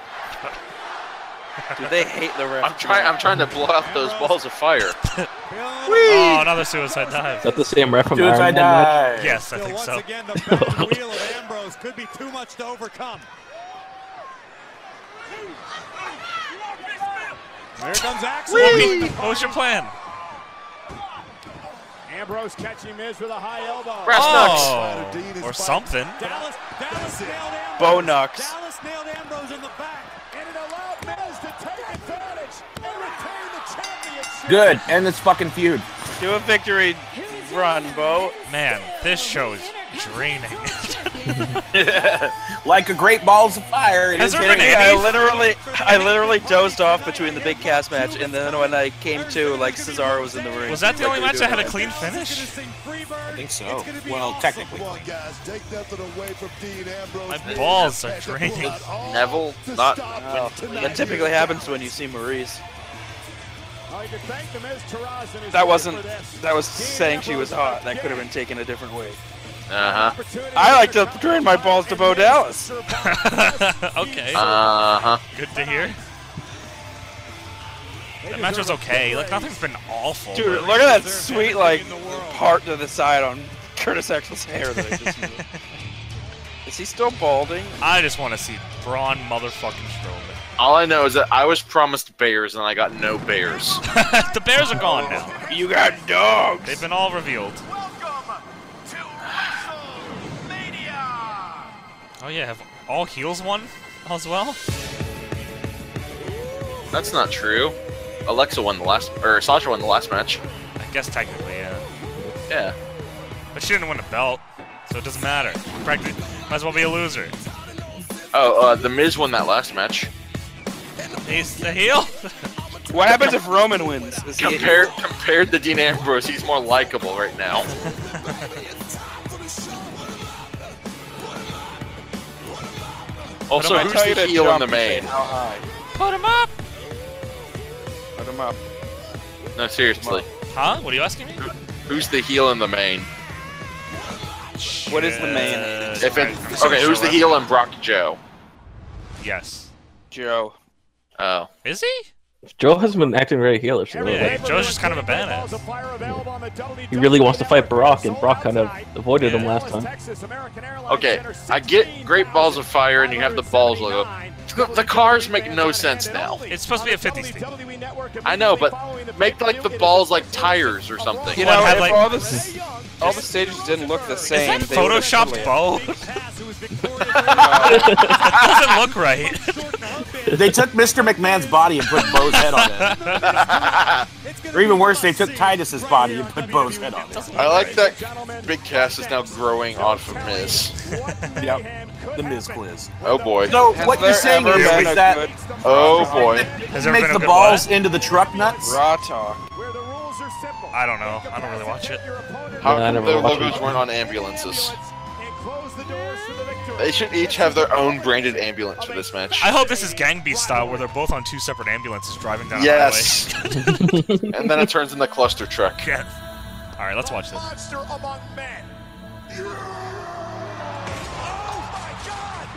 [SPEAKER 5] Dude, they hate the ref.
[SPEAKER 22] I'm trying. I'm trying to blow out those balls of fire.
[SPEAKER 1] Oh, another suicide dive.
[SPEAKER 6] Is that the same ref from
[SPEAKER 1] Dude,
[SPEAKER 6] Iron Man
[SPEAKER 1] I
[SPEAKER 6] match?
[SPEAKER 1] died. Yes, I think so.
[SPEAKER 8] Again, the back wheel of Ambrose could be too much to overcome. There comes Axel.
[SPEAKER 1] Whee! What was your plan?
[SPEAKER 8] Ambrose catching Miz with a high elbow.
[SPEAKER 22] Brass
[SPEAKER 1] Oh, or something.
[SPEAKER 8] Dallas, Dallas nailed Ambrose.
[SPEAKER 22] Bo Knox.
[SPEAKER 8] Dallas nailed Ambrose in the back, and it allowed Miz to take advantage and retain the championship.
[SPEAKER 11] Good. End this fucking feud.
[SPEAKER 5] Do a victory run, Bo.
[SPEAKER 1] Man, this show's draining.
[SPEAKER 11] like a great balls of fire. it
[SPEAKER 5] Has
[SPEAKER 11] is
[SPEAKER 5] there
[SPEAKER 11] hitting-
[SPEAKER 5] been any- I literally, I literally dozed off between the big cast match, and then when I came to, like Cesaro was in the ring.
[SPEAKER 1] Was that the
[SPEAKER 5] Like
[SPEAKER 1] only
[SPEAKER 5] we
[SPEAKER 1] match
[SPEAKER 5] do
[SPEAKER 1] that had a
[SPEAKER 5] it.
[SPEAKER 1] clean finish?
[SPEAKER 11] I think so. Well, technically.
[SPEAKER 1] My balls are draining.
[SPEAKER 22] Neville, not.
[SPEAKER 5] That typically happens when you see Maurice.
[SPEAKER 8] Oh, you can thank the Miz Taraz and his
[SPEAKER 5] That
[SPEAKER 8] wife
[SPEAKER 5] wasn't.
[SPEAKER 8] for this.
[SPEAKER 5] That was saying she was hot. That could have been taken a different way.
[SPEAKER 22] Uh huh.
[SPEAKER 5] I like to drain my balls to Bo Dallas.
[SPEAKER 1] okay.
[SPEAKER 22] Uh huh.
[SPEAKER 1] Good to hear. That match was okay. Like nothing's been awful.
[SPEAKER 5] Dude,
[SPEAKER 1] really.
[SPEAKER 5] look at that sweet like part to the side on Curtis Axel's hair that I just moved. Is he still balding?
[SPEAKER 1] I just want to see Braun motherfucking Strowman.
[SPEAKER 22] All I know is that I was promised bears and I got no bears.
[SPEAKER 1] the Bears are gone now.
[SPEAKER 5] You got dogs.
[SPEAKER 1] They've been all revealed. Oh yeah, have all heels won as well?
[SPEAKER 22] That's not true. Alexa won the last, or Sasha won the last match.
[SPEAKER 1] I guess technically, yeah.
[SPEAKER 22] Yeah.
[SPEAKER 1] But she didn't win a belt, so it doesn't matter. Practically, might as well be a loser.
[SPEAKER 22] Oh, uh, the Miz won that last match.
[SPEAKER 1] He's the heel.
[SPEAKER 5] What happens if Roman wins? Is he-
[SPEAKER 22] Compared compared to Dean Ambrose, he's more likable right now. also,
[SPEAKER 5] Put him
[SPEAKER 22] who's
[SPEAKER 5] up. Tell
[SPEAKER 22] the
[SPEAKER 5] you to
[SPEAKER 22] heel in
[SPEAKER 5] jump
[SPEAKER 22] the main?
[SPEAKER 5] How high?
[SPEAKER 1] Put him up.
[SPEAKER 5] Put him up.
[SPEAKER 22] No, seriously.
[SPEAKER 1] Huh? What are you asking me?
[SPEAKER 22] Who's the heel in the main?
[SPEAKER 5] What is the main?
[SPEAKER 1] Uh,
[SPEAKER 22] If it,
[SPEAKER 1] I'm so
[SPEAKER 22] okay, who's
[SPEAKER 1] sure.
[SPEAKER 22] the heel in Brock Joe?
[SPEAKER 1] Yes.
[SPEAKER 5] Joe.
[SPEAKER 22] Oh.
[SPEAKER 1] Is he?
[SPEAKER 6] Joel has been acting very heelish lately.
[SPEAKER 1] Yeah, Joe's just kind of a badass.
[SPEAKER 8] E
[SPEAKER 6] He really wants to fight Brock, and Brock kind of avoided him last time.
[SPEAKER 22] Okay, I get Great Balls of Fire and you have the balls logo. The- The cars make no sense now.
[SPEAKER 1] It's supposed to be a 50 state.
[SPEAKER 22] I know, but E make like the balls like tires or something.
[SPEAKER 5] You know,
[SPEAKER 1] had,
[SPEAKER 5] if
[SPEAKER 1] like-
[SPEAKER 5] all the s- all the stages didn't look the
[SPEAKER 1] Is
[SPEAKER 5] same.
[SPEAKER 1] that
[SPEAKER 5] they would have
[SPEAKER 1] photoshopped
[SPEAKER 5] totally-
[SPEAKER 11] Oh.
[SPEAKER 1] Bo? doesn't look right.
[SPEAKER 11] They took Mr. McMahon's body and put Bo's head on it. or even worse, they took Titus's body and
[SPEAKER 22] E
[SPEAKER 11] put Bo's head on it.
[SPEAKER 22] I like that Big Cass is now growing off of Miz.
[SPEAKER 11] Yep. The Miz quiz.
[SPEAKER 22] Oh boy.
[SPEAKER 11] So
[SPEAKER 5] Has
[SPEAKER 11] what
[SPEAKER 5] there
[SPEAKER 11] you're saying
[SPEAKER 5] ever
[SPEAKER 11] is,
[SPEAKER 5] been
[SPEAKER 11] is
[SPEAKER 5] a
[SPEAKER 11] that
[SPEAKER 5] good
[SPEAKER 22] Oh boy.
[SPEAKER 1] Has there
[SPEAKER 11] make
[SPEAKER 1] been a
[SPEAKER 11] the
[SPEAKER 1] good
[SPEAKER 11] balls into the truck nuts?
[SPEAKER 5] raw talk?
[SPEAKER 1] I don't know. I don't really watch it.
[SPEAKER 22] How
[SPEAKER 6] Nah, I
[SPEAKER 22] come
[SPEAKER 6] never
[SPEAKER 22] their
[SPEAKER 6] watched
[SPEAKER 22] logos
[SPEAKER 6] it.
[SPEAKER 22] weren't on ambulances? They should each have their own branded ambulance for this match.
[SPEAKER 1] I hope this is Gang Beast style, where they're both on two separate ambulances driving down
[SPEAKER 22] Yes. and then it turns into cluster truck.
[SPEAKER 1] a highway. Yeah. All right, let's watch this.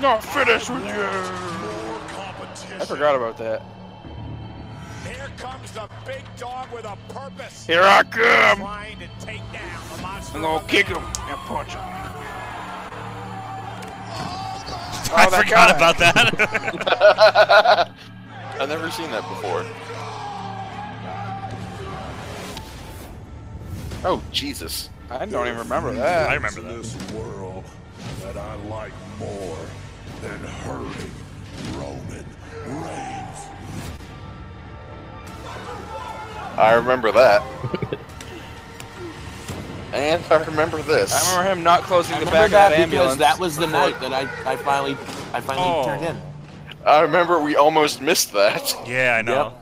[SPEAKER 5] Not finished with you. I forgot about that.
[SPEAKER 8] Here comes the big dog with a purpose.
[SPEAKER 5] Here I come.
[SPEAKER 8] Trying to take down the monster.
[SPEAKER 5] I'm gonna kick him and punch him.
[SPEAKER 1] I
[SPEAKER 5] Oh, that
[SPEAKER 1] forgot
[SPEAKER 5] guy.
[SPEAKER 1] about that.
[SPEAKER 22] I've never seen that before. Oh Jesus!
[SPEAKER 5] I don't even remember
[SPEAKER 1] I
[SPEAKER 5] that.
[SPEAKER 1] remember that.
[SPEAKER 10] this world that I like more than hurting Roman Reigns.
[SPEAKER 22] I remember that. and I remember this.
[SPEAKER 5] I remember him not closing
[SPEAKER 11] I
[SPEAKER 5] the
[SPEAKER 11] remember
[SPEAKER 5] back of
[SPEAKER 11] that
[SPEAKER 5] that
[SPEAKER 11] because
[SPEAKER 5] ambulance.
[SPEAKER 11] that was the
[SPEAKER 5] before-
[SPEAKER 11] night that I, I finally I finally
[SPEAKER 1] Oh.
[SPEAKER 11] turned in.
[SPEAKER 22] I remember we almost missed that.
[SPEAKER 1] yeah, I know.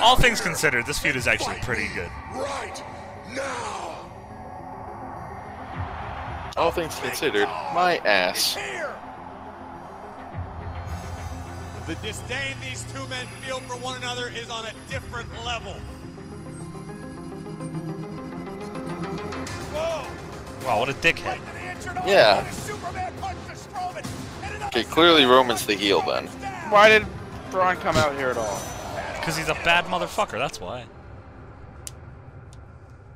[SPEAKER 1] All things considered, this feud is actually pretty good.
[SPEAKER 10] Right now.
[SPEAKER 22] All things considered, my ass.
[SPEAKER 8] The disdain these two men feel for one another is on a different level.
[SPEAKER 1] Wow, what a dickhead.
[SPEAKER 22] Yeah. Okay, clearly Roman's the heel then.
[SPEAKER 5] Why did Braun come out here at all?
[SPEAKER 1] Because he's a bad motherfucker, that's why.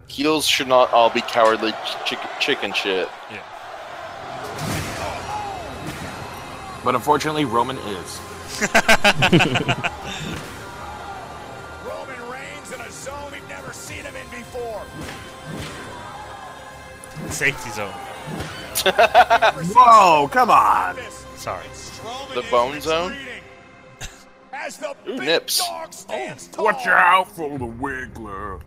[SPEAKER 22] Heels should not all be cowardly chick- chicken shit.
[SPEAKER 1] Yeah.
[SPEAKER 2] But unfortunately, Roman is.
[SPEAKER 8] Roman Reigns in a zone we've never seen him in before.
[SPEAKER 1] Safety zone.
[SPEAKER 2] Whoa, come on.
[SPEAKER 1] Sorry.
[SPEAKER 22] The bone zone?
[SPEAKER 8] As the
[SPEAKER 22] Ooh, nips.
[SPEAKER 11] Oh, Watch out for the wiggler.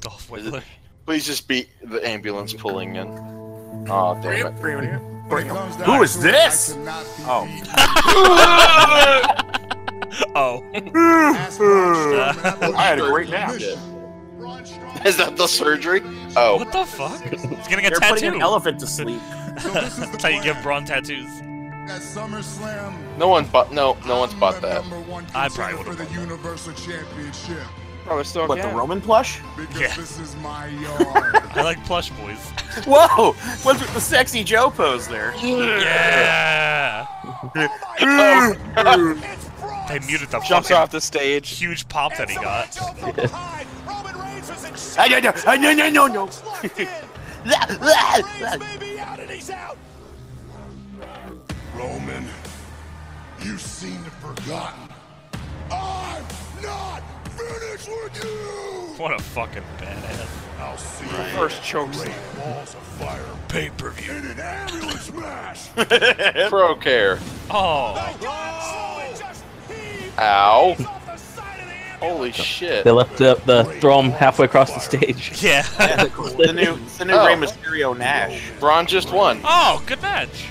[SPEAKER 1] Golf
[SPEAKER 22] Is
[SPEAKER 1] Wiggler.
[SPEAKER 22] it- Please just beat the ambulance pulling in. Aw, damn it.
[SPEAKER 11] Who is this?
[SPEAKER 22] Oh.
[SPEAKER 1] oh.
[SPEAKER 11] I had a great nap.
[SPEAKER 22] Is that the surgery? Oh.
[SPEAKER 1] What the fuck? He's getting a
[SPEAKER 2] They're
[SPEAKER 1] tattoo.
[SPEAKER 2] putting an elephant to sleep.
[SPEAKER 1] That's how you give Braun tattoos.
[SPEAKER 10] At SummerSlam,
[SPEAKER 22] No one bought. No, no one's bought that.
[SPEAKER 10] number one
[SPEAKER 1] I probably
[SPEAKER 10] contender for the Universal Championship.
[SPEAKER 22] Probably still
[SPEAKER 2] What, the Roman plush?
[SPEAKER 10] Because
[SPEAKER 1] Yeah.
[SPEAKER 10] this is my yard. Oh
[SPEAKER 1] I like plush boys.
[SPEAKER 2] Whoa! What's with the sexy Joe pose there?
[SPEAKER 1] Yeah.
[SPEAKER 22] Oh.
[SPEAKER 1] They muted the
[SPEAKER 5] Jumps
[SPEAKER 1] fucking
[SPEAKER 5] off the stage.
[SPEAKER 1] huge pop that he got.
[SPEAKER 2] I don't know. I no no no no.
[SPEAKER 8] Maybe out and he's out.
[SPEAKER 10] Roman, you seem to have forgotten. I'm not finished with you.
[SPEAKER 1] What a fucking badass.
[SPEAKER 10] I'll see
[SPEAKER 5] Right.
[SPEAKER 10] you.
[SPEAKER 5] First choke
[SPEAKER 10] Great
[SPEAKER 5] slam.
[SPEAKER 10] balls of fire.
[SPEAKER 1] Pay per view.
[SPEAKER 10] In an ambulance Oh! match.
[SPEAKER 22] Pro care.
[SPEAKER 1] Oh.
[SPEAKER 22] Ow. Holy shit.
[SPEAKER 30] They left the, the throw him halfway across the stage.
[SPEAKER 1] Yeah.
[SPEAKER 2] the new, the new
[SPEAKER 22] Oh.
[SPEAKER 2] Rey Mysterio Nash.
[SPEAKER 22] Braun just won.
[SPEAKER 1] Oh, good match.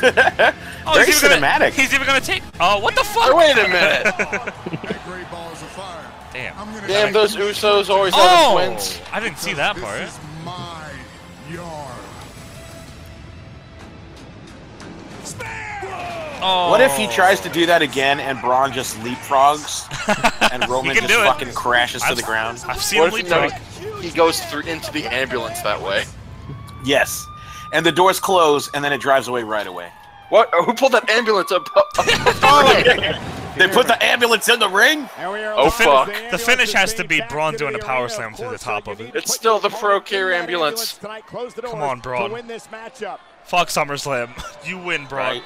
[SPEAKER 1] Oh,
[SPEAKER 2] Very
[SPEAKER 1] he's even Gonna,
[SPEAKER 2] cinematic.
[SPEAKER 1] he's even gonna take. Oh, what the fuck?
[SPEAKER 22] Oh, wait a minute.
[SPEAKER 10] Great balls of fire.
[SPEAKER 1] Damn.
[SPEAKER 10] I'm gonna
[SPEAKER 22] Damn, those Usos always have
[SPEAKER 1] Oh,
[SPEAKER 22] twins.
[SPEAKER 1] I didn't see that
[SPEAKER 10] this
[SPEAKER 1] part.
[SPEAKER 10] is my yard.
[SPEAKER 1] Oh.
[SPEAKER 2] What if he tries to do that again and Braun just leapfrogs and Roman
[SPEAKER 1] can
[SPEAKER 2] just
[SPEAKER 1] do it.
[SPEAKER 2] fucking crashes to
[SPEAKER 1] I've-
[SPEAKER 2] the ground?
[SPEAKER 1] I've seen him
[SPEAKER 22] What if
[SPEAKER 1] leap
[SPEAKER 22] he, no,
[SPEAKER 1] frog.
[SPEAKER 22] he goes through into the ambulance that way?
[SPEAKER 2] Yes. And the doors close and then it drives away right away.
[SPEAKER 22] What?
[SPEAKER 2] Oh,
[SPEAKER 22] Who pulled that ambulance up? up, up-
[SPEAKER 2] They put the ambulance in the ring?
[SPEAKER 8] There we are.
[SPEAKER 22] Oh,
[SPEAKER 8] Lions.
[SPEAKER 22] fuck.
[SPEAKER 8] ambulance
[SPEAKER 1] The finish
[SPEAKER 8] is
[SPEAKER 1] has to
[SPEAKER 8] made
[SPEAKER 1] be
[SPEAKER 8] back
[SPEAKER 1] Braun
[SPEAKER 8] to
[SPEAKER 1] doing
[SPEAKER 8] the
[SPEAKER 1] a power
[SPEAKER 8] arena.
[SPEAKER 1] slam
[SPEAKER 8] Of
[SPEAKER 1] through the
[SPEAKER 8] course,
[SPEAKER 1] top
[SPEAKER 8] you
[SPEAKER 1] of it.
[SPEAKER 8] need
[SPEAKER 22] It's
[SPEAKER 8] to
[SPEAKER 22] still
[SPEAKER 8] put
[SPEAKER 22] the
[SPEAKER 8] your
[SPEAKER 22] Pro
[SPEAKER 8] opponent in
[SPEAKER 22] Care
[SPEAKER 8] that
[SPEAKER 22] ambulance.
[SPEAKER 8] tonight. Close the
[SPEAKER 1] Come
[SPEAKER 8] doors
[SPEAKER 1] on, Braun.
[SPEAKER 8] To win this matchup.
[SPEAKER 1] Fuck SummerSlam. You win, Braun.
[SPEAKER 2] Right.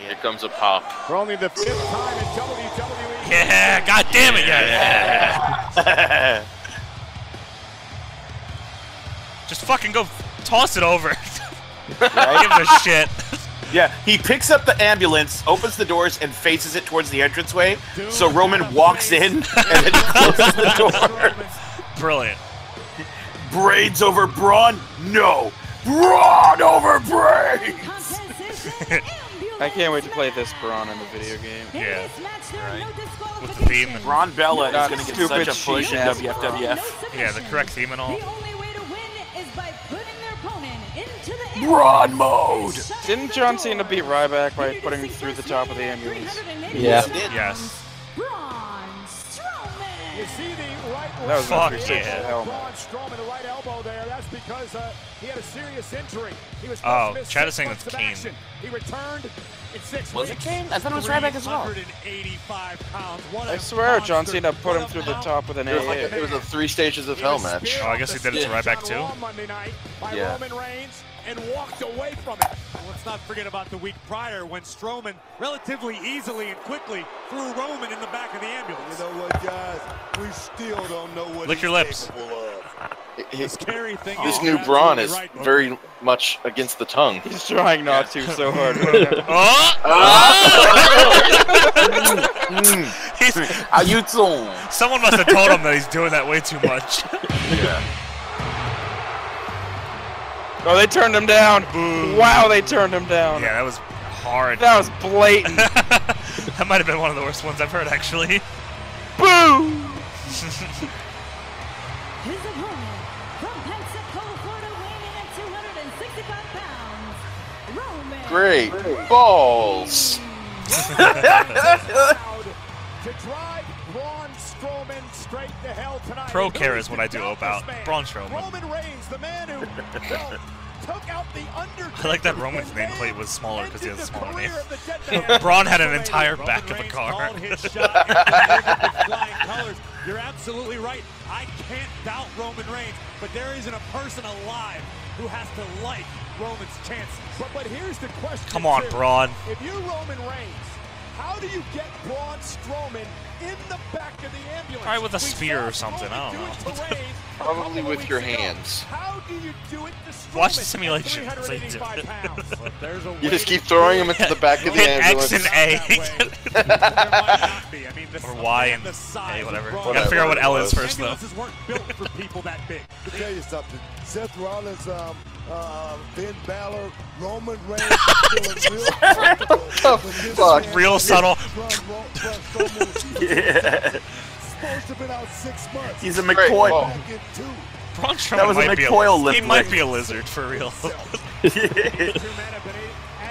[SPEAKER 22] Here comes a pop.
[SPEAKER 8] For only the fifth time in E WWE.
[SPEAKER 1] Yeah. God damn it. Yeah. Just fucking go toss it over.
[SPEAKER 2] Right?
[SPEAKER 1] Give it a shit.
[SPEAKER 2] yeah. He picks up the ambulance, opens the doors, and faces it towards the entranceway. So Roman walks in and then he closes the door.
[SPEAKER 1] Brilliant.
[SPEAKER 2] Braids over Braun? No. Braun over Braid!
[SPEAKER 5] I can't wait to play this Braun in the video game.
[SPEAKER 1] Yeah.
[SPEAKER 13] With
[SPEAKER 1] the theme and-
[SPEAKER 2] Braun Bella
[SPEAKER 5] God,
[SPEAKER 2] is going to get
[SPEAKER 5] stupid
[SPEAKER 2] such a push in
[SPEAKER 5] cheese-ass
[SPEAKER 2] WFWF.
[SPEAKER 1] Yeah, the correct theme and all.
[SPEAKER 13] The only way to win is by putting their opponent into the
[SPEAKER 2] Braun mode!
[SPEAKER 5] Didn't John Cena beat Ryback by putting him through the top of the ambulance?
[SPEAKER 30] Yeah.
[SPEAKER 1] Yes.
[SPEAKER 13] Braun
[SPEAKER 8] You
[SPEAKER 13] Strowman.
[SPEAKER 8] see the right
[SPEAKER 5] That was my
[SPEAKER 1] Fuck
[SPEAKER 5] three sixty
[SPEAKER 1] yeah.
[SPEAKER 5] helmet.
[SPEAKER 8] Braun Strowman, the right elbow there. That's because uh, he had a serious injury. He was supposed
[SPEAKER 1] Oh,
[SPEAKER 8] to miss
[SPEAKER 1] Chad
[SPEAKER 8] six
[SPEAKER 1] is saying
[SPEAKER 8] months
[SPEAKER 1] that's
[SPEAKER 8] of
[SPEAKER 1] Kane.
[SPEAKER 8] action. He returned in six
[SPEAKER 2] Was it
[SPEAKER 8] weeks.
[SPEAKER 2] Kane? I thought it was Ryback as well.
[SPEAKER 8] 385 pounds. What
[SPEAKER 5] I
[SPEAKER 8] a
[SPEAKER 5] swear John
[SPEAKER 8] monster.
[SPEAKER 5] Cena put
[SPEAKER 8] What
[SPEAKER 5] him
[SPEAKER 8] a
[SPEAKER 5] through the
[SPEAKER 8] pound.
[SPEAKER 5] top with an
[SPEAKER 22] It was like a,
[SPEAKER 5] AA.
[SPEAKER 22] it was a three stages of
[SPEAKER 8] He
[SPEAKER 22] hell
[SPEAKER 8] was
[SPEAKER 22] match.
[SPEAKER 8] speared
[SPEAKER 1] Oh, I guess he
[SPEAKER 8] off the
[SPEAKER 1] did it to
[SPEAKER 8] stage
[SPEAKER 1] Ryback,
[SPEAKER 8] on
[SPEAKER 1] too.
[SPEAKER 8] Raw Monday night by
[SPEAKER 22] Yeah.
[SPEAKER 8] Roman Reigns and walked away from it.
[SPEAKER 3] Let's not forget about the week prior when Strowman relatively easily and quickly threw Roman in the back of the
[SPEAKER 31] You
[SPEAKER 3] ambulance.
[SPEAKER 31] know what, guys? We still don't know what
[SPEAKER 1] Lick
[SPEAKER 31] he's
[SPEAKER 1] your lips.
[SPEAKER 31] capable of.
[SPEAKER 22] It- it-
[SPEAKER 3] Scary thing
[SPEAKER 22] this
[SPEAKER 3] is,
[SPEAKER 22] new
[SPEAKER 3] you're
[SPEAKER 22] Braun
[SPEAKER 3] absolutely
[SPEAKER 22] is
[SPEAKER 3] right, Bo.
[SPEAKER 22] very much against the tongue.
[SPEAKER 5] He's trying not to so hard.
[SPEAKER 1] Oh!
[SPEAKER 22] Mm.
[SPEAKER 1] He's-
[SPEAKER 2] How you doing?
[SPEAKER 1] someone must have told him that he's doing that way too much.
[SPEAKER 5] oh, they turned him down. Wow, they turned him down.
[SPEAKER 1] Yeah, that was hard.
[SPEAKER 5] That was blatant.
[SPEAKER 1] that might have been one of the worst ones I've heard, actually.
[SPEAKER 5] Boo!
[SPEAKER 13] His opponent from Pensacola, Florida, weighing in at 265 pounds, Roman.
[SPEAKER 22] Great balls.
[SPEAKER 8] Proud to drive Braun Strowman straight to hell tonight.
[SPEAKER 1] Pro
[SPEAKER 8] And
[SPEAKER 1] care
[SPEAKER 8] who
[SPEAKER 1] is what I do
[SPEAKER 8] doubt this
[SPEAKER 1] about
[SPEAKER 8] man?
[SPEAKER 1] Braun Strowman.
[SPEAKER 8] Roman Reigns, the man who well,
[SPEAKER 1] I like that Roman's nameplate was smaller because he has a smaller name. Braun had an entire back of a car.
[SPEAKER 9] You're absolutely right. I can't doubt Roman Reigns, but there isn't a person alive who has to like Roman's chances.
[SPEAKER 8] But, but here's the question.
[SPEAKER 1] Come on,
[SPEAKER 8] too.
[SPEAKER 1] Braun.
[SPEAKER 8] If you're Roman Reigns, how do you get Braun Strowman in the back of the ambulance?
[SPEAKER 1] Probably with a
[SPEAKER 8] We
[SPEAKER 1] spear
[SPEAKER 8] saw
[SPEAKER 1] or something. I
[SPEAKER 8] Strowman do
[SPEAKER 1] don't
[SPEAKER 8] it to
[SPEAKER 1] know.
[SPEAKER 8] Reigns a couple
[SPEAKER 22] Probably
[SPEAKER 8] of
[SPEAKER 22] with
[SPEAKER 8] weeks
[SPEAKER 22] your
[SPEAKER 8] ago.
[SPEAKER 22] hands.
[SPEAKER 8] How do you do it to
[SPEAKER 1] Watch the
[SPEAKER 8] Strowman at
[SPEAKER 1] simulation. It's like-
[SPEAKER 8] 385 pounds? But there's a
[SPEAKER 22] You
[SPEAKER 8] way
[SPEAKER 22] just keep
[SPEAKER 8] to
[SPEAKER 22] throwing
[SPEAKER 8] do
[SPEAKER 22] him
[SPEAKER 8] it.
[SPEAKER 22] into the back of the
[SPEAKER 1] Hit
[SPEAKER 22] ambulance.
[SPEAKER 1] X and A.
[SPEAKER 9] I mean,
[SPEAKER 1] or Y and A, whatever. You gotta figure out what L is first, though.
[SPEAKER 9] Ambulances weren't built for people that big.
[SPEAKER 10] To tell you something, Seth Rollins, um, uh, Finn Balor, Roman Reigns, are feeling real comfortable with this
[SPEAKER 22] fuck?
[SPEAKER 10] man.
[SPEAKER 1] Real subtle.
[SPEAKER 10] Braun Ro- Braun Strowman
[SPEAKER 11] Yeah.
[SPEAKER 10] supposed to been out six months.
[SPEAKER 11] He's a McCoy.
[SPEAKER 10] Back in two.
[SPEAKER 1] Braun Strowman
[SPEAKER 11] That was a
[SPEAKER 1] might be
[SPEAKER 11] McCoy
[SPEAKER 1] a,
[SPEAKER 11] lift
[SPEAKER 1] He might
[SPEAKER 11] lift.
[SPEAKER 1] be a lizard, for real.
[SPEAKER 8] At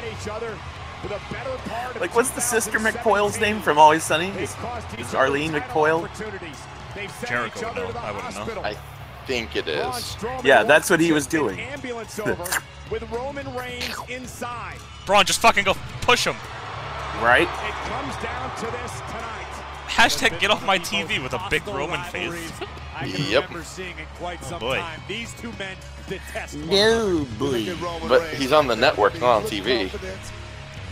[SPEAKER 8] each other for the better part of
[SPEAKER 11] Like, what's the sister
[SPEAKER 8] 2017.
[SPEAKER 11] McCoyle's name from Always Sunny? Is,
[SPEAKER 8] Cost each
[SPEAKER 11] is
[SPEAKER 8] other
[SPEAKER 11] Arlene
[SPEAKER 8] title
[SPEAKER 11] McCoyle?
[SPEAKER 8] opportunities. They've sent
[SPEAKER 1] Jericho
[SPEAKER 8] each
[SPEAKER 1] would
[SPEAKER 8] other
[SPEAKER 1] know.
[SPEAKER 8] to the
[SPEAKER 1] I wouldn't know.
[SPEAKER 8] hospital.
[SPEAKER 22] I think it is.
[SPEAKER 8] Strowman
[SPEAKER 11] Yeah, that's what he was
[SPEAKER 8] walks in,
[SPEAKER 11] doing.
[SPEAKER 8] Ambulance over with Roman Reigns inside.
[SPEAKER 1] Braun, just fucking go push him.
[SPEAKER 11] Right?
[SPEAKER 8] It comes down to this tonight.
[SPEAKER 1] Hashtag get off my TV with a big Roman face.
[SPEAKER 9] I can
[SPEAKER 22] Yep.
[SPEAKER 9] remember seeing in quite
[SPEAKER 1] Oh,
[SPEAKER 9] some
[SPEAKER 1] boy.
[SPEAKER 9] time. These two men detest one another.
[SPEAKER 11] No, boy.
[SPEAKER 22] But he's on the network, not on TV.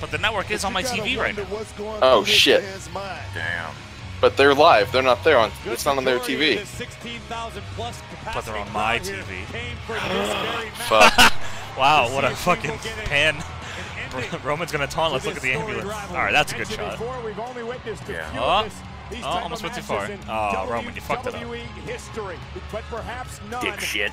[SPEAKER 1] But the network is on my TV right now.
[SPEAKER 22] Oh, shit.
[SPEAKER 2] Damn.
[SPEAKER 22] But they're live. They're not there on. It's not on their
[SPEAKER 9] Majority of
[SPEAKER 22] TV.
[SPEAKER 9] the 16,000 plus
[SPEAKER 1] But they're on
[SPEAKER 9] capacity
[SPEAKER 1] my
[SPEAKER 9] crowd here
[SPEAKER 1] TV.
[SPEAKER 9] came for this very match.
[SPEAKER 22] Fuck.
[SPEAKER 1] Wow, what a fucking pan. Roman's gonna taunt. Let's look at the ambulance. All right, that's a good
[SPEAKER 8] Mentioned
[SPEAKER 1] shot.
[SPEAKER 8] Before, we've only witnessed a
[SPEAKER 1] Yeah.
[SPEAKER 8] few
[SPEAKER 1] Oh.
[SPEAKER 8] of this, these
[SPEAKER 1] Oh,
[SPEAKER 8] type
[SPEAKER 1] almost
[SPEAKER 8] of
[SPEAKER 1] went too far.
[SPEAKER 8] matches in
[SPEAKER 1] Oh, Roman, you fucked it up.
[SPEAKER 8] WWE history, but perhaps none
[SPEAKER 11] Dick shit.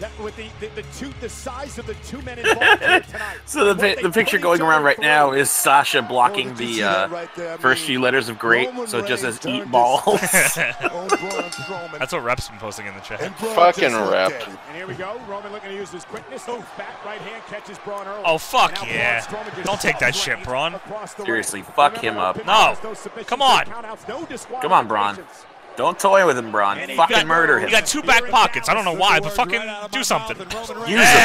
[SPEAKER 8] that with the, the, the two the size of the two men involved here tonight.
[SPEAKER 11] So the,
[SPEAKER 8] What
[SPEAKER 11] pi-
[SPEAKER 8] they
[SPEAKER 11] the picture
[SPEAKER 8] put
[SPEAKER 11] going
[SPEAKER 8] each
[SPEAKER 11] around
[SPEAKER 8] other
[SPEAKER 11] right
[SPEAKER 8] through.
[SPEAKER 11] now is Sasha blocking
[SPEAKER 10] Oh, did you see
[SPEAKER 11] the
[SPEAKER 10] that
[SPEAKER 11] uh,
[SPEAKER 10] right there? I
[SPEAKER 11] first
[SPEAKER 10] mean,
[SPEAKER 11] few letters of great,
[SPEAKER 10] Roman
[SPEAKER 11] so it just
[SPEAKER 10] Reigns
[SPEAKER 11] says
[SPEAKER 10] turned
[SPEAKER 11] eat
[SPEAKER 10] his
[SPEAKER 11] balls.
[SPEAKER 10] back on Braun Strowman.
[SPEAKER 1] That's what Rep's been posting in the chat.
[SPEAKER 10] And Braun
[SPEAKER 22] Fucking
[SPEAKER 10] just looked
[SPEAKER 22] rep.
[SPEAKER 10] at him.
[SPEAKER 8] And here we go. Roman looking to use his quickness. Oh, back right hand catches Braun early.
[SPEAKER 1] Oh, fuck
[SPEAKER 8] Now Braun
[SPEAKER 1] yeah.
[SPEAKER 8] Strowman just
[SPEAKER 1] Don't take that
[SPEAKER 8] drops
[SPEAKER 1] shit,
[SPEAKER 8] Reigns
[SPEAKER 1] Braun.
[SPEAKER 8] across the
[SPEAKER 11] Seriously,
[SPEAKER 8] ring.
[SPEAKER 11] fuck
[SPEAKER 8] Remember,
[SPEAKER 11] him
[SPEAKER 8] no
[SPEAKER 11] up.
[SPEAKER 8] pin
[SPEAKER 1] No.
[SPEAKER 8] passes, no submissions,
[SPEAKER 1] Come on.
[SPEAKER 8] no countouts, no
[SPEAKER 11] Come on, Braun.
[SPEAKER 8] disqualifications.
[SPEAKER 11] Don't toy with him, Braun.
[SPEAKER 8] And he
[SPEAKER 11] Fucking
[SPEAKER 1] got-
[SPEAKER 11] murder
[SPEAKER 1] You
[SPEAKER 11] him.
[SPEAKER 1] got two back pockets. I don't know why, but fucking do something.
[SPEAKER 11] Use
[SPEAKER 1] Yeah.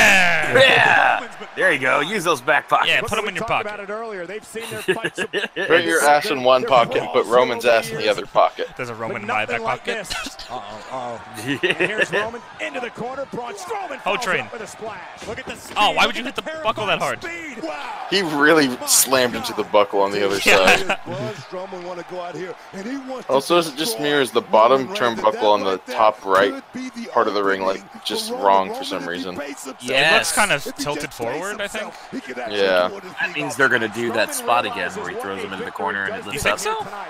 [SPEAKER 11] them. Yeah. There you go. Use those back pockets.
[SPEAKER 1] Yeah, put them in your
[SPEAKER 8] talked
[SPEAKER 1] pocket.
[SPEAKER 8] about it earlier. They've seen their fights.
[SPEAKER 22] Put your ass in one pocket and put Roman's ass in the other pocket.
[SPEAKER 1] There's a
[SPEAKER 8] But
[SPEAKER 1] Roman in my
[SPEAKER 8] nothing
[SPEAKER 1] back
[SPEAKER 8] like
[SPEAKER 1] pocket.
[SPEAKER 8] this. Uh-oh, And here's Roman into the corner. Braun Strowman
[SPEAKER 1] Oh,
[SPEAKER 8] follows
[SPEAKER 1] train.
[SPEAKER 8] up with a splash. Look at the speed.
[SPEAKER 1] Oh, why would
[SPEAKER 8] Look
[SPEAKER 1] you hit
[SPEAKER 8] at
[SPEAKER 1] the buckle that hard?
[SPEAKER 8] speed. Wow.
[SPEAKER 22] He really slammed into the buckle on the other side.
[SPEAKER 10] Braun Strowman want to go out here, and he wants to
[SPEAKER 22] Also, it just
[SPEAKER 10] destroy
[SPEAKER 22] mirrors the bottom
[SPEAKER 10] Roman Reigns, and
[SPEAKER 22] turnbuckle on
[SPEAKER 10] that
[SPEAKER 22] the
[SPEAKER 10] right there
[SPEAKER 22] top right
[SPEAKER 10] could be the
[SPEAKER 22] part of the ring, like,
[SPEAKER 10] opening
[SPEAKER 22] just
[SPEAKER 10] for Roman.
[SPEAKER 22] wrong for
[SPEAKER 10] Roman,
[SPEAKER 22] some
[SPEAKER 10] if he
[SPEAKER 22] reason.
[SPEAKER 10] baits himself,
[SPEAKER 11] Yes. It looks
[SPEAKER 1] kind of
[SPEAKER 10] if he just
[SPEAKER 1] tilted
[SPEAKER 10] baits
[SPEAKER 1] forward, I think.
[SPEAKER 10] himself, he could actually
[SPEAKER 22] Yeah.
[SPEAKER 10] go on his
[SPEAKER 11] That
[SPEAKER 10] feet
[SPEAKER 11] means
[SPEAKER 10] off
[SPEAKER 11] they're gonna do that
[SPEAKER 8] Strowman
[SPEAKER 11] spot again
[SPEAKER 8] realizes
[SPEAKER 11] where he
[SPEAKER 8] what
[SPEAKER 11] throws
[SPEAKER 8] a
[SPEAKER 11] him into the
[SPEAKER 8] victory
[SPEAKER 11] corner and
[SPEAKER 8] does
[SPEAKER 11] it
[SPEAKER 8] to
[SPEAKER 11] lifts
[SPEAKER 1] think
[SPEAKER 11] up.
[SPEAKER 1] so?
[SPEAKER 8] tonight.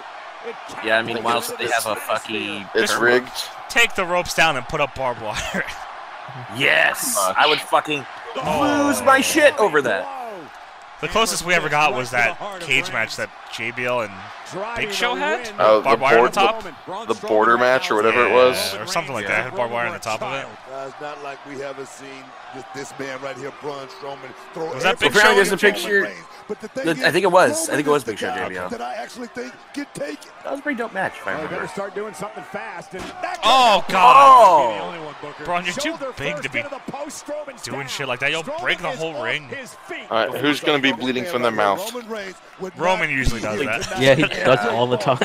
[SPEAKER 8] It
[SPEAKER 11] Yeah, I
[SPEAKER 8] catapults
[SPEAKER 11] mean, why
[SPEAKER 8] him
[SPEAKER 11] else would they
[SPEAKER 8] into
[SPEAKER 11] have a
[SPEAKER 8] the
[SPEAKER 11] fucking?
[SPEAKER 22] It's
[SPEAKER 11] turnbuckle?
[SPEAKER 22] rigged.
[SPEAKER 1] Take the ropes down and put up barbed wire.
[SPEAKER 11] Yes, I would fucking lose my shit over that.
[SPEAKER 1] The closest we ever got was that cage match that JBL and Big Show had.
[SPEAKER 22] Oh, the
[SPEAKER 1] barbed wire on
[SPEAKER 22] board-
[SPEAKER 1] the top.
[SPEAKER 22] The border match or whatever it was.
[SPEAKER 1] Yeah, or something like that. Had barbed wire on the top of it.
[SPEAKER 10] Uh, it's not like we haven't seen this, this man right here, Braun Strowman, throw
[SPEAKER 1] Was that
[SPEAKER 10] every-
[SPEAKER 1] Big Show?
[SPEAKER 11] Apparently there's a
[SPEAKER 10] Roman
[SPEAKER 11] picture-
[SPEAKER 10] Reigns. But the thing
[SPEAKER 11] I
[SPEAKER 10] is,
[SPEAKER 11] think it was. I
[SPEAKER 10] Roman
[SPEAKER 11] think it was
[SPEAKER 10] is the
[SPEAKER 11] Big Show,
[SPEAKER 10] guy
[SPEAKER 11] JBL.
[SPEAKER 10] That I actually think can take it.
[SPEAKER 11] That was a pretty dope match, if I
[SPEAKER 10] Oh,
[SPEAKER 8] I better
[SPEAKER 11] remember.
[SPEAKER 8] start doing something fast. And that
[SPEAKER 1] Oh
[SPEAKER 8] goes
[SPEAKER 1] god.
[SPEAKER 9] The
[SPEAKER 11] Oh,
[SPEAKER 9] only one, Booker.
[SPEAKER 1] Braun, you're too
[SPEAKER 8] Shoulder
[SPEAKER 1] big to
[SPEAKER 8] first
[SPEAKER 1] be
[SPEAKER 8] into the post, Strowman's
[SPEAKER 1] doing
[SPEAKER 8] down.
[SPEAKER 1] shit like that. You'll
[SPEAKER 8] Strowman
[SPEAKER 1] break the
[SPEAKER 8] is
[SPEAKER 1] wall
[SPEAKER 8] off
[SPEAKER 1] ring.
[SPEAKER 8] his feet.
[SPEAKER 22] All right, who's gonna be bleeding from their mouth?
[SPEAKER 10] Roman, Reigns would
[SPEAKER 1] Roman
[SPEAKER 10] not
[SPEAKER 1] usually
[SPEAKER 10] be
[SPEAKER 1] does
[SPEAKER 10] here
[SPEAKER 1] that.
[SPEAKER 10] tonight.
[SPEAKER 6] Yeah, he does
[SPEAKER 10] Yeah.
[SPEAKER 6] all the time.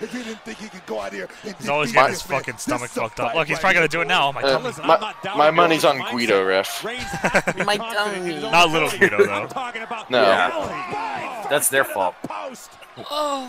[SPEAKER 10] If he didn't think he could go out here and
[SPEAKER 1] He's always
[SPEAKER 10] defeat
[SPEAKER 1] got
[SPEAKER 10] this
[SPEAKER 1] his
[SPEAKER 10] man.
[SPEAKER 1] fucking
[SPEAKER 10] This
[SPEAKER 1] stomach
[SPEAKER 10] is a
[SPEAKER 1] fucked up.
[SPEAKER 10] fight
[SPEAKER 1] Look, he's
[SPEAKER 10] right
[SPEAKER 1] probably gonna
[SPEAKER 10] here.
[SPEAKER 1] do it now. Oh my
[SPEAKER 22] Uh,
[SPEAKER 1] god.
[SPEAKER 9] Listen, I'm
[SPEAKER 22] my,
[SPEAKER 9] not doubting
[SPEAKER 22] my money's
[SPEAKER 9] Roman's
[SPEAKER 22] on
[SPEAKER 9] mindset.
[SPEAKER 22] Guido, ref.
[SPEAKER 9] Reigns has to be
[SPEAKER 11] My
[SPEAKER 9] confident in his own
[SPEAKER 1] Not little
[SPEAKER 9] ability.
[SPEAKER 1] Guido, though.
[SPEAKER 9] I'm talking about
[SPEAKER 22] No. Yeah.
[SPEAKER 9] reality.
[SPEAKER 11] That's their fault.
[SPEAKER 8] Post.
[SPEAKER 9] Oh.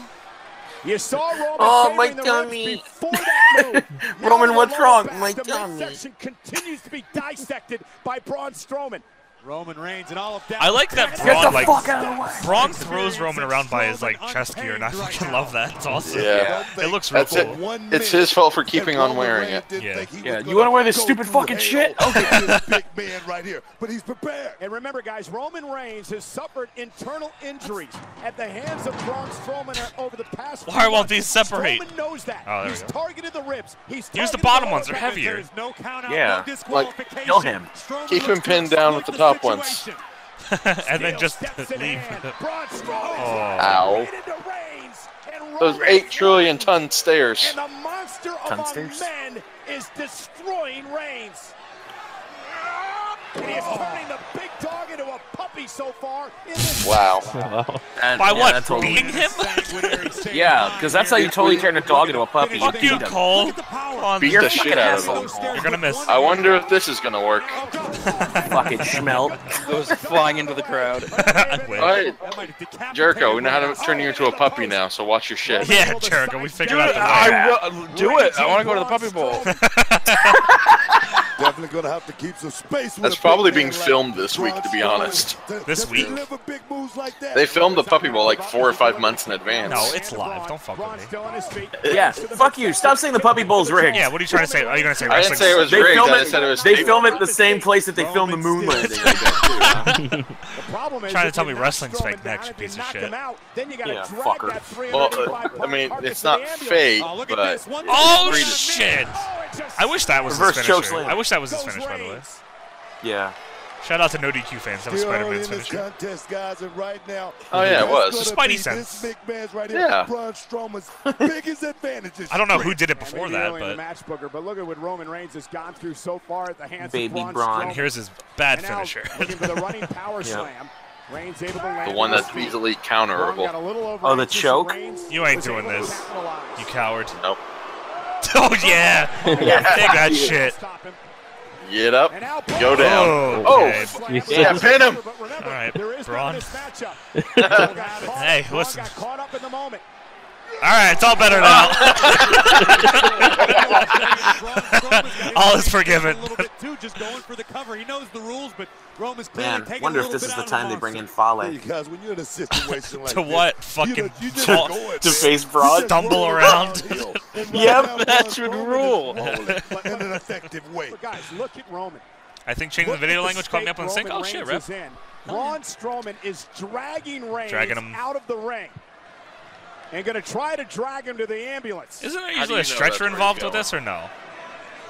[SPEAKER 8] You saw Roman
[SPEAKER 11] Oh,
[SPEAKER 8] favoring
[SPEAKER 11] my
[SPEAKER 8] the ribs
[SPEAKER 11] dummy.
[SPEAKER 8] before that move. Now
[SPEAKER 11] Roman,
[SPEAKER 8] the
[SPEAKER 11] what's
[SPEAKER 8] lower
[SPEAKER 11] wrong?
[SPEAKER 8] back,
[SPEAKER 11] My
[SPEAKER 8] the
[SPEAKER 11] dummy.
[SPEAKER 8] midsection continues to be dissected by Braun Strowman.
[SPEAKER 9] Roman Reigns and all of that.
[SPEAKER 1] I like that
[SPEAKER 9] Get
[SPEAKER 1] Braun
[SPEAKER 11] the
[SPEAKER 1] like
[SPEAKER 11] fuck out of the way.
[SPEAKER 1] Braun throws Roman around by his like chest gear, and I fucking love that. It's awesome.
[SPEAKER 22] Yeah.
[SPEAKER 1] It looks real
[SPEAKER 22] That's it.
[SPEAKER 1] cool.
[SPEAKER 10] One
[SPEAKER 22] It's
[SPEAKER 10] minute.
[SPEAKER 22] his fault for keeping
[SPEAKER 10] And
[SPEAKER 22] on
[SPEAKER 10] Roman
[SPEAKER 22] wearing
[SPEAKER 10] Reigns
[SPEAKER 22] it.
[SPEAKER 10] didn't
[SPEAKER 1] Yeah.
[SPEAKER 10] think he
[SPEAKER 11] Yeah,
[SPEAKER 10] was
[SPEAKER 11] you wanna
[SPEAKER 10] gonna
[SPEAKER 11] wear this
[SPEAKER 10] go
[SPEAKER 11] stupid
[SPEAKER 10] through
[SPEAKER 11] fucking
[SPEAKER 10] hell
[SPEAKER 11] shit?
[SPEAKER 10] with this big man right here, but he's prepared.
[SPEAKER 8] And remember, guys, Roman Reigns has suffered internal injuries at the hands of Braun Strowman over the past. few
[SPEAKER 1] Why won't
[SPEAKER 8] months.
[SPEAKER 1] these separate?
[SPEAKER 8] Strowman knows that.
[SPEAKER 1] Oh, there we
[SPEAKER 8] He's
[SPEAKER 1] go.
[SPEAKER 8] targeted the ribs. He's
[SPEAKER 1] Use the
[SPEAKER 8] targeted
[SPEAKER 1] bottom
[SPEAKER 8] lower
[SPEAKER 1] ones, they're
[SPEAKER 8] back.
[SPEAKER 1] heavier.
[SPEAKER 9] There's no count out,
[SPEAKER 11] Yeah.
[SPEAKER 9] no disqualification.
[SPEAKER 11] Like, kill him.
[SPEAKER 9] Strowman
[SPEAKER 22] Keep him
[SPEAKER 9] looks to
[SPEAKER 22] pinned down with the
[SPEAKER 9] exploit
[SPEAKER 22] top ones.
[SPEAKER 9] situation.
[SPEAKER 1] and then just
[SPEAKER 8] Steps in
[SPEAKER 1] leave.
[SPEAKER 8] hand. Braun Strowman
[SPEAKER 22] Ow.
[SPEAKER 8] right into Reigns, and
[SPEAKER 22] Those
[SPEAKER 8] Roman
[SPEAKER 22] 8 trillion ton stairs.
[SPEAKER 8] And the monster
[SPEAKER 11] Ton
[SPEAKER 8] among
[SPEAKER 11] stairs?
[SPEAKER 8] men is destroying Reigns. And he is turning the big dog into a puppy so far in this
[SPEAKER 22] Wow.
[SPEAKER 6] Wow.
[SPEAKER 11] And-
[SPEAKER 1] By
[SPEAKER 11] yeah,
[SPEAKER 1] what?
[SPEAKER 11] that's totally-
[SPEAKER 1] Beating him?
[SPEAKER 11] Yeah, because that's how you totally turn a dog into a puppy.
[SPEAKER 1] Fuck you, Cole. Come on,
[SPEAKER 22] Beat
[SPEAKER 11] You're
[SPEAKER 22] the
[SPEAKER 11] fucking
[SPEAKER 22] shit out of
[SPEAKER 11] asshole.
[SPEAKER 22] them.
[SPEAKER 1] You're gonna miss.
[SPEAKER 22] I wonder if this is gonna work.
[SPEAKER 11] fucking schmelt.
[SPEAKER 5] Goes flying into the crowd.
[SPEAKER 1] I wish.
[SPEAKER 22] Alright, Jericho, we know how to turn you into a puppy now, so watch your shit.
[SPEAKER 1] Yeah, Jericho, we figured out the way.
[SPEAKER 5] I will do it. I want to go to the puppy bowl.
[SPEAKER 10] Definitely gonna have to keep some space. with
[SPEAKER 22] That's
[SPEAKER 10] a
[SPEAKER 22] probably
[SPEAKER 10] big
[SPEAKER 22] being
[SPEAKER 10] man like
[SPEAKER 22] filmed this
[SPEAKER 10] Braun
[SPEAKER 22] week, to be
[SPEAKER 10] Strowman
[SPEAKER 22] honest.
[SPEAKER 10] to-
[SPEAKER 1] This
[SPEAKER 10] to
[SPEAKER 1] week?
[SPEAKER 10] deliver big moves like that.
[SPEAKER 22] They filmed the puppy bowl like four or five months in advance.
[SPEAKER 1] No, it's live. Don't fuck with me.
[SPEAKER 11] Yeah, fuck you. Stop saying the puppy bowl's rigged.
[SPEAKER 1] Yeah, what are you trying to say? Are you gonna say
[SPEAKER 22] I didn't
[SPEAKER 1] wrestling's-
[SPEAKER 22] say it was
[SPEAKER 11] They
[SPEAKER 22] rigged.
[SPEAKER 11] film
[SPEAKER 22] I
[SPEAKER 11] it.
[SPEAKER 22] said it was.
[SPEAKER 11] they film it the same place that they filmed the moon landing. I guess, too, huh?
[SPEAKER 8] The problem is
[SPEAKER 1] Trying to
[SPEAKER 8] if
[SPEAKER 1] tell
[SPEAKER 8] you
[SPEAKER 1] me
[SPEAKER 8] knock
[SPEAKER 1] wrestling's
[SPEAKER 8] Strowman
[SPEAKER 1] fake
[SPEAKER 8] down,
[SPEAKER 1] next,
[SPEAKER 8] if
[SPEAKER 1] piece of
[SPEAKER 8] knock
[SPEAKER 1] shit.
[SPEAKER 8] him out, then you gotta
[SPEAKER 11] Yeah,
[SPEAKER 8] drag
[SPEAKER 11] fucker.
[SPEAKER 8] that
[SPEAKER 22] Well,
[SPEAKER 8] 385
[SPEAKER 22] uh, I mean,
[SPEAKER 8] pound
[SPEAKER 22] it's
[SPEAKER 8] carcass
[SPEAKER 22] not
[SPEAKER 8] to the ambulance.
[SPEAKER 22] fake,
[SPEAKER 8] Oh, look at
[SPEAKER 22] but
[SPEAKER 8] this one-
[SPEAKER 1] Oh
[SPEAKER 22] Read it.
[SPEAKER 1] shit!
[SPEAKER 10] Oh,
[SPEAKER 1] I wish that was
[SPEAKER 11] Reverse
[SPEAKER 1] his
[SPEAKER 11] choke
[SPEAKER 1] finisher.
[SPEAKER 11] slam.
[SPEAKER 1] I wish that was his
[SPEAKER 8] Those
[SPEAKER 1] finish, by the way.
[SPEAKER 8] rings.
[SPEAKER 11] Yeah.
[SPEAKER 1] Shout out to No DQ fans. That was
[SPEAKER 10] Still
[SPEAKER 1] Spider
[SPEAKER 10] early
[SPEAKER 1] Man's
[SPEAKER 10] in this
[SPEAKER 1] finisher.
[SPEAKER 10] contest, guys, and right now.
[SPEAKER 22] Oh, yeah, it
[SPEAKER 10] that's
[SPEAKER 22] was.
[SPEAKER 10] gonna
[SPEAKER 1] Spidey
[SPEAKER 10] be
[SPEAKER 1] sense.
[SPEAKER 10] This McMahon's right
[SPEAKER 22] Yeah.
[SPEAKER 10] here. Braun Strowman's biggest advantages.
[SPEAKER 1] I don't know who did it
[SPEAKER 8] And
[SPEAKER 1] before
[SPEAKER 8] maybe
[SPEAKER 1] that,
[SPEAKER 8] early in the
[SPEAKER 1] but
[SPEAKER 8] match booker, but look at what Roman Reigns has gone through so far at the hands
[SPEAKER 11] Baby
[SPEAKER 8] of Braun.
[SPEAKER 11] Braun.
[SPEAKER 8] Strowman.
[SPEAKER 1] and here's his bad
[SPEAKER 8] And now
[SPEAKER 1] finisher.
[SPEAKER 8] looking for the running power
[SPEAKER 11] Yeah.
[SPEAKER 8] slam. Reigns able to land
[SPEAKER 22] The one
[SPEAKER 8] with
[SPEAKER 22] that's
[SPEAKER 8] his feet.
[SPEAKER 22] easily
[SPEAKER 8] Braun got a
[SPEAKER 22] counterable.
[SPEAKER 8] little over
[SPEAKER 11] Oh, the
[SPEAKER 8] anxious,
[SPEAKER 11] choke?
[SPEAKER 8] Reigns
[SPEAKER 1] You ain't
[SPEAKER 8] was
[SPEAKER 1] doing
[SPEAKER 8] able to
[SPEAKER 1] this.
[SPEAKER 8] capitalize.
[SPEAKER 1] you coward.
[SPEAKER 22] Nope.
[SPEAKER 1] Oh yeah.
[SPEAKER 11] Yeah,
[SPEAKER 1] Take
[SPEAKER 11] fuck
[SPEAKER 1] that
[SPEAKER 11] you.
[SPEAKER 1] shit.
[SPEAKER 8] Stop him.
[SPEAKER 22] Get up.
[SPEAKER 8] And now
[SPEAKER 22] Go down.
[SPEAKER 1] Oh.
[SPEAKER 22] Oh,
[SPEAKER 1] okay.
[SPEAKER 22] f-
[SPEAKER 8] Slam
[SPEAKER 6] You
[SPEAKER 8] it
[SPEAKER 22] yeah,
[SPEAKER 8] down.
[SPEAKER 22] pin him.
[SPEAKER 8] But remember,
[SPEAKER 1] All right,
[SPEAKER 8] there is no
[SPEAKER 1] Braun.
[SPEAKER 8] mismatchup. Braun got caught-
[SPEAKER 1] Hey,
[SPEAKER 8] Braun
[SPEAKER 1] listen.
[SPEAKER 8] got caught up in the moment.
[SPEAKER 1] All right, it's all better now. All is forgiven.
[SPEAKER 9] A little bit too, just going for the cover. He knows the rules, but Roman's clearly
[SPEAKER 11] Man,
[SPEAKER 9] taking
[SPEAKER 11] wonder
[SPEAKER 9] a
[SPEAKER 11] if
[SPEAKER 9] little
[SPEAKER 11] this
[SPEAKER 9] bit
[SPEAKER 11] is the
[SPEAKER 9] out of
[SPEAKER 11] time they
[SPEAKER 9] Ron's.
[SPEAKER 11] bring in
[SPEAKER 10] Hey, you
[SPEAKER 11] Fale.
[SPEAKER 10] guys, when you're in a situation like
[SPEAKER 1] To
[SPEAKER 10] this,
[SPEAKER 1] what?
[SPEAKER 10] you
[SPEAKER 1] Fucking
[SPEAKER 10] don't- you just
[SPEAKER 1] fall-
[SPEAKER 10] go and
[SPEAKER 11] To face
[SPEAKER 10] You
[SPEAKER 11] Braun.
[SPEAKER 10] just
[SPEAKER 1] stumble
[SPEAKER 10] roll
[SPEAKER 1] around.
[SPEAKER 10] downhill and right
[SPEAKER 11] Yep,
[SPEAKER 10] now
[SPEAKER 5] that
[SPEAKER 10] Braun
[SPEAKER 5] should
[SPEAKER 10] Strowman is
[SPEAKER 5] rule.
[SPEAKER 10] rolling in an effective way.
[SPEAKER 8] But guys, look at Roman.
[SPEAKER 1] I think changing the
[SPEAKER 8] Look
[SPEAKER 1] video
[SPEAKER 8] at
[SPEAKER 1] language caught me
[SPEAKER 8] state
[SPEAKER 1] up on sync. Oh
[SPEAKER 8] Roman
[SPEAKER 1] shit, ref.
[SPEAKER 8] Reigns is in. Braun Strowman is dragging Reigns
[SPEAKER 1] Dragging him.
[SPEAKER 8] out of the ring and going to try to drag him to the ambulance.
[SPEAKER 1] Isn't there
[SPEAKER 22] do
[SPEAKER 1] usually
[SPEAKER 22] you
[SPEAKER 1] a
[SPEAKER 22] know that's
[SPEAKER 1] stretcher
[SPEAKER 22] where he's
[SPEAKER 1] involved with
[SPEAKER 22] going?
[SPEAKER 1] this or no?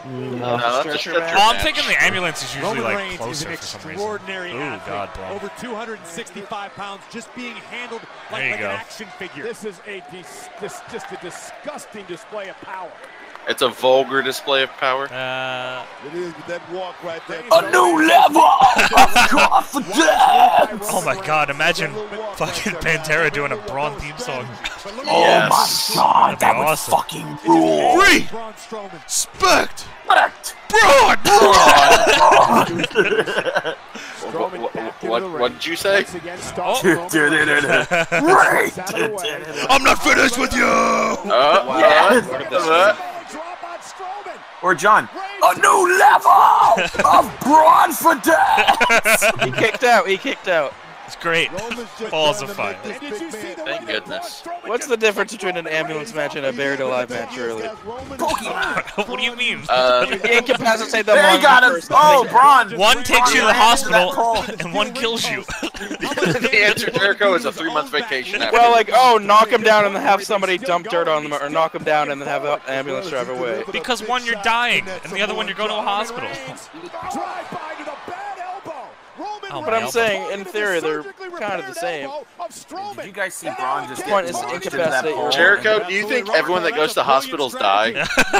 [SPEAKER 22] No,
[SPEAKER 6] No.
[SPEAKER 22] that's a stretcher
[SPEAKER 1] Oh, I'm
[SPEAKER 22] match.
[SPEAKER 1] thinking the ambulance is usually
[SPEAKER 9] Roman
[SPEAKER 1] like
[SPEAKER 9] Reigns is
[SPEAKER 1] closer
[SPEAKER 9] an
[SPEAKER 1] for some reason.
[SPEAKER 9] extraordinary
[SPEAKER 1] Ooh,
[SPEAKER 9] athlete.
[SPEAKER 1] God, bro.
[SPEAKER 9] Over 265 pounds, just being handled
[SPEAKER 1] There
[SPEAKER 9] like,
[SPEAKER 1] you
[SPEAKER 9] like an
[SPEAKER 1] go.
[SPEAKER 9] action figure.
[SPEAKER 8] This is a dis- dis- just a disgusting display of power.
[SPEAKER 22] It's a vulgar display of power.
[SPEAKER 1] Uh,
[SPEAKER 10] It is with that walk right there.
[SPEAKER 11] A new level of confidence.
[SPEAKER 1] oh my God! Imagine fucking Pantera doing a Braun theme song.
[SPEAKER 22] Yes.
[SPEAKER 11] Oh my
[SPEAKER 1] That'd
[SPEAKER 11] god,
[SPEAKER 1] be
[SPEAKER 11] that would
[SPEAKER 1] awesome.
[SPEAKER 11] fucking rule.
[SPEAKER 9] Braun Strowman.
[SPEAKER 1] Respect,
[SPEAKER 11] Correct.
[SPEAKER 1] Braun.
[SPEAKER 22] What, what, what, what did you say?
[SPEAKER 8] Once again, stops
[SPEAKER 1] Oh.
[SPEAKER 8] Roman Reigns.
[SPEAKER 11] Right.
[SPEAKER 8] Out of the way.
[SPEAKER 1] I'm not finished with you.
[SPEAKER 22] Uh,
[SPEAKER 11] Yeah.
[SPEAKER 22] what, what?
[SPEAKER 8] Drop on Strowman.
[SPEAKER 11] Or John.
[SPEAKER 5] Oh.
[SPEAKER 8] Reigns
[SPEAKER 11] A new level of Braun for
[SPEAKER 5] He kicked out. He kicked out.
[SPEAKER 1] It's great. Balls of fire.
[SPEAKER 8] And did you see the
[SPEAKER 22] Thank
[SPEAKER 8] way that
[SPEAKER 22] goodness.
[SPEAKER 8] Braun Strowman
[SPEAKER 5] What's
[SPEAKER 8] just
[SPEAKER 5] the difference between an
[SPEAKER 8] Roman
[SPEAKER 5] ambulance match
[SPEAKER 8] Reigns
[SPEAKER 5] and a buried alive match, really?
[SPEAKER 1] what do you mean?
[SPEAKER 22] Uh,
[SPEAKER 5] You incapacitate them
[SPEAKER 11] There
[SPEAKER 5] on
[SPEAKER 11] you got
[SPEAKER 5] the
[SPEAKER 11] him.
[SPEAKER 5] first
[SPEAKER 11] Oh,
[SPEAKER 5] thing.
[SPEAKER 11] Braun.
[SPEAKER 1] one takes you to the
[SPEAKER 11] Braun,
[SPEAKER 1] hospital
[SPEAKER 11] Braun.
[SPEAKER 1] and one kills you.
[SPEAKER 22] the answer, Jericho, is a three-month vacation. After.
[SPEAKER 5] Well, like, oh, knock him down and then have somebody dump dirt on them, or knock him down and then have an ambulance drive away.
[SPEAKER 1] because one you're dying and the other one you're going to a hospital.
[SPEAKER 8] Drive by to the bad elbow. Roman
[SPEAKER 1] Oh, my
[SPEAKER 8] Reigns
[SPEAKER 5] But I'm
[SPEAKER 1] elbow.
[SPEAKER 5] saying, in
[SPEAKER 8] targeted the
[SPEAKER 5] theory, they're
[SPEAKER 8] surgically
[SPEAKER 5] kind of the
[SPEAKER 8] repaired
[SPEAKER 5] same.
[SPEAKER 8] elbow of Strowman.
[SPEAKER 11] Did you guys see
[SPEAKER 8] And
[SPEAKER 11] Braun
[SPEAKER 8] now
[SPEAKER 11] just
[SPEAKER 8] again,
[SPEAKER 5] Point is
[SPEAKER 8] targeted
[SPEAKER 11] into
[SPEAKER 5] incapacitate
[SPEAKER 11] that
[SPEAKER 5] your
[SPEAKER 11] hole?
[SPEAKER 22] Jericho, do you think everyone that goes to hospitals die?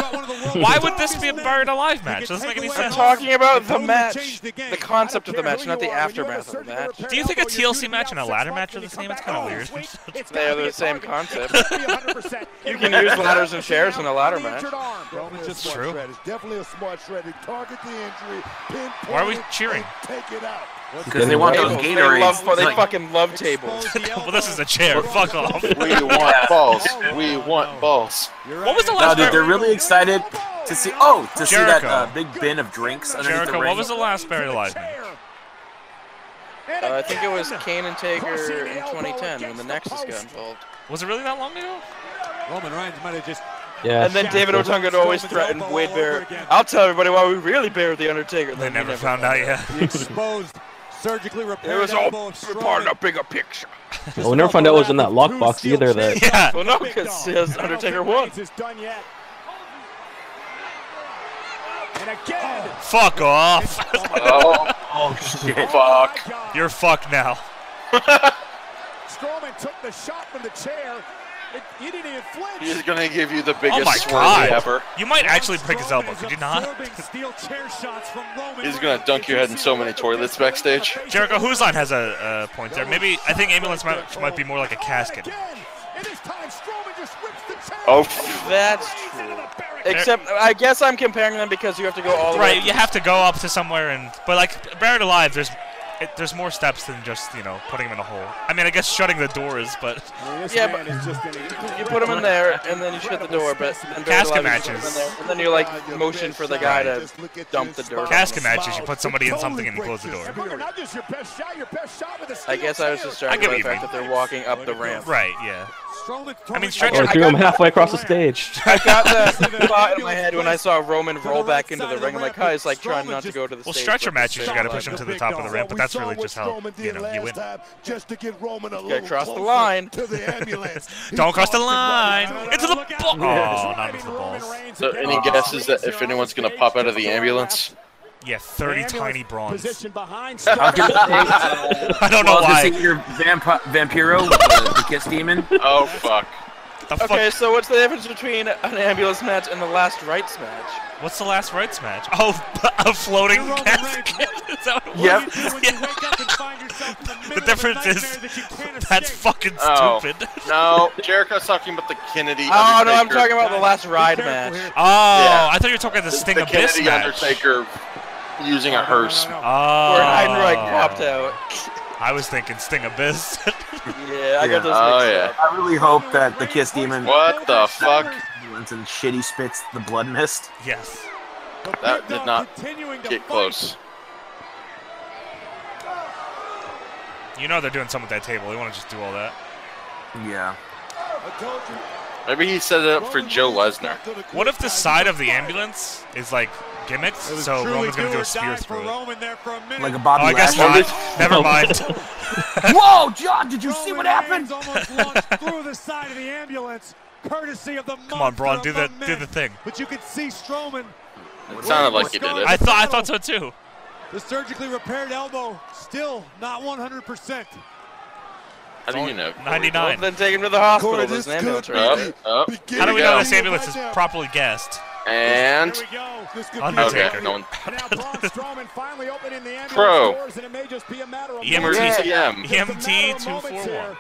[SPEAKER 1] Why would this be a buried alive match? Doesn't make any
[SPEAKER 5] I'm
[SPEAKER 1] sense.
[SPEAKER 5] talking about the
[SPEAKER 9] Totally
[SPEAKER 5] match,
[SPEAKER 9] changed the game.
[SPEAKER 5] the concept of the match, not the aftermath of the match.
[SPEAKER 1] Do you think a TLC match and a ladder match are the same? Oh, It's kind of weird.
[SPEAKER 5] They are the same concept.
[SPEAKER 8] you
[SPEAKER 5] can use ladders and chairs in a ladder match.
[SPEAKER 10] Roman
[SPEAKER 1] It's true.
[SPEAKER 10] Definitely a smart strategy. Target the injury. Pinpoint
[SPEAKER 1] Why are we
[SPEAKER 10] it,
[SPEAKER 1] cheering?
[SPEAKER 10] and Take it out.
[SPEAKER 11] Because they want those
[SPEAKER 5] Tables. They, love,
[SPEAKER 11] Gatorades.
[SPEAKER 5] they
[SPEAKER 11] Like,
[SPEAKER 5] fucking love tables.
[SPEAKER 1] Well, this is a chair. Fuck off.
[SPEAKER 22] We want balls. We want balls.
[SPEAKER 1] What was the
[SPEAKER 11] No,
[SPEAKER 1] last?
[SPEAKER 11] dude, they're
[SPEAKER 1] buried-
[SPEAKER 11] really excited to see. Oh, to see that
[SPEAKER 1] Jericho.
[SPEAKER 11] uh, big bin of drinks underneath
[SPEAKER 1] Jericho,
[SPEAKER 11] the ring.
[SPEAKER 1] what was the last buried alive match?
[SPEAKER 5] Uh, I think it was Kane and Taker in 2010 when the Nexus got involved.
[SPEAKER 1] Was it really that long ago?
[SPEAKER 9] Roman Reigns might have just
[SPEAKER 6] Yeah.
[SPEAKER 5] And then David Otunga always threatened Wade Barrett. I'll tell everybody why we really buried the Undertaker.
[SPEAKER 1] They never found out yet.
[SPEAKER 9] exposed, surgically repaired
[SPEAKER 5] It was all
[SPEAKER 9] elbow of
[SPEAKER 5] part of a
[SPEAKER 9] Strowman.
[SPEAKER 5] bigger picture.
[SPEAKER 6] Well, we never found out it was in that lockbox either. That
[SPEAKER 1] Yeah.
[SPEAKER 5] Well, no, because Undertaker won.
[SPEAKER 8] Is done yet. And again,
[SPEAKER 1] Fuck off.
[SPEAKER 22] Oh,
[SPEAKER 11] Oh shit.
[SPEAKER 22] fuck.
[SPEAKER 1] You're fucked now.
[SPEAKER 8] Strowman took the shot from the chair.
[SPEAKER 3] It, he didn't even flinch.
[SPEAKER 22] He's gonna give you the biggest
[SPEAKER 1] oh my
[SPEAKER 22] swerve
[SPEAKER 1] God.
[SPEAKER 22] ever.
[SPEAKER 1] You might actually break his elbow, could you not?
[SPEAKER 3] Steel chair shots from Roman.
[SPEAKER 22] He's gonna dunk your head in so many toilets backstage.
[SPEAKER 1] Jericho Huzan has a, a point there. Maybe I think ambulance might, might be more like a casket.
[SPEAKER 22] Oh,
[SPEAKER 5] That's true. Except, I guess I'm comparing them because you have to go all the way.
[SPEAKER 1] Right, you have to go up to somewhere and but like buried alive. There's it, there's more steps than just you know putting him in a hole. I mean, I guess shutting the door is, but
[SPEAKER 5] Yeah, but you put him in there and then you shut the door, but in Buried
[SPEAKER 1] Casket
[SPEAKER 5] Alive, you just put 'em in
[SPEAKER 1] matches.
[SPEAKER 5] there, and then you
[SPEAKER 11] Ah,
[SPEAKER 5] like motion for the guy to dump the dirt. on
[SPEAKER 1] casket
[SPEAKER 5] him.
[SPEAKER 1] matches. You put somebody in something and you close the door.
[SPEAKER 3] Not just your best shot, your best shot with a steel
[SPEAKER 5] I guess I was distracted
[SPEAKER 1] get
[SPEAKER 5] by
[SPEAKER 1] what
[SPEAKER 5] the
[SPEAKER 1] you
[SPEAKER 5] fact that they're walking up the ramp.
[SPEAKER 1] Right, yeah. I mean,
[SPEAKER 12] Or
[SPEAKER 1] stretch.
[SPEAKER 12] threw him halfway across the stage.
[SPEAKER 5] I got that thought in my head when I saw Roman roll back into the ring. I'm like, huh, he's like trying not to go to the
[SPEAKER 1] Well,
[SPEAKER 5] stage,
[SPEAKER 1] stretcher
[SPEAKER 5] but the
[SPEAKER 1] matches, you
[SPEAKER 5] stage
[SPEAKER 1] gotta
[SPEAKER 5] line.
[SPEAKER 1] push him to the top of the ramp, but that's really just how you know you win.
[SPEAKER 11] just to get Roman a
[SPEAKER 5] Gotta
[SPEAKER 11] little
[SPEAKER 5] cross the
[SPEAKER 11] closer
[SPEAKER 5] line.
[SPEAKER 11] to the ambulance.
[SPEAKER 1] Don't cross the line. Into the ball. Oh, not into the balls.
[SPEAKER 22] So, any guesses that if anyone's gonna pop out of the ambulance?
[SPEAKER 1] Yeah, 30 tiny bronze.
[SPEAKER 3] position behind.
[SPEAKER 1] I
[SPEAKER 3] Starks.
[SPEAKER 1] don't know
[SPEAKER 32] well, I was
[SPEAKER 1] why.
[SPEAKER 32] gonna say your vampi- vampiro, the, the kiss demon.
[SPEAKER 22] Oh fuck!
[SPEAKER 1] The fuck?
[SPEAKER 5] Okay, so what's the difference between an ambulance match and the last rights match?
[SPEAKER 1] What's the last rights match? Oh, a floating casket. Is that what it
[SPEAKER 5] Yep.
[SPEAKER 1] was? Yeah. the difference is that's fucking
[SPEAKER 22] Oh
[SPEAKER 1] stupid.
[SPEAKER 22] no, Jericho's talking about the Kennedy.
[SPEAKER 5] Oh no, I'm
[SPEAKER 22] Undertaker-
[SPEAKER 5] talking about the last ride match.
[SPEAKER 1] Oh, I thought you were talking the
[SPEAKER 22] The
[SPEAKER 1] Sting Abyss
[SPEAKER 22] Kennedy
[SPEAKER 1] match.
[SPEAKER 22] Undertaker using a hearse.
[SPEAKER 1] Oh.
[SPEAKER 5] Where Heidenreich popped out.
[SPEAKER 1] I was thinking Sting Abyss.
[SPEAKER 5] Yeah, I got those
[SPEAKER 22] Oh,
[SPEAKER 5] mixed
[SPEAKER 22] yeah.
[SPEAKER 5] up.
[SPEAKER 2] I really hope that the kiss demon.
[SPEAKER 22] What the fuck?
[SPEAKER 2] Ambulance And shitty spits the blood mist.
[SPEAKER 1] yes.
[SPEAKER 22] That did not get close.
[SPEAKER 1] You know they're doing something at that table. They want to just do all that.
[SPEAKER 2] Yeah.
[SPEAKER 22] Maybe he set it up for Joe Lesnar.
[SPEAKER 1] What if the side of the ambulance is like gimmicked? So
[SPEAKER 3] truly
[SPEAKER 1] Roman's gonna
[SPEAKER 3] do
[SPEAKER 1] do
[SPEAKER 3] or
[SPEAKER 1] a spear
[SPEAKER 3] die
[SPEAKER 1] through it.
[SPEAKER 2] Like a
[SPEAKER 1] Oh,
[SPEAKER 2] Bobby
[SPEAKER 1] I guess
[SPEAKER 2] Lashley.
[SPEAKER 1] not. Never mind.
[SPEAKER 2] Whoa, John! Did you see what happened?
[SPEAKER 3] almost launched through the side of the ambulance, courtesy of the
[SPEAKER 1] Come on, Braun, do the do the thing.
[SPEAKER 3] But you could see Strowman.
[SPEAKER 22] It sounded like he did it.
[SPEAKER 1] I thought I thought so too.
[SPEAKER 3] The surgically repaired elbow still not 100%.
[SPEAKER 22] How do you know? Corey?
[SPEAKER 1] 99.
[SPEAKER 5] Then take him to the hospital.
[SPEAKER 22] Corey,
[SPEAKER 5] There's
[SPEAKER 22] this
[SPEAKER 5] an ambulance
[SPEAKER 22] could
[SPEAKER 5] ride.
[SPEAKER 22] be Oh, oh,
[SPEAKER 1] How do we
[SPEAKER 22] go.
[SPEAKER 1] know this ambulance is properly guessed?
[SPEAKER 22] And
[SPEAKER 1] Undertaker.
[SPEAKER 22] okay, no one.
[SPEAKER 3] Pro.
[SPEAKER 22] Pro.
[SPEAKER 1] E EMT.
[SPEAKER 22] Yeah.
[SPEAKER 1] EMT E two four one.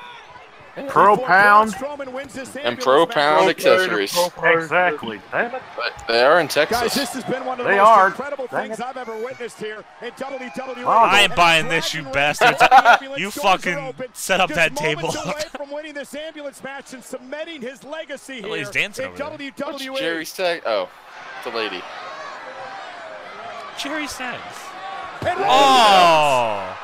[SPEAKER 2] Pro pound.
[SPEAKER 22] And pro pound accessories.
[SPEAKER 2] Exactly.
[SPEAKER 22] But they are in
[SPEAKER 3] Guys,
[SPEAKER 22] Texas.
[SPEAKER 3] this has been one of the
[SPEAKER 2] They
[SPEAKER 3] most
[SPEAKER 2] are.
[SPEAKER 3] incredible things I've ever witnessed here in WWE.
[SPEAKER 1] I am buying this, you bastards. you fucking set up that table.
[SPEAKER 3] Moments away from winning this ambulance match and cementing his legacy
[SPEAKER 1] Well,
[SPEAKER 3] here
[SPEAKER 1] he's dancing
[SPEAKER 3] in
[SPEAKER 1] over there.
[SPEAKER 3] WWE.
[SPEAKER 22] What's Jerry Stag? Oh, it's a lady.
[SPEAKER 1] Jerry Sags.
[SPEAKER 3] And
[SPEAKER 1] Oh.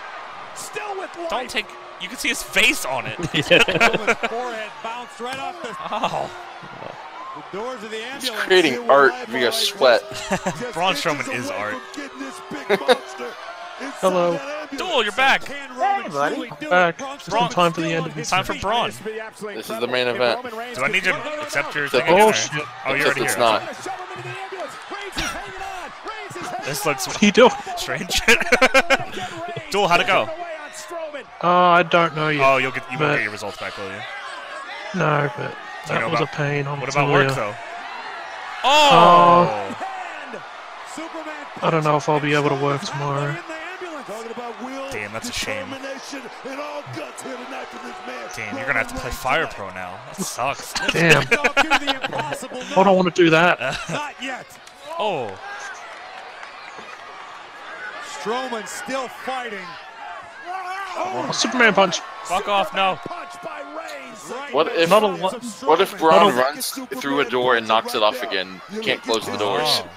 [SPEAKER 3] still with life.
[SPEAKER 1] Don't take. You can see his face on it.
[SPEAKER 3] Roman's forehead bounced right off the,
[SPEAKER 1] oh.
[SPEAKER 3] the doors of the ambulance.
[SPEAKER 22] He's creating art via sweat.
[SPEAKER 1] Braun Strowman is art.
[SPEAKER 12] Hello.
[SPEAKER 1] Duel, you're back.
[SPEAKER 3] Hey, buddy.
[SPEAKER 12] Back. time for the end of this.
[SPEAKER 1] Time for Braun.
[SPEAKER 22] This is the main event.
[SPEAKER 1] Do I need to accept your
[SPEAKER 22] The-
[SPEAKER 1] thing? again, or-
[SPEAKER 12] Bullshit.
[SPEAKER 1] Oh, you're
[SPEAKER 22] Except it's
[SPEAKER 1] already here.
[SPEAKER 22] not.
[SPEAKER 1] This looks
[SPEAKER 12] What are you doing?
[SPEAKER 1] strange. Duel, how'd it go?
[SPEAKER 12] Oh, I don't know yet.
[SPEAKER 1] Oh, you'll get you won't
[SPEAKER 12] But-
[SPEAKER 1] get your results back, will you?
[SPEAKER 12] No, but
[SPEAKER 1] Do you
[SPEAKER 12] that
[SPEAKER 1] know
[SPEAKER 12] was
[SPEAKER 1] about-
[SPEAKER 12] a pain. On
[SPEAKER 1] What about work though? Oh.
[SPEAKER 12] Oh. I don't know if I'll be able to work tomorrow.
[SPEAKER 1] Damn, that's a shame. Damn, you're gonna have to play Fire Pro now. That sucks.
[SPEAKER 12] Damn. I don't want to do that.
[SPEAKER 3] Not yet.
[SPEAKER 1] oh.
[SPEAKER 3] Strowman still fighting.
[SPEAKER 12] Oh, Superman punch.
[SPEAKER 1] Fuck off, no.
[SPEAKER 22] What if
[SPEAKER 12] Not a lo-
[SPEAKER 22] what if
[SPEAKER 12] Not
[SPEAKER 22] Braun
[SPEAKER 12] a-
[SPEAKER 22] runs through a door and knocks it off again? Can't close the doors.
[SPEAKER 1] Oh.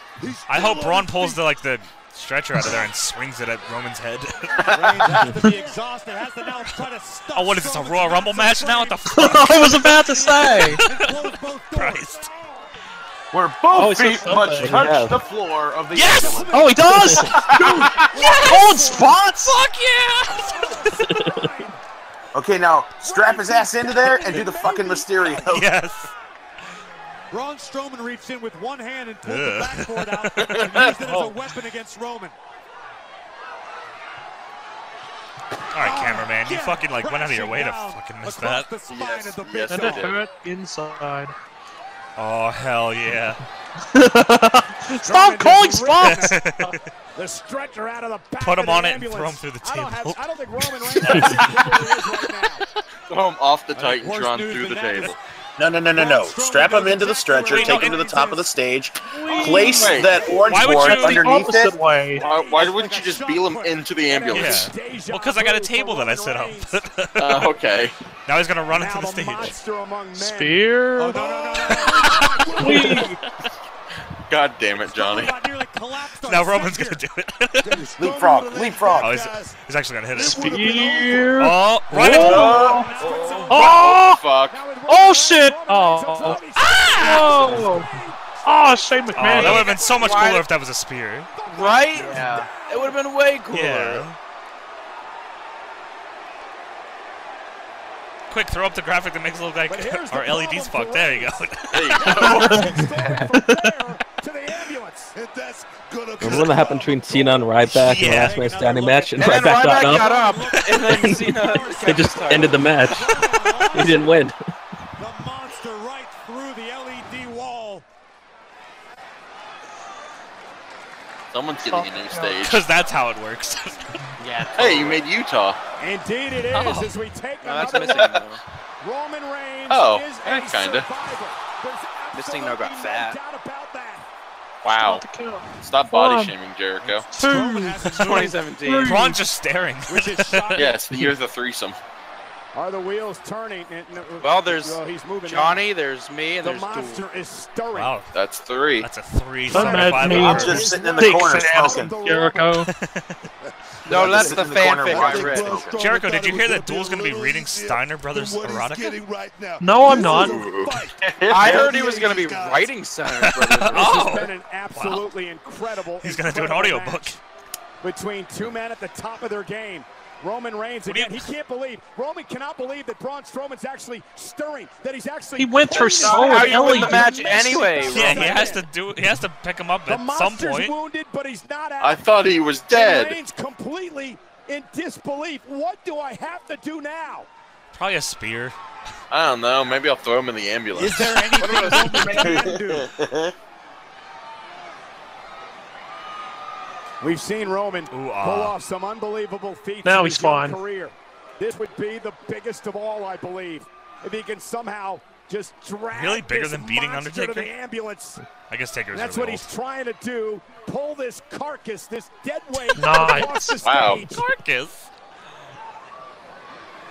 [SPEAKER 1] I hope Braun pulls the like the stretcher out of there and swings it at Roman's head.
[SPEAKER 3] Reigns has to be exhausted. Has to now try to stop.
[SPEAKER 1] oh, what is this? A Royal Rumble match now? What the fuck?
[SPEAKER 12] I was about to say.
[SPEAKER 1] Christ.
[SPEAKER 2] Where
[SPEAKER 12] Oh,
[SPEAKER 2] both
[SPEAKER 12] it's so
[SPEAKER 2] feet must
[SPEAKER 12] something.
[SPEAKER 2] touch
[SPEAKER 12] Yeah.
[SPEAKER 2] the floor of the
[SPEAKER 1] Yes!
[SPEAKER 2] ambulance.
[SPEAKER 12] Oh, he does. Dude, cold spots.
[SPEAKER 1] Fuck yeah!
[SPEAKER 2] Okay, now strap his ass into there and do the fucking Mysterio.
[SPEAKER 1] yes.
[SPEAKER 3] Braun Strowman reached in with one hand and pulled the
[SPEAKER 1] Ugh.
[SPEAKER 3] backboard out and
[SPEAKER 1] Oh.
[SPEAKER 3] used it as a weapon against Roman.
[SPEAKER 1] Oh, All right, cameraman,
[SPEAKER 8] Ah,
[SPEAKER 1] you fucking like went out of your way to fucking miss that. Yes,
[SPEAKER 22] yes,
[SPEAKER 12] and
[SPEAKER 22] I
[SPEAKER 12] a
[SPEAKER 22] did.
[SPEAKER 12] turret inside.
[SPEAKER 1] Oh hell yeah!
[SPEAKER 12] Stop calling spots!
[SPEAKER 8] the stretcher out of the back.
[SPEAKER 1] Put
[SPEAKER 8] of
[SPEAKER 1] him
[SPEAKER 8] the
[SPEAKER 1] on it and
[SPEAKER 8] ambulance.
[SPEAKER 1] throw him through the
[SPEAKER 8] I don't, have,
[SPEAKER 1] table.
[SPEAKER 8] I don't think Roman Reigns has
[SPEAKER 22] Throw him off the
[SPEAKER 8] think worse
[SPEAKER 22] Titantron
[SPEAKER 8] news
[SPEAKER 22] through the
[SPEAKER 8] than that is-
[SPEAKER 22] table.
[SPEAKER 33] No, no, no, no, no. Strap him into the stretcher, take him to the top of the stage, place
[SPEAKER 22] Wait.
[SPEAKER 33] that orange board underneath it.
[SPEAKER 22] Way. Why, Uh,
[SPEAKER 1] Oh,
[SPEAKER 22] why wouldn't you just beam him into the ambulance?
[SPEAKER 1] Well, because I got a table that I set up.
[SPEAKER 22] Uh, okay.
[SPEAKER 1] Now he's gonna run into the stage.
[SPEAKER 12] Spear.
[SPEAKER 1] Oh,
[SPEAKER 22] God damn it, Johnny.
[SPEAKER 1] Now Roman's gonna do it.
[SPEAKER 33] leapfrog, leapfrog.
[SPEAKER 1] Oh, he's, he's actually gonna hit it.
[SPEAKER 12] Spear.
[SPEAKER 1] Oh, right in-
[SPEAKER 12] Oh,
[SPEAKER 22] Oh,
[SPEAKER 12] oh,
[SPEAKER 22] fuck.
[SPEAKER 12] oh, shit. Oh. Oh. Oh, Shane
[SPEAKER 1] Oh, that
[SPEAKER 12] McMahon.
[SPEAKER 1] would have been so much cooler if that was a spear.
[SPEAKER 5] Right? It would have been way cooler.
[SPEAKER 1] Yeah. Quick, throw up the graphic that makes it look like our LED's fucked. There you go.
[SPEAKER 10] And that's gonna be
[SPEAKER 6] Remember when that happened between Cena and Ryback in the last man standing match, and, Ryback, got up?
[SPEAKER 5] and then Cena.
[SPEAKER 6] they just ended the match. he didn't win.
[SPEAKER 8] through the LED wall.
[SPEAKER 22] Someone's getting a new stage.
[SPEAKER 1] Because that's how it works.
[SPEAKER 22] Yeah. Hey, you made Utah.
[SPEAKER 8] Indeed, it is
[SPEAKER 22] Oh.
[SPEAKER 8] as we take
[SPEAKER 22] No, that's
[SPEAKER 8] another
[SPEAKER 22] missing,
[SPEAKER 8] look.
[SPEAKER 22] though.
[SPEAKER 8] Roman Reigns
[SPEAKER 22] Oh,
[SPEAKER 8] is
[SPEAKER 22] eh,
[SPEAKER 8] a
[SPEAKER 22] kinda.
[SPEAKER 8] survivor. There's
[SPEAKER 5] This thing now got
[SPEAKER 8] absolutely no
[SPEAKER 5] fat.
[SPEAKER 8] doubt about that.
[SPEAKER 22] Wow. Stop
[SPEAKER 5] One.
[SPEAKER 22] body shaming Jericho.
[SPEAKER 5] Roman has to do it. 2017.
[SPEAKER 1] Braun's just staring.
[SPEAKER 22] Yeah, it's the year of the threesome.
[SPEAKER 8] Are the wheels turning? And- and-
[SPEAKER 5] Well, there's
[SPEAKER 8] well, he's moving
[SPEAKER 5] Johnny, there's me,
[SPEAKER 8] now.
[SPEAKER 5] and
[SPEAKER 8] The
[SPEAKER 5] there's
[SPEAKER 8] monster
[SPEAKER 5] Duel.
[SPEAKER 8] is stirring.
[SPEAKER 1] Wow.
[SPEAKER 22] That's three.
[SPEAKER 1] That's a three.
[SPEAKER 12] Don't
[SPEAKER 1] seven, five
[SPEAKER 12] add me.
[SPEAKER 1] hours.
[SPEAKER 33] I'm just sitting in the corner smoking.
[SPEAKER 12] Jerico.
[SPEAKER 5] No, that's the
[SPEAKER 33] Sitting in the corner
[SPEAKER 5] fanfic I
[SPEAKER 33] watching
[SPEAKER 5] read.
[SPEAKER 33] people.
[SPEAKER 1] Jericho, did you hear that Duel's gonna be reading Steiner Brothers erotica?
[SPEAKER 12] No, I'm not.
[SPEAKER 5] I heard he was going to be writing Center Brothers.
[SPEAKER 8] This has been an absolutely incredible.
[SPEAKER 1] He's gonna do an
[SPEAKER 8] incredible
[SPEAKER 1] audiobook.
[SPEAKER 8] match between two men at the top of their game. Roman Reigns again. He can't believe Roman cannot believe that Braun Strowman's actually stirring. That he's actually.
[SPEAKER 12] He went through
[SPEAKER 8] putting
[SPEAKER 12] so
[SPEAKER 8] his-
[SPEAKER 12] much
[SPEAKER 5] How you win the
[SPEAKER 12] LED.
[SPEAKER 5] match anyway,
[SPEAKER 1] Yeah, he
[SPEAKER 5] Roman?
[SPEAKER 1] has to do. He has to pick him up
[SPEAKER 8] The
[SPEAKER 1] at some
[SPEAKER 8] monster's
[SPEAKER 1] point.
[SPEAKER 8] wounded, but he's not out.
[SPEAKER 22] I thought he was
[SPEAKER 8] And
[SPEAKER 22] dead.
[SPEAKER 8] Reigns completely in disbelief. What do I have to do now?
[SPEAKER 1] Probably a spear.
[SPEAKER 22] I don't know. Maybe I'll throw him in the ambulance.
[SPEAKER 8] Is there anything Roman Reigns can do? We've seen Roman pull
[SPEAKER 1] ah.
[SPEAKER 8] off some unbelievable feats
[SPEAKER 12] Now
[SPEAKER 8] in
[SPEAKER 12] he's
[SPEAKER 8] his young
[SPEAKER 12] fine.
[SPEAKER 8] career. This would be the biggest of all, I believe, if he can somehow just drag
[SPEAKER 1] Really bigger
[SPEAKER 8] this
[SPEAKER 1] than beating
[SPEAKER 8] monster to
[SPEAKER 1] Undertaker?
[SPEAKER 8] the ambulance.
[SPEAKER 1] I guess Taker's
[SPEAKER 8] That's what
[SPEAKER 1] really
[SPEAKER 8] he's trying to do. Pull this carcass, this dead weight
[SPEAKER 12] Nice.
[SPEAKER 8] across the
[SPEAKER 22] Wow.
[SPEAKER 8] stage.
[SPEAKER 1] old. Carcass.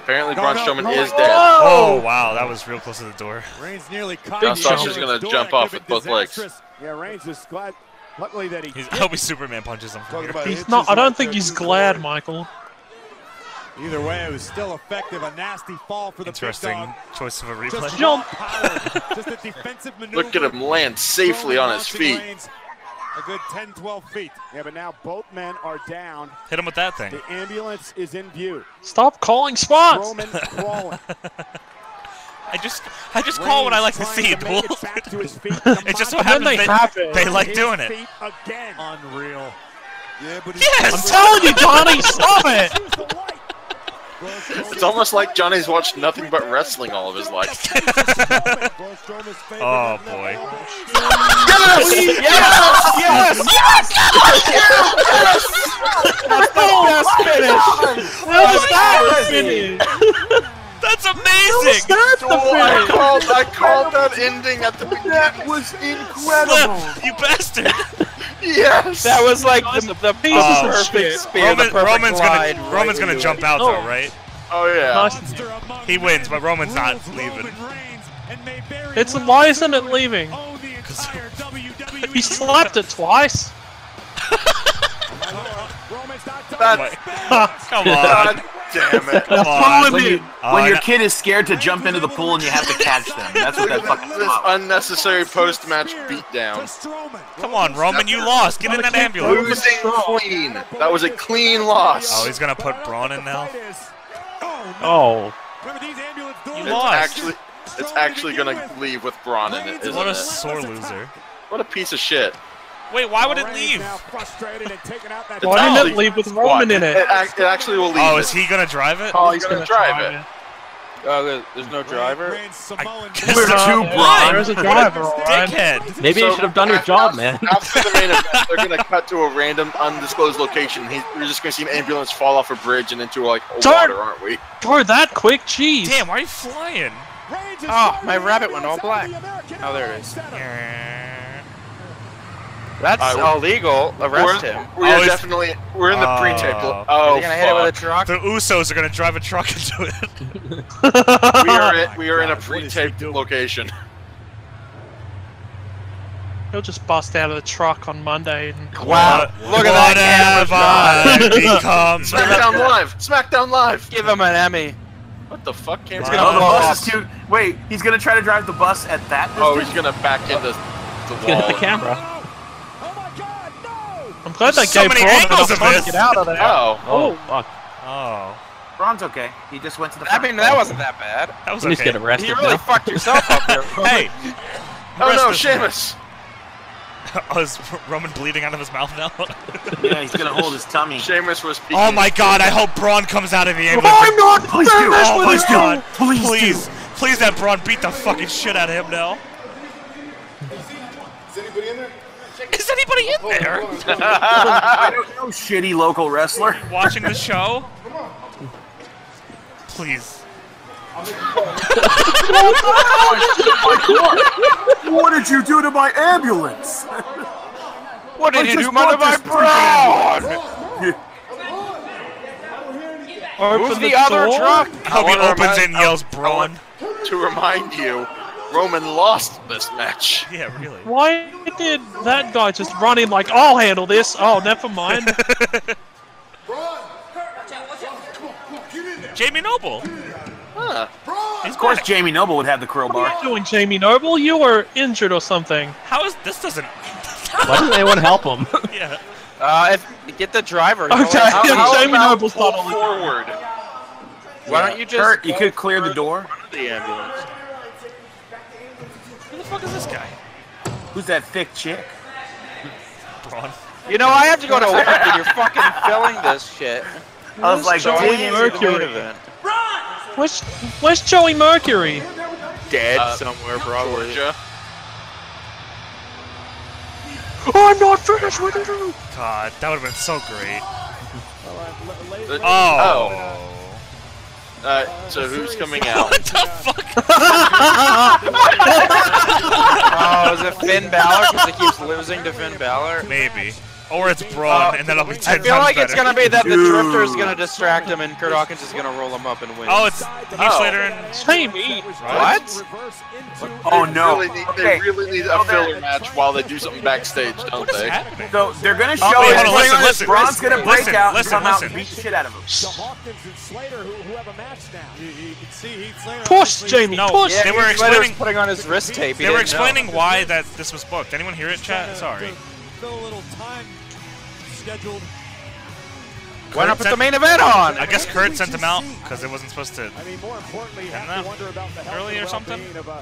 [SPEAKER 22] Apparently,
[SPEAKER 8] No,
[SPEAKER 22] Braun
[SPEAKER 8] no,
[SPEAKER 22] Strowman
[SPEAKER 8] no,
[SPEAKER 22] is
[SPEAKER 8] no.
[SPEAKER 22] dead.
[SPEAKER 1] Oh wow, that was real close to the door.
[SPEAKER 8] Reigns nearly caught
[SPEAKER 22] John
[SPEAKER 8] the
[SPEAKER 22] Starks is gonna
[SPEAKER 8] ambulance door.
[SPEAKER 22] jump
[SPEAKER 8] That
[SPEAKER 22] off with
[SPEAKER 8] could've been
[SPEAKER 22] both legs.
[SPEAKER 8] disastrous. Yeah, Reigns is glad. Luckily that he.
[SPEAKER 1] He's, I
[SPEAKER 8] did.
[SPEAKER 1] hope he Superman punches him from
[SPEAKER 10] Talking
[SPEAKER 1] here.
[SPEAKER 10] about
[SPEAKER 12] He's
[SPEAKER 10] inches
[SPEAKER 12] not. I
[SPEAKER 10] like
[SPEAKER 12] don't think
[SPEAKER 10] that
[SPEAKER 12] he's
[SPEAKER 10] in
[SPEAKER 12] glad,
[SPEAKER 10] glory.
[SPEAKER 12] Michael.
[SPEAKER 8] Either way, it was still effective. A nasty fall for the big
[SPEAKER 1] Interesting
[SPEAKER 8] dog.
[SPEAKER 1] choice of a
[SPEAKER 8] Just
[SPEAKER 1] replay.
[SPEAKER 12] jump.
[SPEAKER 8] power. Just a defensive maneuver.
[SPEAKER 22] Look at him land safely on his
[SPEAKER 8] Roman
[SPEAKER 22] feet.
[SPEAKER 8] Reigns, A good 10, 12 feet. Yeah, but now both men are down.
[SPEAKER 1] Hit him with that thing.
[SPEAKER 8] The ambulance is in view.
[SPEAKER 12] Stop calling spots.
[SPEAKER 8] Roman crawling.
[SPEAKER 1] I just, I just call what I like to
[SPEAKER 8] Reigns
[SPEAKER 1] see.
[SPEAKER 8] trying to
[SPEAKER 1] Duel.
[SPEAKER 8] make it back to his feet.
[SPEAKER 1] It just so
[SPEAKER 12] And then
[SPEAKER 1] happens they,
[SPEAKER 12] they have it.
[SPEAKER 1] they like
[SPEAKER 8] His
[SPEAKER 1] doing it.
[SPEAKER 8] feet again. Unreal.
[SPEAKER 10] Yeah, but
[SPEAKER 12] I'm telling you, Johnny, stop it.
[SPEAKER 22] It's almost like Johnny's watched nothing but wrestling all of his life.
[SPEAKER 1] Oh boy.
[SPEAKER 22] Yes! Yes! Yes!
[SPEAKER 12] E
[SPEAKER 5] That's the
[SPEAKER 12] Oh
[SPEAKER 5] best finish.
[SPEAKER 12] How was that the finish?
[SPEAKER 1] That's
[SPEAKER 12] How was
[SPEAKER 1] amazing.
[SPEAKER 12] that
[SPEAKER 22] Oh, I
[SPEAKER 12] the
[SPEAKER 22] called, I called that ending at the beginning.
[SPEAKER 16] was
[SPEAKER 1] Slip, you bastard.
[SPEAKER 22] Yes!
[SPEAKER 5] That was like the, the
[SPEAKER 12] pieces
[SPEAKER 5] oh,
[SPEAKER 12] of
[SPEAKER 5] perfect
[SPEAKER 12] shit.
[SPEAKER 5] spear, the
[SPEAKER 1] Roman,
[SPEAKER 5] perfect
[SPEAKER 1] Roman's
[SPEAKER 5] glide.
[SPEAKER 1] gonna,
[SPEAKER 5] right
[SPEAKER 1] Roman's gonna
[SPEAKER 5] into
[SPEAKER 1] jump
[SPEAKER 5] it.
[SPEAKER 1] out
[SPEAKER 12] No.
[SPEAKER 1] though, right?
[SPEAKER 22] Oh, yeah.
[SPEAKER 12] finish? Nice.
[SPEAKER 1] He wins, but Roman's not leaving.
[SPEAKER 12] It's why isn't it leaving? He slapped it twice.
[SPEAKER 22] That's,
[SPEAKER 1] Come on.
[SPEAKER 22] God damn it.
[SPEAKER 1] Come on.
[SPEAKER 33] When, you,
[SPEAKER 1] Oh,
[SPEAKER 33] when your
[SPEAKER 1] no.
[SPEAKER 33] kid is scared to jump into the pool and you have to catch them. That's what that fucking
[SPEAKER 22] This unnecessary post-match beatdown.
[SPEAKER 1] Come on, Roman, you lost. Get in that ambulance.
[SPEAKER 22] Losing
[SPEAKER 33] Oh,
[SPEAKER 22] clean. That was a clean loss.
[SPEAKER 1] Oh, he's gonna put Braun in now.
[SPEAKER 12] Oh,
[SPEAKER 8] Remember these ambulance doors.
[SPEAKER 22] It's
[SPEAKER 1] lost.
[SPEAKER 22] actually,
[SPEAKER 10] Oh.
[SPEAKER 22] it's actually gonna leave with Braun in it, isn't
[SPEAKER 1] What a
[SPEAKER 22] it?
[SPEAKER 1] sore loser.
[SPEAKER 22] What a piece of shit.
[SPEAKER 1] Wait, why would it leave?
[SPEAKER 12] Why didn't it leave with Roman in it?
[SPEAKER 22] It, act- it actually will leave.
[SPEAKER 1] Oh,
[SPEAKER 22] it.
[SPEAKER 1] is he gonna drive it?
[SPEAKER 22] Oh, he's gonna drive it. Oh, there- there's no driver.
[SPEAKER 1] I
[SPEAKER 22] We're
[SPEAKER 1] guess not.
[SPEAKER 22] too
[SPEAKER 1] Why?
[SPEAKER 22] blind.
[SPEAKER 12] There's a
[SPEAKER 1] What
[SPEAKER 12] driver, all right.
[SPEAKER 1] Dickhead.
[SPEAKER 6] Maybe you should have done your job, man.
[SPEAKER 22] After the main event, they're gonna cut to a random, undisclosed location. He, we're just gonna see an ambulance fall off a bridge and into like a
[SPEAKER 12] Sorry.
[SPEAKER 22] water, aren't we?
[SPEAKER 12] Or that quick, jeez.
[SPEAKER 1] Damn, why are you flying?
[SPEAKER 5] Oh, my rabbit went all black. Oh, there it is. That's
[SPEAKER 22] Uh,
[SPEAKER 5] illegal. Arrest
[SPEAKER 22] we're,
[SPEAKER 5] him.
[SPEAKER 22] We're
[SPEAKER 1] Oh, is-
[SPEAKER 22] definitely we're in the
[SPEAKER 1] Oh.
[SPEAKER 22] pre-taped. lo- Oh,
[SPEAKER 5] They're gonna hit it with a
[SPEAKER 22] fuck.
[SPEAKER 5] truck.
[SPEAKER 1] The Usos are gonna drive a truck into it.
[SPEAKER 22] we are in, we are in a
[SPEAKER 12] God, what is he
[SPEAKER 22] pre-taped location.
[SPEAKER 12] He'll just bust out of the truck on Monday and.
[SPEAKER 5] Wow. Look at that.
[SPEAKER 1] Whatever
[SPEAKER 5] camera shot.
[SPEAKER 1] becomes
[SPEAKER 22] SmackDown Live. SmackDown Live.
[SPEAKER 5] Give him an Emmy.
[SPEAKER 22] What the fuck? Came
[SPEAKER 16] He's gonna, the
[SPEAKER 33] Oh.
[SPEAKER 16] bus is too. Wait, he's gonna try to drive the bus at that distance.
[SPEAKER 22] Oh, he's gonna back into the
[SPEAKER 6] Gonna hit
[SPEAKER 22] wall.
[SPEAKER 6] the camera.
[SPEAKER 8] Ah,
[SPEAKER 12] I'm glad they
[SPEAKER 1] So
[SPEAKER 12] gave
[SPEAKER 1] many
[SPEAKER 12] Braun enough
[SPEAKER 1] angles of
[SPEAKER 12] time to
[SPEAKER 1] this.
[SPEAKER 12] get out of there.
[SPEAKER 22] Oh.
[SPEAKER 6] Oh, fuck.
[SPEAKER 1] Oh,
[SPEAKER 16] Braun's okay. He just went to the. Oh,
[SPEAKER 5] I
[SPEAKER 22] Oh.
[SPEAKER 16] front.
[SPEAKER 5] mean, that wasn't that bad.
[SPEAKER 1] that was
[SPEAKER 6] You just
[SPEAKER 1] okay.
[SPEAKER 6] get arrested
[SPEAKER 5] You really
[SPEAKER 6] now.
[SPEAKER 5] fucked yourself up there.
[SPEAKER 1] Hey,
[SPEAKER 22] Oh
[SPEAKER 1] Rest
[SPEAKER 22] no,
[SPEAKER 1] of-
[SPEAKER 22] Sheamus.
[SPEAKER 1] oh, is Roman bleeding out of his mouth now?
[SPEAKER 16] yeah, he's gonna hold his tummy.
[SPEAKER 22] Sheamus was. Speaking
[SPEAKER 1] oh my God! I hope Braun comes out of the ambulance.
[SPEAKER 5] I'm not
[SPEAKER 16] Please do.
[SPEAKER 5] finished
[SPEAKER 1] Oh
[SPEAKER 5] with
[SPEAKER 1] my
[SPEAKER 5] you.
[SPEAKER 1] God!
[SPEAKER 16] Please do.
[SPEAKER 1] please, please, that Braun beat the fucking shit out of him now.
[SPEAKER 10] Is anybody in there?
[SPEAKER 1] Is anybody in there
[SPEAKER 16] I don't know, shitty local wrestler.
[SPEAKER 1] watching the show? Please.
[SPEAKER 16] What did you do to my ambulance?
[SPEAKER 5] What did
[SPEAKER 16] I
[SPEAKER 5] you
[SPEAKER 16] just
[SPEAKER 5] do, mother
[SPEAKER 16] bought
[SPEAKER 5] my
[SPEAKER 16] this
[SPEAKER 5] brown? Move
[SPEAKER 12] Open
[SPEAKER 5] the other
[SPEAKER 12] door?
[SPEAKER 5] truck.
[SPEAKER 1] I hope he
[SPEAKER 22] wanna
[SPEAKER 1] opens
[SPEAKER 22] remind-
[SPEAKER 1] and yells
[SPEAKER 22] I want
[SPEAKER 1] Braun.
[SPEAKER 22] to remind you, Roman lost this match.
[SPEAKER 1] Yeah, really.
[SPEAKER 12] Why did that guy just run in like, I'll handle this? Oh, never mind.
[SPEAKER 1] Jamie Noble.
[SPEAKER 22] Huh.
[SPEAKER 1] He's
[SPEAKER 16] Of course,
[SPEAKER 1] back.
[SPEAKER 16] Jamie Noble would have the crowbar.
[SPEAKER 12] What are you doing, Jamie Noble? You were injured or something.
[SPEAKER 1] How is this doesn't?
[SPEAKER 6] Why didn't anyone help him?
[SPEAKER 1] yeah.
[SPEAKER 5] Uh, if, get the driver.
[SPEAKER 12] Okay,
[SPEAKER 5] How-
[SPEAKER 12] yeah,
[SPEAKER 5] how
[SPEAKER 12] Jamie
[SPEAKER 5] about
[SPEAKER 12] Noble's
[SPEAKER 5] pull
[SPEAKER 12] not on the-
[SPEAKER 5] forward. Why don't you just
[SPEAKER 16] Kurt, you
[SPEAKER 5] go
[SPEAKER 16] could clear the
[SPEAKER 5] for
[SPEAKER 16] door.
[SPEAKER 5] The ambulance.
[SPEAKER 1] Who the fuck is this guy?
[SPEAKER 16] Who's that thick chick?
[SPEAKER 1] Braun.
[SPEAKER 5] You know, I have to go to work, and you're fucking filling this shit.
[SPEAKER 16] I was like,
[SPEAKER 5] So I
[SPEAKER 16] damn.
[SPEAKER 5] can't go to the main event.
[SPEAKER 12] Where's, where's Joey Mercury?
[SPEAKER 5] Dead
[SPEAKER 22] Uh,
[SPEAKER 5] somewhere, probably.
[SPEAKER 22] Georgia.
[SPEAKER 12] I'm not finished with it.
[SPEAKER 1] God, that would have been so great.
[SPEAKER 22] Uh,
[SPEAKER 1] Oh.
[SPEAKER 22] oh. Uh, so who's coming out?
[SPEAKER 1] What the fuck?
[SPEAKER 5] Oh, is it Finn Balor? Because he keeps losing to Finn Balor.
[SPEAKER 1] Maybe. Or it's Braun,
[SPEAKER 5] Uh,
[SPEAKER 1] and that'll be
[SPEAKER 5] I
[SPEAKER 1] ten
[SPEAKER 5] feel
[SPEAKER 1] times
[SPEAKER 5] like
[SPEAKER 1] better.
[SPEAKER 5] it's gonna be that the
[SPEAKER 16] Dude.
[SPEAKER 5] Drifter is gonna distract him, and Kurt Hawkins is gonna roll him up and win.
[SPEAKER 1] Oh, it's Heath
[SPEAKER 22] Oh.
[SPEAKER 1] Slater and
[SPEAKER 12] Jamie.
[SPEAKER 5] what?
[SPEAKER 16] Oh
[SPEAKER 22] They
[SPEAKER 16] no.
[SPEAKER 22] Really need,
[SPEAKER 16] Okay.
[SPEAKER 22] They really need a filler match while they do something backstage, don't
[SPEAKER 1] what is
[SPEAKER 22] they?
[SPEAKER 1] happening?
[SPEAKER 16] So they're gonna show
[SPEAKER 1] Oh, wait,
[SPEAKER 16] it.
[SPEAKER 1] hold on, listen,
[SPEAKER 16] Braun's
[SPEAKER 1] listen,
[SPEAKER 16] Braun's gonna break
[SPEAKER 1] listen,
[SPEAKER 16] out
[SPEAKER 1] listen,
[SPEAKER 16] and come out and
[SPEAKER 1] listen.
[SPEAKER 16] beat the shit out of him.
[SPEAKER 8] Hawkins and Slater who, who have a match now.
[SPEAKER 12] Push, Jamie,
[SPEAKER 1] No.
[SPEAKER 12] push.
[SPEAKER 5] Yeah,
[SPEAKER 1] They were
[SPEAKER 5] Heath Slater's
[SPEAKER 1] explaining-
[SPEAKER 5] putting on his wrist tape. he
[SPEAKER 1] They were
[SPEAKER 5] didn't know.
[SPEAKER 1] explaining why that this was booked. Anyone hear it, chat? Sorry.
[SPEAKER 8] Fill a little time scheduled.
[SPEAKER 5] Why not put
[SPEAKER 1] Kurt
[SPEAKER 5] the
[SPEAKER 1] sent-
[SPEAKER 5] main event on?
[SPEAKER 1] I guess Kurt sent him out because it wasn't supposed to.
[SPEAKER 8] I mean, more importantly, you
[SPEAKER 1] that
[SPEAKER 8] have to wonder about the health
[SPEAKER 1] early
[SPEAKER 8] and
[SPEAKER 1] or something?
[SPEAKER 8] well-being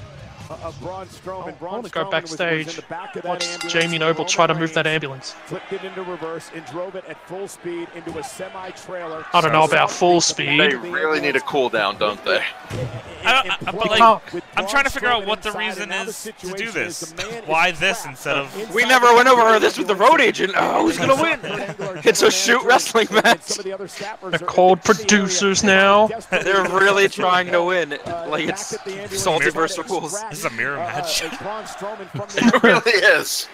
[SPEAKER 8] Of a, of Braun Strowman.
[SPEAKER 12] I
[SPEAKER 8] Braun
[SPEAKER 12] want to Oh, go
[SPEAKER 8] Strowman was, was
[SPEAKER 12] backstage.
[SPEAKER 8] in the back of that
[SPEAKER 12] Watch
[SPEAKER 8] ambulance.
[SPEAKER 12] Jamie Noble
[SPEAKER 8] Roman
[SPEAKER 12] try to move that
[SPEAKER 8] Reigns
[SPEAKER 12] ambulance.
[SPEAKER 8] Flipped it into reverse and drove it at full speed into a semi-trailer.
[SPEAKER 12] I don't know about full speed.
[SPEAKER 22] They really need a cool down, don't they?
[SPEAKER 1] I- I- but, like, I'm trying to figure out what the reason is to do this. Why this instead of?
[SPEAKER 5] We never went over this with the road agent. Oh, who's gonna win? It's a shoot wrestling match.
[SPEAKER 12] The cold producers now.
[SPEAKER 5] They're really trying to win.
[SPEAKER 8] Uh,
[SPEAKER 5] Like it's salty
[SPEAKER 1] Mirror-
[SPEAKER 5] versus rules.
[SPEAKER 1] This is a mirror match.
[SPEAKER 22] It really is.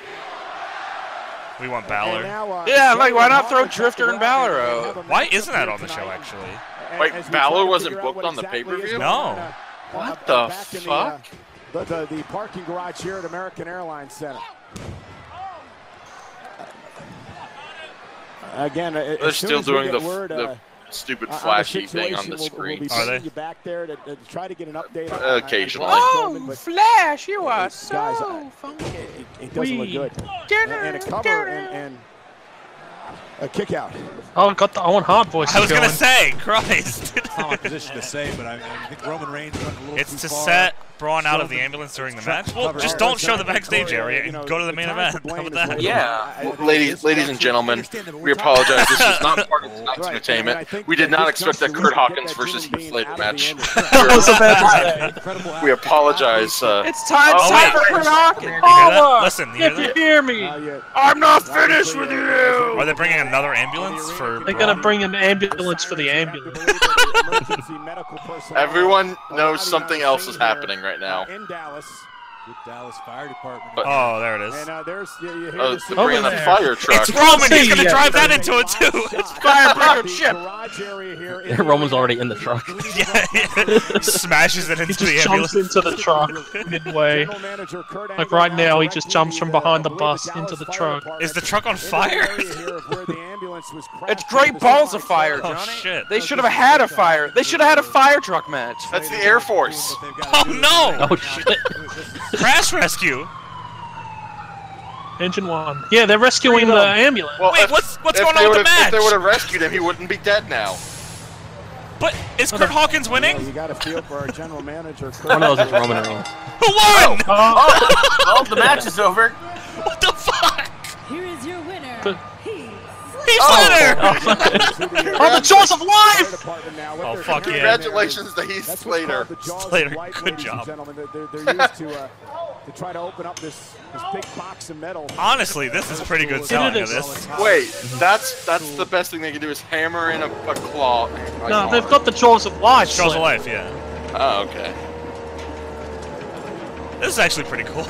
[SPEAKER 1] We want Balor.
[SPEAKER 5] Yeah, like why not throw Drifter and Balor out?
[SPEAKER 1] Why isn't that on the show actually?
[SPEAKER 22] Wait, Balor wasn't booked on the pay-per-view?
[SPEAKER 1] No.
[SPEAKER 22] What the fuck?
[SPEAKER 8] Uh, The, the, the parking garage here at American Airlines Center. Uh, Again, uh,
[SPEAKER 22] They're
[SPEAKER 8] as soon
[SPEAKER 22] still
[SPEAKER 8] as we
[SPEAKER 22] doing
[SPEAKER 8] get
[SPEAKER 22] the f-
[SPEAKER 8] word,
[SPEAKER 22] the
[SPEAKER 8] uh,
[SPEAKER 22] stupid
[SPEAKER 8] on the
[SPEAKER 22] flashy thing on
[SPEAKER 8] situation,
[SPEAKER 22] the
[SPEAKER 8] we'll-
[SPEAKER 22] screen.
[SPEAKER 8] We'll be
[SPEAKER 1] Are they?
[SPEAKER 8] sending you back there to, to try to get an update. on- on-
[SPEAKER 22] Occasionally.
[SPEAKER 8] on Braun Strowman, but
[SPEAKER 5] Oh, Flash, you
[SPEAKER 8] are so Guys, I-
[SPEAKER 5] funky.
[SPEAKER 8] it, it doesn't
[SPEAKER 12] Wee.
[SPEAKER 8] look good. And, and a cover and, and a kick out.
[SPEAKER 12] Oh, I got the Owen Hart voice
[SPEAKER 1] I was
[SPEAKER 12] going.
[SPEAKER 1] gonna say, Christ.
[SPEAKER 9] It's not my position to say, but I, I think Roman Reigns went a little
[SPEAKER 1] it's
[SPEAKER 9] too
[SPEAKER 1] to
[SPEAKER 9] far.
[SPEAKER 1] set Braun out of the ambulance during the match? Well, just don't show the backstage area and go to the main event. How about that?
[SPEAKER 22] Yeah, ladies, ladies and gentlemen, we apologize. This is not part of tonight's entertainment. We did not expect that Kurt Hawkins versus Heath Slater match. we apologize. Uh,
[SPEAKER 5] It's time,
[SPEAKER 22] oh,
[SPEAKER 5] time
[SPEAKER 22] wait.
[SPEAKER 5] for Kurt Hawkins.
[SPEAKER 1] that? Listen, you hear
[SPEAKER 5] if you
[SPEAKER 1] that?
[SPEAKER 5] hear me, I'm not finished with you.
[SPEAKER 1] Are they bringing another ambulance for?
[SPEAKER 12] They're gonna bring an ambulance for the ambulance.
[SPEAKER 22] Everyone knows something else is happening right now. Oh,
[SPEAKER 8] in Dallas. With Dallas Fire Department.
[SPEAKER 22] But-
[SPEAKER 1] Oh, there it is.
[SPEAKER 8] And uh, there's you, you hear
[SPEAKER 22] Oh,
[SPEAKER 8] this-
[SPEAKER 22] they're bringing the fire truck.
[SPEAKER 1] It's Roman. He's gonna
[SPEAKER 12] Yeah.
[SPEAKER 1] drive that into it too. It's
[SPEAKER 5] Firebringer chip.
[SPEAKER 6] Roman's already in the truck.
[SPEAKER 1] Smashes it into the
[SPEAKER 12] Just jumps
[SPEAKER 1] ambulance.
[SPEAKER 12] into the truck midway. Like right now, he just jumps from behind the bus into the truck.
[SPEAKER 1] Is the truck on fire?
[SPEAKER 5] It's great balls of fire, Johnny.
[SPEAKER 1] Oh, shit.
[SPEAKER 5] They should have had a fire. They should have had a fire truck match. That's the Air Force.
[SPEAKER 1] Oh no!
[SPEAKER 6] Oh shit!
[SPEAKER 1] Crash rescue.
[SPEAKER 12] Engine one. Yeah, they're rescuing the ambulance.
[SPEAKER 22] Well,
[SPEAKER 1] Wait,
[SPEAKER 22] if-
[SPEAKER 1] what's what's
[SPEAKER 22] if
[SPEAKER 1] going
[SPEAKER 22] they
[SPEAKER 1] on with the
[SPEAKER 22] would've- If
[SPEAKER 1] match?
[SPEAKER 22] they would have rescued him, he wouldn't be dead now.
[SPEAKER 1] But is Kurt Hawkins winning?
[SPEAKER 8] You got a feel for our general manager. Kurt
[SPEAKER 6] One of those is Roman Reigns.
[SPEAKER 1] Who won?
[SPEAKER 16] Oh, well, the match is over.
[SPEAKER 1] What the fuck?
[SPEAKER 13] Here is your winner.
[SPEAKER 12] But-
[SPEAKER 1] Heath Slater.
[SPEAKER 12] Oh, the jaws of life!
[SPEAKER 8] Department now.
[SPEAKER 1] Oh, fuck yeah.
[SPEAKER 22] Congratulations to Heath
[SPEAKER 8] That's what's
[SPEAKER 22] Slater.
[SPEAKER 8] called the jaws of
[SPEAKER 1] Slater,
[SPEAKER 8] life,
[SPEAKER 1] good
[SPEAKER 8] ladies and
[SPEAKER 1] job.
[SPEAKER 8] Gentlemen, They're- they're, they're used to, uh, to try to open up this, this big box of metal.
[SPEAKER 1] Honestly, this is pretty good selling of this.
[SPEAKER 22] Wait, that's that's the best thing they can do is hammer in a, a claw.
[SPEAKER 12] No, they've got the jaws of life.
[SPEAKER 1] Jaws of
[SPEAKER 12] Slim.
[SPEAKER 1] Life, yeah.
[SPEAKER 22] Oh, okay.
[SPEAKER 1] This is actually pretty cool.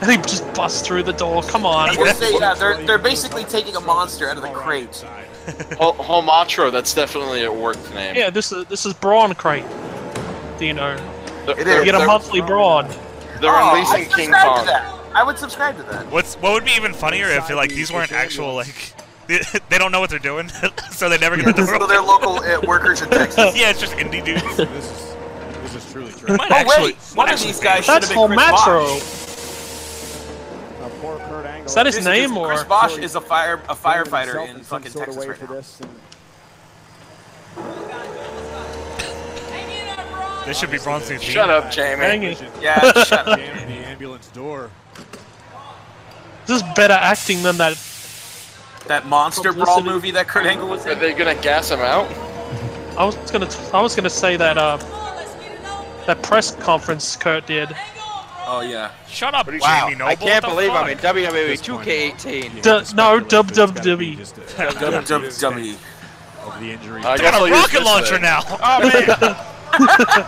[SPEAKER 12] And he just busts through the door. Come on.
[SPEAKER 16] They say, yeah, they're, they're basically taking a monster out of the crate.
[SPEAKER 22] Hol- Holmatro, that's definitely a worked name.
[SPEAKER 12] Yeah, this is this is Brawn Crate. Do you know?
[SPEAKER 22] They're,
[SPEAKER 16] It
[SPEAKER 12] You
[SPEAKER 16] is.
[SPEAKER 12] get a
[SPEAKER 22] they're-
[SPEAKER 12] monthly Brawn.
[SPEAKER 22] they're
[SPEAKER 16] Oh,
[SPEAKER 22] releasing
[SPEAKER 16] I'd
[SPEAKER 22] King
[SPEAKER 16] subscribe
[SPEAKER 22] Kong.
[SPEAKER 16] To that. I would subscribe to that.
[SPEAKER 1] What's what would be even funnier if like these weren't actual like they, they don't know what they're doing, so they never get the door.
[SPEAKER 16] So their local uh, workers in Texas.
[SPEAKER 1] yeah, it's just indie dudes. It
[SPEAKER 9] This is this is truly true.
[SPEAKER 1] might
[SPEAKER 16] Oh
[SPEAKER 1] actually,
[SPEAKER 16] wait, one of
[SPEAKER 1] actually
[SPEAKER 16] these
[SPEAKER 1] be.
[SPEAKER 16] guys should have
[SPEAKER 12] That's
[SPEAKER 16] been Chris Bosh.
[SPEAKER 12] Holmatro.
[SPEAKER 8] Uh, poor Kurt Angle.
[SPEAKER 12] Is that his
[SPEAKER 16] Chris-
[SPEAKER 12] name
[SPEAKER 16] Chris-
[SPEAKER 12] or?
[SPEAKER 16] Chris Bosh is a fire a
[SPEAKER 8] Himself
[SPEAKER 16] firefighter in
[SPEAKER 8] some
[SPEAKER 16] fucking
[SPEAKER 8] sort of
[SPEAKER 16] Texas
[SPEAKER 8] way
[SPEAKER 16] right
[SPEAKER 8] for
[SPEAKER 16] now.
[SPEAKER 8] this, and-
[SPEAKER 1] This should be Bronson.
[SPEAKER 22] Shut up, Jamie.
[SPEAKER 12] Dang it.
[SPEAKER 16] Yeah, shut up.
[SPEAKER 9] Jammed the ambulance door.
[SPEAKER 12] This is better acting than that.
[SPEAKER 16] That monster brawl
[SPEAKER 12] Publicity.
[SPEAKER 16] movie that Kurt Angle was
[SPEAKER 22] Are
[SPEAKER 16] in.
[SPEAKER 22] they gonna gas him out?
[SPEAKER 12] I was gonna. I was gonna say that. Uh, that press conference Kurt did.
[SPEAKER 16] Oh yeah.
[SPEAKER 1] Shut up,
[SPEAKER 5] Wow,
[SPEAKER 1] Jamie Noble.
[SPEAKER 5] I can't
[SPEAKER 1] what the
[SPEAKER 5] believe
[SPEAKER 1] fuck?
[SPEAKER 5] I'm in E WWE 2K18.
[SPEAKER 12] D- no, WWE.
[SPEAKER 16] Dub dub dub.
[SPEAKER 9] Of the injury.
[SPEAKER 22] I
[SPEAKER 1] They
[SPEAKER 22] guess
[SPEAKER 1] got
[SPEAKER 22] I'll
[SPEAKER 1] a
[SPEAKER 22] use
[SPEAKER 1] rocket
[SPEAKER 22] this
[SPEAKER 1] launcher
[SPEAKER 22] then.
[SPEAKER 1] now.
[SPEAKER 5] Oh man,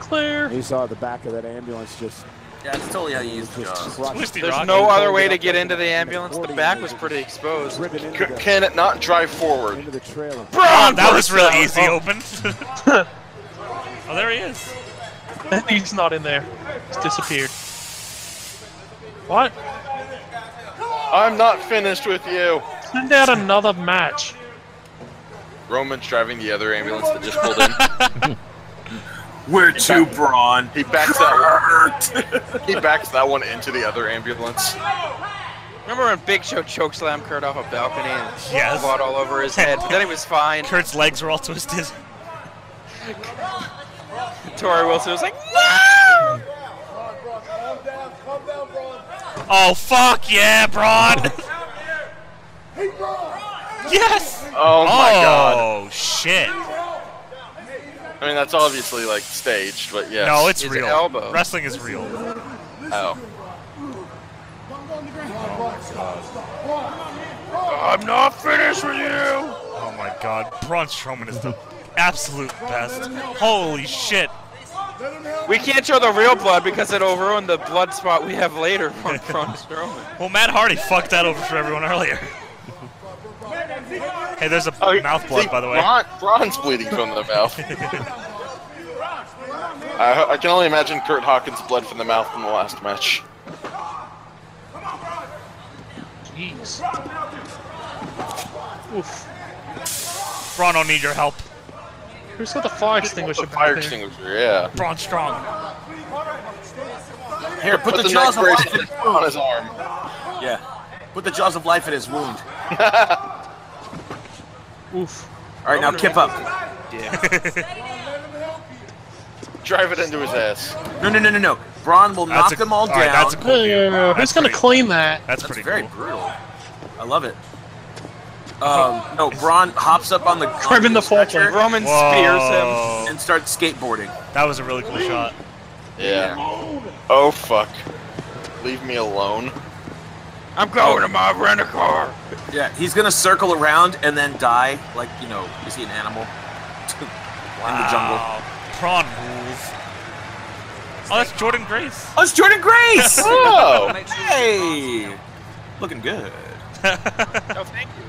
[SPEAKER 12] Clear.
[SPEAKER 8] He saw the back of that ambulance just,
[SPEAKER 16] Yeah, that's totally how you use the
[SPEAKER 8] just
[SPEAKER 16] jaws.
[SPEAKER 8] crushed.
[SPEAKER 1] Twisty
[SPEAKER 5] there's
[SPEAKER 1] rocket.
[SPEAKER 5] no other way to get into the ambulance. The back was pretty exposed.
[SPEAKER 8] Driven into
[SPEAKER 22] C-
[SPEAKER 8] the,
[SPEAKER 22] can it not drive forward?
[SPEAKER 8] into the trailer.
[SPEAKER 1] Oh,
[SPEAKER 5] Braun
[SPEAKER 1] that was
[SPEAKER 5] versus-
[SPEAKER 1] really easy.
[SPEAKER 5] Oh,
[SPEAKER 1] Open. oh, there he is.
[SPEAKER 12] He's not in there. He's disappeared. What?
[SPEAKER 22] I'm not finished with you.
[SPEAKER 12] Send out another match.
[SPEAKER 22] Roman's driving the other ambulance that just pulled in.
[SPEAKER 16] We're too brawn.
[SPEAKER 22] He backs that. He backs that one into the other ambulance.
[SPEAKER 5] Remember when Big Show chokeslammed Kurt off a balcony and
[SPEAKER 1] Yes.
[SPEAKER 5] blood all over his head? But then he was fine.
[SPEAKER 1] Kurt's legs were all twisted.
[SPEAKER 5] Tori Wilson was like, no!
[SPEAKER 1] Oh fuck yeah, Braun. yes.
[SPEAKER 22] Oh my god.
[SPEAKER 1] oh shit.
[SPEAKER 22] I mean, that's obviously like staged, but yeah.
[SPEAKER 1] No, it's
[SPEAKER 5] His
[SPEAKER 1] real.
[SPEAKER 5] elbow.
[SPEAKER 1] Wrestling is real.
[SPEAKER 22] Oh.
[SPEAKER 5] I'm not finished with you!
[SPEAKER 1] Oh my god, Braun Strowman is the absolute best. Holy shit.
[SPEAKER 5] We can't show the real blood because it'll ruin the blood spot we have later from Braun Strowman.
[SPEAKER 1] Well, Matt Hardy fucked that over for everyone earlier. hey, there's a
[SPEAKER 22] Oh, he-
[SPEAKER 1] mouth blood,
[SPEAKER 22] see,
[SPEAKER 1] by the way.
[SPEAKER 22] Braun, Braun's bleeding from the mouth. I, I can only imagine Kurt Hawkins' blood from the mouth in the last match.
[SPEAKER 12] Jeez. Oof.
[SPEAKER 1] Braun don't need your help.
[SPEAKER 12] Who's got the fire extinguisher
[SPEAKER 22] The fire
[SPEAKER 12] back there?
[SPEAKER 22] extinguisher, yeah.
[SPEAKER 1] Braun Strong.
[SPEAKER 16] Here, put the,
[SPEAKER 22] Put the neck
[SPEAKER 16] jaws of life.
[SPEAKER 22] bracelet on his arm.
[SPEAKER 16] Yeah. Put the jaws of life in his wound.
[SPEAKER 12] Oof.
[SPEAKER 16] All right, now kip up.
[SPEAKER 5] Yeah.
[SPEAKER 22] Drive it into his ass.
[SPEAKER 2] No, no, no, no, no. Braun will
[SPEAKER 1] That's
[SPEAKER 2] knock
[SPEAKER 1] a-
[SPEAKER 2] them all
[SPEAKER 1] all
[SPEAKER 2] down.
[SPEAKER 1] right, that's a cool view.
[SPEAKER 12] Yeah,
[SPEAKER 1] That's
[SPEAKER 12] who's gonna
[SPEAKER 1] pretty
[SPEAKER 12] clean that?
[SPEAKER 1] That's, pretty
[SPEAKER 2] very
[SPEAKER 1] cool.
[SPEAKER 2] brutal. I love it. Um, no, Braun hops up on the
[SPEAKER 12] Grabbing the fall plate.
[SPEAKER 2] Roman
[SPEAKER 1] Whoa.
[SPEAKER 2] spears him and starts skateboarding.
[SPEAKER 1] That was a really cool shot.
[SPEAKER 22] Yeah. Oh fuck. Leave me alone. I'm going to my rental car.
[SPEAKER 2] Yeah, he's gonna circle around and then die. Like you know, is he an animal? In the jungle.
[SPEAKER 1] Wow. Prawn rules. Oh, that's Jordan Grace.
[SPEAKER 2] Oh, it's Jordan Grace!
[SPEAKER 22] Oh.
[SPEAKER 2] hey! Looking good.
[SPEAKER 22] No, thank you.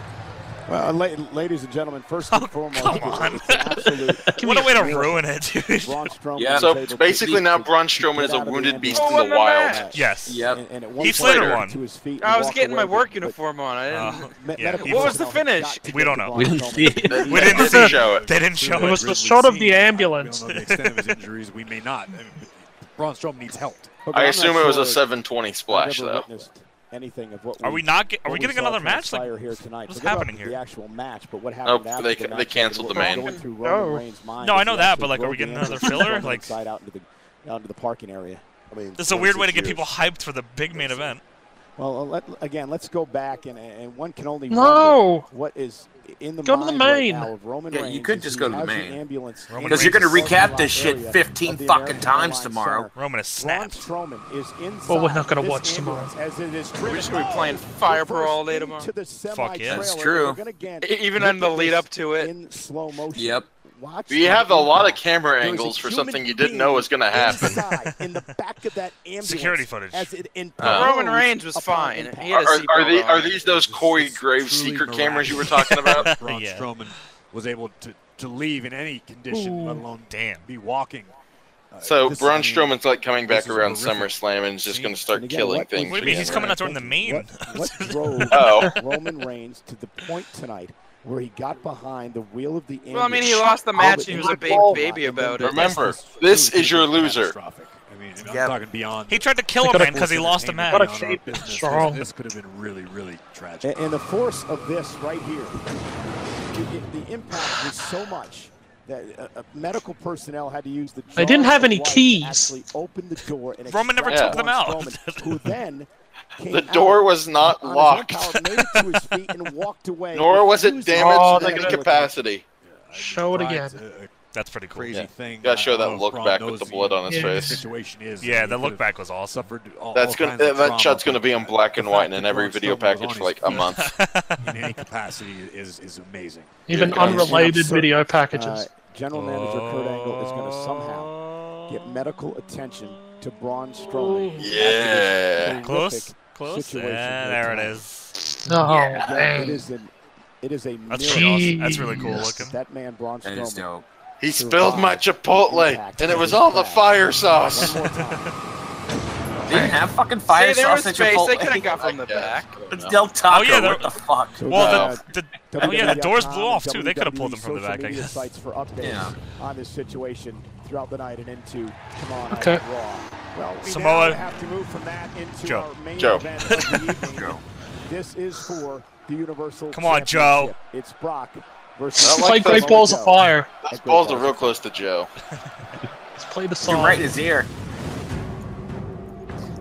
[SPEAKER 8] Well, la- ladies and gentlemen, first and foremost,
[SPEAKER 1] Oh, come on.
[SPEAKER 8] it's an absolute
[SPEAKER 1] What a way to ruin it, dude.
[SPEAKER 8] Braun Strowman
[SPEAKER 2] Yeah.
[SPEAKER 8] was
[SPEAKER 22] So
[SPEAKER 8] able to
[SPEAKER 22] basically
[SPEAKER 8] beat
[SPEAKER 22] now
[SPEAKER 8] the-
[SPEAKER 22] Braun Strowman
[SPEAKER 8] get
[SPEAKER 22] is a
[SPEAKER 8] out of the
[SPEAKER 22] wounded
[SPEAKER 8] ambulance
[SPEAKER 22] beast in the wild.
[SPEAKER 1] Yes.
[SPEAKER 2] Yep.
[SPEAKER 8] And, and at
[SPEAKER 1] Heath
[SPEAKER 8] point,
[SPEAKER 1] Slater
[SPEAKER 8] he
[SPEAKER 1] won.
[SPEAKER 8] To his feet and
[SPEAKER 5] I was
[SPEAKER 8] walked
[SPEAKER 5] getting
[SPEAKER 8] away,
[SPEAKER 5] my
[SPEAKER 8] but-
[SPEAKER 5] work
[SPEAKER 8] but
[SPEAKER 5] uniform on. I didn't.
[SPEAKER 1] Uh,
[SPEAKER 8] me-
[SPEAKER 1] yeah,
[SPEAKER 8] medical
[SPEAKER 1] Heath-
[SPEAKER 5] What was the
[SPEAKER 8] personnel
[SPEAKER 5] finish?
[SPEAKER 8] got to
[SPEAKER 1] We
[SPEAKER 8] get
[SPEAKER 1] don't
[SPEAKER 8] the
[SPEAKER 1] know.
[SPEAKER 8] Braun
[SPEAKER 34] We didn't
[SPEAKER 8] Strowman.
[SPEAKER 34] see it.
[SPEAKER 22] They didn't
[SPEAKER 1] see-
[SPEAKER 22] show it.
[SPEAKER 1] They didn't
[SPEAKER 34] It
[SPEAKER 1] show it.
[SPEAKER 34] was the shot of the ambulance.
[SPEAKER 3] We don't know the extent of his injuries. We may not. I mean, Braun Strowman needs help.
[SPEAKER 8] But
[SPEAKER 22] I
[SPEAKER 8] I'm not
[SPEAKER 22] assume it was a
[SPEAKER 8] sure
[SPEAKER 22] 720 splash
[SPEAKER 8] I've ever
[SPEAKER 22] though.
[SPEAKER 8] witnessed Anything of what
[SPEAKER 1] Are we not? Get, are
[SPEAKER 8] what
[SPEAKER 1] we getting
[SPEAKER 8] saw
[SPEAKER 1] another match? Like,
[SPEAKER 8] transpire here tonight.
[SPEAKER 1] what's
[SPEAKER 8] Forget about
[SPEAKER 1] happening
[SPEAKER 8] the-
[SPEAKER 1] here?
[SPEAKER 8] The actual match, but what happened after
[SPEAKER 22] they-
[SPEAKER 8] the
[SPEAKER 22] they
[SPEAKER 8] match,
[SPEAKER 22] canceled
[SPEAKER 8] what
[SPEAKER 22] the
[SPEAKER 8] was
[SPEAKER 22] main.
[SPEAKER 8] going through Roman
[SPEAKER 12] No.
[SPEAKER 8] Reigns' mind
[SPEAKER 1] No,
[SPEAKER 8] as
[SPEAKER 1] I
[SPEAKER 8] he
[SPEAKER 1] know that,
[SPEAKER 8] actually
[SPEAKER 1] but, like, are we
[SPEAKER 8] drove the
[SPEAKER 1] getting another
[SPEAKER 8] ambulance
[SPEAKER 1] filler?
[SPEAKER 8] from the
[SPEAKER 1] Like-
[SPEAKER 8] side out into the, out into the parking area. I mean,
[SPEAKER 1] this is a weird way to
[SPEAKER 8] 26
[SPEAKER 1] get
[SPEAKER 8] years.
[SPEAKER 1] people hyped for the big main event.
[SPEAKER 8] Well, uh, let, again, let's go back and and one can only
[SPEAKER 12] No.
[SPEAKER 8] wonder what is in the
[SPEAKER 12] Go to
[SPEAKER 8] mind
[SPEAKER 12] the main.
[SPEAKER 8] right now of Roman
[SPEAKER 2] Yeah, you
[SPEAKER 8] Reigns.
[SPEAKER 2] could
[SPEAKER 8] as
[SPEAKER 2] just
[SPEAKER 8] he
[SPEAKER 2] go to the
[SPEAKER 8] has
[SPEAKER 2] main.
[SPEAKER 8] ambulance
[SPEAKER 1] Roman
[SPEAKER 8] in
[SPEAKER 1] Reigns
[SPEAKER 2] Because you're
[SPEAKER 8] the
[SPEAKER 2] gonna
[SPEAKER 8] parking
[SPEAKER 2] recap this
[SPEAKER 8] lot
[SPEAKER 2] shit
[SPEAKER 8] area
[SPEAKER 2] 15
[SPEAKER 8] of the
[SPEAKER 2] fucking
[SPEAKER 8] American
[SPEAKER 2] times
[SPEAKER 8] Airlines
[SPEAKER 2] tomorrow.
[SPEAKER 8] Center.
[SPEAKER 1] Roman is
[SPEAKER 8] Braun
[SPEAKER 1] snapped.
[SPEAKER 8] Strowman is inside
[SPEAKER 12] Well, we're not gonna
[SPEAKER 8] this
[SPEAKER 12] watch tomorrow.
[SPEAKER 8] ambulance As it is
[SPEAKER 5] We're just gonna be
[SPEAKER 8] driven
[SPEAKER 5] playing
[SPEAKER 8] off
[SPEAKER 5] Fireball all day
[SPEAKER 8] into
[SPEAKER 5] tomorrow.
[SPEAKER 8] the
[SPEAKER 1] Fuck yeah.
[SPEAKER 8] semi-trailer.
[SPEAKER 2] That's
[SPEAKER 8] We're
[SPEAKER 2] true.
[SPEAKER 8] gonna again
[SPEAKER 5] E- even
[SPEAKER 8] look
[SPEAKER 5] on the
[SPEAKER 8] at
[SPEAKER 5] lead
[SPEAKER 8] this
[SPEAKER 5] up to it.
[SPEAKER 8] In slow motion.
[SPEAKER 2] Yep.
[SPEAKER 8] Watch
[SPEAKER 22] We
[SPEAKER 8] the
[SPEAKER 22] have a lot of
[SPEAKER 8] impact.
[SPEAKER 22] camera
[SPEAKER 8] There is a
[SPEAKER 22] angles for
[SPEAKER 8] human
[SPEAKER 22] something you didn't
[SPEAKER 8] being
[SPEAKER 22] know was gonna happen.
[SPEAKER 8] inside, in the back of that ambulance
[SPEAKER 1] Security footage.
[SPEAKER 8] As it
[SPEAKER 5] Uh, Roman
[SPEAKER 8] implodes
[SPEAKER 5] Reigns was
[SPEAKER 8] upon
[SPEAKER 5] fine.
[SPEAKER 8] impact.
[SPEAKER 5] He
[SPEAKER 22] Are,
[SPEAKER 5] had
[SPEAKER 22] are,
[SPEAKER 5] a
[SPEAKER 22] Uh-huh. are,
[SPEAKER 5] seatbelt
[SPEAKER 22] the, are
[SPEAKER 5] on.
[SPEAKER 22] these those Corey
[SPEAKER 3] It's
[SPEAKER 22] Graves
[SPEAKER 3] truly
[SPEAKER 22] secret cameras you were
[SPEAKER 3] miraculous.
[SPEAKER 22] talking about?
[SPEAKER 3] Braun
[SPEAKER 1] Yeah.
[SPEAKER 3] Strowman was able to, to leave in any condition, let alone
[SPEAKER 1] Damn.
[SPEAKER 3] be walking. Uh,
[SPEAKER 22] So
[SPEAKER 3] this-
[SPEAKER 22] Braun
[SPEAKER 3] I mean,
[SPEAKER 22] Strowman's like coming back
[SPEAKER 3] this is
[SPEAKER 22] around
[SPEAKER 3] horrific.
[SPEAKER 22] SummerSlam and is just going to start
[SPEAKER 8] And again,
[SPEAKER 22] killing
[SPEAKER 8] what was-
[SPEAKER 22] things.
[SPEAKER 1] Wait a minute, he's
[SPEAKER 22] again,
[SPEAKER 1] coming
[SPEAKER 22] right?
[SPEAKER 1] out during the main.
[SPEAKER 8] What, what drove
[SPEAKER 22] Oh.
[SPEAKER 8] Roman Reigns to the point tonight where he got behind the wheel of the ambulance?
[SPEAKER 5] Well, I mean, he lost the match. He was a big baby about it.
[SPEAKER 22] Remember, this
[SPEAKER 3] really
[SPEAKER 22] is your
[SPEAKER 3] truly
[SPEAKER 22] loser.
[SPEAKER 3] catastrophic. I mean, I'm
[SPEAKER 2] Yep.
[SPEAKER 3] talking beyond.
[SPEAKER 1] He tried to kill him,
[SPEAKER 12] gotta
[SPEAKER 1] man, because he
[SPEAKER 3] entertainment
[SPEAKER 1] lost a
[SPEAKER 3] on
[SPEAKER 1] match.
[SPEAKER 12] What a
[SPEAKER 3] our
[SPEAKER 12] shape,
[SPEAKER 3] business. This-
[SPEAKER 12] Strong.
[SPEAKER 3] This could have been really, really tragic.
[SPEAKER 8] And, and the force of this right here, the, the- the impact was so much that uh, uh, medical personnel had to use the.
[SPEAKER 12] They didn't
[SPEAKER 8] jaws
[SPEAKER 12] have
[SPEAKER 8] of
[SPEAKER 12] any
[SPEAKER 8] life to
[SPEAKER 12] keys.
[SPEAKER 8] Actually, open the door and
[SPEAKER 1] Roman never
[SPEAKER 8] extract
[SPEAKER 22] took
[SPEAKER 1] them
[SPEAKER 8] Braun
[SPEAKER 1] out.
[SPEAKER 8] Strowman, who then. came
[SPEAKER 22] The door
[SPEAKER 8] out
[SPEAKER 22] was not
[SPEAKER 8] on his own
[SPEAKER 22] locked.
[SPEAKER 8] power, made it to his feet and walked away,
[SPEAKER 22] Nor was it
[SPEAKER 8] refusing
[SPEAKER 12] Oh,
[SPEAKER 22] damaged
[SPEAKER 8] to
[SPEAKER 22] in
[SPEAKER 12] they're
[SPEAKER 22] any
[SPEAKER 8] let go of it.
[SPEAKER 22] capacity.
[SPEAKER 12] Show it
[SPEAKER 3] Brian's
[SPEAKER 12] again.
[SPEAKER 3] a- a
[SPEAKER 1] That's pretty cool.
[SPEAKER 3] Crazy
[SPEAKER 22] Yeah.
[SPEAKER 3] thing. uh,
[SPEAKER 22] Gotta show
[SPEAKER 3] I
[SPEAKER 22] that
[SPEAKER 3] don't know if
[SPEAKER 22] look
[SPEAKER 3] Braun
[SPEAKER 22] back with
[SPEAKER 3] knows
[SPEAKER 22] the blood on his
[SPEAKER 12] Yeah.
[SPEAKER 3] the
[SPEAKER 22] face.
[SPEAKER 3] Situation is.
[SPEAKER 1] Yeah,
[SPEAKER 3] He
[SPEAKER 1] the
[SPEAKER 3] could
[SPEAKER 1] look
[SPEAKER 3] have
[SPEAKER 1] back was awesome.
[SPEAKER 3] Suffered all,
[SPEAKER 22] That's
[SPEAKER 3] all
[SPEAKER 22] gonna
[SPEAKER 3] kinds of
[SPEAKER 22] that, that
[SPEAKER 3] trauma
[SPEAKER 22] shot's
[SPEAKER 3] from
[SPEAKER 22] gonna be in
[SPEAKER 3] that.
[SPEAKER 22] black and
[SPEAKER 3] The
[SPEAKER 22] white
[SPEAKER 3] fact
[SPEAKER 22] and in
[SPEAKER 3] that
[SPEAKER 22] every
[SPEAKER 3] Braun
[SPEAKER 22] video
[SPEAKER 3] Strowman was on
[SPEAKER 22] package for
[SPEAKER 3] his
[SPEAKER 22] like a
[SPEAKER 3] feet
[SPEAKER 22] month.
[SPEAKER 3] in any capacity is is amazing.
[SPEAKER 12] Even
[SPEAKER 22] Yeah, guys.
[SPEAKER 12] unrelated
[SPEAKER 8] Yeah.
[SPEAKER 12] video
[SPEAKER 8] Uh,
[SPEAKER 12] packages.
[SPEAKER 8] General Manager
[SPEAKER 1] Oh.
[SPEAKER 8] Kurt Angle is going to
[SPEAKER 1] Uh,
[SPEAKER 8] somehow get medical attention to Braun
[SPEAKER 12] Oh,
[SPEAKER 8] Strowman. after this
[SPEAKER 22] Yeah.
[SPEAKER 8] horrific
[SPEAKER 1] Close. Close.
[SPEAKER 8] situation
[SPEAKER 1] Yeah,
[SPEAKER 8] at
[SPEAKER 1] there it
[SPEAKER 8] times.
[SPEAKER 1] is.
[SPEAKER 12] No,
[SPEAKER 8] Again, It
[SPEAKER 12] man.
[SPEAKER 8] is an, it is a
[SPEAKER 1] That's
[SPEAKER 8] miracle
[SPEAKER 1] pretty awesome. That's really cool
[SPEAKER 12] Jeez.
[SPEAKER 1] looking.
[SPEAKER 8] that man Braun
[SPEAKER 2] That is
[SPEAKER 8] Strowman.
[SPEAKER 2] dope.
[SPEAKER 22] He spilled my Chipotle and it was all the fire sauce.
[SPEAKER 8] One more time.
[SPEAKER 2] They didn't have fucking fire
[SPEAKER 5] See, there
[SPEAKER 2] sauce
[SPEAKER 5] was
[SPEAKER 2] at
[SPEAKER 5] space. They could
[SPEAKER 2] Chipotle.
[SPEAKER 5] have got from the
[SPEAKER 22] I guess.
[SPEAKER 5] back.
[SPEAKER 2] It's Del Taco.
[SPEAKER 1] Oh, yeah,
[SPEAKER 2] what
[SPEAKER 1] they're-
[SPEAKER 2] the fuck?
[SPEAKER 8] So,
[SPEAKER 1] Well,
[SPEAKER 8] uh,
[SPEAKER 1] the, the oh yeah, the doors blew
[SPEAKER 8] WWE.com,
[SPEAKER 1] off too. They could have pulled them from the
[SPEAKER 8] social
[SPEAKER 1] back, I
[SPEAKER 8] media
[SPEAKER 1] guess.
[SPEAKER 8] Sites for updates
[SPEAKER 2] Yeah.
[SPEAKER 8] on this situation throughout the night and into tomorrow night
[SPEAKER 12] Okay.
[SPEAKER 8] Raw. Well, we
[SPEAKER 1] Samoa.
[SPEAKER 8] now have to move from that into
[SPEAKER 1] Joe.
[SPEAKER 8] our main
[SPEAKER 22] Joe.
[SPEAKER 8] event of the evening. This is for the Universal
[SPEAKER 1] Come on,
[SPEAKER 8] Championship. It's Brock versus
[SPEAKER 22] I like
[SPEAKER 12] Play Great
[SPEAKER 22] those-
[SPEAKER 12] Balls of Fire.
[SPEAKER 22] Those balls are real close to Joe.
[SPEAKER 12] Let's play the
[SPEAKER 2] You're
[SPEAKER 12] song.
[SPEAKER 2] right in his ear.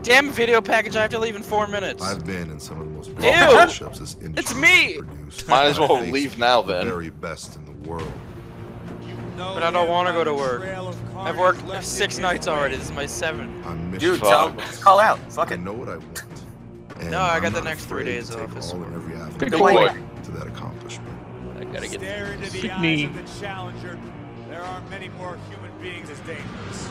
[SPEAKER 5] Damn video package. I have to leave in four minutes.
[SPEAKER 11] I've been in some of the most
[SPEAKER 5] Ew!
[SPEAKER 11] powerful matchups this industry
[SPEAKER 5] It's
[SPEAKER 11] has
[SPEAKER 5] me!
[SPEAKER 11] produced.
[SPEAKER 22] Might as well
[SPEAKER 11] I face
[SPEAKER 22] leave now,
[SPEAKER 11] the
[SPEAKER 22] then.
[SPEAKER 11] very best in the world.
[SPEAKER 5] But I don't want to go to work. I've worked six nights already. This is my seventh.
[SPEAKER 11] I'm
[SPEAKER 2] Dude,
[SPEAKER 11] mission.
[SPEAKER 2] tell him. Call out. Fuck
[SPEAKER 11] I
[SPEAKER 2] it.
[SPEAKER 11] know what I want. And
[SPEAKER 5] No, I got
[SPEAKER 11] I'm
[SPEAKER 5] the
[SPEAKER 11] not
[SPEAKER 5] next three
[SPEAKER 11] afraid to
[SPEAKER 5] days
[SPEAKER 11] take
[SPEAKER 5] off. It's
[SPEAKER 11] All and every avenue
[SPEAKER 12] Good
[SPEAKER 22] boy.
[SPEAKER 11] to that accomplishment.
[SPEAKER 5] I gotta get.
[SPEAKER 3] Stare into the
[SPEAKER 12] Big
[SPEAKER 3] eyes
[SPEAKER 12] knee.
[SPEAKER 3] of the challenger. There are many more human beings as dangerous.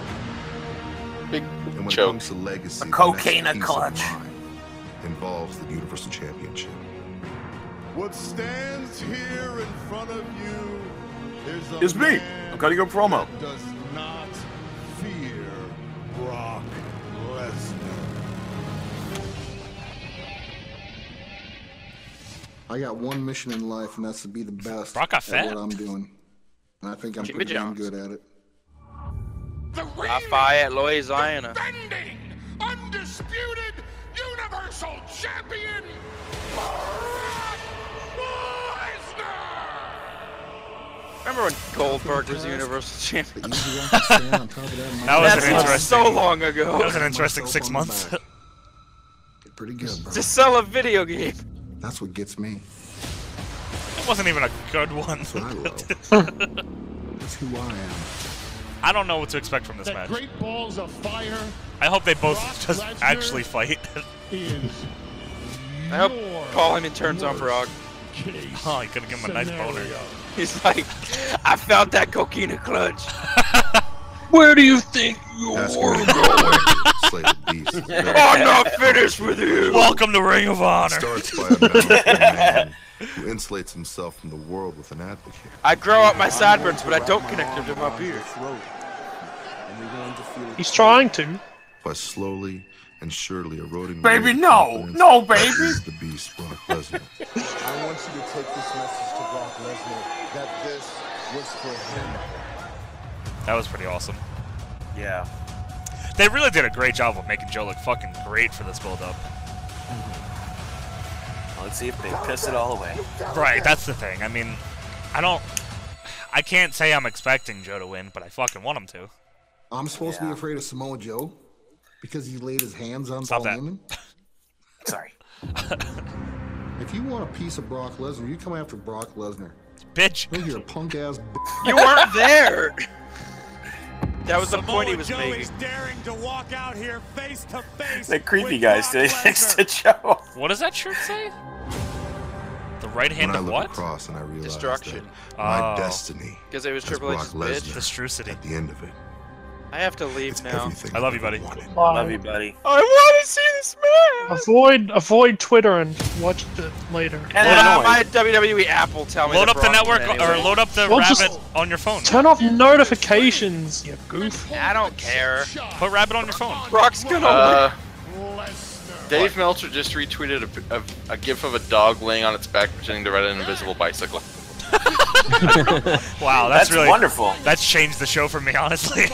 [SPEAKER 22] Big
[SPEAKER 11] And when it
[SPEAKER 22] choke.
[SPEAKER 11] comes to legacy,
[SPEAKER 2] A
[SPEAKER 11] the next
[SPEAKER 2] cocaine
[SPEAKER 11] piece of
[SPEAKER 2] clutch.
[SPEAKER 11] mine involves the Universal Championship.
[SPEAKER 10] What stands here in front of you is a
[SPEAKER 2] It's me.
[SPEAKER 10] man
[SPEAKER 2] I'm cutting a promo.
[SPEAKER 10] that Does not fear Brock Lesnar.
[SPEAKER 13] I got one mission in life, and that's to be the best
[SPEAKER 1] Brock got
[SPEAKER 13] at
[SPEAKER 1] fat.
[SPEAKER 13] what I'm doing. And I think I'm
[SPEAKER 5] Jimmy
[SPEAKER 13] pretty damn
[SPEAKER 5] Jones.
[SPEAKER 13] good at it.
[SPEAKER 10] The
[SPEAKER 5] I fire at Louisiana.
[SPEAKER 10] defending, undisputed, universal champion, Brock Lesnar.
[SPEAKER 5] Remember remember when Goldberg was Universal Champion.
[SPEAKER 1] that was
[SPEAKER 5] That's
[SPEAKER 1] an interesting.
[SPEAKER 5] so long ago.
[SPEAKER 1] That was an interesting six months.
[SPEAKER 13] Pretty good, bro.
[SPEAKER 5] to sell a video game.
[SPEAKER 13] That's what gets me.
[SPEAKER 1] That wasn't even a good one.
[SPEAKER 13] That's what I love. That's who I am.
[SPEAKER 1] I don't know what to expect from this
[SPEAKER 35] That
[SPEAKER 1] match.
[SPEAKER 35] great balls of fire
[SPEAKER 1] I hope they both
[SPEAKER 35] Brock
[SPEAKER 1] just
[SPEAKER 35] Lesnar
[SPEAKER 1] actually fight.
[SPEAKER 35] is
[SPEAKER 5] I hope Paul Heyman turns on Brock.
[SPEAKER 1] oh, you could have given him a nice boner.
[SPEAKER 5] He's like, I found that coquina clutch.
[SPEAKER 12] Where do you think you
[SPEAKER 5] That's
[SPEAKER 12] are
[SPEAKER 5] good.
[SPEAKER 12] going?
[SPEAKER 11] Slay the beast.
[SPEAKER 5] I'm not finished with you.
[SPEAKER 1] Welcome to Ring of Honor.
[SPEAKER 11] Starts by a malleable man who insulates himself from the world with an advocate.
[SPEAKER 5] I grow out my sideburns, but I don't connect them to my beard.
[SPEAKER 12] He's trying to.
[SPEAKER 11] By slowly and surely eroding.
[SPEAKER 12] Baby,
[SPEAKER 11] away the
[SPEAKER 12] no.
[SPEAKER 11] confidence
[SPEAKER 12] No,
[SPEAKER 11] that
[SPEAKER 12] baby.
[SPEAKER 11] is the beast, Brock Lesnar.
[SPEAKER 10] I want you to take this message to Brock Lesnar that this was for him.
[SPEAKER 1] That was pretty awesome.
[SPEAKER 2] Yeah.
[SPEAKER 1] They really did a great job of making Joe look fucking great for this build up.
[SPEAKER 2] Let's see if they piss it all away.
[SPEAKER 1] Right, that's the thing. I mean, I don't. I can't say I'm expecting Joe to win, but I fucking want him to.
[SPEAKER 13] I'm supposed to be afraid of Samoa Joe because he laid his hands on
[SPEAKER 1] Stop
[SPEAKER 13] Paul
[SPEAKER 1] that.
[SPEAKER 13] Heyman.
[SPEAKER 2] Sorry.
[SPEAKER 13] If you want a piece of Brock Lesnar, you come after Brock Lesnar.
[SPEAKER 1] Bitch.
[SPEAKER 13] You're a punk ass. b-
[SPEAKER 5] You weren't there. That was the
[SPEAKER 13] Samoa
[SPEAKER 5] point he was
[SPEAKER 13] Joe
[SPEAKER 5] making.
[SPEAKER 13] is
[SPEAKER 3] Daring to walk out here face to face.
[SPEAKER 2] The creepy guy standing next to Joe.
[SPEAKER 1] What does that shirt say? The right
[SPEAKER 11] When
[SPEAKER 1] hand
[SPEAKER 11] I
[SPEAKER 1] of
[SPEAKER 11] look
[SPEAKER 1] what?
[SPEAKER 11] across and I realize
[SPEAKER 5] Destruction.
[SPEAKER 11] that my
[SPEAKER 1] Oh.
[SPEAKER 11] destiny
[SPEAKER 5] 'Cause it was
[SPEAKER 11] is
[SPEAKER 5] Triple
[SPEAKER 11] Brock
[SPEAKER 5] H's bitch.
[SPEAKER 11] Lesnar
[SPEAKER 1] Destrucity.
[SPEAKER 11] at the end of it.
[SPEAKER 5] I have to leave now.
[SPEAKER 11] Everything
[SPEAKER 1] I love you, buddy.
[SPEAKER 2] Love you, buddy.
[SPEAKER 5] I want to see this man.
[SPEAKER 12] Avoid avoid Twitter and watch it later.
[SPEAKER 5] And then uh, my WWE Apple tell me.
[SPEAKER 1] Load up the
[SPEAKER 5] Brock won
[SPEAKER 1] network or
[SPEAKER 5] anyway.
[SPEAKER 1] load up the
[SPEAKER 12] Well, just-
[SPEAKER 1] rabbit on your phone.
[SPEAKER 12] Turn off notifications, you goof.
[SPEAKER 5] I don't care.
[SPEAKER 1] Put rabbit on your phone.
[SPEAKER 5] Brock's gonna
[SPEAKER 22] Uh,
[SPEAKER 5] What?
[SPEAKER 22] Dave Meltzer just retweeted a, a, a gif of a dog laying on its back pretending to ride an invisible bicycle.
[SPEAKER 1] Wow, that's,
[SPEAKER 2] That's
[SPEAKER 1] really
[SPEAKER 2] wonderful.
[SPEAKER 1] That's changed the show for me, honestly.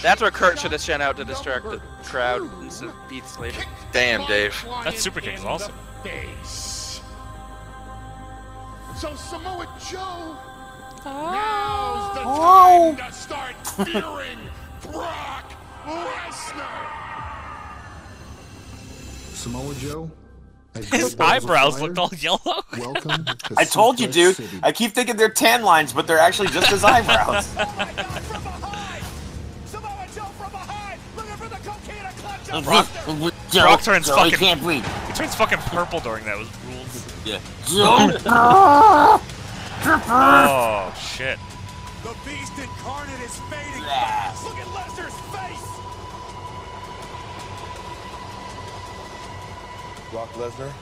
[SPEAKER 5] That's where Kurt should have sent out to distract the crowd instead of Pete Slater.
[SPEAKER 22] Damn, Dave.
[SPEAKER 1] that Super King is awesome.
[SPEAKER 35] face. So Samoa Joe, now's the
[SPEAKER 12] Oh.
[SPEAKER 35] time to start fearing Brock Lesnar.
[SPEAKER 13] Samoa Joe. has
[SPEAKER 1] His
[SPEAKER 13] great balls of
[SPEAKER 1] eyebrows
[SPEAKER 13] fire.
[SPEAKER 1] looked all yellow.
[SPEAKER 13] Welcome. to
[SPEAKER 2] I told you,
[SPEAKER 13] Suplex
[SPEAKER 2] dude.
[SPEAKER 13] City.
[SPEAKER 2] I keep thinking they're tan lines, but they're actually just his eyebrows.
[SPEAKER 8] Samoa Joe from behind, looking for the cocaine clutch. of
[SPEAKER 1] Brock-
[SPEAKER 8] Lesnar.
[SPEAKER 1] Brock turns
[SPEAKER 8] Joe, he
[SPEAKER 1] fucking.
[SPEAKER 8] can't
[SPEAKER 1] breathe. He turns fucking purple during that. Was rules.
[SPEAKER 2] Yeah.
[SPEAKER 1] oh shit.
[SPEAKER 8] The beast incarnate is fading fast. Look at Lesnar's face.
[SPEAKER 10] Brock Lesnar,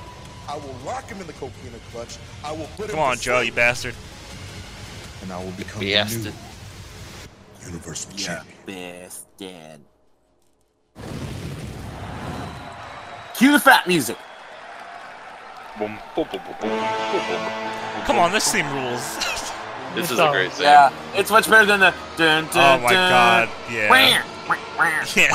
[SPEAKER 10] I will lock him in the coquina clutch. I will put him
[SPEAKER 1] Come on,
[SPEAKER 10] to
[SPEAKER 1] Joe,
[SPEAKER 10] sleep,
[SPEAKER 1] you bastard.
[SPEAKER 10] And I will become the
[SPEAKER 22] Bastard.
[SPEAKER 10] new Universal
[SPEAKER 2] Yeah,
[SPEAKER 10] Champion.
[SPEAKER 2] best dad. Cue the fat music.
[SPEAKER 22] Boom, boom, boom, boom, boom, boom, boom.
[SPEAKER 1] Come on, this team rules.
[SPEAKER 22] This is a great thing.
[SPEAKER 2] Yeah, it's much better than the. Dun,
[SPEAKER 1] Oh
[SPEAKER 2] dun,
[SPEAKER 1] my
[SPEAKER 2] dun.
[SPEAKER 1] god. Yeah.
[SPEAKER 2] Yeah.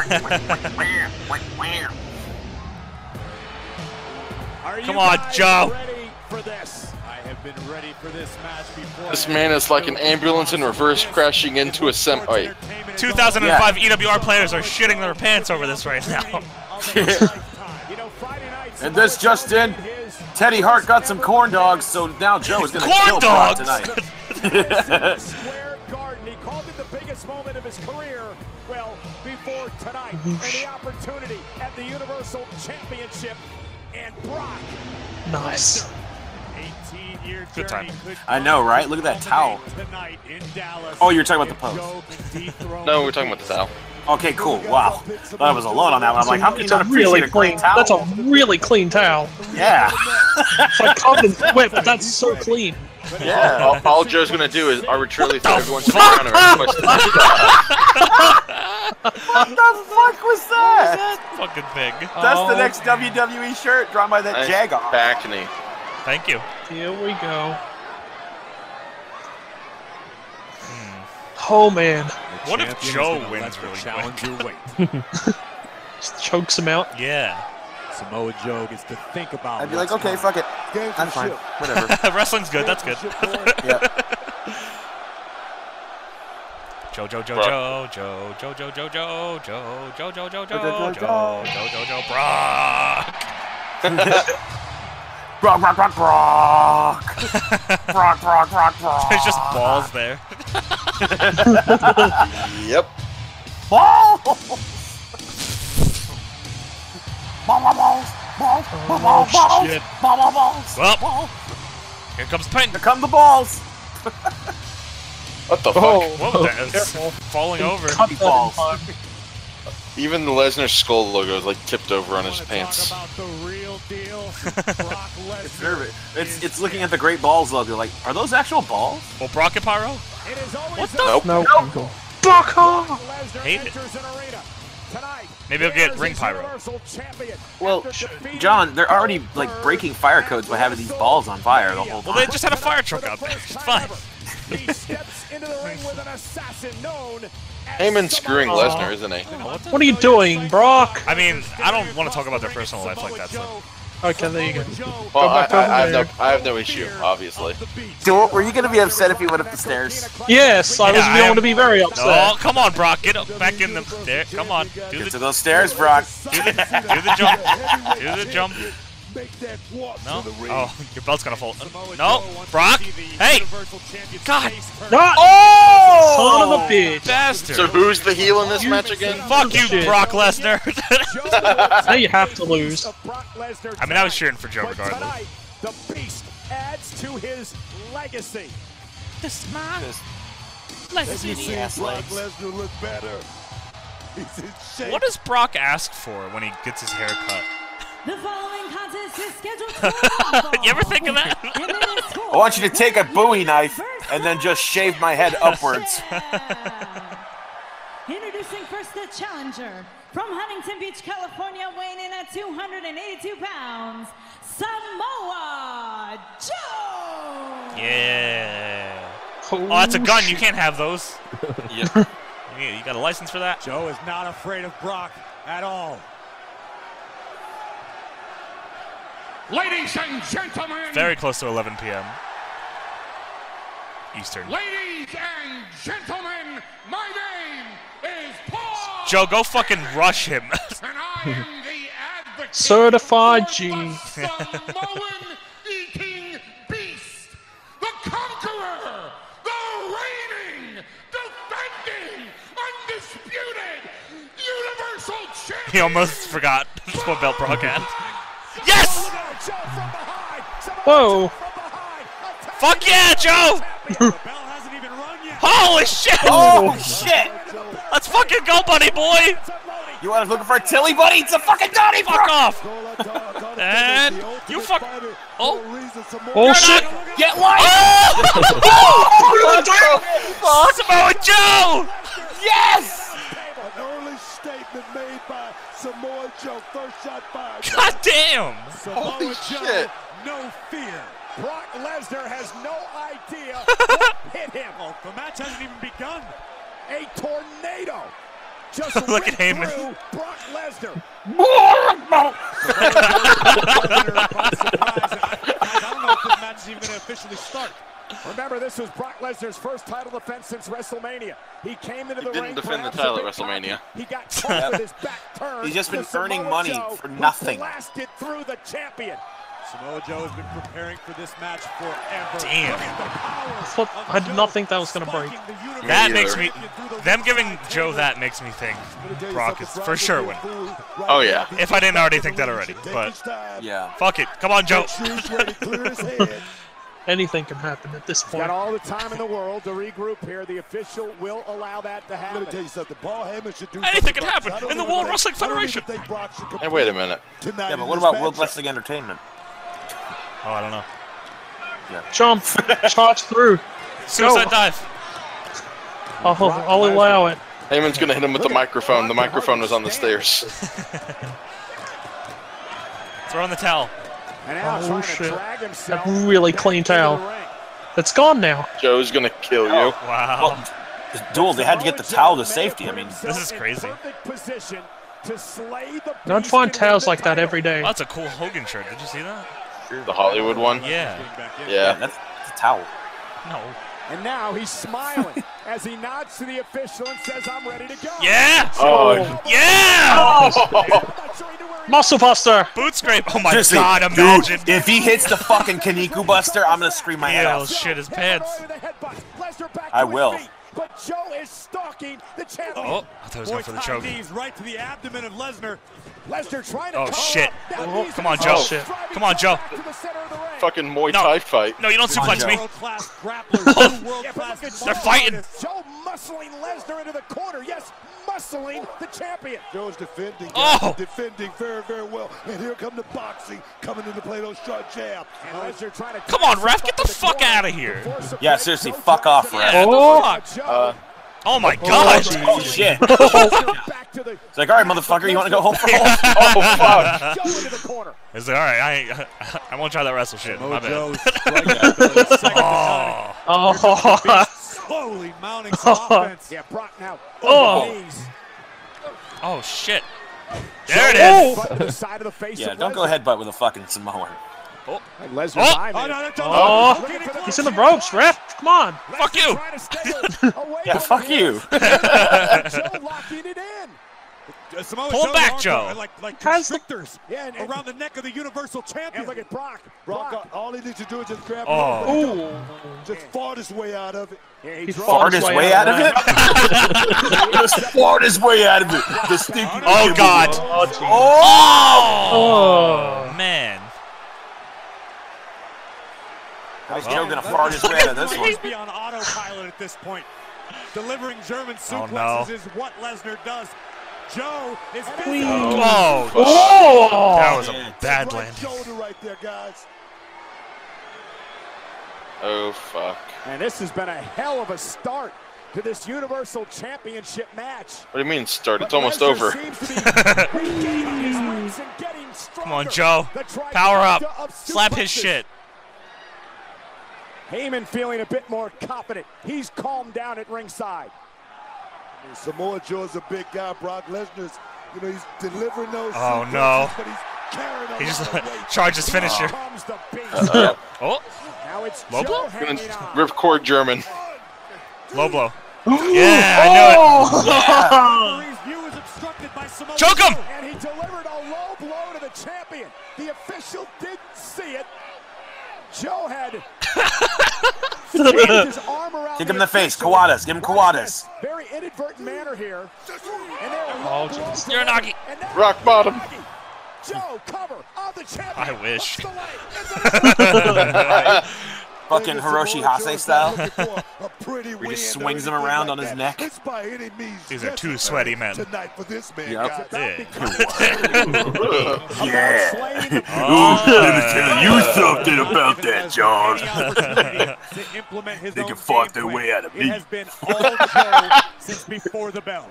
[SPEAKER 8] Are you
[SPEAKER 1] Come on,
[SPEAKER 8] guys
[SPEAKER 1] Joe.
[SPEAKER 8] Ready for this? I have been ready for this match before.
[SPEAKER 22] This man is like an ambulance in reverse crashing into a sem. oh, Wait.
[SPEAKER 1] 2005 EWR E players are shitting their pants over this right now.
[SPEAKER 2] and this just in, Teddy Hart got some corn dogs, so now Joe is gonna
[SPEAKER 1] Corn
[SPEAKER 2] kill Brock
[SPEAKER 1] dogs!
[SPEAKER 2] tonight.
[SPEAKER 8] Square Garden. He called it the biggest moment of his career. Well, before tonight, and the opportunity at the Universal Championship, and Brock.
[SPEAKER 12] Nice.
[SPEAKER 8] 18-year
[SPEAKER 1] Good
[SPEAKER 8] journey
[SPEAKER 1] timing.
[SPEAKER 8] could
[SPEAKER 2] I know, right? Look at that towel.
[SPEAKER 8] tonight in Dallas.
[SPEAKER 2] Oh, you're talking about the
[SPEAKER 8] If
[SPEAKER 2] pose.
[SPEAKER 8] Joe can dethrone
[SPEAKER 22] No, we're talking about the towel.
[SPEAKER 2] Okay, cool. Wow, I was alone on that one. I'm like, how can you
[SPEAKER 12] It's a
[SPEAKER 2] not
[SPEAKER 12] really
[SPEAKER 2] appreciate a
[SPEAKER 12] clean.
[SPEAKER 2] clean towel?
[SPEAKER 12] That's a really clean towel.
[SPEAKER 2] Yeah,
[SPEAKER 12] It's like covered in sweat, but that's so clean.
[SPEAKER 2] yeah.
[SPEAKER 22] All, all Joe's gonna do is arbitrarily throw everyone to the ground and request
[SPEAKER 2] what the fuck was that?
[SPEAKER 1] fucking thing.
[SPEAKER 2] That's
[SPEAKER 1] Oh.
[SPEAKER 2] the next WWE shirt drawn by that
[SPEAKER 22] Nice
[SPEAKER 2] Jaguar.
[SPEAKER 22] back knee.
[SPEAKER 1] Thank you.
[SPEAKER 12] Here we go. Oh man,
[SPEAKER 1] What if Joe wins really quick?
[SPEAKER 3] Challenger weight.
[SPEAKER 12] Just chokes him out.
[SPEAKER 1] Yeah.
[SPEAKER 3] Samoa Joe gets to think about.
[SPEAKER 2] I'd be like,
[SPEAKER 3] what's
[SPEAKER 2] okay,
[SPEAKER 3] next.
[SPEAKER 2] fuck it.
[SPEAKER 10] Game
[SPEAKER 2] I'm fine.
[SPEAKER 10] ship.
[SPEAKER 2] Whatever.
[SPEAKER 1] Wrestling's good. That's good.
[SPEAKER 2] Yeah.
[SPEAKER 1] Jojo Jojo Jojo Jojo Jojo Jojo Jojo Jojo Jojo Jojo Brock.
[SPEAKER 11] Brock, Brock, Brock, Brock. Brock, Brock, Brock, Brock.
[SPEAKER 1] There's just balls there.
[SPEAKER 22] yep.
[SPEAKER 11] Balls. Balls, balls, balls,
[SPEAKER 8] Oh,
[SPEAKER 11] balls, balls, balls,
[SPEAKER 1] shit.
[SPEAKER 11] balls, balls,
[SPEAKER 1] Well.
[SPEAKER 11] balls.
[SPEAKER 1] Here comes Peyton.
[SPEAKER 11] Here come the balls.
[SPEAKER 22] What the fuck?
[SPEAKER 2] Oh,
[SPEAKER 1] What was that? It's falling over.
[SPEAKER 11] Cunt balls.
[SPEAKER 22] Even the Lesnar skull logo is like tipped over on his pants.
[SPEAKER 16] Observe it. It's it's looking at the Great Balls logo. Like, are those actual balls?
[SPEAKER 1] Well, Brock and Pyro?
[SPEAKER 16] What the?
[SPEAKER 22] Nope.
[SPEAKER 6] No, uncle.
[SPEAKER 16] Fuck
[SPEAKER 1] Hate it. Maybe I'll get Ring Pyro.
[SPEAKER 16] Well, sh- John, they're already like breaking fire codes by having these balls on fire the whole time.
[SPEAKER 1] Well, they just had a fire truck out there. It's fine.
[SPEAKER 8] He steps into the ring with an assassin known
[SPEAKER 22] Heyman's screwing Lesnar, isn't he?
[SPEAKER 12] What are you doing, Brock?
[SPEAKER 1] Oh, I mean, I don't want to talk about their personal life like that, so.
[SPEAKER 12] Okay, there you go.
[SPEAKER 22] Well,
[SPEAKER 12] Go
[SPEAKER 22] I,
[SPEAKER 12] back over
[SPEAKER 22] I, I, have
[SPEAKER 12] there.
[SPEAKER 22] no, I have no issue, obviously.
[SPEAKER 16] Dude, were you gonna be upset if he went up the stairs?
[SPEAKER 12] Yes, I was
[SPEAKER 1] Yeah, I
[SPEAKER 12] going
[SPEAKER 1] am-
[SPEAKER 12] to be very
[SPEAKER 1] Oh,
[SPEAKER 12] upset.
[SPEAKER 1] come on, Brock. Get up back in the. There, come on. Do
[SPEAKER 16] Get
[SPEAKER 1] the,
[SPEAKER 16] to those stairs, Brock.
[SPEAKER 1] do the, do the jump. Do the jump. No. Oh, your belt's gonna fold. No, Brock. Hey. God.
[SPEAKER 12] Oh! Son of a bitch.
[SPEAKER 1] Bastard.
[SPEAKER 22] So who's the heel in this match again?
[SPEAKER 1] Fuck you,
[SPEAKER 12] Shit.
[SPEAKER 1] Brock Lesnar.
[SPEAKER 12] now you have to lose.
[SPEAKER 1] I mean, I was cheering for Joe regardless.
[SPEAKER 8] tonight. The Beast adds to his legacy.
[SPEAKER 1] This man.
[SPEAKER 16] Just-
[SPEAKER 10] Let me see
[SPEAKER 16] ass
[SPEAKER 10] Brock
[SPEAKER 16] legs.
[SPEAKER 10] Lesnar look better. He's in shape.
[SPEAKER 1] What does Brock ask for when he gets his hair cut?
[SPEAKER 13] The following contest is scheduled for
[SPEAKER 1] you ever think of that?
[SPEAKER 16] I want you to take a Bowie knife and then just shave my head upwards.
[SPEAKER 13] Introducing first the challenger from Huntington Beach, California, weighing in at 282 pounds, Samoa Joe.
[SPEAKER 1] Yeah. Oh, that's a gun. You can't have those.
[SPEAKER 22] Yeah.
[SPEAKER 1] You, you got a license for that?
[SPEAKER 8] Joe is not afraid of Brock at all.
[SPEAKER 4] Ladies and gentlemen.
[SPEAKER 1] Very close to 11 p.m. Eastern.
[SPEAKER 4] Ladies and gentlemen, my name is Paul,
[SPEAKER 1] Joe, go fucking rush him.
[SPEAKER 4] and I am the advocate
[SPEAKER 12] Certified G.
[SPEAKER 4] Samoan eating beast, the conqueror, the reigning, defending, undisputed universal champion.
[SPEAKER 1] he almost forgot what belt Brock had.
[SPEAKER 8] Look
[SPEAKER 1] Yes!
[SPEAKER 8] out, Joe from behind.
[SPEAKER 12] Whoa.
[SPEAKER 1] Fuck yeah, Joe! Holy shit!
[SPEAKER 16] Oh shit!
[SPEAKER 1] Let's fucking go, buddy boy!
[SPEAKER 16] You want to looking for a Tilly, buddy? It's a fucking Donny
[SPEAKER 1] Fuck
[SPEAKER 16] Brock.
[SPEAKER 1] off! And you fuck. Oh,
[SPEAKER 12] Oh shit!
[SPEAKER 16] Get one.
[SPEAKER 1] oh, Samoa Joe!
[SPEAKER 16] Yes.
[SPEAKER 10] An early statement made by Samoa Joe. First shot fired.
[SPEAKER 1] God damn!
[SPEAKER 10] Samoa
[SPEAKER 22] Holy
[SPEAKER 10] Joe,
[SPEAKER 22] shit.
[SPEAKER 10] no fear.
[SPEAKER 8] Brock Lesnar has no idea what hit him. Oh, the match hasn't even begun. A tornado just
[SPEAKER 1] Look
[SPEAKER 8] ripped
[SPEAKER 1] at Heyman.
[SPEAKER 8] through Brock Lesnar. I don't know if this match is even going to officially start. Remember, this was Brock Lesnar's first title defense since WrestleMania. He came into
[SPEAKER 22] He
[SPEAKER 8] the
[SPEAKER 22] didn't
[SPEAKER 8] ring
[SPEAKER 22] defend the
[SPEAKER 8] perhaps
[SPEAKER 22] title
[SPEAKER 8] a
[SPEAKER 22] at
[SPEAKER 8] bit cocky.
[SPEAKER 22] WrestleMania.
[SPEAKER 8] He got caught with his back turned.
[SPEAKER 16] He's just been
[SPEAKER 8] The
[SPEAKER 16] earning
[SPEAKER 8] Samoa
[SPEAKER 16] money
[SPEAKER 8] Joe
[SPEAKER 16] for nothing.
[SPEAKER 8] Blasted through the champion.
[SPEAKER 9] Samoa Joe has been preparing for this match forever.
[SPEAKER 1] Damn.
[SPEAKER 12] Fuck, I did not think that was going to break.
[SPEAKER 1] That
[SPEAKER 22] Me
[SPEAKER 1] makes me.
[SPEAKER 22] either.
[SPEAKER 1] Them giving Joe that makes me think Brock is for sure winning.
[SPEAKER 22] Oh yeah.
[SPEAKER 1] If I didn't already think that already, but
[SPEAKER 16] Yeah.
[SPEAKER 1] fuck it. Come on, Joe.
[SPEAKER 10] Choose where to clear his head.
[SPEAKER 12] Anything can happen at this
[SPEAKER 8] Got
[SPEAKER 12] point.
[SPEAKER 8] all the time in the world to regroup here. The official will allow that to
[SPEAKER 10] I'm gonna tell
[SPEAKER 8] happen.
[SPEAKER 10] you something. Paul Heyman should do
[SPEAKER 1] Anything
[SPEAKER 10] something
[SPEAKER 1] can
[SPEAKER 10] about
[SPEAKER 1] happen
[SPEAKER 10] this. I don't
[SPEAKER 1] in the
[SPEAKER 10] even
[SPEAKER 1] World
[SPEAKER 10] think-
[SPEAKER 1] Wrestling
[SPEAKER 10] I don't even
[SPEAKER 1] Federation.
[SPEAKER 10] think Brock should
[SPEAKER 22] Hey, wait a minute.
[SPEAKER 10] tonight
[SPEAKER 16] Yeah,
[SPEAKER 10] in
[SPEAKER 16] but what
[SPEAKER 10] this
[SPEAKER 16] about
[SPEAKER 10] matchup.
[SPEAKER 16] World Wrestling Entertainment?
[SPEAKER 1] Oh, I don't know.
[SPEAKER 12] Jump, charge through.
[SPEAKER 1] Suicide dive.
[SPEAKER 12] I'll, I'll allow it.
[SPEAKER 22] Heyman's gonna hit him with the microphone. The microphone was on the stairs.
[SPEAKER 1] Throw in the towel.
[SPEAKER 8] And now
[SPEAKER 12] Oh,
[SPEAKER 8] trying
[SPEAKER 12] shit.
[SPEAKER 8] to drag himself.
[SPEAKER 12] A really clean
[SPEAKER 8] back into the
[SPEAKER 12] towel.
[SPEAKER 8] ring.
[SPEAKER 12] It's gone now.
[SPEAKER 22] Joe's gonna kill Oh, you.
[SPEAKER 1] Wow.
[SPEAKER 16] Well, this duel, they had to get the towel to safety. I mean,
[SPEAKER 1] This is crazy.
[SPEAKER 8] Perfect position to slay the
[SPEAKER 12] Don't
[SPEAKER 8] beast
[SPEAKER 12] find
[SPEAKER 8] and win
[SPEAKER 12] towels
[SPEAKER 8] the
[SPEAKER 12] like that
[SPEAKER 8] title.
[SPEAKER 12] every day.
[SPEAKER 1] Oh, that's a cool Hogan shirt. Did you see that?
[SPEAKER 22] The Hollywood one.
[SPEAKER 1] Yeah.
[SPEAKER 22] Yeah.
[SPEAKER 16] that's, that's a towel.
[SPEAKER 1] No.
[SPEAKER 8] And now he's smiling. as he nods to the official and says, I'm ready to go.
[SPEAKER 1] Yeah!
[SPEAKER 36] Oh.
[SPEAKER 1] Yeah!
[SPEAKER 12] Muscle buster.
[SPEAKER 1] Boot scrape. Oh my
[SPEAKER 2] Seriously,
[SPEAKER 1] god, imagine.
[SPEAKER 2] Dude, if he hits the fucking Kaniku Buster, I'm gonna scream my head
[SPEAKER 1] He'll
[SPEAKER 2] off.
[SPEAKER 1] shit his pants.
[SPEAKER 2] I will.
[SPEAKER 8] But Joe is stalking the champion.
[SPEAKER 1] Oh, I thought he was going for the choke.
[SPEAKER 3] Knees right to the abdomen of Lesnar.
[SPEAKER 8] Lesnar trying to
[SPEAKER 1] Oh
[SPEAKER 8] come
[SPEAKER 1] shit.
[SPEAKER 8] up. That
[SPEAKER 1] Oh,
[SPEAKER 8] knee's
[SPEAKER 1] Come on,
[SPEAKER 8] gonna
[SPEAKER 1] Joe.
[SPEAKER 8] fall. Driving
[SPEAKER 1] Come on, Joe.
[SPEAKER 8] to the center of the ring.
[SPEAKER 22] Fucking Muay
[SPEAKER 1] No.
[SPEAKER 22] Thai fight.
[SPEAKER 1] No, you don't
[SPEAKER 22] Come on,
[SPEAKER 1] suplex me.
[SPEAKER 22] Joe.
[SPEAKER 3] World-class grappler, two world-class
[SPEAKER 1] They're fighting.
[SPEAKER 8] Joe muscling Lesnar into the corner. Yes, muscling the champion.
[SPEAKER 10] Joe's defending.
[SPEAKER 1] Oh!
[SPEAKER 10] Defending very, very well. And here come the boxing coming into play those short jab.
[SPEAKER 8] And Lesnar trying to
[SPEAKER 1] Come on, ref, get the fuck out of here.
[SPEAKER 2] Yeah, seriously, fuck off,
[SPEAKER 1] Yeah,
[SPEAKER 2] Red.
[SPEAKER 1] what the fuck?
[SPEAKER 22] Uh,
[SPEAKER 1] Oh my god.
[SPEAKER 2] Oh shit.
[SPEAKER 1] uh,
[SPEAKER 8] back to the
[SPEAKER 2] It's like, alright, motherfucker, you wanna go home for
[SPEAKER 22] oh fuck.
[SPEAKER 1] uh,
[SPEAKER 8] Joe into the corner.
[SPEAKER 1] It's like, alright, I, I won't try that wrestle shit. My bad.
[SPEAKER 3] Oh.
[SPEAKER 12] Oh.
[SPEAKER 3] Slowly mounting some offense.
[SPEAKER 8] Yeah, Brock now.
[SPEAKER 12] Oh.
[SPEAKER 8] Knees.
[SPEAKER 1] Oh shit. There it is.
[SPEAKER 2] Oh.
[SPEAKER 8] Butt to the side of the face
[SPEAKER 2] Yeah,
[SPEAKER 8] of
[SPEAKER 2] don't go
[SPEAKER 8] Lesnar.
[SPEAKER 2] headbutt with a fucking Samoan.
[SPEAKER 8] And Lesnar
[SPEAKER 1] Oh.
[SPEAKER 8] behind
[SPEAKER 3] Oh,
[SPEAKER 8] it.
[SPEAKER 3] no, no, don't
[SPEAKER 12] Oh.
[SPEAKER 3] look. Look at it
[SPEAKER 12] He's in the ropes, ref. Come on.
[SPEAKER 1] Fuck you.
[SPEAKER 8] Trying to stay away
[SPEAKER 2] Yeah,
[SPEAKER 8] from
[SPEAKER 2] fuck
[SPEAKER 8] him.
[SPEAKER 2] you.
[SPEAKER 8] Joe locking it in.
[SPEAKER 3] Uh, Samoa
[SPEAKER 1] Pull him
[SPEAKER 3] Joe's
[SPEAKER 1] back,
[SPEAKER 3] arms
[SPEAKER 1] Joe.
[SPEAKER 3] are Like, like
[SPEAKER 12] Has the-
[SPEAKER 3] constrictors
[SPEAKER 8] Yeah, and, and,
[SPEAKER 3] around the neck of the Universal
[SPEAKER 8] and
[SPEAKER 3] Champion.
[SPEAKER 8] look at Brock.
[SPEAKER 10] Brock,
[SPEAKER 8] Brock.
[SPEAKER 10] all he needs to do is just grab
[SPEAKER 1] Oh.
[SPEAKER 10] him.
[SPEAKER 12] Ooh.
[SPEAKER 10] Just fart his way out of it.
[SPEAKER 8] Yeah, he
[SPEAKER 12] He
[SPEAKER 8] draws.
[SPEAKER 12] fought
[SPEAKER 2] Fart his way out of it? Just fart his way out of it. The stinky
[SPEAKER 1] Oh
[SPEAKER 2] kid.
[SPEAKER 1] god.
[SPEAKER 37] Oh, geez.
[SPEAKER 1] Oh, man.
[SPEAKER 2] How's Joe gonna fart his way out of this one?
[SPEAKER 3] He's beyond autopilot at this point. Delivering German
[SPEAKER 1] Oh,
[SPEAKER 3] suplexes
[SPEAKER 1] no.
[SPEAKER 3] is what Lesnar does. Joe is
[SPEAKER 1] Oh, that
[SPEAKER 12] Oh.
[SPEAKER 1] was a bad
[SPEAKER 10] right
[SPEAKER 1] landing.
[SPEAKER 10] shoulder right there, guys.
[SPEAKER 22] Oh fuck.
[SPEAKER 8] And this has been a hell of a start to this Universal Championship match.
[SPEAKER 22] What do you mean start? It's
[SPEAKER 8] But
[SPEAKER 22] almost
[SPEAKER 8] Lesnar
[SPEAKER 22] over.
[SPEAKER 8] seems to be regaining his wits and getting
[SPEAKER 1] Come on,
[SPEAKER 8] stronger.
[SPEAKER 1] Joe.
[SPEAKER 8] The trifecta
[SPEAKER 1] Power
[SPEAKER 8] of
[SPEAKER 1] up. Slap his
[SPEAKER 8] suplexes.
[SPEAKER 1] shit.
[SPEAKER 8] Heyman feeling a bit more confident. He's calmed down at ringside.
[SPEAKER 10] Samoa Joe's a big guy. Brock Lesnar's, you know, he's delivering those.
[SPEAKER 1] Oh,
[SPEAKER 10] suplexes,
[SPEAKER 1] no.
[SPEAKER 10] But he's carrying a
[SPEAKER 1] He just
[SPEAKER 10] lot of weight.
[SPEAKER 1] charged his finisher.
[SPEAKER 8] Comes the beast.
[SPEAKER 22] Uh,
[SPEAKER 1] Oh,
[SPEAKER 8] Now it's
[SPEAKER 1] Lobo?
[SPEAKER 8] Joe
[SPEAKER 22] gonna
[SPEAKER 8] hanging on.
[SPEAKER 22] ripcord German.
[SPEAKER 1] low blow. Yeah, I knew it.
[SPEAKER 3] Referee's view is obstructed by Samoa
[SPEAKER 1] Choke him!
[SPEAKER 8] And he delivered a low blow to the champion. The official didn't see it. Joe had jammed his arm around
[SPEAKER 2] Kick him in the face.
[SPEAKER 8] official.
[SPEAKER 2] Kawadas. Give him Kawadas.
[SPEAKER 8] Very inadvertent manner here. And
[SPEAKER 12] Oh,
[SPEAKER 8] Jesus.
[SPEAKER 1] Uranagi.
[SPEAKER 22] Rock bottom.
[SPEAKER 8] Joe, cover of the champion.
[SPEAKER 1] I wish.
[SPEAKER 8] Looks the way.
[SPEAKER 2] Fucking
[SPEAKER 10] Samoa
[SPEAKER 2] Hiroshi
[SPEAKER 10] Joe
[SPEAKER 2] Hase
[SPEAKER 10] is
[SPEAKER 2] style.
[SPEAKER 10] looking for a pretty
[SPEAKER 2] Where he just
[SPEAKER 10] win or
[SPEAKER 2] swings him
[SPEAKER 10] anything
[SPEAKER 2] around
[SPEAKER 10] like
[SPEAKER 2] on his
[SPEAKER 10] that.
[SPEAKER 2] neck.
[SPEAKER 10] It's by any means
[SPEAKER 1] These are two
[SPEAKER 10] necessary
[SPEAKER 1] sweaty men.
[SPEAKER 10] Tonight for this man,
[SPEAKER 2] Yep.
[SPEAKER 10] guys.
[SPEAKER 1] Yeah.
[SPEAKER 2] Yeah.
[SPEAKER 8] Slaying the
[SPEAKER 11] Let me tell
[SPEAKER 1] Uh,
[SPEAKER 11] you something about that, John. They can fart their way out of
[SPEAKER 3] It
[SPEAKER 11] me.
[SPEAKER 3] has been all Joe since before the bell.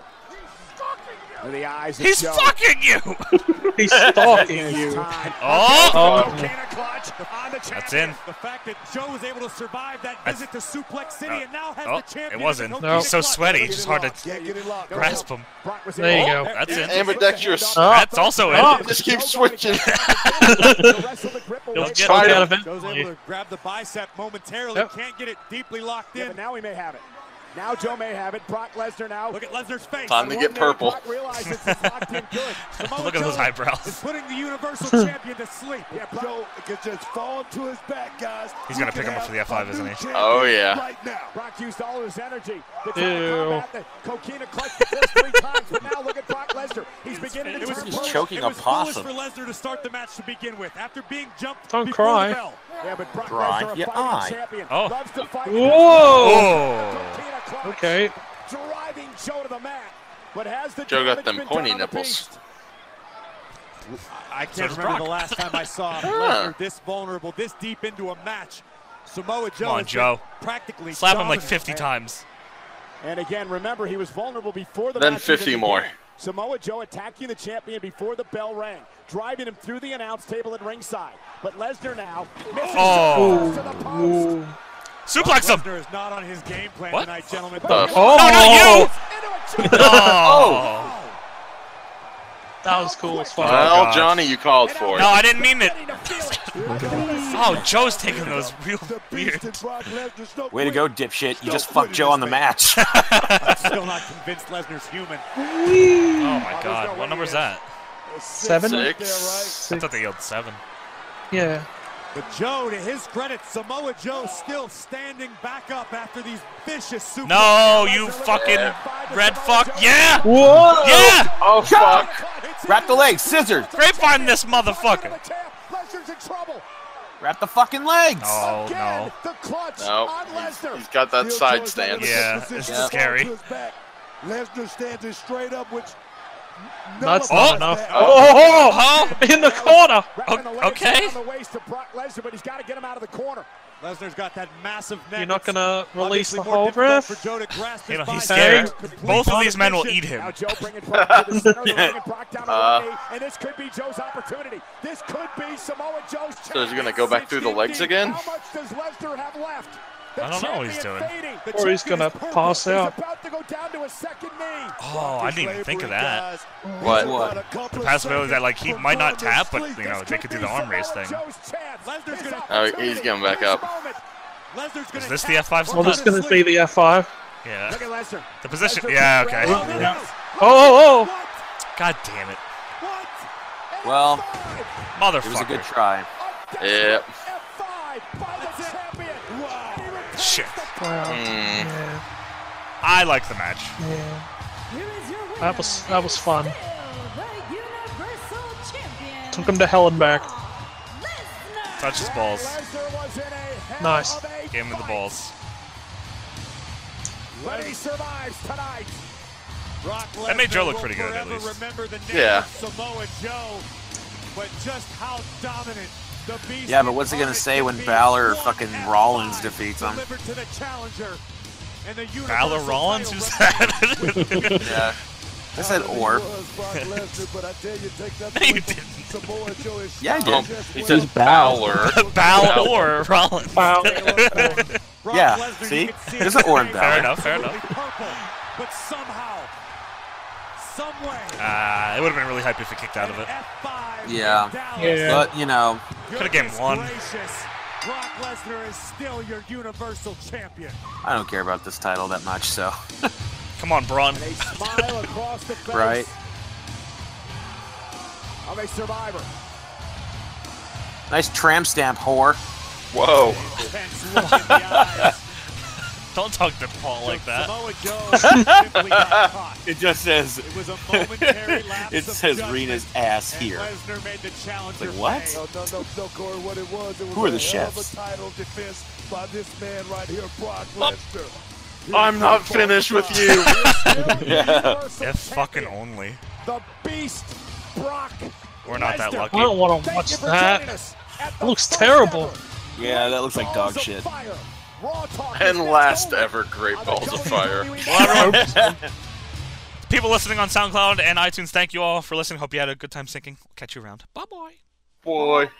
[SPEAKER 8] In the eyes of
[SPEAKER 1] He's
[SPEAKER 8] Joe.
[SPEAKER 1] fucking you.
[SPEAKER 12] He's stalking
[SPEAKER 8] It's
[SPEAKER 12] you.
[SPEAKER 8] time.
[SPEAKER 1] Oh.
[SPEAKER 12] Oh.
[SPEAKER 8] Volcano clutch on the champion.
[SPEAKER 1] That's in.
[SPEAKER 3] The fact that Joe was able to survive that
[SPEAKER 1] That's-
[SPEAKER 3] visit to Suplex City
[SPEAKER 1] Uh,
[SPEAKER 3] and now has
[SPEAKER 1] Oh,
[SPEAKER 3] the champion.
[SPEAKER 1] it
[SPEAKER 3] in
[SPEAKER 1] wasn't.
[SPEAKER 3] the Hokage
[SPEAKER 1] He's so
[SPEAKER 3] Clutch.
[SPEAKER 1] sweaty, it's just hard to
[SPEAKER 10] Yeah, get it locked.
[SPEAKER 1] grasp him.
[SPEAKER 8] Brock was
[SPEAKER 12] There you
[SPEAKER 8] in.
[SPEAKER 12] go.
[SPEAKER 1] That's
[SPEAKER 8] there
[SPEAKER 1] it.
[SPEAKER 8] is.
[SPEAKER 22] Ambidextrous.
[SPEAKER 12] Oh.
[SPEAKER 1] That's also
[SPEAKER 12] Oh.
[SPEAKER 1] it.
[SPEAKER 22] Just keep switching.
[SPEAKER 8] The rest of the grip away.
[SPEAKER 12] He'll get
[SPEAKER 22] Fire.
[SPEAKER 12] out
[SPEAKER 3] Joe's able
[SPEAKER 12] eventually.
[SPEAKER 3] to grab the bicep momentarily,
[SPEAKER 12] Yep.
[SPEAKER 3] can't get it deeply locked
[SPEAKER 8] Yeah,
[SPEAKER 3] in.
[SPEAKER 8] but now he may have it. Now Joe may have it. Brock Lesnar now.
[SPEAKER 3] Look at Lesnar's face.
[SPEAKER 22] Time to get
[SPEAKER 8] One minute,
[SPEAKER 22] purple.
[SPEAKER 8] Brock realizes it's locked in good.
[SPEAKER 3] Samoa
[SPEAKER 1] Look at those
[SPEAKER 3] Joe
[SPEAKER 1] eyebrows.
[SPEAKER 3] Is putting the Universal Champion to sleep.
[SPEAKER 10] Yeah, Joe can just fall to his back, guys.
[SPEAKER 1] He's
[SPEAKER 10] We
[SPEAKER 1] gonna
[SPEAKER 10] can
[SPEAKER 1] pick him up
[SPEAKER 10] have
[SPEAKER 1] for the F5,
[SPEAKER 10] a
[SPEAKER 1] isn't
[SPEAKER 10] new
[SPEAKER 1] he?
[SPEAKER 10] champion
[SPEAKER 22] Oh, yeah.
[SPEAKER 10] Right now.
[SPEAKER 8] Brock used all his energy. The
[SPEAKER 12] Ew.
[SPEAKER 8] combat, the coquina clutch the first three times, but now look at Brock Lesnar. He's beginning to
[SPEAKER 3] It was
[SPEAKER 8] turn
[SPEAKER 2] He's
[SPEAKER 8] purple.
[SPEAKER 2] choking
[SPEAKER 3] it
[SPEAKER 2] a
[SPEAKER 3] was foolish
[SPEAKER 2] possum.
[SPEAKER 3] for Lesnar to start the match to begin with after being jumped
[SPEAKER 12] Don't
[SPEAKER 3] before
[SPEAKER 12] cry.
[SPEAKER 3] the bell.
[SPEAKER 8] Yeah, but Brock
[SPEAKER 2] Dry
[SPEAKER 8] Lesnar, a
[SPEAKER 2] your
[SPEAKER 8] fighting
[SPEAKER 2] eye.
[SPEAKER 8] champion,
[SPEAKER 1] Oh.
[SPEAKER 8] loves to fight.
[SPEAKER 12] Whoa.
[SPEAKER 1] Oh.
[SPEAKER 8] Coquina clutch,
[SPEAKER 12] Okay.
[SPEAKER 8] Driving Joe to the mat, but has the
[SPEAKER 22] Joe got
[SPEAKER 8] damage
[SPEAKER 22] them
[SPEAKER 8] been
[SPEAKER 22] pointy
[SPEAKER 8] done on the
[SPEAKER 22] nipples.
[SPEAKER 8] beast?
[SPEAKER 3] I can't
[SPEAKER 1] does
[SPEAKER 3] remember the
[SPEAKER 1] Brock.
[SPEAKER 3] last time I saw
[SPEAKER 22] Ah.
[SPEAKER 3] Lesnar this vulnerable, this deep into a match. Samoa Joe,
[SPEAKER 1] on,
[SPEAKER 3] has been
[SPEAKER 1] Joe.
[SPEAKER 3] practically
[SPEAKER 1] Slap him like
[SPEAKER 3] dominant.
[SPEAKER 1] 50 times.
[SPEAKER 8] And again, remember, he was vulnerable before the
[SPEAKER 22] Then
[SPEAKER 8] match even
[SPEAKER 22] 50
[SPEAKER 8] began.
[SPEAKER 22] more.
[SPEAKER 8] Samoa Joe attacking the champion before the bell rang, driving him through the announce table at ringside. But Lesnar now misses
[SPEAKER 1] Oh.
[SPEAKER 8] to the post.
[SPEAKER 1] Suplex him.
[SPEAKER 3] Lesnar is not on his game plan
[SPEAKER 1] What?
[SPEAKER 3] tonight, gentlemen.
[SPEAKER 22] The
[SPEAKER 1] No,
[SPEAKER 12] Oh.
[SPEAKER 1] not you.
[SPEAKER 8] Into a choke.
[SPEAKER 1] Oh.
[SPEAKER 12] That was cool as fuck.
[SPEAKER 22] Well,
[SPEAKER 1] God.
[SPEAKER 22] Johnny, you called for it.
[SPEAKER 1] No, I didn't mean it.
[SPEAKER 8] Getting to feel it. Look at
[SPEAKER 1] Oh, Joe's taking those real weird.
[SPEAKER 2] Way to go, dipshit. You just fucked Joe on the match.
[SPEAKER 3] I'm still not convinced Lesnar's human.
[SPEAKER 1] Oh my god, what number's that?
[SPEAKER 12] Seven?
[SPEAKER 1] Six. I thought they yelled seven.
[SPEAKER 12] Yeah.
[SPEAKER 3] But Joe, to his credit, Samoa Joe still standing back up after these vicious super.
[SPEAKER 1] No, you fucking red fuck. Yeah!
[SPEAKER 2] Whoa!
[SPEAKER 1] Yeah!
[SPEAKER 2] Oh, fuck. Wrap the leg. Scissors.
[SPEAKER 1] Grapevine this motherfucker.
[SPEAKER 3] Lesnar's in trouble.
[SPEAKER 2] Wrap the fucking legs.
[SPEAKER 1] Oh,
[SPEAKER 3] Again,
[SPEAKER 1] no.
[SPEAKER 3] the clutch
[SPEAKER 22] No,
[SPEAKER 3] on
[SPEAKER 22] he's-
[SPEAKER 3] Lesnar.
[SPEAKER 22] he's got that
[SPEAKER 10] Neil
[SPEAKER 22] side
[SPEAKER 10] Jones
[SPEAKER 22] stance.
[SPEAKER 10] now in a
[SPEAKER 1] Yeah,
[SPEAKER 10] position
[SPEAKER 1] it's
[SPEAKER 10] to fall
[SPEAKER 1] scary.
[SPEAKER 10] to his back. Lesnar standing straight up, which
[SPEAKER 12] That's
[SPEAKER 1] Oh,
[SPEAKER 12] not enough.
[SPEAKER 1] oh,
[SPEAKER 12] Oh, oh, in the corner.
[SPEAKER 3] Wrapping the legs
[SPEAKER 1] okay.
[SPEAKER 3] around the waist to Brock Lesnar, but he's got to get him out of the corner. Lesnar's got that massive neck.
[SPEAKER 12] You're not gonna
[SPEAKER 3] It's
[SPEAKER 12] release
[SPEAKER 3] obviously
[SPEAKER 12] the
[SPEAKER 3] more
[SPEAKER 12] whole
[SPEAKER 3] difficult
[SPEAKER 12] ref?
[SPEAKER 3] for Joe to grasp
[SPEAKER 1] You
[SPEAKER 3] his
[SPEAKER 1] know, he's
[SPEAKER 3] bicep.
[SPEAKER 1] scared.
[SPEAKER 3] Complete
[SPEAKER 1] Both of these men will eat
[SPEAKER 3] Now
[SPEAKER 1] him.
[SPEAKER 3] Joe bringing Brock to the center, bringing Brock down to
[SPEAKER 22] Uh.
[SPEAKER 3] the knee, and this could be Joe's opportunity. This could be Samoa Joe's chance.
[SPEAKER 22] So is he gonna go back through the legs again?
[SPEAKER 3] How much does Lesnar have left?
[SPEAKER 1] I don't know what he's doing.
[SPEAKER 3] Fading. The
[SPEAKER 12] Or he's
[SPEAKER 3] champion
[SPEAKER 12] gonna
[SPEAKER 3] is purple.
[SPEAKER 12] pass
[SPEAKER 3] He's
[SPEAKER 12] out.
[SPEAKER 3] about to go down to a second knee.
[SPEAKER 1] Oh, I didn't even think of that.
[SPEAKER 22] What?
[SPEAKER 1] The possibility that, like, he might not tap, but, you know, they could do the arm race thing.
[SPEAKER 22] Oh, he's getting back up.
[SPEAKER 1] Is this the F5
[SPEAKER 12] Well,
[SPEAKER 1] spot?
[SPEAKER 12] this is going to be the F5.
[SPEAKER 1] Yeah.
[SPEAKER 3] Look at Lesnar.
[SPEAKER 1] The position. Yeah, okay.
[SPEAKER 12] Oh, oh, oh.
[SPEAKER 1] God damn it.
[SPEAKER 2] Well, it was a good
[SPEAKER 1] Motherfucker.
[SPEAKER 2] try.
[SPEAKER 22] Yeah.
[SPEAKER 1] Shit.
[SPEAKER 12] Well,
[SPEAKER 22] Mm.
[SPEAKER 12] yeah,
[SPEAKER 1] I like the match.
[SPEAKER 12] yeah. That was, that was fun. Took him to hell and back.
[SPEAKER 1] Touch his balls.
[SPEAKER 12] Nice.
[SPEAKER 1] Game of the balls.
[SPEAKER 3] But he survives tonight. Brock
[SPEAKER 1] That made
[SPEAKER 3] Lesnar
[SPEAKER 1] Joe look
[SPEAKER 3] will
[SPEAKER 1] pretty good, at
[SPEAKER 3] forever
[SPEAKER 1] least.
[SPEAKER 3] Remember the name
[SPEAKER 22] Yeah.
[SPEAKER 3] of Samoa Joe, but just how dominant the beast
[SPEAKER 2] Yeah, but what's he gonna say when Balor fucking Rollins defeats him?
[SPEAKER 3] Delivered to the challenger. And the
[SPEAKER 1] Balor
[SPEAKER 3] Universal
[SPEAKER 1] Rollins?
[SPEAKER 3] title
[SPEAKER 1] Who's
[SPEAKER 3] representative.
[SPEAKER 1] that?
[SPEAKER 2] Yeah. I said or.
[SPEAKER 1] no, you didn't.
[SPEAKER 2] Yeah, I
[SPEAKER 22] Oh,
[SPEAKER 2] did.
[SPEAKER 22] he says
[SPEAKER 13] Bow.
[SPEAKER 22] Balor.
[SPEAKER 1] Bal or Rollins.
[SPEAKER 12] Wow.
[SPEAKER 3] Brock
[SPEAKER 2] Yeah,
[SPEAKER 3] Lesnar, you
[SPEAKER 2] see?
[SPEAKER 3] could see
[SPEAKER 2] There's an
[SPEAKER 3] his
[SPEAKER 2] or in
[SPEAKER 3] face
[SPEAKER 1] Fair
[SPEAKER 2] Balor.
[SPEAKER 1] enough, fair
[SPEAKER 3] absolutely
[SPEAKER 1] enough.
[SPEAKER 3] Purple, but somehow, some way,
[SPEAKER 1] Uh, it would have been really hype if he kicked out of it.
[SPEAKER 3] F5
[SPEAKER 2] Yeah.
[SPEAKER 3] Dallas.
[SPEAKER 12] Yeah.
[SPEAKER 2] But, you know,
[SPEAKER 1] Coulda gave him
[SPEAKER 3] Goodness
[SPEAKER 1] one.
[SPEAKER 3] Gracious. Brock Lesnar is still your Universal Champion.
[SPEAKER 2] I don't care about this title that much, so.
[SPEAKER 1] Come on, Braun.
[SPEAKER 3] A smile across the face
[SPEAKER 2] Right.
[SPEAKER 3] of a survivor.
[SPEAKER 2] Nice tramp stamp, whore.
[SPEAKER 22] Whoa.
[SPEAKER 3] Intense look in the eyes.
[SPEAKER 1] Don't talk to Paul like that.
[SPEAKER 3] Samoa Joe simply got caught.
[SPEAKER 2] It just says.
[SPEAKER 3] It was a momentary lapse
[SPEAKER 2] It
[SPEAKER 3] of
[SPEAKER 2] says
[SPEAKER 3] judgment,
[SPEAKER 2] Rena's ass
[SPEAKER 3] and
[SPEAKER 2] here.
[SPEAKER 3] Lesnar made the challenger
[SPEAKER 2] Like, what?
[SPEAKER 3] pay.
[SPEAKER 10] No, no, no, no, Corey, what it was, it was
[SPEAKER 2] Who are
[SPEAKER 10] a
[SPEAKER 2] the
[SPEAKER 10] hell of a
[SPEAKER 2] chefs?
[SPEAKER 10] title defense by this man right here, Brock Lesnar. He's
[SPEAKER 22] I'm not
[SPEAKER 10] still
[SPEAKER 22] finished with
[SPEAKER 10] qualified.
[SPEAKER 22] you.
[SPEAKER 10] He's still
[SPEAKER 2] Yeah.
[SPEAKER 10] Universal
[SPEAKER 1] If fucking
[SPEAKER 10] Champion.
[SPEAKER 1] only.
[SPEAKER 10] The beast, Brock.
[SPEAKER 1] We're not that
[SPEAKER 10] Lesnar.
[SPEAKER 1] lucky.
[SPEAKER 12] I don't want to
[SPEAKER 10] Thank
[SPEAKER 12] watch
[SPEAKER 10] you for joining
[SPEAKER 12] that.
[SPEAKER 10] us at the
[SPEAKER 12] Looks
[SPEAKER 10] first
[SPEAKER 12] terrible.
[SPEAKER 10] ever
[SPEAKER 2] Yeah, that looks like
[SPEAKER 10] Balls
[SPEAKER 2] dog
[SPEAKER 10] of
[SPEAKER 2] shit.
[SPEAKER 10] Fire. Raw Talk is
[SPEAKER 22] And
[SPEAKER 10] next
[SPEAKER 22] last
[SPEAKER 10] over
[SPEAKER 22] ever Great
[SPEAKER 10] on the
[SPEAKER 22] Balls of Fire.
[SPEAKER 10] WWE
[SPEAKER 1] Well, everyone, people listening on SoundCloud and iTunes, thank you all for listening. Hope you had a good time syncing. Catch you around. Bye bye.
[SPEAKER 22] Boy.